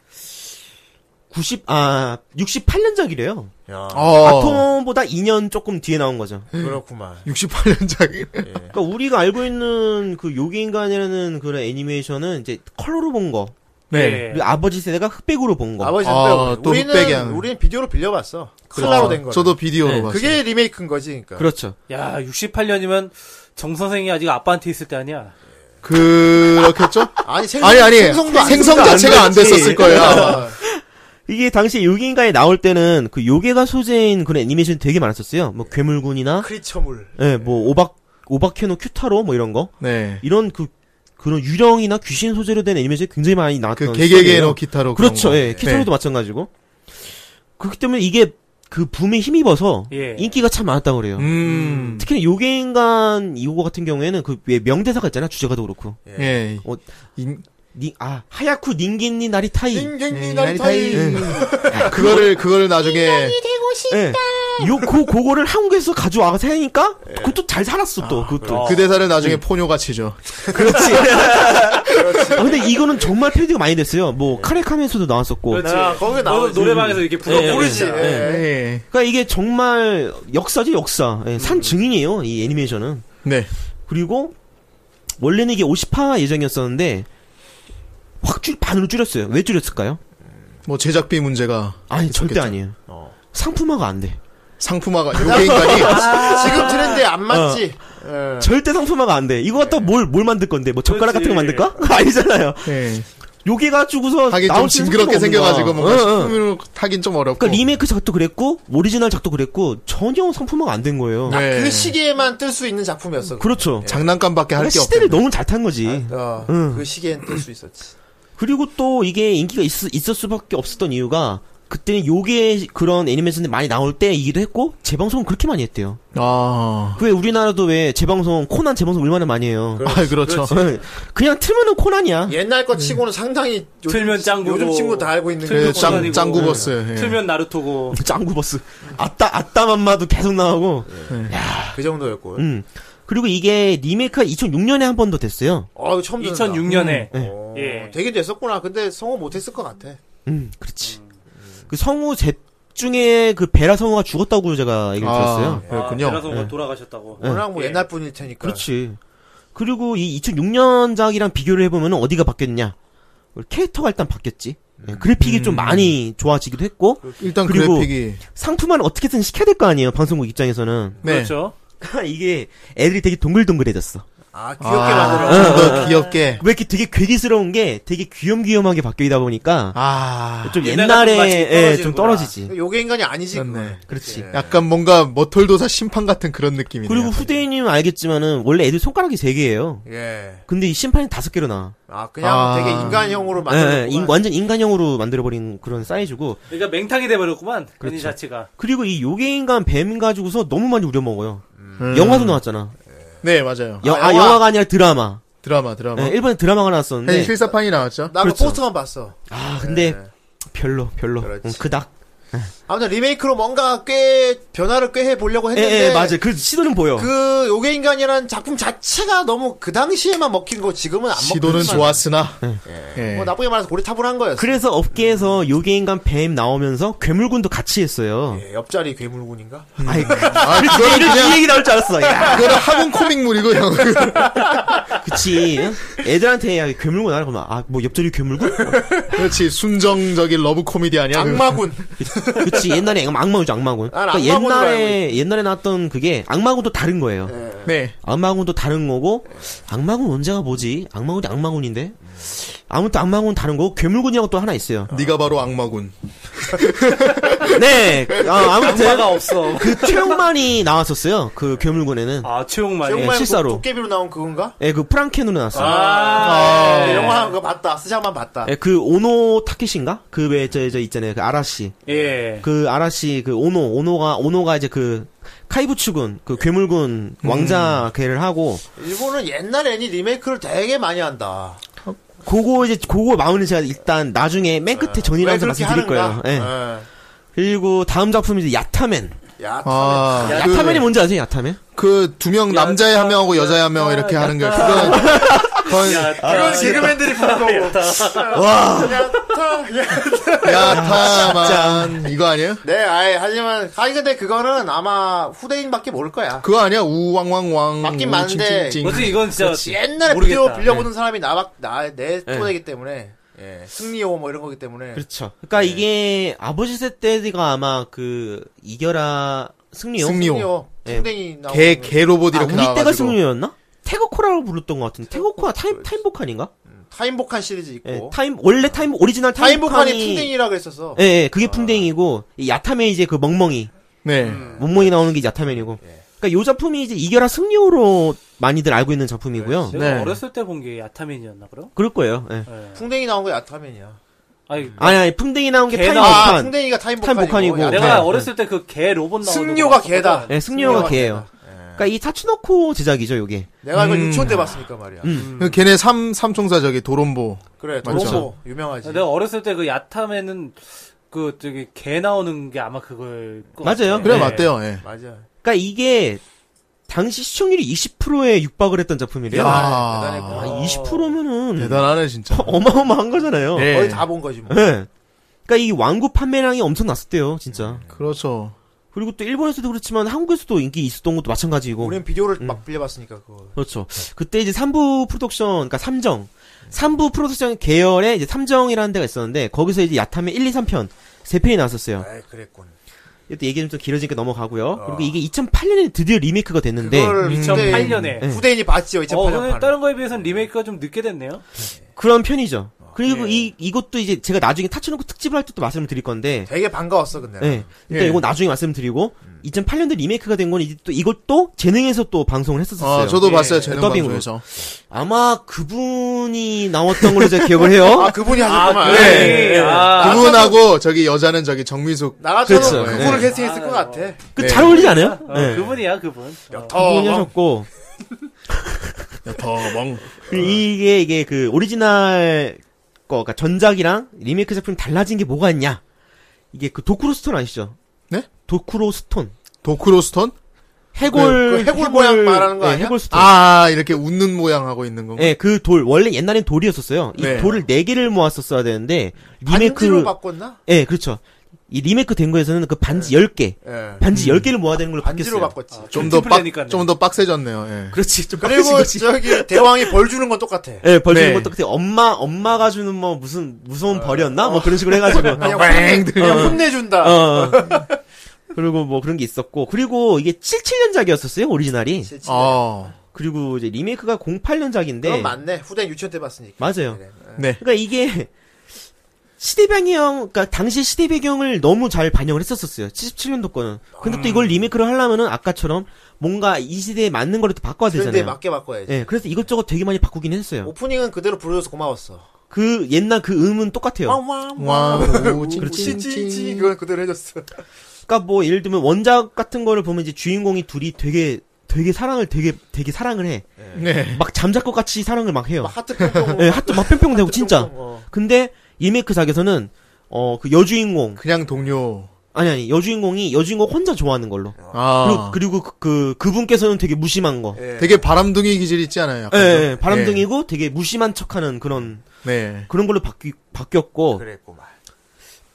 S6: 90, 아, 68년작이래요.
S2: 야,
S6: 아.
S4: 어,
S6: 아톰보다 2년 조금 뒤에 나온 거죠.
S2: 네.
S6: 음.
S2: 그렇구만.
S4: 68년작.
S6: 그러니까 우리가 알고 있는 그 요괴 인간이라는 그런 애니메이션은 이제 컬러로 본 거,
S4: 네.
S6: 그리고 아버지 세대가 흑백으로 본 거.
S2: 아버지는
S4: 아,
S2: 빼고
S4: 또
S2: 우리는
S4: 흑백이 하는.
S2: 우리는 비디오로 빌려봤어. 칼라로 된 거.
S4: 저도 비디오로
S6: 네,
S4: 봤어요.
S2: 그게 리메이크인 거지, 그러니까.
S6: 그렇죠.
S3: 야, 68년이면 정 선생이 아직 아빠한테 있을 때 아니야.
S4: 그렇겠죠?
S2: 아니 생
S4: 아니 아니
S2: 생성도 안
S4: 생성
S2: 됐다.
S4: 자체가 안 됐었을 거예요. 아마.
S2: 아,
S6: 이게 당시 요괴 인간이 나올 때는 그 요괴가 소재인 그런 애니메이션 되게 많았었어요.
S4: 네.
S6: 뭐 괴물군이나,
S2: 크리처물.
S6: 예, 뭐 오박 오박해노 큐타로 뭐 이런 거.
S4: 네.
S6: 이런 그 그런 유령이나 귀신 소재로 된 애니메이션이 굉장히 많이 나왔던.
S4: 그 개개개의
S6: 시절이에요.
S4: 기타로 그런
S6: 어, 그렇죠.
S4: 거. 네.
S6: 예, 키토로도 마찬가지고. 그렇기 때문에 이게 그 붐에 힘입어서
S3: 예.
S6: 인기가 참 많았다고 그래요.
S4: 음.
S6: 특히 요괴인간 이거 같은 경우에는 그 왜 명대사가 있잖아 주제가도 그렇고
S4: 예.
S6: 어,
S4: 인-
S6: 니, 아 하야쿠 닌겐니 나리타이
S2: 인갱이
S4: 음.
S2: 나리타이. 예.
S4: 아, 그거를 그거를 나중에
S6: 예. 요고 그거를 한국에서 가져와서 하니까 그것도 잘 살았어 또 그것도
S4: 그 대사를
S6: 예.
S4: 나중에 포뇨가 치죠.
S6: 그렇지 아, 근데 이거는 정말 패디가 많이 됐어요 뭐 카레카면서도 나왔었고
S3: 그렇지.
S2: 아, 거기 나오지.
S3: 너도 뭐 노래방에서 이렇게 부르
S6: 예,
S2: 모르지. 예.
S4: 네.
S6: 그러니까 이게 정말 역사죠 역사 예, 산 증인이에요 이 애니메이션은
S4: 네. 그리고
S6: 원래는 이게 50화 예정이었었는데 확 줄, 반으로 줄였어요. 왜 줄였을까요?
S4: 뭐 제작비 문제가
S6: 아니 절대
S4: 있었겠죠.
S6: 아니에요. 상품화가 안 돼.
S4: 상품화가 요괴 인간이
S2: 지금 트렌드에
S6: 어.
S2: 안 맞지. 예.
S6: 절대 상품화가 안 돼. 이거 갖다
S4: 네.
S6: 뭘뭘 만들 건데? 뭐 젓가락 같은 거 만들까? 아니잖아요.
S4: 예.
S6: 요게 가지고서
S4: 네. 하긴 좀
S6: 나올 수 있는
S4: 징그럽게
S6: 상품이 없는
S4: 생겨가지고
S6: 거야.
S4: 뭔가
S6: 응, 응.
S4: 식품으로 타긴 좀 어렵고.
S6: 그러니까 리메이크 작도 그랬고 오리지널 작도 그랬고 전혀 상품화가 안 된 거예요.
S4: 네.
S2: 그 시기에만 뜰 수 있는 작품이었어.
S6: 그렇죠.
S4: 장난감밖에 할
S6: 그러니까
S4: 게 네.
S6: 시대를
S4: 없어요.
S6: 너무 잘 탄 거지.
S2: 어,
S6: 응.
S2: 그 시기엔 뜰 수 있었지.
S6: 그리고 또 이게 인기가 있, 있을 수밖에 없었던 이유가 그때는 요게 그런 애니메이션들 많이 나올 때이기도 했고 재방송은 그렇게 많이 했대요.
S4: 아,
S6: 왜 우리나라도 왜 재방송 코난 재방송 얼마나 많이 해요.
S4: 아 그렇죠.
S6: 그냥 틀면은 코난이야.
S2: 옛날 거 치고는 상당히 요-
S3: 틀면 짱구고.
S2: 요즘 친구 다 알고 있는
S3: 틀면
S4: 예,
S2: 게
S3: 짱-
S4: 짱,
S3: 코난이고. 네.
S4: 짱구버스. 예.
S3: 틀면 나루토고.
S6: 어, 짱구버스. 아따 아따맘마도 계속 나오고.
S2: 그 정도였고. 요
S6: 음. 그리고 이게 리메이크가 2006년에 한 번 더 됐어요.
S2: 어, 이거 처음 듣는다.
S3: 2006년에
S2: 어,
S3: 예.
S2: 되긴 됐었구나. 근데 성우 못했을 것 같아.
S6: 음, 그렇지. 그 성우 제 중에 그 베라 성우가 죽었다고 제가 얘기를 들었어요. 그렇죠.
S4: 아, 그렇군요.
S3: 가
S6: 예.
S3: 돌아가셨다고.
S2: 워낙 뭐
S3: 예.
S2: 옛날 분일 테니까.
S6: 그렇지. 그리고 이 2006년작이랑 비교를 해보면 어디가 바뀌었냐? 그 캐릭터가 일단 바뀌었지. 예, 그래픽이 좀 많이 좋아지기도 했고
S4: 일단
S6: 그리고-
S4: 그래픽이.
S6: 상품화를 어떻게든 시켜야 될 거 아니에요 방송국 입장에서는
S4: 네.
S3: 그렇죠.
S6: 이게 애들이 되게 동글동글해졌어
S2: 아,
S4: 아,
S2: 귀엽게 만들어.
S6: 아.
S4: 좀더 귀엽게.
S6: 왜 이렇게 되게 괴기스러운 게 되게 귀염귀염하게 바뀌다 보니까
S4: 아,
S6: 좀
S3: 옛날 같은 맛이
S6: 옛날에 예,
S3: 떨어지는구나.
S6: 좀 떨어지지
S2: 요게 인간이 아니지.
S4: 그렇네.
S2: 그거는.
S6: 그렇지
S2: 예.
S4: 약간 뭔가 머털도사 심판 같은 그런 느낌이네요.
S6: 그리고 후대인님 알겠지만은 원래 애들 손가락이 세 개예요
S2: 예.
S6: 근데 이 심판이 다섯 개로 나
S2: 아, 그냥
S4: 아.
S2: 되게 인간형으로
S6: 예, 예,
S2: 만들어.
S6: 인- 완전 인간형으로 만들어버린 그런 사이즈고
S3: 그러니까 맹탕이 돼버렸구만.
S4: 그렇죠.
S3: 그니 자체가.
S6: 그리고 이 요괴인간 뱀 가지고서 너무 많이 우려먹어요 영화도 나왔잖아
S4: 네, 맞아요.
S6: 여-
S2: 아, 영화.
S6: 아,
S2: 어?
S6: 영화가 아니라 드라마
S4: 드라마, 드라마.
S6: 예, 일본에 드라마가
S4: 네,
S6: 나왔었는데
S4: 실사판이 나왔죠.
S2: 나그
S6: 그렇죠.
S2: 포스터만 봤어.
S6: 아 근데
S2: 예.
S6: 별로 별로
S2: 그렇지.
S6: 음, 그닥
S2: 아무튼 리메이크로 뭔가 꽤 변화를 꽤 해보려고 했는데.
S6: 예, 예, 맞아요. 그 시도는 보여.
S2: 그 요괴 인간이라는 작품 자체가 너무 그 당시에만 먹힌 거 지금은 안 먹힌
S4: 시도는 좋았으나.
S6: 네.
S4: 예.
S2: 뭐 나쁘게 말해서 고리타분 한 거였어.
S6: 그, 래서 업계에서 요괴인간 뱀 나오면서 괴물군도 같이 했어요.
S2: 예, 옆자리 괴물군인가?
S6: 아이, 그,
S4: 아, 그거는
S6: 이런
S4: 그냥
S6: 이 얘기 나올 줄 알았어. 예. 야,
S4: 그거는 학원 코믹물이고 형.
S6: 그치. 애들한테 야, 괴물군 하라 그러면 아, 뭐 옆자리 괴물군?
S4: 그렇지 순정적인 러브 코미디 아니야? 그.
S2: 악마군.
S6: 그치. 옛날에 악마군이죠, 악마군.
S2: 난
S6: 그러니까
S2: 아, 악마군으로 알고
S6: 옛날에 옛날에 나왔던 그게 악마군도 다른 거예요.
S4: 그- 네.
S6: 악마군도 다른 거고 악마군 원제가 뭐지? 악마군이 악마군인데. 아무튼 악마군 다른 거고 괴물군이라고 또 하나 있어요.
S4: 네가 바로 악마군.
S6: 네. 아, 아무튼
S3: 악마가 없어.
S6: 그 최용만이 나왔었어요. 그 괴물군에는.
S3: 아, 최용만.
S2: 정말
S6: 예, 실사로.
S2: 그 도깨비로 나온 그건가?
S6: 예, 그 프랑켄으로 나왔어요.
S3: 아,
S2: 예,
S3: 예.
S2: 영화 그거 봤다. 스샤만 봤다.
S6: 예, 그 오노 타케시인가? 그 왜 저 저 있잖아요. 그 아라씨.
S3: 예.
S6: 그 아라씨 그 오노 오노가 오노가 이제 그 카이부츠군 그 괴물군 왕자 괴를 하고
S2: 일본은 옛날 애니 리메이크를 되게 많이 한다.
S6: 그거 이제 그거 마무리 제가 일단 나중에 맨 끝에
S2: 왜
S6: 전이라면서
S2: 그렇게
S6: 말씀드릴
S2: 하는가? 아.
S6: 거예요. 예. 그리고 다음 작품이 이제 야타맨.
S2: 예. 야,
S4: 아,
S6: 야타맨이 뭔지 아세요? 야타맨?
S4: 그 두 명 남자의 한 명하고 여자의 한 명 이렇게 하는 게 그건 그건
S3: 아,
S2: 이건
S3: 예.
S2: 개그맨들이 본 거고.
S4: 와
S2: 야타, 야.
S4: 야타만 이거 아니에요?
S2: 네, 아예 하지만 아니 근데 그거는 아마 후대인밖에 모를 거야.
S4: 그거 아니야? 우왕왕왕.
S2: 맞긴 맞는데
S4: 우찡찡찡.
S3: 어쨌든 이건 진짜
S2: 옛날에
S3: 모르겠다.
S2: 빌려 빌려보는
S6: 예.
S2: 사람이 나밖 나내 후대이기 때문에 예. 승리호 뭐 이런 거기 때문에
S6: 그렇죠. 그러니까 이게 아버지 세대가 아마 그 이겨라 승리요.
S4: 승리호.
S2: 어, 승리호
S6: 예.
S2: 승댕이 나오고
S4: 개, 개 로봇
S6: 아,
S4: 이렇게
S6: 우리 때가
S4: 나와가지고.
S6: 승리였나? 테거코라고 불렀던 것 같은데 테거코가 타임 타임복한인가?
S2: 타임복한 시리즈 있고
S6: 예, 타임 원래 타임 오리지널
S2: 타임복한이
S6: 타임복한이
S2: 풍뎅이라 그랬었어.
S6: 예, 예, 그게 풍뎅이고 이 야타맨 이제 그 멍멍이
S4: 네.
S6: 멍멍이 나오는 게 야타맨이고. 그러니까 요 작품이 이제 이겨라 승리호로 많이들 알고 있는 작품이고요.
S3: 내가
S4: 네.
S3: 어렸을 때 본 게 야타맨이었나 그럼?
S6: 그럴 거예요. 예.
S3: 예.
S2: 풍뎅이 나온 거 야타맨이야.
S3: 아니,
S6: 아니, 아니 풍뎅이 나온 게
S3: 걔
S6: 타임
S3: 나와.
S2: 아,
S6: 복한.
S2: 풍뎅이가 타임복한이고.
S6: 타임복한이고.
S2: 야,
S3: 내가
S6: 음. 네.
S3: 어렸을 때 그 개 로봇 나오는
S2: 승료가
S3: 거 봤거든.
S2: 개다.
S6: 예, 승리호가
S2: 승리호가
S6: 걔예요. 그러니까 이 타츠노코 제작이죠, 요게.
S2: 내가
S6: 음.
S2: 이거 유치원 때 봤으니까 말이야.
S3: 음.
S4: 그 걔네 삼, 삼총사 저기 도롬보.
S2: 그래,
S6: 그렇죠.
S4: 맞죠.
S2: 도로보 유명하지.
S6: 네.
S3: 내가 어렸을 때 그 야타맨은 그 저기 개 나오는 게 아마 그걸 것
S6: 맞아요.
S3: 같아.
S4: 그래,
S3: 예.
S4: 맞대요, 예.
S2: 맞아.
S6: 그러니까 이게 당시 시청률이 20%에 육박을 했던 작품이래요.
S3: 그
S4: 야
S6: 아, 20%면은
S10: 예.
S4: 대단하네, 진짜.
S6: 어마어마한 거잖아요.
S4: 예.
S2: 거의 다 본 거지 뭐.
S6: 예. 그러니까 이 완구 판매량이 엄청 났었대요, 진짜.
S4: 그렇죠.
S6: 그리고 또 일본에서도 그렇지만 한국에서도 인기 있었던 것도 마찬가지고.
S2: 우린 비디오를
S6: 음.
S2: 막 빌려봤으니까 그거.
S6: 그렇죠. 그때 이제 삼부 프로덕션, 그러니까 삼정, 삼부 프로덕션 계열의 이제 삼정이라는 데가 있었는데 거기서 이제 야타면 1, 2, 3편 세 편이 나왔었어요.
S2: 에이, 그랬군.
S6: 이것도 얘기 좀 길어지니까 넘어가고요. 그리고 이게 2008년에 드디어 리메이크가 됐는데
S2: 그거를 후대인,
S6: 네.
S3: 2008년에.
S2: 후대인이 봤지요.
S3: 어, 근데
S2: 2008년.
S3: 다른 거에 비해서는 리메이크가 좀 늦게 됐네요.
S6: 그런 편이죠. 그리고 이 이것도 이제 제가 나중에 타치노코 특집을 할 때도 말씀을 드릴 건데
S7: 되게 반가웠어 근데.
S6: 네. 일단
S10: 예.
S6: 이건 나중에 말씀드리고 2008년도 리메이크가 된 건 이제 또 이걸 또 재능에서 또 방송을 했었어요.
S10: 아, 저도
S7: 예.
S10: 봤어요. 재능
S6: 더빙으로.
S10: 방송에서.
S6: 아마 그분이 나왔던 걸로 제가 기억을
S2: 어?
S6: 해요.
S7: 아 그분이 하셨구만.
S3: 그래. 네.
S2: 네.
S3: 아,
S10: 그분하고 저기 여자는 저기 정민숙.
S7: 나라처럼
S6: 그렇죠.
S7: 그분을
S6: 네.
S7: 캐스팅했을 것 같아.
S6: 그 잘 어울리지 않아요?
S3: 어,
S6: 네.
S3: 그분이야 그분. 어.
S6: 그분이
S7: 어,
S6: 하셨고
S10: 더멍.
S6: 그리고 이게 이게 그 오리지널 거 그러니까 전작이랑 리메이크 작품이 달라진 게 뭐가 있냐? 이게 그 도쿠로 스톤 아시죠?
S10: 네?
S6: 도쿠로 스톤.
S10: 도크로스톤?
S6: 해골
S7: 그 해골 모양 말하는 거
S6: 네,
S7: 아니야?
S6: 해골 스톤.
S10: 아, 이렇게 웃는 모양 하고 있는 건가?
S6: 예, 그 돌, 원래 옛날엔 돌이었었어요. 이
S10: 네.
S6: 돌을 네 개를 모았었어야 되는데,
S7: 반지로
S6: 리메이크,
S7: 바꿨나?
S6: 예, 그렇죠. 이 리메이크 된 거에서는 그 반지 열 10개,
S7: 예.
S6: 반지 열 10개를 모아야 되는 걸로
S7: 반지로
S6: 바뀌었어요.
S7: 바꿨지.
S10: 좀 더 빡,
S3: 팀플레이니까요.
S10: 좀 더 빡세졌네요. 예.
S6: 그렇지, 좀 빠르신
S7: 그리고
S6: 거지.
S7: 저기 대왕이 벌 주는 건 똑같아.
S6: 예, 벌주는
S10: 네.
S6: 것도 그때 엄마, 엄마가 주는 뭐 무슨,
S7: 어.
S6: 무서운 벌이었나? 뭐 그런 식으로 해가지고.
S7: 그냥, 혼내, 그냥 혼내준다.
S6: 어, 어. 그리고 뭐 그런 게 있었고, 그리고 이게 77년작이었었어요, 오리지널이.
S10: 어.
S6: 그리고 이제 리메이크가 08년작인데.
S7: 네, 그건 맞네. 후대는 유치원 때 봤으니까.
S6: 맞아요.
S7: 그래.
S10: 네.
S6: 그러니까 이게 시대 배경, 그러니까 당시 시대 배경을 너무 잘 반영을 했었었어요. 77년도 거는. 근데 또 이걸 리메이크를 하려면은 아까처럼 뭔가 이 시대에 맞는 거를 또 바꿔야
S7: 그런데
S6: 되잖아요.
S7: 맞게 바꿔야지.
S6: 예, 그래서 이것저것 되게 많이 바꾸긴 했어요.
S7: 오프닝은 그대로 부르줘서 고마웠어.
S6: 그 옛날 그 음은
S7: 어?
S6: 똑같아요.
S10: 와, 오,
S7: 그렇지. 찌찌찌
S10: 찐찐.
S7: 그건 그대로 해줬어.
S6: 그러니까 뭐 예를 들면 원작 같은 거를 보면 이제 주인공이 둘이 되게 되게 사랑을 되게 되게 사랑을 해.
S10: 네.
S6: 막 잠자코 같이 사랑을 막 해요.
S7: 막 하트 뿅뿅.
S6: 예, 하트 막 뿅뿅 대고 진짜.
S7: 뿅뿅, 어.
S6: 근데 리메이크작에서는 어 그 여주인공
S10: 그냥 동료.
S6: 아니 아니 여주인공이 여주인공 혼자 좋아하는 걸로.
S10: 아.
S6: 그리고, 그리고 그, 그, 분께서는 되게 무심한 거. 예,
S7: 예.
S10: 되게 바람둥이 기질 있지 않아요? 약간 좀?
S2: 그렇죠.
S6: 예, 바람둥이고 되게 무심한 척 하는 그런,
S10: 네.
S6: 그런 걸로 바뀌, 바뀌었고.
S7: 그랬구만.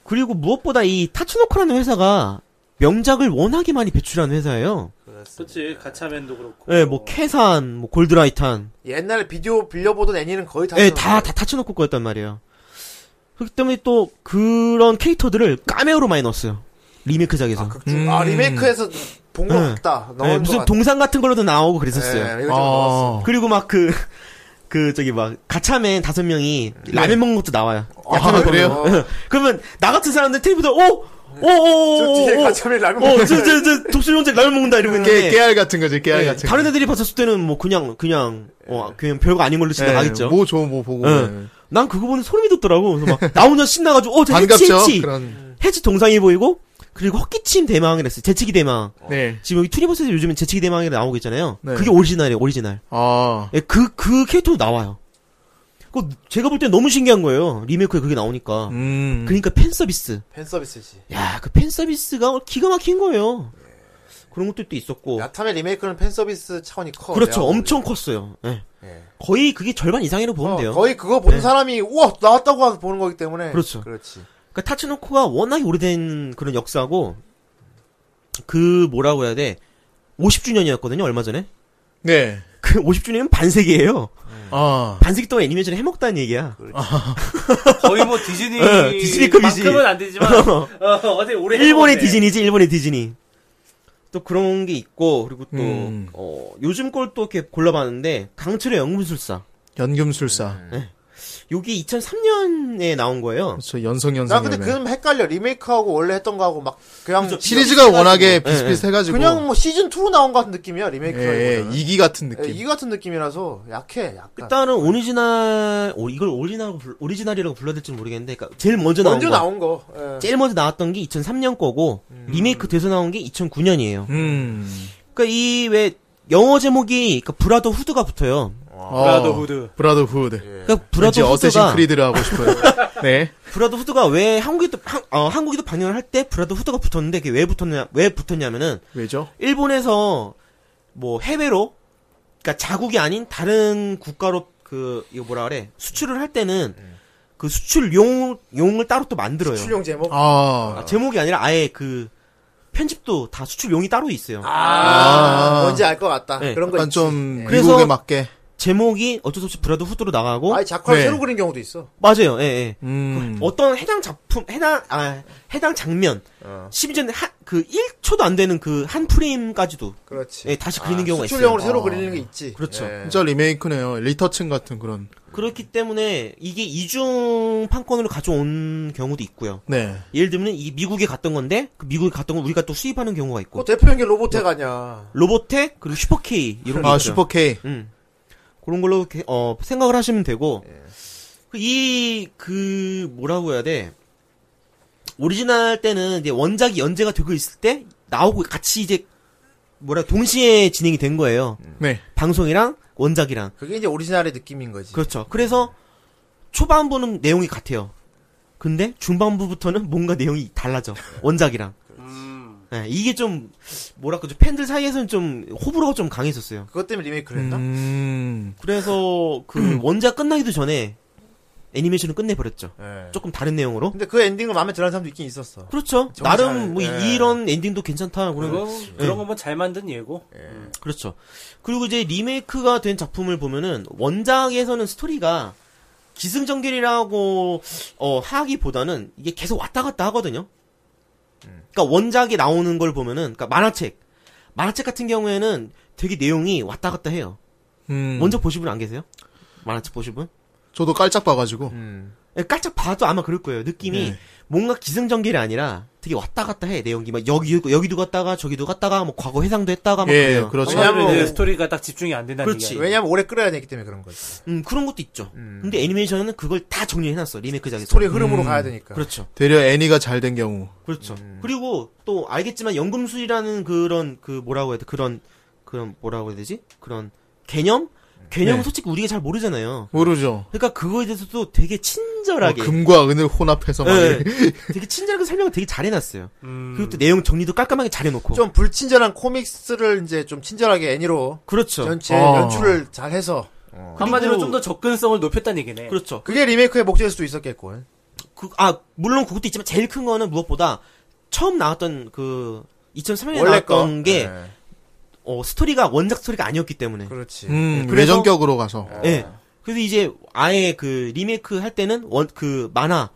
S6: 그리고 무엇보다 이 타츠노코라는 회사가 명작을 워낙에 많이 배출하는 회사예요.
S3: 그렇지 가차맨도 그렇고.
S6: 예,
S7: 어.
S6: 뭐, 캐산, 뭐, 골드라이탄.
S7: 옛날에 비디오 빌려보던 애니는 거의 다.
S6: 예, 다, 다 타츠노코 거였단 말이에요. 그렇기 때문에 또, 그런 캐릭터들을 까메오로 많이 넣었어요. 리메이크작에서.
S7: 아, 극중. 아,
S10: 음.
S7: 리메이크에서 본거
S6: 예.
S7: 같다.
S6: 예,
S7: 넣은
S6: 무슨
S7: 거
S6: 동상 같은 걸로도 나오고
S7: 같다.
S6: 그랬었어요.
S7: 예, 이거 좀 넣었어.
S10: 아.
S6: 그리고 막 그, 그, 저기 막, 가차맨 다섯 명이
S10: 네.
S6: 라면 먹는 것도 나와요.
S10: 아, 그래요?
S7: 어.
S6: 그러면, 나 같은 사람들 텔레비전, 오! 오, 오,
S7: 저
S6: 오,
S7: 뒤에
S6: 오, 오,
S7: 가참이 라면
S6: 어,
S7: 먹는
S6: 저, 저, 저, 독수리 형제 라면 먹는다, 이러고
S10: 깨,
S6: 있는데.
S10: 깨알 같은 거지, 깨알
S6: 예,
S10: 같은 거.
S6: 다른 애들이 봤을 때는 뭐, 그냥, 그냥, 어, 그냥 별거 아닌 걸로 지나가겠죠.
S10: 네. 뭐 좋은 뭐 보고.
S6: 예.
S10: 네.
S6: 난 그거 보는 소름이 돋더라고. 그래서 막, 나 혼자 신나가지고, 어, 저 해치,
S10: 반갑죠?
S6: 해치.
S10: 그런.
S6: 해치 동상이 보이고, 그리고 헛기침 대망을 했어요. 재치기 대망.
S10: 네.
S6: 지금 여기 투니버스에서 요즘에 재치기 대망이 나오고 있잖아요.
S10: 네.
S6: 그게 오리지널이에요, 오리지널.
S10: 아.
S6: 예, 그, 그 캐릭터도 나와요. 그, 제가 볼 때 너무 신기한 거예요. 리메이크에 그게 나오니까.
S10: 음.
S6: 그러니까 팬 서비스.
S7: 팬 서비스지.
S6: 야, 그 팬 서비스가 기가 막힌 거예요. 그런 것도 또 있었고.
S7: 야탐의 리메이크는 팬 서비스 차원이 커.
S6: 그렇죠.
S7: 내가
S6: 엄청 컸어요. 예.
S7: 예.
S6: 거의 그게 절반 이상이라고 보면
S7: 보기엔.
S6: 돼요.
S7: 어, 거의 그거 보는
S6: 네.
S7: 사람이 우와 나왔다고 해서 보는 거기 때문에.
S6: 그렇죠.
S7: 그렇지.
S6: 그러니까 타츠노코가 워낙에 오래된 그런 역사고, 그, 뭐라고 해야 돼. 50주년이었거든요, 얼마 전에.
S10: 네.
S6: 그 50주년은 반세기예요.
S7: 네.
S10: 아.
S6: 반세기 동안 애니메이션을 해먹다는 얘기야.
S3: 거의 뭐 디즈니
S6: 어, 디즈니급이지.
S3: 만큼은 안 되지만 어, 어제 올해
S6: 일본의
S3: 해먹었네.
S6: 디즈니지 일본의 디즈니 또 그런 게 있고 그리고 또
S10: 음.
S6: 어, 요즘 걸 또 이렇게 골라봤는데 강철의 영문술사
S10: 연금술사.
S6: 요게 2003년에 나온 거예요
S10: 그렇죠. 연성연성.
S7: 나 근데 그럼 헷갈려. 리메이크하고 원래 했던 거하고 막 그냥
S6: 그렇죠.
S10: 시리즈가
S7: 그냥
S10: 워낙에
S6: 예, 예.
S10: 비슷비슷해가지고.
S2: 네.
S7: 그냥 뭐 시즌 2로 나온 것 같은 느낌이야
S10: 예, 예,
S7: 리메이크라기보다는.
S10: 이기
S2: 네,
S10: 같은
S7: 예,
S10: 느낌.
S7: 이 같은 느낌이라서 약해 약간.
S6: 일단은 오리지널 오, 이걸 오리지널 오리지널이라고 불러야 될지 는 모르겠는데 그러니까 제일 먼저 나온
S7: 먼저
S6: 거
S7: 나온 거. 예.
S6: 제일 먼저 나왔던 게 2003년 거고 리메이크 돼서 나온 게 2009년이에요
S10: 음.
S6: 그러니까 이 왜 영어 제목이 그러니까 브라더 후드가 붙어요
S3: 브라더 후드.
S10: 아, 브라더 후드.
S7: 예.
S6: 그러니까
S10: 왠지
S6: 브라더
S10: 어쌔신
S6: 후드가
S10: 크리드를 하고 싶어요. 네.
S6: 브라더 후드가 왜 한국에도 한, 어, 한국에도 방영을 할 때 브라더 후드가 붙었는데 그게 왜 붙었냐 왜 붙었냐면은
S10: 왜죠?
S6: 일본에서 뭐 해외로 그러니까 자국이 아닌 다른 국가로 그 이거 뭐라 그래 수출을 할 때는
S7: 네.
S6: 그 수출용 용을 따로 또 만들어요.
S7: 출용 제목.
S10: 아.
S6: 아, 제목이 아니라 아예 그 편집도 다 수출용이 따로 있어요.
S7: 아, 뭔지 알 것 같다.
S6: 네,
S7: 그런 거
S10: 약간
S7: 있지.
S10: 좀
S6: 그래서-
S10: 미국에 맞게.
S6: 제목이 어쩔 수 없이 브라더 후드로 나가고
S2: 아니 작화를
S4: 네.
S2: 새로 그린 경우도 있어.
S6: 맞아요. 예, 예.
S4: 음.
S6: 어떤 해당 작품, 해당 아 해당 장면, 심지어는 한, 그 1초도 안 되는 그 한 프레임까지도
S2: 그렇지.
S6: 예, 다시 그리는
S2: 아,
S6: 경우가
S2: 수출용으로
S6: 있어요.
S2: 새로 그리는 게 있지.
S6: 그렇죠.
S2: 예.
S4: 진짜 리메이크네요. 리터칭 같은 그런.
S6: 그렇기 때문에 이게 이중 판권으로 가져온 경우도 있고요.
S4: 네.
S6: 예를 들면 이 미국에 갔던 건데 그 미국에 갔던 건 우리가 또 수입하는 경우가 있고
S2: 그 대표적인 게 로보텍 아니야.
S6: 로보텍 그리고 슈퍼 K 이런 게
S4: 아
S6: 있어요.
S4: 슈퍼 K.
S6: 음. 그런 걸로 이렇게, 어, 생각을 하시면 되고 이 그 뭐라고 해야 돼 오리지널 때는 이제 원작이 연재가 되고 있을 때 나오고 같이 이제 뭐라 동시에 진행이 된 거예요
S7: 음.
S4: 네.
S6: 방송이랑 원작이랑
S2: 그게 이제 오리지널의 느낌인 거지.
S6: 그렇죠 그래서 초반부는 내용이 같아요 근데 중반부부터는 뭔가 내용이 달라져 원작이랑 예, 이게 좀 뭐랄까 좀 팬들 사이에서는 좀 호불호가 좀 강했었어요
S2: 그것 때문에 리메이크를 했나?
S4: 음.
S6: 그래서
S2: 음.
S6: 그 원작 끝나기도 전에 애니메이션을 끝내버렸죠.
S2: 예.
S6: 조금 다른 내용으로.
S2: 근데 그 엔딩을 마음에 드는 사람도 있긴 있었어.
S6: 그렇죠.
S2: 정말
S6: 나름 뭐
S2: 예.
S6: 이런 엔딩도 괜찮다. 그런
S3: 그거, 네. 그런 거면 뭐 잘 만든 예고.
S6: 그렇죠. 그리고 이제 리메이크가 된 작품을 보면은 원작에서는 스토리가 기승전결이라고 어, 하기보다는 이게 계속 왔다 갔다 하거든요. 그러니까 원작에 나오는 걸 보면은 그러니까 만화책 만화책 같은 경우에는 되게 내용이 왔다 갔다 해요.
S4: 음.
S6: 먼저 보신 분 안 계세요? 만화책 보신 분?
S4: 저도 깔짝 봐가지고.
S2: 음.
S6: 예, 깔짝 봐도 아마 그럴 거예요. 느낌이 뭔가 기승전결이 아니라 되게 왔다 갔다 해 내용이 막 여기 여기도 갔다가 저기도 갔다가 뭐 과거 회상도 했다가 막
S4: 예,
S6: 그래요.
S4: 그렇죠.
S3: 왜냐면
S2: 왜냐면- 뭐,
S3: 이제 스토리가 딱 집중이 안 된다는
S6: 그렇지.
S3: 얘기야.
S2: 왜냐면 오래 끌어야 되기 때문에 그런 거지.
S6: 음, 그런 것도 있죠. 근데 애니메이션은 그걸 다 정리해놨어 리메이크작에서.
S2: 스토리
S4: 음.
S2: 흐름으로 가야 되니까.
S6: 그렇죠,
S4: 되려 애니가 잘 된 경우.
S6: 그렇죠. 그리고 또 알겠지만 연금술이라는 그런 그 뭐라고 해야 돼 그런 그런 뭐라고 해야 되지 그런 개념 개념은
S4: 네.
S6: 솔직히 우리가 잘 모르잖아요.
S4: 모르죠.
S6: 그러니까 그거에 대해서도 되게 친절하게
S4: 어, 그- 금과 은을 혼합해서 막.
S6: 예,
S4: 이렇게.
S6: 되게 친절하게 설명을 되게 잘해놨어요.
S3: 음.
S6: 그리고 또 내용 정리도 깔끔하게 잘해놓고.
S2: 좀 불친절한 코믹스를 이제 좀 친절하게 애니로
S6: 그렇죠.
S2: 전체
S4: 어.
S2: 연출을 잘 해서
S3: 한마디로
S6: 그리고-
S3: 좀 더 접근성을 높였다는 얘기네.
S6: 그렇죠.
S2: 그게 리메이크의 목적일 수도 있었겠군.
S6: 그, 아, 물론 그것도 있지만 제일 큰 거는 무엇보다 처음 나왔던 그 2003년에
S2: 원래 거.
S6: 나왔던 게
S2: 예.
S6: 어, 스토리가 원작 스토리가 아니었기 때문에.
S2: 그렇지.
S4: 음,
S6: 그래서-
S4: 외전격으로 가서.
S6: 예. 그래서 이제 아예 그 리메이크 할 때는 원 그 만화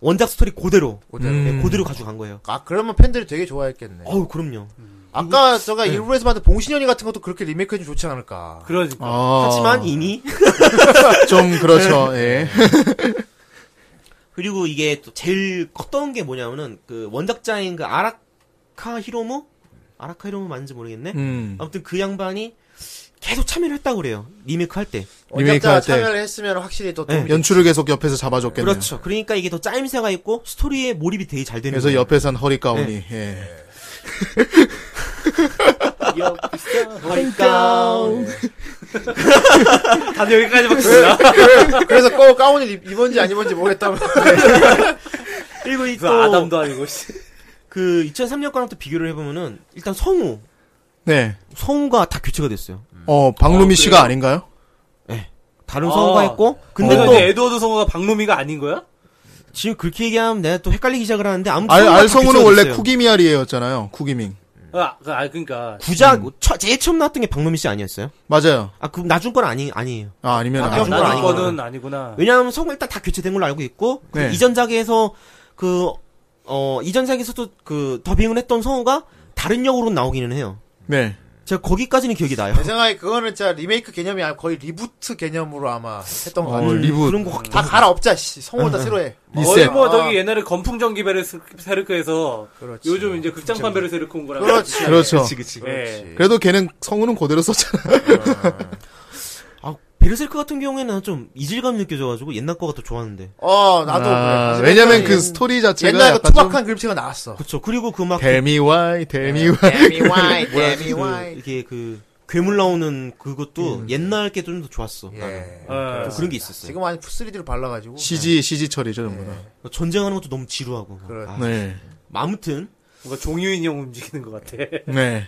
S6: 원작 스토리 그대로
S2: 예. 그대로.
S6: 예,
S4: 음.
S6: 그대로 가져간 거예요.
S2: 아 그러면 팬들이 되게 좋아했겠네.
S6: 어우 그럼요.
S4: 음.
S2: 아까 제가
S4: 네.
S2: 일부에서 봤던 봉신연이 같은 것도 그렇게 리메이크해주면 좋지 않을까.
S3: 그러니까.
S4: 아,
S6: 하지만 이미
S4: 좀 그렇죠. 예.
S6: 그리고 이게 또 제일 컸던 게 뭐냐면은 그 원작자인 그 아라카 히로무 아라카 히로무 맞는지 모르겠네.
S4: 음.
S6: 아무튼 그 양반이 계속 참여를 했다고 그래요. 리메이크 할 때.
S4: 리메이크
S2: 원작자
S4: 할 때
S2: 참여를 했으면 확실히 또
S6: 예.
S4: 연출을 계속 옆에서 잡아줬겠네요.
S6: 그렇죠. 그러니까 이게 더 짜임새가 있고 스토리에 몰입이 되게 잘 되는
S4: 그래서
S6: 거예요.
S4: 옆에서 한 허리 가운이. 예.
S3: 다들 여기까지 봤습니다.
S2: 그래서 꺼 가운을 입- 입은지 안 입은지 모르겠다고.
S6: 그리고
S3: 그 아담도 아니고. 씨.
S6: 그 2003년 거랑 또 비교를 해보면은 일단 성우
S4: 네.
S6: 성우가 다 교체가 됐어요.
S4: 어, 박루미 씨가 아닌가요?
S6: 다른
S3: 아.
S6: 성우가 했고 근데
S3: 어,
S6: 또
S3: 근데 에드워드 성우가 박노미가 아닌 거야?
S6: 지금 그렇게 얘기하면 내가 또 헷갈리기 시작을 하는데 아무튼
S4: 알,
S6: 성우가 다
S4: 알성우는
S6: 교체가
S4: 원래
S6: 됐어요.
S4: 쿠기미아리에였잖아요. 쿠기밍.
S3: 아, 그- 아, 그러니까.
S6: 구작 처- 제일 처음 나왔던 게 박노미 씨 아니었어요?
S4: 맞아요.
S6: 아 그 나중 건 아니 아니에요.
S4: 아, 아니면
S2: 아,
S4: 아,
S2: 그건
S3: 나는
S6: 아니구나.
S3: 거는 아니구나.
S6: 왜냐하면 성우 일단 다 교체된 걸로 알고 있고 그
S4: 네.
S6: 이전작에서 그 어 이전작에서도 그 더빙을 했던 성우가 다른 역으로 나오기는 해요.
S4: 네.
S6: 제가 거기까지는 기억이 나요.
S2: 내 생각에 그거는 진짜 리메이크 개념이 아니라 거의 리부트 개념으로 아마 했던 것
S4: 어, 음.
S2: 같아.
S4: 리부
S6: 그런 거 확-
S2: 다 갈아엎자 씨. 성우 다 새로 해.
S4: 리셋.
S3: 거의 뭐
S2: 아.
S3: 저기 옛날에 건풍전기 베르스, 세르크에서
S2: 그렇지.
S3: 요즘 이제 극장판 베르세르크온 거랑.
S2: 그렇지. 네.
S4: 그렇죠.
S3: 예.
S4: 그래도 걔는 성우는 그대로 썼잖아.
S6: 아, 베르셀크 같은 경우에는 좀 이질감이 느껴져가지고 옛날 거가 더 좋았는데.
S2: 어 나도
S4: 아,
S2: 그래.
S4: 왜냐면 그
S2: 옛-
S4: 스토리 자체가
S2: 옛날에 그
S4: 약간 좀
S2: 투박한 그림체가 나왔어.
S6: 그쵸. 그리고 그 막,
S4: 데미 와이, 데미 와이.
S2: 데미 와이, 음.
S6: 뭐야, 그, 이게 그, 괴물 나오는 그것도 옛날 게 좀 더 좋았어. 나는.
S2: 예.
S3: 어.
S6: 아, 그런 게 있었어요.
S2: 지금 아니 3D로 발라가지고.
S4: CG, CG 처리죠, 전부
S7: 예.
S4: 다.
S6: 전쟁하는 것도 너무 지루하고.
S2: 그래.
S6: 아,
S4: 네.
S6: 아무튼,
S3: 뭔가 종유인형 움직이는 것 같아.
S4: 네.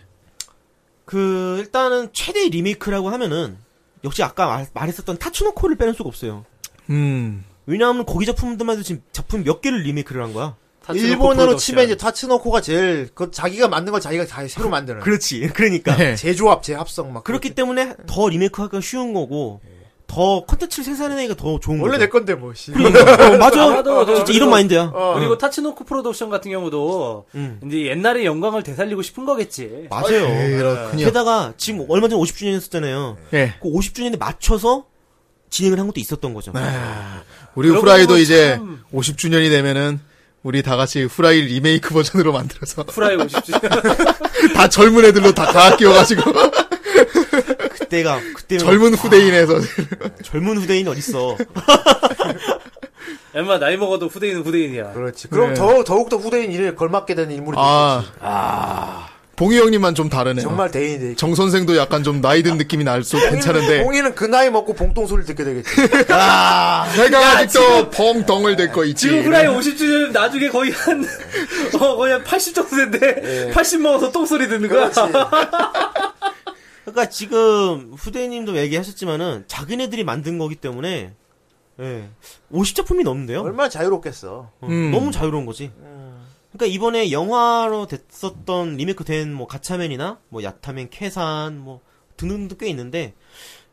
S6: 그, 일단은 최대 리메이크라고 하면은, 역시 아까 말, 말했었던 타츠노코를 빼놓을 수가 없어요.
S4: 음.
S6: 왜냐하면 거기 작품들만 해도 지금 작품 몇 개를 리메이크를 한 거야.
S3: 타츠노코
S2: 일본으로
S3: 프로덕션.
S2: 치면 이제 타츠노코가 제일 그 자기가 만든 걸 자기가 다 새로 만드는
S6: 그렇지. 그러니까.
S4: 네.
S2: 재조합 재합성 막
S6: 그렇기 때문에 더 리메이크하기가 쉬운 거고 더 컨텐츠를 생산해내기가 더 좋은
S2: 원래
S6: 거죠.
S2: 내 건데 뭐 씨.
S6: 그러니까. 어, 맞아.
S3: 아마도
S6: 진짜
S3: 그리고-
S6: 이런 마인드야.
S3: 그리고 타츠노코 프로덕션 같은 경우도
S6: 어. 음.
S3: 이제 옛날의 영광을 되살리고 싶은 거겠지.
S6: 맞아요.
S2: 네.
S4: 그렇군요.
S6: 게다가 지금 얼마 전에 50주년 했었잖아요.
S4: 예.
S6: 그 50주년에 맞춰서 진행을 한 것도 있었던 거죠.
S4: 우리
S3: 여러분,
S4: 후라이도
S3: 참-
S4: 이제
S2: 음.
S4: 50주년이 되면은 우리 다 같이 후라이 리메이크 버전으로 만들어서
S3: 프라이 50주년.
S4: 다 젊은 애들로 다 다 끼워가지고
S6: 그때가 그때
S4: 젊은 후대인에서
S6: 젊은 후대인 어딨어?
S3: 얼마 나이 먹어도 후대인은 후대인이야.
S2: 그렇지. 그럼
S4: 네.
S2: 더욱 더욱더 후대인 일을 걸맞게 되는 인물이
S4: 아, 봉이 형님만 좀 다르네요.
S2: 정말 대인이 되겠지.
S4: 정 선생도 약간 좀 나이 든 느낌이 날수 괜찮은데
S2: 홍이는 그 나이 먹고 봉똥 소리를 듣게 되겠지.
S4: 내가 아직도 펑덩을 댈거 있지.
S3: 지금 후라이 50주년 나중에 거의 한, 어, 거의 한 80 정도 된데,
S4: 예.
S3: 80 먹어서 똥소리 듣는 거야.
S6: 그러니까 지금 후대님도 얘기하셨지만은 작은 애들이 만든 거기 때문에 예. 50작품이 넘는데요.
S2: 얼마나 예. 자유롭겠어.
S6: 어,
S4: 음.
S6: 너무 자유로운 거지. 그러니까 이번에 영화로 됐었던 리메이크 된 뭐 가차맨이나 뭐 야타맨, 캐산 뭐 등등도 꽤 있는데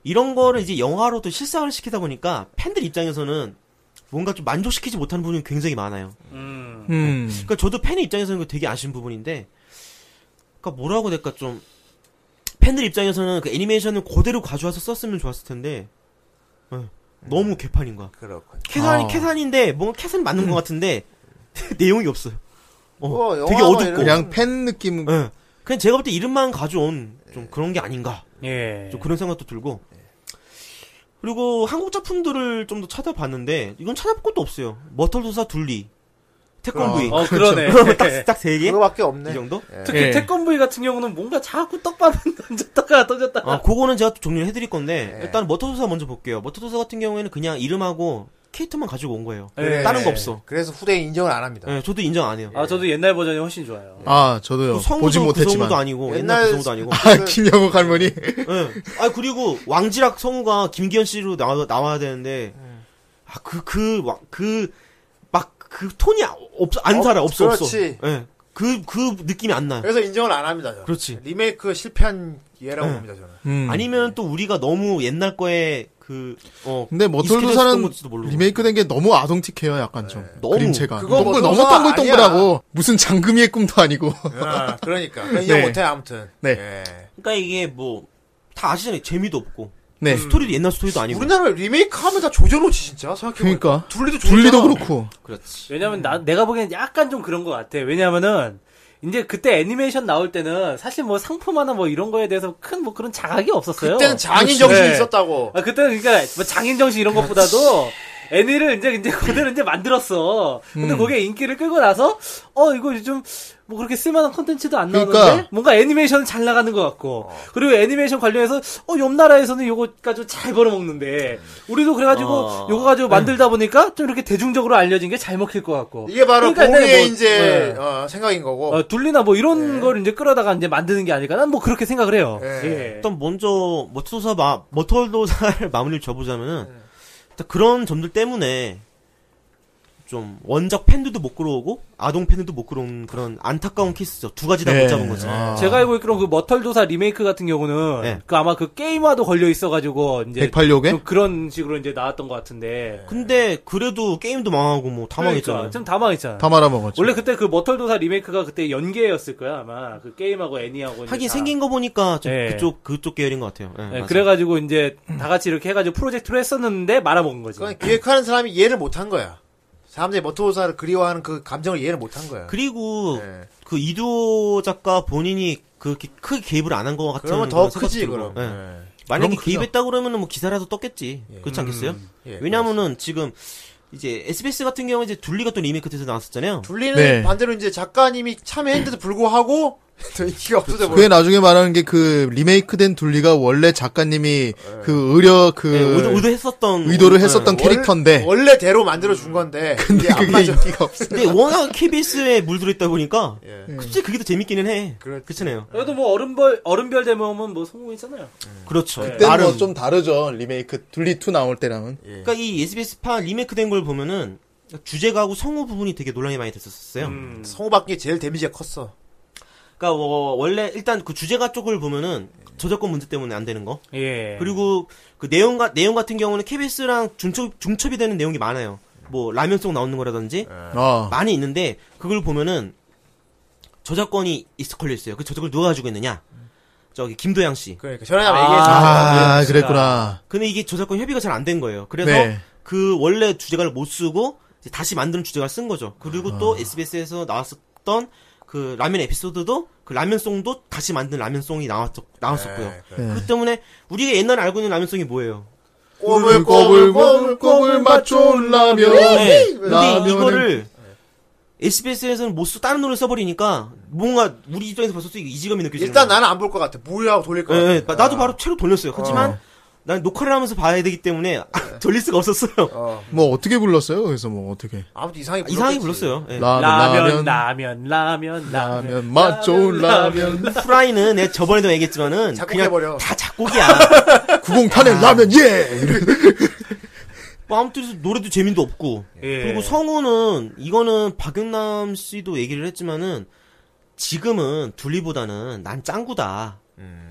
S6: 이런 거를 이제 영화로도 실상을 시키다 보니까 팬들 입장에서는 뭔가 좀 만족시키지 못하는 부분이 굉장히 많아요.
S3: 음.
S4: 음.
S6: 그러니까 저도 팬의 입장에서는 그거 되게 아쉬운 부분인데, 그러니까 뭐라고 될까 좀 팬들 입장에서는 그 애니메이션을 그대로 가져와서 썼으면 좋았을 텐데, 어, 너무 개판인 거야.
S2: 그렇군.
S6: 캐산
S4: 아.
S6: 캐산인데 뭔가 캐산 맞는 것 같은데 내용이 없어요. 어,
S2: 뭐,
S6: 되게
S2: 영화나
S6: 어둡고,
S2: 이런-
S4: 그냥 팬 느낌.
S6: 예. 그냥 제가 볼 때 이름만 가져온
S2: 네.
S6: 좀 그런 게 아닌가.
S3: 예.
S6: 좀 그런 생각도 들고. 그리고 한국 작품들을 좀 더 찾아봤는데 이건 찾아볼 것도 없어요. 머털도사 둘리,
S4: 아,
S6: 태권브이.
S3: 어, 그러네.
S6: 딱딱세 개.
S2: 그거밖에 없네.
S6: 예? 이 정도?
S3: 특히
S4: 그렇죠. 예.
S3: 태권브이 같은 경우는 뭔가 자꾸 떡밥을 던졌다가 던졌다가.
S6: 아, 그거는 제가 또 정리를 해드릴 건데, 일단 머터도사 먼저 볼게요. 머터도사 같은 경우에는 그냥 이름하고 캐릭터만 가지고 온 거예요.
S3: 예.
S6: 그 다른 거 없어.
S2: 그래서 후대인 인정을 안 합니다.
S6: 예, 저도 인정 안 해요. 그
S3: 아, 저도 옛날 버전이 훨씬 좋아요.
S4: 아, 저도요. 보지 못했지만.
S6: 성우도 아니고,
S2: 옛날
S6: 옛날 그 구성우도 아니고.
S4: 아, 김영욱 할머니.
S6: 예. 아, 그리고 왕지락 성우가 김기현 씨로 나와, 나와야 되는데, 아, 그, 그, 와- 그, 막, 그 톤이 없, 안
S2: 없-
S6: 살아, 없어, 없어.
S2: 그렇지. 음.
S6: 예. 그, 그 느낌이 안 나요.
S2: 그래서 인정을 안 합니다. 저는.
S6: 그렇지.
S2: 리메이크 실패한 예라고
S6: 네.
S2: 봅니다. 저는.
S4: 음.
S6: 아니면 또 우리가 너무 옛날 거에 그, 어,
S4: 근데
S6: 익숙해졌던
S4: 머털도사는
S6: 건지도 모르고.
S4: 리메이크된 게 너무 아동틱해요, 약간 좀.
S6: 너무.
S4: 그림체가.
S2: 그거
S4: 동글 너무
S2: 머털도사
S4: 동글동글하고 무슨 장금이의 꿈도 아니고.
S2: 아, 그러니까 그건 인정
S4: 네.
S2: 못해 아무튼.
S4: 네.
S2: 예.
S6: 그러니까 이게 뭐, 다 아시잖아요. 재미도 없고. 뭐
S4: 네.
S6: 스토리도 옛날 스토리도 아니고.
S2: 우리나라 리메이크하면 다 조져놓지 진짜 생각해보니까.
S4: 그러니까.
S2: 둘리도 조져.
S4: 둘리도 그렇고.
S6: 그렇지.
S3: 왜냐면 나, 내가 보기엔 약간 좀 그런 것 같아. 왜냐면은, 이제 그때 애니메이션 나올 때는 사실 뭐 상품 하나 뭐 이런 거에 대해서 큰 뭐 그런 자각이 없었어요.
S2: 그때는 장인 정신이
S3: 네.
S2: 있었다고.
S3: 아, 그때는 그러니까 뭐 장인정신 이런 것보다도 애니를 이제 이제 그대로 이제 만들었어. 근데 거기에 인기를 끌고 나서 어 이거 요즘 뭐 그렇게 쓸만한 컨텐츠도 안 나오는데
S4: 그러니까.
S3: 뭔가 애니메이션은 잘 나가는 것 같고 그리고 애니메이션 관련해서 어옆 나라에서는 요거 가지고 잘 벌어먹는데 우리도 그래가지고
S6: 어.
S3: 요거 가지고 만들다 보니까 좀 이렇게 대중적으로 알려진 게 잘 먹힐 것 같고
S2: 이게 바로
S3: 그러니까 내가
S2: 공유의
S3: 뭐-
S2: 이제
S3: 네.
S2: 어, 생각인 거고.
S3: 어, 둘리나 뭐
S6: 네.
S3: 이런 걸 이제 끌어다가 이제 만드는 게 아닐까 난 뭐 그렇게 생각을 해요.
S2: 예.
S3: 예.
S6: 일단 먼저 머털도사 마, 뭐 머털도사를 마무리를 줘보자면은
S3: 네.
S6: 일단 그런 점들 때문에 좀 원작 팬들도 못 끌어오고 아동 팬들도 못 끌어온 그런 안타까운 케이스죠. 두 가지 다 못
S4: 네.
S6: 잡은 거죠.
S4: 아.
S3: 제가 알고 있기로는 그 머털도사 리메이크 같은 경우는
S6: 네.
S3: 그 아마 그 게임화도 걸려 있어가지고 이제
S4: 108욕에?
S3: 예. 좀 그런 식으로 이제 나왔던 것 같은데
S6: 근데 그래도 게임도 망하고 뭐
S3: 그러니까
S6: 다 망했잖아요.
S3: 지금 다 망했잖아.
S4: 다 말아먹었죠.
S3: 원래 그때 그 머털도사 리메이크가 그때 연계였을 거야 아마 그 게임하고 애니하고 이제
S6: 하긴
S3: 다.
S6: 생긴 거 보니까 좀
S3: 예.
S6: 그쪽 그쪽 계열인 것 같아요. 예,
S3: 그러니까. 네,
S6: 맞아요.
S3: 그래가지고 이제 다 같이 이렇게 해가지고 프로젝트로 했었는데 말아먹은 거지.
S6: 그러니까.
S2: 그건 기획하는 사람이 이해를 못한 거야. 사람들이 머토사를 그리워하는 그 감정을 이해를 못한 거야.
S6: 그리고
S2: 예.
S6: 그 이도 작가 본인이 그렇게 크게 개입을 안 한 것 같은
S2: 그러면 더
S6: 그런 생각도
S2: 크지
S6: 들고.
S2: 그럼.
S6: 예.
S2: 예.
S6: 만약에
S4: 그럼 크죠.
S6: 개입했다 그러면은 뭐 기사라도 떴겠지. 그렇지 않겠어요?
S2: 예.
S6: 왜냐면은 지금 이제 SBS 같은 경우에 이제 둘리가 또 리메이크 돼서 나왔었잖아요.
S2: 둘리는
S4: 네.
S2: 반대로 이제 작가님이 참여했는데도 불구하고 더 인기가 없어져 버려.
S4: 그렇죠. 그게 나중에 말하는 게 그 리메이크된 둘리가 원래 작가님이 그 의려 그
S6: 예, 의도, 의도했었던
S4: 의도를
S6: 예.
S4: 했었던 캐릭터인데
S2: 원래대로 만들어 준 건데
S4: 근데
S2: 이게 안
S4: 그게
S2: 맞아.
S4: 인기가 없어.
S6: 근데 워낙 KBS에 물들어 있다 보니까
S2: 예.
S6: 솔직히 그게 더 재밌기는 해.
S2: 그렇지.
S6: 그렇잖아요.
S3: 그래도 뭐 얼음별 얼음별 대모험은 뭐 성공했잖아요.
S6: 그렇죠.
S4: 그때는
S6: 나름.
S4: 뭐좀 다르죠. 리메이크 둘리 2 나올 때랑은.
S6: 그러니까 이 SBS 파 리메이크 된 걸 보면은 주제가하고 성우 부분이 되게 논란이 많이 됐었어요.
S3: 음.
S2: 성우 받는 게 제일 데미지가 컸어.
S6: 그러니까 뭐 원래 일단 그 주제가 쪽을 보면은 저작권 문제 때문에 안 되는 거.
S4: 네.
S3: 예.
S6: 그리고 그 내용과 내용 같은 경우는 KBS랑 중첩 중첩이 되는 내용이 많아요. 뭐 라면 속 나오는 거라든지
S4: 아,
S6: 많이 있는데 그걸 보면은 저작권이 있어 걸려 있어요. 그 저작권 누가 가지고 있느냐? 저기 김도양 씨.
S2: 그러니까 전에 아,
S3: 아.
S2: 얘기했잖아.
S4: 아, 그랬구나.
S6: 근데 이게 저작권 협의가 잘 안 된 거예요. 그래서
S4: 네.
S6: 그 원래 주제가를 못 쓰고 이제 다시 만드는 주제가를 쓴 거죠. 그리고
S4: 아.
S6: 또 SBS에서 나왔었던 그 라면 에피소드도 그 라면송도 다시 만든 라면송이 나왔었, 나왔었고요.
S4: 네.
S6: 그렇기 때문에 우리가 옛날에 알고 있는 라면송이 뭐예요?
S4: 꼬불 꼬불 꼬불 꼬불 맛좋은 라면.
S6: 네. 근데
S4: 라면은-
S6: 이거를 SBS에서는 못 쓰, 다른 노래 써버리니까 뭔가 우리 입장에서 벌써 또 이지감이 느껴지는
S2: 일단
S6: 거예요.
S2: 나는 안 볼 것 같아. 뭐야 돌릴 것
S6: 예, 예.
S2: 같아.
S6: 나- 나도 바로 채로 돌렸어요. 그렇지만 난 녹화를 하면서 봐야 되기 때문에
S2: 네.
S6: 돌릴 수가 없었어요.
S4: 뭐 어떻게 불렀어요? 그래서 뭐 어떻게?
S2: 아무튼 이상하게 불렀겠지.
S6: 이상하게 불렀어요. 예.
S4: 아, 네, 라면
S3: 라면,
S4: 라면
S3: 라면, 라면, 라면.
S4: 라면 맛 좋은 라면.
S6: 후라이는 내가 저번에도 얘기했지만은 그냥
S2: 작곡해버려.
S6: 다 작곡이야.
S4: 구공탄의
S6: 아.
S4: 라면 예. 이런-
S6: 뭐 아무튼 노래도 재미도 없고
S3: 예.
S6: 그리고 성우는 이거는 박영남 씨도 얘기를 했지만은 지금은 둘리보다는 난 짱구다.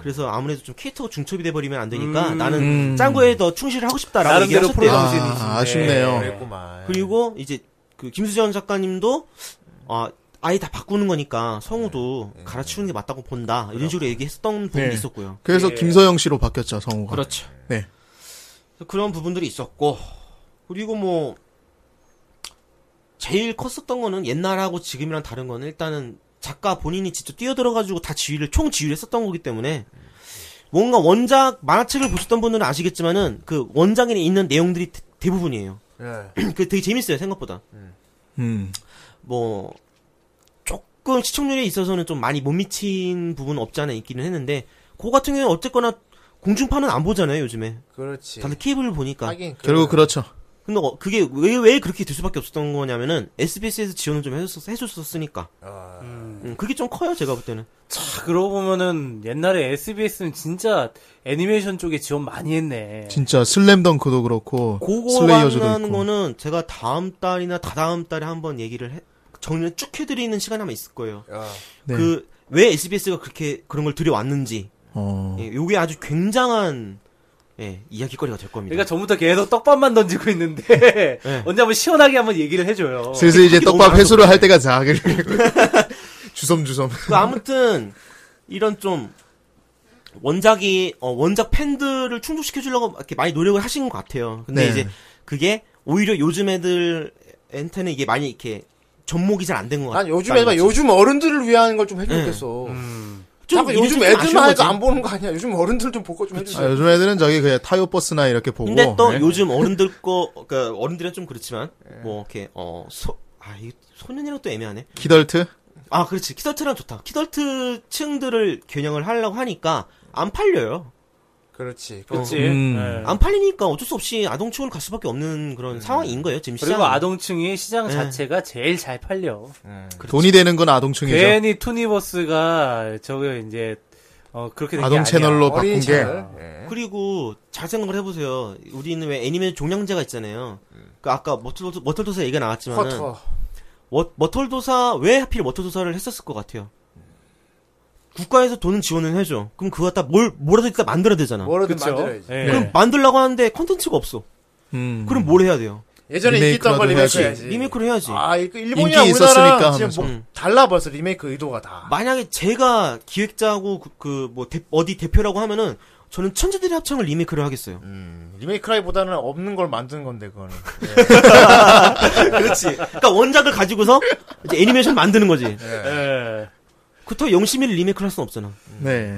S6: 그래서 아무래도 좀 캐릭터가 중첩이 돼버리면 안 되니까
S3: 음.
S6: 나는
S4: 음.
S6: 짱구에 더 충실을 하고 싶다라고
S3: 나름대로
S6: 얘기하셨대요.
S3: 프로그램
S4: 아,
S3: 어.
S4: 아쉽네요.
S3: 예,
S2: 그랬구만.
S6: 그리고 이제 그 김수전 작가님도 아 아예 다 바꾸는 거니까 성우도
S3: 음.
S6: 갈아치우는 게 맞다고 본다 이런 식으로 얘기했었던 부분이
S4: 네.
S6: 있었고요.
S4: 그래서
S3: 예.
S4: 김서영 씨로 바뀌었죠 성우가.
S6: 그렇죠.
S4: 네.
S6: 그런 부분들이 있었고 그리고 뭐 제일 컸었던 거는 옛날하고 지금이랑 다른 거는 일단은 작가 본인이 직접 뛰어들어가지고 다 지휘를 총 지휘를 했었던 거기 때문에 뭔가 원작 만화책을 보셨던 분들은 아시겠지만은 그 원작에 있는 내용들이 대- 대부분이에요.
S2: 네,
S6: 그 되게 재밌어요 생각보다.
S4: 음.
S6: 뭐 조금 시청률에 있어서는 좀 많이 못 미친 부분 없지 않아 있기는 했는데 그 같은 경우는 어쨌거나 공중파는 안 보잖아요 요즘에
S2: 그렇지.
S6: 다들 케이블을 보니까
S2: 하긴
S4: 결국 그렇죠.
S6: 근데 어, 그게 왜, 왜 그렇게 될 수밖에 없었던 거냐면은 SBS에서 지원을 좀 해줬었, 해줬었으니까 음, 그게 좀 커요 제가 볼 때는
S3: 자, 그러고 보면은 옛날에 SBS는 진짜 애니메이션 쪽에 지원 많이 했네.
S4: 진짜 슬램덩크도 그렇고
S6: 그거
S4: 슬레이어즈도
S6: 하는
S4: 있고.
S6: 거는 제가 다음 달이나 다다음 달에 한번 얘기를 해, 정리를 쭉 해드리는 시간이 아마 있을 거예요
S4: 네.
S6: 그 왜 SBS가 그렇게 그런 걸 들여왔는지
S4: 어.
S6: 예, 요게 아주 굉장한 예, 이야기거리가 될 겁니다
S3: 그러니까 전부터 계속 떡밥만 던지고 있는데
S4: 네.
S3: 언제 한번 시원하게 한번 얘기를 해줘요.
S4: 슬슬 이제
S6: 너무
S4: 떡밥
S6: 많아서
S4: 회수를 할 때가 자. 주섬주섬.
S6: 그 아무튼 이런 좀 원작이 어, 원작 팬들을 충족시켜 주려고 이렇게 많이 노력을 하신 것 같아요. 근데
S4: 네.
S6: 이제 그게 오히려 요즘 애들한테는 이게 많이 이렇에 접목이 잘 안 된 것 같아요. 네.
S2: 난 요즘에 막 요즘 어른들을 위한 걸 좀 해주겠어. 자꾸 요즘 애들만 해도 안 보는 거 아니야. 요즘 어른들 좀 보고 좀
S4: 아,
S2: 해주세요.
S4: 요즘 애들은 저기 그냥 타요 버스나 이렇게 보고.
S6: 근데 또
S4: 네.
S6: 요즘 어른들 거 그러니까 어른들은 좀 그렇지만
S3: 네.
S6: 뭐 이렇게 어소아 이게 소년이랑 또 애매하네.
S4: 기덜트?
S6: 아 그렇지 키덜트랑 좋다. 키덜트 층들을 겨냥을 하려고 하니까 안 팔려요.
S2: 그렇지.
S3: 그렇지.
S4: 음.
S3: 예.
S6: 안 팔리니까 어쩔 수 없이 아동층으로 갈 수밖에 없는 그런 상황인 거예요 지금
S3: 음.
S6: 시장.
S3: 그리고 아동층이 시장
S6: 예.
S3: 자체가 제일 잘 팔려.
S4: 돈이 되는 건 아동층이죠.
S6: 네.
S3: 괜히 투니버스가 저게 이제 어, 그렇게 된게
S4: 아동 채널로 바꾼
S2: 어린이
S4: 게
S2: 채널. 예.
S6: 그리고 잘 생각을 해보세요. 우리는 왜 애니메이션 종량제가 있잖아요.
S3: 음.
S6: 그 아까 머털도사, 머털도사 얘기가 나왔지만
S2: 커터.
S6: 머털도사 왜 하필 머털도사를 했었을 것 같아요. 국가에서 돈은 지원을 해줘. 그럼 그거 갖다 뭘 뭐라도 일단 만들어야 되잖아.
S2: 뭐라든
S3: 그렇죠.
S2: 만들어야지.
S3: 예.
S4: 네.
S6: 그럼 만들라고 하는데 컨텐츠가 없어.
S4: 음.
S6: 그럼 뭘 해야 돼요?
S2: 예전에 인기 있던 걸
S4: 리메이크라도
S2: 리메이크해야지.
S6: 리메이크를 해야지.
S2: 아, 이- 그 일본이랑
S4: 인기
S2: 우리나라랑
S4: 있었으니까
S2: 지금
S4: 하면서.
S2: 뭐
S6: 음.
S2: 달라 벌써 리메이크 의도가 다.
S6: 만약에 제가 기획자고 그뭐 어디 대표라고 하면은 저는 천재들의 합창을 리메이크를 하겠어요.
S2: 음, 리메이크라기보다는 없는 걸 만든 건데 그거는.
S6: 그렇지. 그러니까 원작을 가지고서 이제 애니메이션 만드는 거지.
S2: 네.
S3: 예.
S4: 어,
S6: 그렇다고 영심이를 리메이크를 할 수는 없잖아.
S4: 네.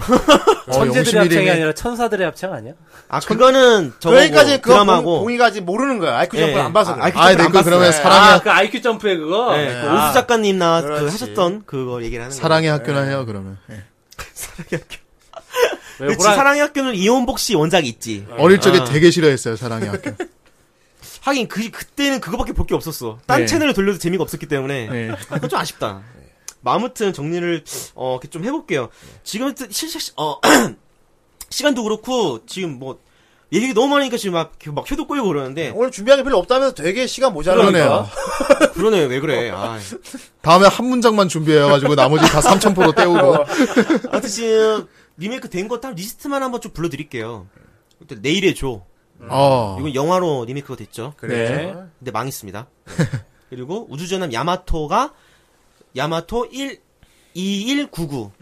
S3: 천재들의
S4: 영심이
S3: 합창이
S4: 리메이크.
S3: 아니라 천사들의 합창 아니야?
S6: 아 그거는 저거 뭐
S2: 여기까지 그거 봉-
S6: 드라마고
S2: 봉이가 아직 모르는 거야. 아이쿠 점프를
S6: 예,
S2: 안 봐서
S6: 아,
S2: 그래.
S6: 아이쿠
S4: 아, 네, 그 그러면 사랑의
S3: 아, 그 IQ 점프의 그거?
S6: 예, 그
S3: 아,
S6: 오수 작가님 나 그
S2: 그렇지.
S6: 하셨던 그거 얘기를 하는
S4: 사랑의 학교나 해요 그러면. 예.
S3: 왜
S6: 거예요. 그렇지
S3: 호랑-
S6: 사랑의 학교는 이혼복 씨 원작이 있지.
S4: 어릴 적에
S6: 아.
S4: 되게 싫어했어요 사랑의 학교.
S6: 하긴 그 그때는 그거밖에 볼 게 없었어. 딴
S4: 네.
S6: 채널을 돌려도 재미가 없었기 때문에
S4: 네.
S6: 아, 그건 좀 아쉽다. 뭐 아무튼 정리를 어, 이렇게 좀 해볼게요. 지금 실시 어 시간도 그렇고 지금 뭐 얘기 너무 많으니까 지금 막, 이렇게 막 효도 꼬이고 그러는데.
S2: 오늘 준비한 게 별로 없다면서 되게 시간
S4: 그러네요.
S2: 모자라니까.
S6: 어, 그러네, 왜 그래. 아.
S4: 다음에 한 문장만 준비해가지고 나머지 다 3,000%로 때우고.
S6: 아무튼 지금 리메이크 된 거 딱 리스트만 한번 좀 불러드릴게요. 일단 내일의 조.
S4: 어.
S6: 이건 영화로 리메이크가 됐죠.
S3: 네.
S6: 근데 망했습니다. 그리고 우주전함 야마토가 야마토 1 2199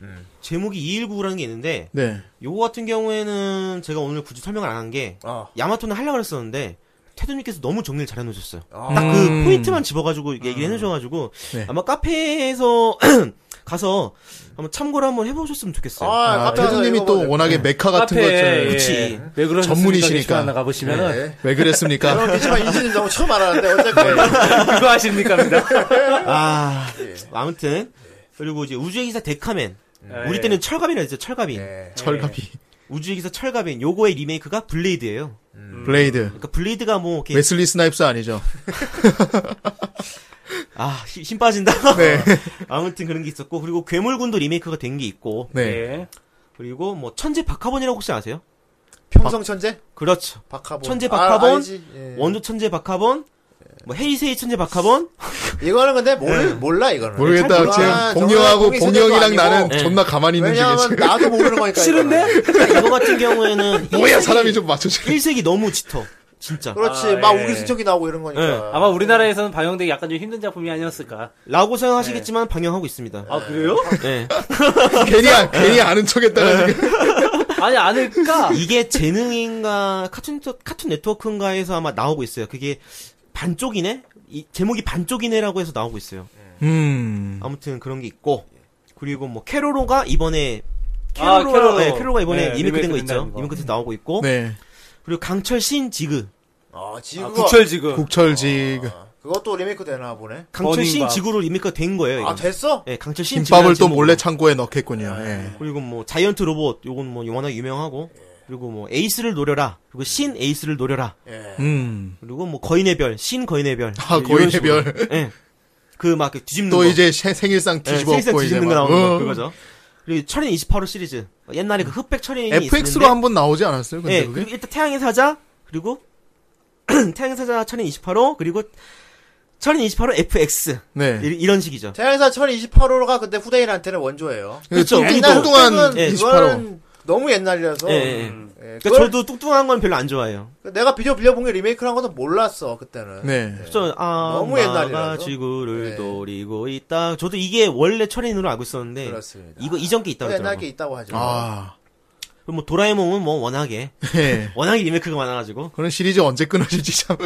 S6: 제목이 2199라는 게 있는데
S4: 네.
S6: 요거 같은 경우에는 제가 오늘 굳이 설명을 안 한 게
S2: 아.
S6: 야마토는 하려고 그랬었는데 태도님께서 너무 정리를 잘 해놓으셨어요.
S2: 아.
S6: 딱 그
S4: 음.
S6: 포인트만 집어가지고 얘기를 해놓으셔가지고
S4: 네.
S6: 아마 카페에서 가서 한번 참고를 한번 해보셨으면 좋겠어요.
S4: 아, 태도님이 또 워낙에 메카 같은
S3: 카페에,
S4: 거잖아요.
S3: 예.
S6: 그치.
S3: 왜 그런
S4: 전문이시니까. 네.
S3: 하나 가보시면은
S4: 왜 그랬습니까?
S2: 그렇지만 인지는 너무 처음 알았는데 어쨌건
S3: 그거 하십니까입니다.
S6: 아, 아무튼 그리고 이제 우주의 기사 데카맨
S3: 아, 예.
S6: 우리 때는 철갑이라 했죠 철갑인
S4: 철갑이.
S6: 우주의 기사 철갑인 요거의 리메이크가 블레이드예요
S4: 블레이드.
S6: 그러니까 블레이드가 뭐 이렇게
S4: 웨슬리 스나이프스 아니죠?
S6: 아, 힘, 힘 빠진다
S4: 네.
S6: 아무튼 그런 게 있었고 그리고 괴물군도 리메이크가 된 게 있고
S3: 예.
S4: 네.
S6: 그리고 뭐 천재 박하본이라고 혹시 아세요?
S2: 평성 천재
S6: 그렇죠
S2: 박하본
S6: 천재
S2: 아,
S6: 박하본?
S2: 알지. 예.
S4: 네.
S6: 원조 천재 박하본 뭐 헤이세이 천재 박하본
S2: 이거는 근데 모르 몰라 이거는
S4: 모르겠다.
S2: 아,
S4: 지금 공룡하고
S2: 정말 공이
S4: 공룡이랑
S2: 세대도
S4: 나는
S2: 아니고.
S4: 존나 가만히 있는 중에
S2: 왜냐하면
S4: 지금.
S2: 나도 모르는 거니까 이거는.
S6: 이거 같은 경우에는
S4: 뭐야, 사람이 좀 맞춰주게.
S6: 1세기 너무 짙어 진짜
S2: 그렇지
S3: 아,
S2: 막
S3: 예. 네.
S2: 우기수척이 나오고 이런 거니까
S6: 예.
S3: 아마 우리나라에서는 방영되기 약간 좀 힘든 작품이 아니었을까.
S6: 라고
S4: 네.
S6: 생각하시겠지만 방영하고 있습니다
S3: 아 그래요?
S6: 네.
S4: 괜히, 아- 괜히 아는 척 했다가 지금.
S3: 아니 않을까?
S6: 이게 재능인가 카툰 터- 카툰 네트워크인가에서 아마 나오고 있어요. 그게 반쪽이네? 이 제목이 반쪽이네라고 해서 나오고 있어요.
S4: 음.
S6: 아무튼 그런 게 있고 그리고 뭐 캐로로가 이번에
S3: 아,
S6: 캐로로,
S3: 캐로로.
S6: 네, 캐로로가 이번에
S3: 네,
S6: 리메이크된 거
S3: 리메이크
S6: 있죠.
S3: 된다는 거.
S6: 리메이크돼서 나오고 있고
S4: 네.
S6: 그리고 강철 신 지그
S2: 아
S3: 아,
S2: 지금
S3: 구철 지금.
S4: 국철지.
S2: 그것도 리메이크 되나 보네
S6: 강철 신
S3: 버닝밥.
S6: 지구로 리메이크가 된 거예요. 이건.
S2: 아 됐어
S6: 네, 강철 신
S4: 김밥을
S6: 지구라는
S4: 또
S6: 제목으로.
S4: 몰래 창고에 넣겠군요. 예.
S6: 그리고 뭐 자이언트 로봇 요건 뭐 워낙 유명하고 그리고 뭐 에이스를 노려라 그리고 신 에이스를 노려라
S4: 음.
S6: 그리고 뭐 거인의 별 신 거인의 별
S4: 아,
S6: 예, 이런
S4: 거인의
S6: 식으로.
S4: 별.
S6: 예. 그 막 뒤집는
S4: 또
S6: 거.
S4: 이제 세- 생일상
S6: 예,
S4: 뒤집어
S6: 세상
S4: 엎고 이제 막.
S6: 뒤집는 거 나오는 거
S4: 어.
S6: 그거죠. 그리고 철인 28호 시리즈. 옛날에 그 흑백 철인이
S4: FX로
S6: 있었는데,
S4: 한 번 나오지 않았어요? 근데
S6: 예.
S4: 그게?
S6: 그리고 일단 태양의 사자 그리고 태양의 사자 철인 28호 그리고 철인 28호 FX
S4: 네.
S6: 이- 이런 식이죠.
S2: 태양사 1028호가 근데 후대인한테는 원조예요
S6: 그렇죠.
S4: 뚱-
S6: 옛날
S4: 뚱뚱한
S2: 예, 그때는
S4: 28호.
S2: 이거는 너무 옛날이라서
S6: 예. 예.
S2: 예, 그걸
S6: 그러니까 저도 뚱뚱한 건 별로 안 좋아해요.
S2: 내가 비디오 빌려본 게 리메이크란 것도 몰랐어 그때는
S4: 네.
S6: 그래서 아,
S2: 너무 옛날이라서.
S6: 지구를
S2: 예.
S6: 노리고 있다. 저도 이게 원래 철인으로 알고 있었는데
S2: 그렇습니다
S6: 이거 이전 게 있다고
S2: 옛날 게
S6: 하더라고요.
S2: 있다고 하죠
S4: 아.
S6: 그럼 뭐 도라에몽은 뭐 워낙에
S4: 예.
S6: 워낙에 리메이크가 많아가지고
S4: 그런 시리즈 언제 끊어질지 참.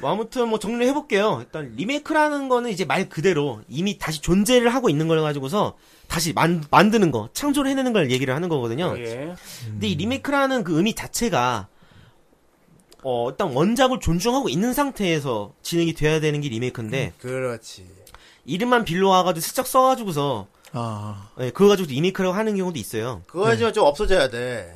S6: 뭐 아무튼 뭐 정리해 볼게요. 일단 리메이크라는 거는 이제 말 그대로 이미 다시 존재를 하고 있는 걸 가지고서 다시 만, 만드는 거, 창조를 해내는 걸 얘기를 하는 거거든요.
S2: 네.
S3: 예.
S6: 근데 이 리메이크라는 그 의미 자체가 어, 일단 원작을 존중하고 있는 상태에서 진행이 돼야 되는 게
S2: 음.
S6: 리메이크인데
S2: 그렇지
S6: 이름만 빌려 와가지고 슬쩍 써가지고서
S4: 아.
S6: 예, 그거 가지고 리메이크라고 하는 경우도 있어요.
S2: 그거 지금 좀 없어져야 돼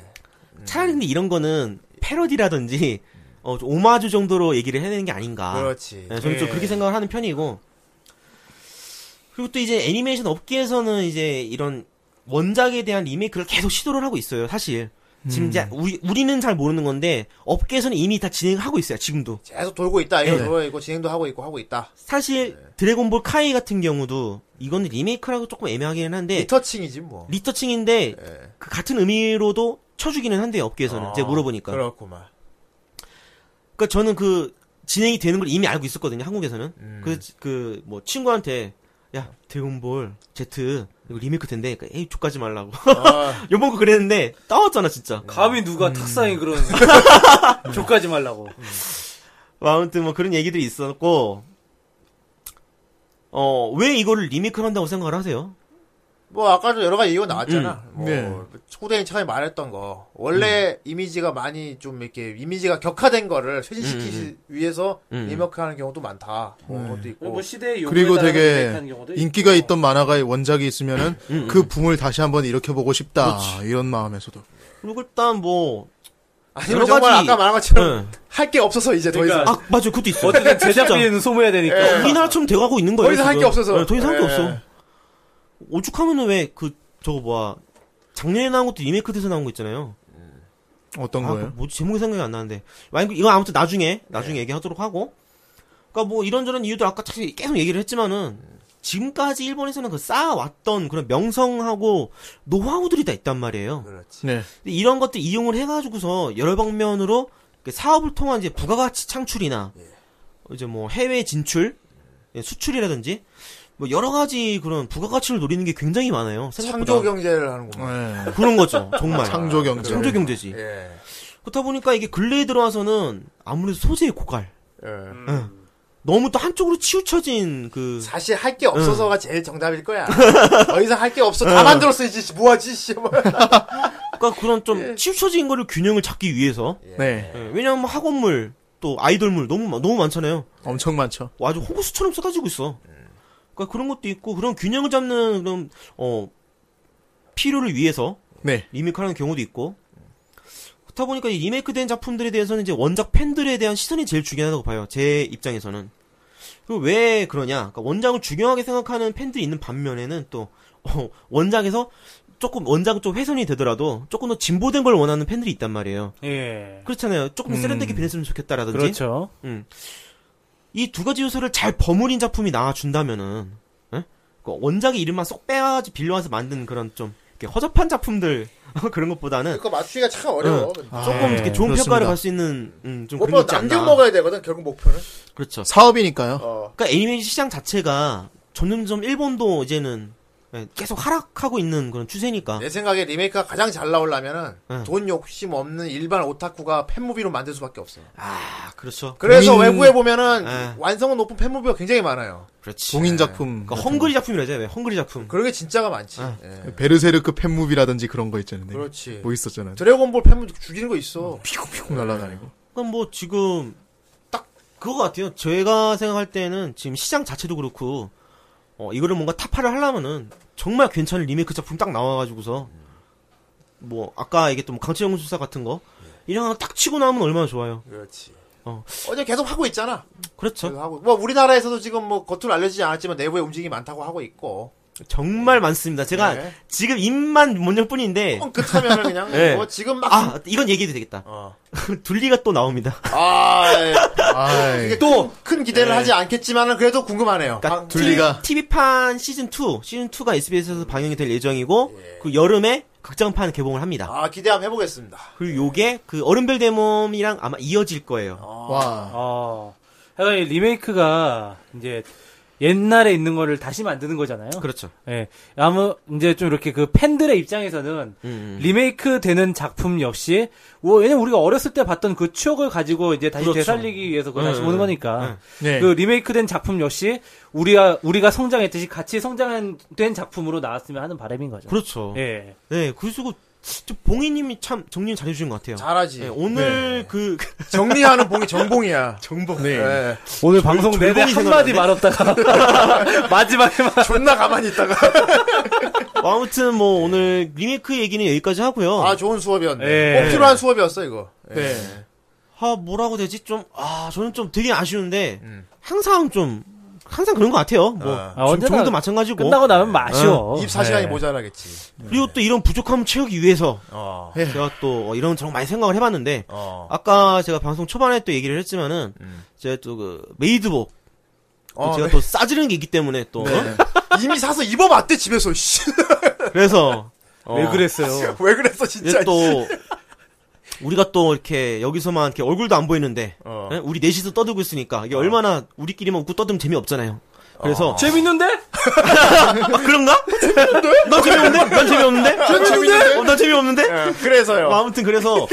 S6: 차라리 근데 이런 거는 패러디라든지 어, 좀 오마주 정도로 얘기를 해내는 게 아닌가.
S2: 그렇지
S6: 네, 저는 좀
S3: 예.
S6: 그렇게 생각을 하는 편이고. 그리고 또 이제 애니메이션 업계에서는 이제 이런 원작에 대한 리메이크를 계속 시도를 하고 있어요, 사실. 지금 이제 우리, 우리는 잘 모르는 건데, 업계에서는 이미 다 진행하고 있어요, 지금도.
S2: 계속 돌고 있다 이거
S6: 예.
S2: 돌고 있고 진행도 하고 있고 하고 있다
S6: 사실, 드래곤볼 카이 같은 경우도, 이거는 리메이크라고 조금 애매하기는 한데,
S2: 리터칭이지 뭐
S6: 리터칭인데, 그 같은 의미로도 쳐주기는 한대요, 업계에서는. 제가 물어보니까. 그러
S2: 그렇구만
S6: 니까 저는 그, 진행이 되는 걸 이미 알고 있었거든요, 한국에서는. 그, 그, 뭐, 친구한테, 야, 드래곤볼, Z, 이거 리메이크 된대. 그러니까 에이, 족가지 말라고. 요번 거 그랬는데, 따왔잖아, 진짜.
S3: 감히 누가 탁상이 그런 족까지 말라고.
S6: 뭐 아무튼 뭐 그런 얘기들이 있었고, 어, 왜 이거를 리메이크를 한다고 생각을 하세요?
S2: 뭐 아까도 여러 가지 이유가 나왔잖아.
S6: 음.
S2: 뭐
S4: 네.
S2: 후대인 차에 말했던 거 원래 이미지가 많이 좀 이렇게 이미지가 격화된 거를 쇄신시키기 위해서
S6: 음.
S2: 리메이크하는 경우도 많다.
S4: 네.
S2: 뭐 그것도 있고.
S3: 뭐 시대의 요구에
S4: 그리고
S3: 따라서
S4: 되게
S3: 리메이크하는 경우도
S4: 인기가
S3: 있고.
S4: 있던 만화가의 원작이 있으면은 그 붐을 다시 한번 일으켜보고 싶다. 이런 마음에서도.
S6: 그리고 일단 뭐,
S2: 아니면
S6: 여러 가지-
S2: 정말 아까 말한 것처럼
S6: 응.
S2: 할 게 없어서 이제 더
S3: 그러니까
S2: 이상
S6: 아, 맞아, 그것도 있어.
S3: 어쨌든
S6: 진짜.
S3: 제작비는 소모해야 되니까.
S2: 예.
S6: 우리나라처럼 돼가고 있는 거예요.
S2: 더 이상 할게
S6: 지금.
S2: 없어서.
S6: 네, 더 이상 할 게
S2: 예.
S6: 없어. 오죽하면은 왜 그 저거 뭐야 작년에 나온 것도 리메이크 돼서 나온 거 있잖아요.
S4: 어떤
S6: 아,
S4: 거예요? 네.
S6: 그 뭐지 제목이 생각이 안 나는데. 와인 이건 아무튼 나중에 나중에 얘기하도록 하고. 그러니까 뭐 이런저런 이유들 아까 사실 계속 얘기를 했지만은 지금까지 일본에서는 그 쌓아왔던 그런 명성하고 노하우들이 다 있단 말이에요.
S4: 네.
S6: 근데 이런 것들 이용을 해가지고서 여러 방면으로 그 사업을 통한 이제 부가가치 창출이나
S4: 예.
S6: 이제 뭐 해외 진출, 예, 수출이라든지 뭐 여러 가지 그런 부가가치를 노리는 게 굉장히 많아요. 생각보다
S2: 창조 경제를 하는구만.
S4: 네.
S6: 그런 거죠. 정말
S4: 창조 경제.
S6: 창조 경제지.
S2: 예.
S6: 그렇다 보니까 이게 근래에 들어와서는 아무래도 소재의 고갈.
S2: 예.
S6: 너무 또 한쪽으로 치우쳐진 그
S2: 사실 할 게 없어서가 제일 정답일 거야. 더 이상 할 게 없어.
S6: 음.
S2: 다 만들었어, 이제. 씨, 뭐하지, 씨. 뭐.
S6: 그러니까 그런 좀 치우쳐진 거를 균형을 잡기 위해서.
S4: 네.
S6: 예, 왜냐면 하 학원물 또 아이돌물 너무 많- 너무 많잖아요.
S4: 엄청 많죠.
S6: 와, 아주 호구수처럼 쏟아지고 있어. 그러니까 그런 것도 있고 그런 균형을 잡는 그런 어 필요를 위해서
S4: 네.
S6: 리메이크하는 경우도 있고 그렇다 보니까 이 리메이크된 작품들에 대해서는 이제 원작 팬들에 대한 시선이 제일 중요하다고 봐요. 제 입장에서는 그리고 왜 그러냐? 그러니까 원작을 중요하게 생각하는 팬들이 있는 반면에는 또 어, 원작에서 조금 원작은 좀 훼손이 되더라도 조금 더 진보된 걸 원하는 팬들이 있단 말이에요.
S3: 예.
S6: 그렇잖아요. 조금 더 세련되게
S4: 음.
S6: 변했으면 좋겠다라든지
S3: 그렇죠.
S6: 이 두 가지 요소를 잘 버무린 작품이 나와준다면은 예? 그 원작의 이름만 쏙 빼가지 빌려와서 만든 그런 좀 이렇게 허접한 작품들 그런 것보다는
S2: 그거 맞추기가 참 어려워.
S6: 조금
S3: 네,
S6: 이렇게 좋은
S4: 그렇습니다.
S6: 평가를 받을 수 있는 음, 아, 좀 그런 게
S2: 오빠
S6: 있지 않나.
S2: 남겨 먹어야 되거든, 결국 목표는.
S6: 그렇죠.
S4: 사업이니까요.
S2: 어.
S6: 그러니까 애니메이션 시장 자체가 점점점 일본도 이제는 예, 계속 하락하고 있는 그런 추세니까.
S4: 네.
S2: 내 생각에 리메이크가 가장 잘 나오려면은
S6: 응.
S2: 돈 욕심 없는 일반 오타쿠가 팬무비로 만들 수밖에 없어.
S6: 아 그렇죠.
S2: 그래서
S4: 국민-
S2: 외국에 보면은
S6: 예.
S2: 완성은 높은 팬무비가 굉장히 많아요.
S6: 그렇지.
S4: 봉인 작품.
S6: 그러니까 헝그리 작품이라죠. 왜 헝그리 작품.
S2: 그런 게 진짜가 많지.
S6: 음.
S2: 예.
S4: 베르세르크 팬무비라든지 그런 거 있잖아요.
S2: 그렇지.
S4: 뭐 있었잖아요.
S2: 드래곤볼 팬무비 죽이는 거
S6: 음,
S2: 있어.
S4: 피쿵피쿵 날아다니고.
S6: 그러니까 뭐 지금 딱 그거 같아요. 제가 생각할 때는 지금 시장 자체도 그렇고 어, 이거를 뭔가 타파를 하려면은 정말 괜찮은 리메이크 작품 딱 나와가지고서 뭐 아까 얘기했던 강철영 수사 같은 거 이런 거 딱 치고 나오면 얼마나 좋아요.
S2: 그렇지.
S6: 어.
S2: 어제 계속 하고 있잖아.
S6: 그렇죠.
S2: 계속 하고. 뭐 우리나라에서도 지금 뭐 겉으로 알려지지 않았지만 내부의 움직임이 많다고 하고 있고.
S6: 정말 많습니다. 제가
S2: 네.
S6: 지금 입만 못 열 뿐인데
S2: 뻥 끝하면은 그냥
S6: 네.
S2: 뭐 지금 막.
S6: 아 이건 얘기해도 되겠다.
S2: 어.
S6: 둘리가 또 나옵니다.
S2: 아,
S4: 아이.
S2: 이게 또 큰 기대를 하지 않겠지만은 그래도 궁금하네요.
S6: 네.
S2: 아,
S6: 그러니까
S2: 방-
S4: 둘리가.
S6: TV판 시즌 2, 시즌 2가 SBS에서 방영이 될 예정이고 그 여름에 극장판 개봉을 합니다.
S2: 아, 기대 한번 해보겠습니다.
S6: 그리고 요게 그 어른별 대몸이랑 아마 이어질 거예요.
S4: 와.
S3: 어. 하여간 이 리메이크가 이제 옛날에 있는 거를 다시 만드는 거잖아요.
S6: 그렇죠.
S3: 예. 아무 이제 좀 이렇게 그 팬들의 입장에서는
S6: 음,
S3: 리메이크 되는 작품 역시 우- 왜냐면 우리가 어렸을 때 봤던 그 추억을 가지고 이제 다시
S6: 그렇죠.
S3: 되살리기 위해서 그걸 다시
S6: 음,
S3: 보는
S6: 음,
S3: 거니까
S4: 네.
S3: 그 리메이크된 작품 역시 우리가 우리가 성장했듯이 같이 성장된 작품으로 나왔으면 하는 바람인 거죠.
S6: 그렇죠. 네.
S3: 예.
S6: 그리고 좀 봉이님이 참 정리 를 잘해주신 것 같아요.
S2: 잘하지.
S6: 네, 오늘 그
S2: 정리하는 봉이 정봉이야.
S6: 정보 네.
S2: 예.
S3: 오늘 방송 내내
S6: 졸봉이
S3: 한마디 말없다가 마지막에만
S2: 존나 가만히 있다가.
S6: 아무튼 뭐 오늘 리메이크 얘기는 여기까지 하고요.
S2: 아, 좋은 수업이었네.
S3: 예.
S2: 꼭 필요한 수업이었어, 이거. 예.
S6: 아 뭐라고 되지? 좀 아 저는 좀 되게 아쉬운데
S2: 음.
S6: 항상 좀 항상 그런 것 같아요. 뭐
S2: 아.
S3: 아,
S6: 지금
S3: 언제나
S6: 종도 마찬가지고
S3: 끝나고 나면 뭐
S6: 어.
S3: 아쉬워.
S2: 어, 입사 시간이
S6: 네.
S3: 예.
S2: 모자라겠지.
S6: 그리고 또 이런 부족함을 채우기 위해서
S2: 어.
S6: 제가 또 이런 저런 많이 생각을 해봤는데
S2: 어.
S6: 아까 제가 방송 초반에 또 얘기를 했지만은
S2: 음.
S6: 제가 또 그 메이드복 또
S2: 어,
S6: 제가
S2: 네.
S6: 또 싸지르는 게 있기 때문에 또
S4: 네.
S2: 이미 사서 입어봤대, 집에서. 씨.
S6: 그래서 어,
S3: 왜 그랬어요?
S2: 왜 그랬어, 진짜.
S6: 이제 예, 또 우리가 또 이렇게 여기서만 이렇게 얼굴도 안 보이는데
S2: 어.
S6: 예? 우리 넷이서 떠들고 있으니까 이게 얼마나 우리끼리만 웃고 떠들면 재미 없잖아요. 그래서
S3: 재밌는데?
S6: 아, 그런가? 난 재미없는데? 난 재미없는데? 난 재미없는데? 어, 난 재미없는데?
S2: 예, 그래서요.
S6: 뭐 아무튼 그래서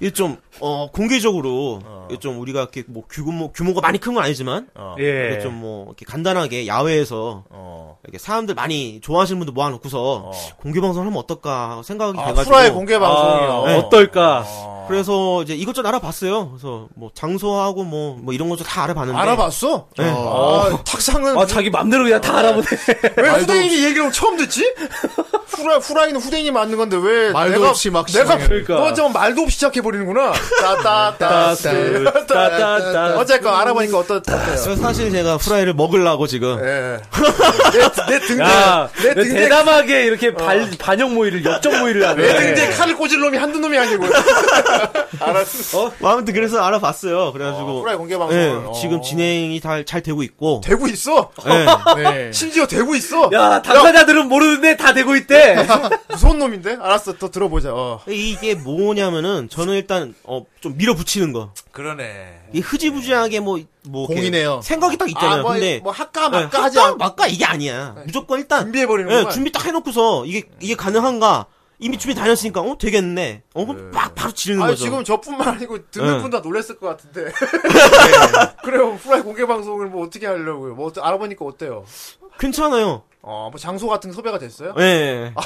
S6: 이좀 어, 공개적으로 이좀 우리가 이렇게 뭐 규모 규모가 많이 큰 건 아니지만
S2: 어.
S3: 예.
S6: 좀 뭐 이렇게 간단하게 야외에서
S2: 어.
S6: 이렇게 사람들 많이 좋아하시는 분들 모아놓고서
S2: 어.
S6: 공개 방송을 하면 어떨까 생각이
S2: 아,
S6: 돼가지고
S2: 후라이 공개 방송이요.
S3: 아, 어떨까?
S6: 그래서 이제 이것저것 알아봤어요. 그래서 뭐 장소하고 뭐 뭐 이런 것도 다 알아봤는데
S2: 알아봤어?
S6: 네.
S2: 아, 탁상은
S3: 아 자기 맘대로 그냥 다 알아보네.
S2: 왜 후대인이 얘기를 처음 듣지? 후라, 후라이는 후대인이 맞는 건데 왜
S4: 말도
S2: 내가,
S4: 없이 막
S2: 내가 뭐
S4: 시작해.
S3: 그러니까.
S2: 너좀 말도 없이 시작해 버리는구나. 따따따
S3: 따따따.
S2: 어쨌건 알아보니까 어떻대요?
S6: 그래서 사실 제가 후라이를 먹으려고 지금
S2: 예. 내, 내 등대
S3: 야,
S2: 내
S3: 내
S2: 등대
S3: 대담하게 이렇게 발, 반역 모의를, 역적 모의를 하네.
S2: 내 등대 칼을 꽂을 놈이 한두 놈이 아니고
S6: 알았어. 뭐 아무튼 그래서 알아봤어요. 그래가지고
S2: 후라이 공개 방송.
S6: 예,
S2: 어.
S6: 지금 진행이 다 잘 되고 있고.
S11: 되고 있어.
S6: 예.
S4: 네.
S11: 심지어 되고 있어.
S3: 야, 당사자들은 모르는데 다 되고 있대.
S11: 무서운 놈인데. 알았어, 더 들어보자. 어.
S6: 이게 뭐냐면은 저는 일단 어, 좀 밀어붙이는 거.
S7: 그러네.
S6: 이게 흐지부지하게 뭐, 뭐 이렇게
S4: 공이네요.
S6: 생각이 딱 있잖아요.
S2: 아, 뭐,
S6: 근데
S2: 뭐 할까
S6: 예,
S2: 말까 하지
S6: 할까
S2: 않고 네.
S6: 말까 이게 아니야. 무조건 일단
S11: 준비해 버리는
S6: 예,
S11: 거야.
S6: 준비 딱 해놓고서
S11: 예.
S6: 이게 이게 가능한가? 이미 준비 다 했으니까 어 되겠네. 어 그럼 막 바로 지르는
S11: 아
S6: 거죠.
S11: 지금 저뿐만 아니고 듣는
S6: 예.
S11: 분 다 놀랬을 것 같은데. 네. 그래요. 후라이 공개 방송을 뭐 어떻게 하려고요? 뭐 어떠- 알아보니까 어때요?
S6: 괜찮아요.
S11: 어, 뭐 장소 같은 거 섭외가 됐어요?
S6: 예.
S11: 아.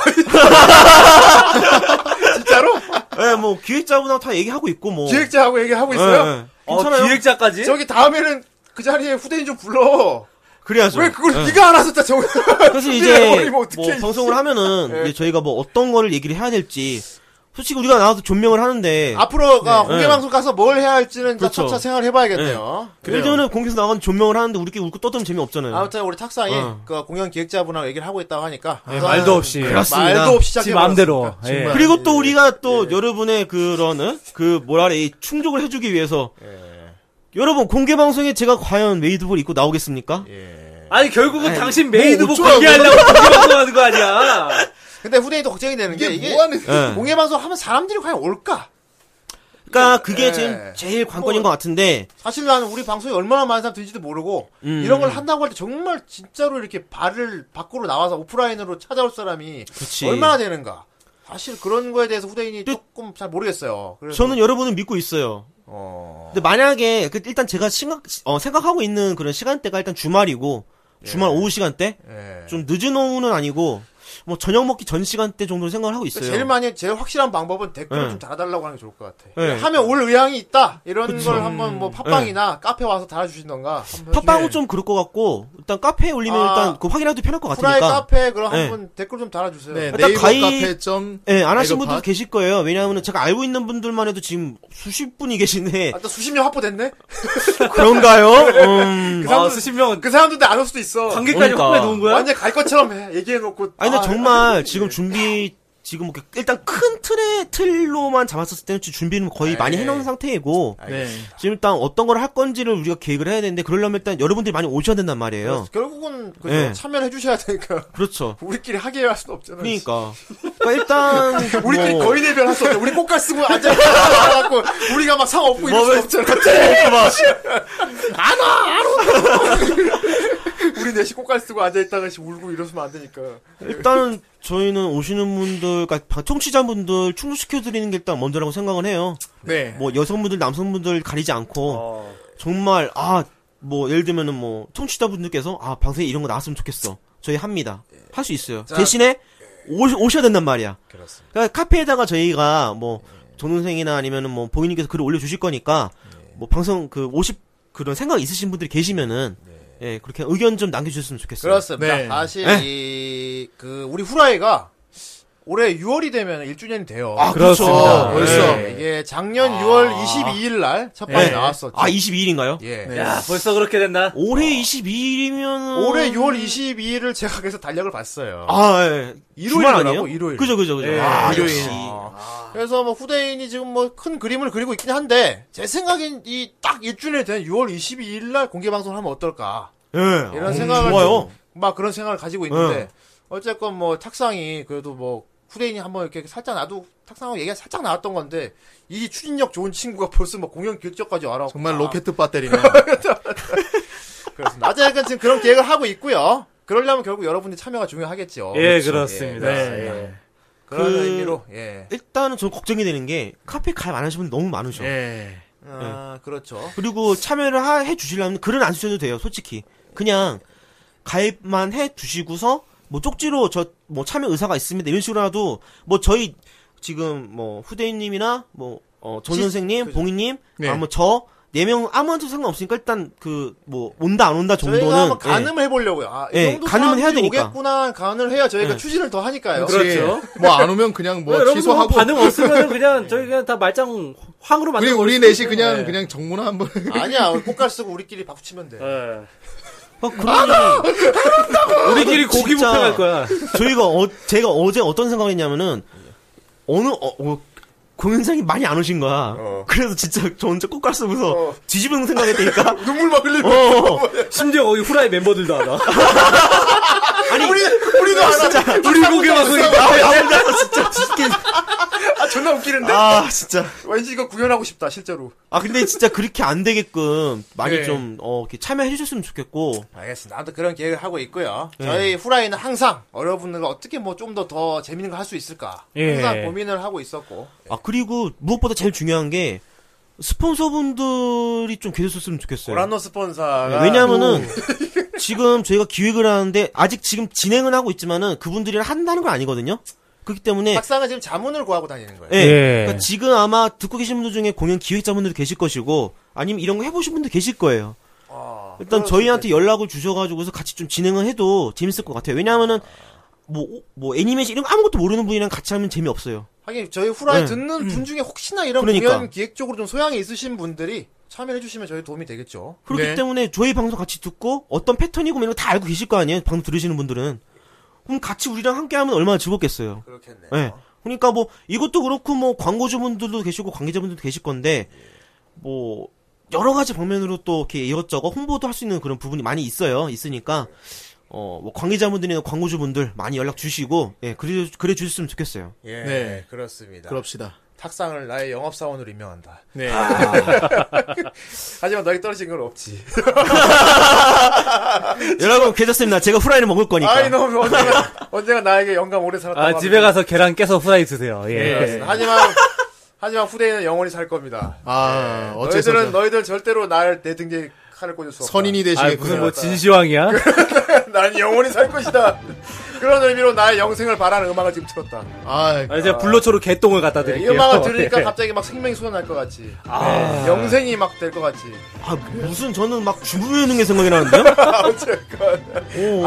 S6: 네.
S11: 진짜로?
S6: 예, 뭐 기획자분하고 다 얘기하고 있고 뭐.
S11: 기획자하고 얘기하고
S6: 예,
S11: 있어요?
S6: 예.
S3: 어,
S6: 괜찮아요.
S3: 기획자까지?
S11: 저기 다음에는 그 자리에 후대인 좀 불러.
S6: 그래야죠.
S11: 왜 그걸
S6: 예.
S11: 네가 알아서 다 정해?
S6: 그래서 이제
S11: 준비해버리면
S6: 뭐
S11: 어떡해, 이씨. 예.
S6: 방송을 하면은 이제 저희가 뭐 어떤 거를 얘기를 해야 될지 솔직히 우리가 나와서 존명을
S11: 예.
S6: 하는데
S11: 아,
S2: 앞으로가 공개
S6: 네.
S2: 방송 가서 뭘 해야 할지는 그
S6: 그렇죠.
S2: 차차 생각을 해봐야겠네요.
S6: 예전에 공개에서 나가서 존명을 하는데 우리끼리 울고 떠들면 재미없잖아요.
S2: 아무튼 우리 탁상이
S6: 어.
S2: 그 공연 기획자분하고 얘기를 하고 있다고 하니까
S3: 예, 말도 없이.
S6: 그렇습니다.
S2: 말도 없이 시작해
S3: 지 마음대로.
S2: 버렸으니까.
S3: 예.
S6: 그리고 또 우리가
S2: 예.
S6: 또 여러분의 그런 어? 그 뭐라 그래 이 충족을 해주기 위해서
S2: 예.
S6: 여러분 공개 방송에 제가 과연 메이드복을 입고 나오겠습니까?
S2: 예.
S3: 아니, 결국은 당신 메이드복
S4: 어쩌라고.
S3: 공개하려고 공개방송 하는 거 아니야.
S2: 근데 후대인도 걱정이 되는 게 이게
S4: 뭐하는
S6: 예.
S2: 공개 방송 하면 사람들이 과연 올까?
S6: 그러니까 그게
S2: 예.
S6: 지금 제일 관건인 것 같은데
S2: 사실 나는 우리 방송이 얼마나 많은 사람 들지도 모르고
S6: 음.
S2: 이런 걸 한다고 할 때 정말 진짜로 이렇게 발을 밖으로 나와서 오프라인으로 찾아올 사람이
S6: 그치.
S2: 얼마나 되는가? 사실 그런 거에 대해서 후대인이
S6: 또-
S2: 조금 잘 모르겠어요. 그래서
S6: 저는 여러분을 믿고 있어요. 근데 만약에 그 일단 제가 생각 어, 생각하고 있는 그런 시간대가 일단 주말이고 주말 오후 시간대
S2: 예.
S6: 좀 늦은 오후는 아니고 뭐 저녁 먹기 전 시간대 정도로 생각을 하고 있어요.
S2: 그 제일 많이 제일 확실한 방법은 댓글을
S6: 예.
S2: 좀 달아달라고 하는 게 좋을 것 같아.
S6: 예.
S2: 하면 올 의향이 있다 이런
S6: 그쵸. 음.
S2: 걸 한번 뭐 팟빵이나 카페 와서 달아주신던가. 한번
S6: 팟빵은 좀 그럴 것 같고 일단 카페에 올리면
S2: 예. 아,
S6: 일단 그 확인하기도 편할 것 같으니까.
S2: 후라이 카페 그럼
S6: 예.
S2: 한번 댓글 좀 달아주세요.
S4: 네,
S2: 네.
S4: 네이버
S6: 가이-
S4: 카페 점
S6: 예, 안 하신
S4: 메가팟?
S6: 분들도 계실 거예요. 왜냐하면 제가 알고 있는 분들만 해도 지금 수십 분이 계신데
S2: 아, 또 수십 년 확보됐네?
S6: 아, 그런가요? 음.
S3: 아, 수십 명은
S2: 그 사람들도 안 올 수도 있어.
S3: 관계까지
S6: 그러니까.
S3: 확보해 놓은 거야?
S2: 완전 갈 것처럼 해. 얘기해놓고.
S6: 아니 네. 근데 정말 지금 준비 지금 뭐 일단 큰 틀의 틀로만 잡았었을 때는 지금 준비는 거의 많이 해놓은 상태이고
S4: 네.
S6: 지금 일단 어떤 걸 할 건지를 우리가 계획을 해야 되는데 그러려면 일단 여러분들이 많이 오셔야 된단 말이에요.
S2: 결국은 그
S6: 예.
S2: 참여를 해주셔야 되니까.
S6: 그렇죠.
S2: 우리끼리 하게 할 수는 없잖아.
S6: 그러니까. 그러니까 일단
S2: 우리끼리
S6: 뭐-
S2: 거의 대변할 수 없잖아. 우리 꽃갈 쓰고 앉아갖고 우리가 막 상
S6: 뭐
S2: 업고 이럴 수 없잖아. 우리 넷이 꽃갈 쓰고 앉아있다가 씨 울고 이러시면 안 되니까.
S6: 일단은 저희는 오시는 분들, 그러니까 청취자분들 충족시켜드리는 게 일단 먼저라고 생각을 해요.
S4: 네.
S6: 뭐 여성분들, 남성분들 가리지 않고
S2: 어.
S6: 정말 아 뭐 예를 들면은 뭐 청취자분들께서 아 방송에 이런 거 나왔으면 좋겠어. 저희 합니다.
S2: 예.
S6: 할 수 있어요. 대신에 오, 셔야 된단 말이야. 그렇습니다. 러니까 카페에다가 저희가 뭐 동생이나 아니면은 뭐 본인께서 글을 올려주실 거니까
S2: 예.
S6: 뭐 방송 그 50 그런 생각 있으신 분들이 계시면은 예 그렇게 의견 좀 남겨주셨으면 좋겠어요.
S2: 네. 그렇습니다.
S4: 네.
S2: 사실 이, 그, 우리 후라이가 올해 6월이 되면 1주년이 돼요.
S4: 아, 그렇죠.
S3: 그렇습니다.
S4: 벌써.
S2: 네. 이게 작년 6월 22일 날 첫 번째
S6: 예.
S2: 나왔었죠.
S6: 아 22일인가요?
S2: 예. 아.
S3: 야, 벌써 그렇게 된다.
S6: 올해 22일이면
S2: 올해 6월 22일을 제가 그래서 달력을 봤어요.
S6: 아 예. 주말 아니에요?
S2: 일요일이라고, 일요일.
S6: 그죠 그죠 그죠.
S3: 예.
S6: 아,
S4: 일요일.
S6: 역시.
S2: 그래서 뭐 후대인이 지금 뭐 큰 그림을 그리고 있긴 한데 제 생각엔 이 딱 1주년이 된 6월 22일 날 공개 방송을 하면 어떨까
S6: 예.
S2: 이런
S6: 어,
S2: 생각을
S6: 좋아요.
S2: 좀- 막 그런 생각을 가지고 있는데
S6: 네.
S2: 어쨌건 뭐 탁상이 그래도 뭐 후대인이 한번 이렇게 살짝 나도 탁상하고 얘기가 살짝 나왔던 건데 이 추진력 좋은 친구가 벌써 뭐 공연 기획자까지 알아
S4: 정말 로켓 배터리네.
S2: 그렇습니다. 어쨌든 지금 그런 계획을 하고 있고요. 그러려면 결국 여러분의 참여가 중요하겠죠.
S3: 예, 네. 그렇습니다.
S2: 예, 예. 그런
S6: 그-
S2: 의미로 예.
S6: 일단은 저 걱정이 되는 게 카페 가입 안 하신 분들 너무 많으셔.
S4: 예.
S2: 아, 그렇죠.
S6: 그리고 참여를 하- 해 주시려면 글은 안 쓰셔도 돼요, 솔직히. 그냥 가입만 해 주시고서 뭐 쪽지로 저 뭐 참여 의사가 있습니다 이런 식으로라도 뭐 저희 지금 뭐 후대인님이나 뭐어전
S2: 시-
S6: 선생님,
S2: 그죠.
S6: 봉희님,
S4: 네.
S6: 아무 저 네 명 아무한테 상관없으니까 일단 그 뭐 온다 안 온다
S2: 저희가
S6: 정도는
S2: 한번 간음을 해보려고요. 아, 이
S6: 예,
S2: 정도
S6: 간음은 해야
S2: 사람들이
S6: 되니까.
S2: 오겠구나 간을 해야 저희가
S6: 예.
S2: 추진을 더 하니까요. 예.
S3: 그렇죠.
S4: 뭐 안 오면 그냥 뭐
S3: 여러분 뭐
S4: 취소하고
S3: 반응 없으면 그냥 저희 그냥 다 말짱 황으로
S4: 우리
S3: 만들고. 네.
S4: 우리 넷이 그냥 그냥 정문화 한번
S2: 아니야, 우리 꽃갈 쓰고 우리끼리 박수 치면 돼.
S3: 예.
S6: 어, 그러니
S3: 우리끼리 고기
S6: 진짜.
S3: 뷔페 갈 거야.
S6: 저희가 어 제가 어제 어떤 생각을 했냐면은 어느 어, 어, 공연장이 많이 안 오신 거야.
S7: 어.
S6: 그래서 진짜 저 혼자 꽃갈 속에서
S7: 어.
S6: 뒤집은 생각했다니까.
S7: 눈물 막 흘리고.
S6: 어.
S3: 심지어 거기 후라이 멤버들도 알아.
S6: 아니
S7: 우리도 알아. 진짜.
S3: 우리 고개 막
S6: 나 혼자서 아, 진짜 뒤집게.
S7: 아, 존나 웃기는데?
S6: 아 진짜.
S7: 왠지 이거 구현하고 싶다, 실제로.
S6: 아 근데 진짜 그렇게 안 되게끔 많이
S7: 네.
S6: 좀 어, 이렇게 참여해 주셨으면 좋겠고.
S2: 알겠습니다. 아무튼 그런 계획을 하고 있고요.
S6: 예.
S2: 저희 후라이는 항상 여러분들과 어떻게 뭐 좀 더 더 재밌는 걸 할 수 있을까
S3: 예.
S2: 항상 고민을 하고 있었고
S6: 아 그리고 무엇보다 제일 중요한 게 스폰서분들이 좀 계셨으면 좋겠어요.
S2: 오란노 스폰서가
S6: 예, 왜냐면은 지금 저희가 기획을 하는데 아직 지금 진행은 하고 있지만은 그분들이랑 한다는 건 아니거든요. 그렇기 때문에
S2: 박사가 지금 자문을 구하고 다니는 거예요.
S6: 예.
S3: 예.
S6: 그러니까 지금 아마 듣고 계신 분들 중에 공연 기획자분들도 계실 것이고 아니면 이런 거 해보신 분들 계실 거예요.
S2: 아,
S6: 일단
S2: 그럴
S6: 저희한테 연락을 주셔가지고서 같이 좀 진행을 해도 재밌을 것 같아요. 왜냐하면은 뭐 뭐 애니메이션 이런 거 아무것도 모르는 분이랑 같이 하면 재미없어요.
S2: 하긴 저희 후라이
S6: 네.
S2: 듣는 분 중에 혹시나 이런
S6: 그러니까.
S2: 공연 기획 쪽으로 좀 소양이 있으신 분들이 참여해 주시면 저희 도움이 되겠죠.
S6: 그렇기
S7: 네.
S6: 때문에 저희 방송 같이 듣고 어떤 패턴이고 뭐 이런 거 다 알고 계실 거 아니에요. 방송 들으시는 분들은 그럼 같이 우리랑 함께하면 얼마나 즐겁겠어요.
S2: 그렇겠네.
S6: 예. 그러니까 뭐 이것도 그렇고 뭐 광고주분들도 계시고 관계자분들도 계실 건데 뭐 여러 가지 방면으로 또 이렇게 이것저것 홍보도 할 수 있는 그런 부분이 많이 있어요. 있으니까 어뭐 관계자분들이나 광고주분들 많이 연락 주시고 예 그래 그래 주셨으면 좋겠어요.
S2: 예,
S4: 네.
S2: 그렇습니다.
S4: 그럽시다.
S2: 탁상을 나의 영업사원으로 임명한다. 아.
S4: 네.
S2: 하지만 너에게 떨어진 건 없지.
S6: 여러분 괜찮습니다. 제가 후라이를 먹을 거니까.
S2: 아이 놈 언제가 언제가 나에게 영감 오래 살았다고.
S3: 아, 집에 가서 계란 깨서 후라이 드세요.
S2: 합니다.
S3: 예.
S2: 그렇습니다. 하지만 하지만 후대인은 영원히 살 겁니다. 예.
S4: 아,
S2: 너희들은
S4: 어째서든
S2: 너희들 절대로 날 내 등에 칼을 꽂을 수 없다.
S4: 선인이
S3: 아,
S4: 되시겠군요.
S3: 무슨 뭐 진시황이야?
S2: 난 영원히 살 것이다. 그런 의미로 나의 영생을 바라는 음악을 지금 틀었다.
S4: 아,
S3: 아, 제가 불로초로 개똥을 갖다
S2: 이
S3: 드릴게요.
S2: 네, 음악을 들으니까
S3: 예.
S2: 갑자기 막 생명이 솟아날 것 같지. 네, 영생이 막 될 것 같지.
S6: 아, 무슨 저는 막 주부여는 게 생각이 나는데요? 오.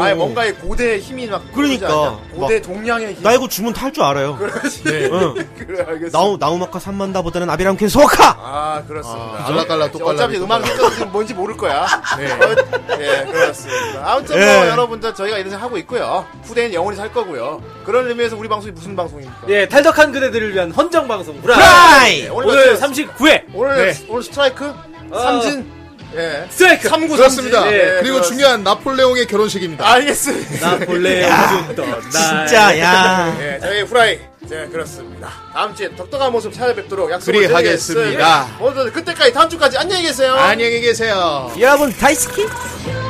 S2: 아예 뭔가의 고대의 힘이 막. 들어오지
S6: 그러니까.
S2: 않냐? 고대 동양의 힘.
S6: 나 이거 주문 탈 줄 알아요.
S2: 그렇지.
S6: 응.
S2: 그래 알겠어.
S6: 나우 나우마카 산만다보다는 아비랑 캔 소카.
S2: 아 그렇습니다.
S4: 아, 알라깔라
S2: 어차피
S4: 똑깔라
S2: 어차피 음악 색깔은 지금 뭔지 모를 거야. 네. 예, 그렇습니다. 아무튼 뭐
S6: 예.
S2: 여러분들 저희가 이런 생각 하고 있고요. 후대인 영원히 살 거고요. 그런 의미에서 우리 방송이 무슨 방송입니까? 예,
S3: 예, 탈덕한 그대들을 위한 헌정 방송 후라이.
S6: 후라이.
S2: 오늘
S3: 오늘 네.
S2: 어때요?
S3: 39회
S2: 오늘 오늘 스트라이크 삼진 예.
S3: 스트라이크.
S2: 삼구
S4: 그렇습니다.
S2: 삼진. 예,
S4: 그리고
S2: 그렇습니다.
S4: 중요한 나폴레옹의 결혼식입니다.
S2: 알겠습니다.
S3: 나 본래 웃었던 날.
S6: 진짜 야.
S2: 예, 저희 후라이. 네, 그렇습니다. 다음 주에 독특한 모습 찾아뵙도록 약속을
S4: 그리하겠습니다.
S2: 드리겠습니다. 모두 그때까지 다음 주까지 안녕히 계세요.
S4: 안녕히 계세요.
S6: 여러분 다이스키.
S5: 「夢を見ている」 아, 예, 그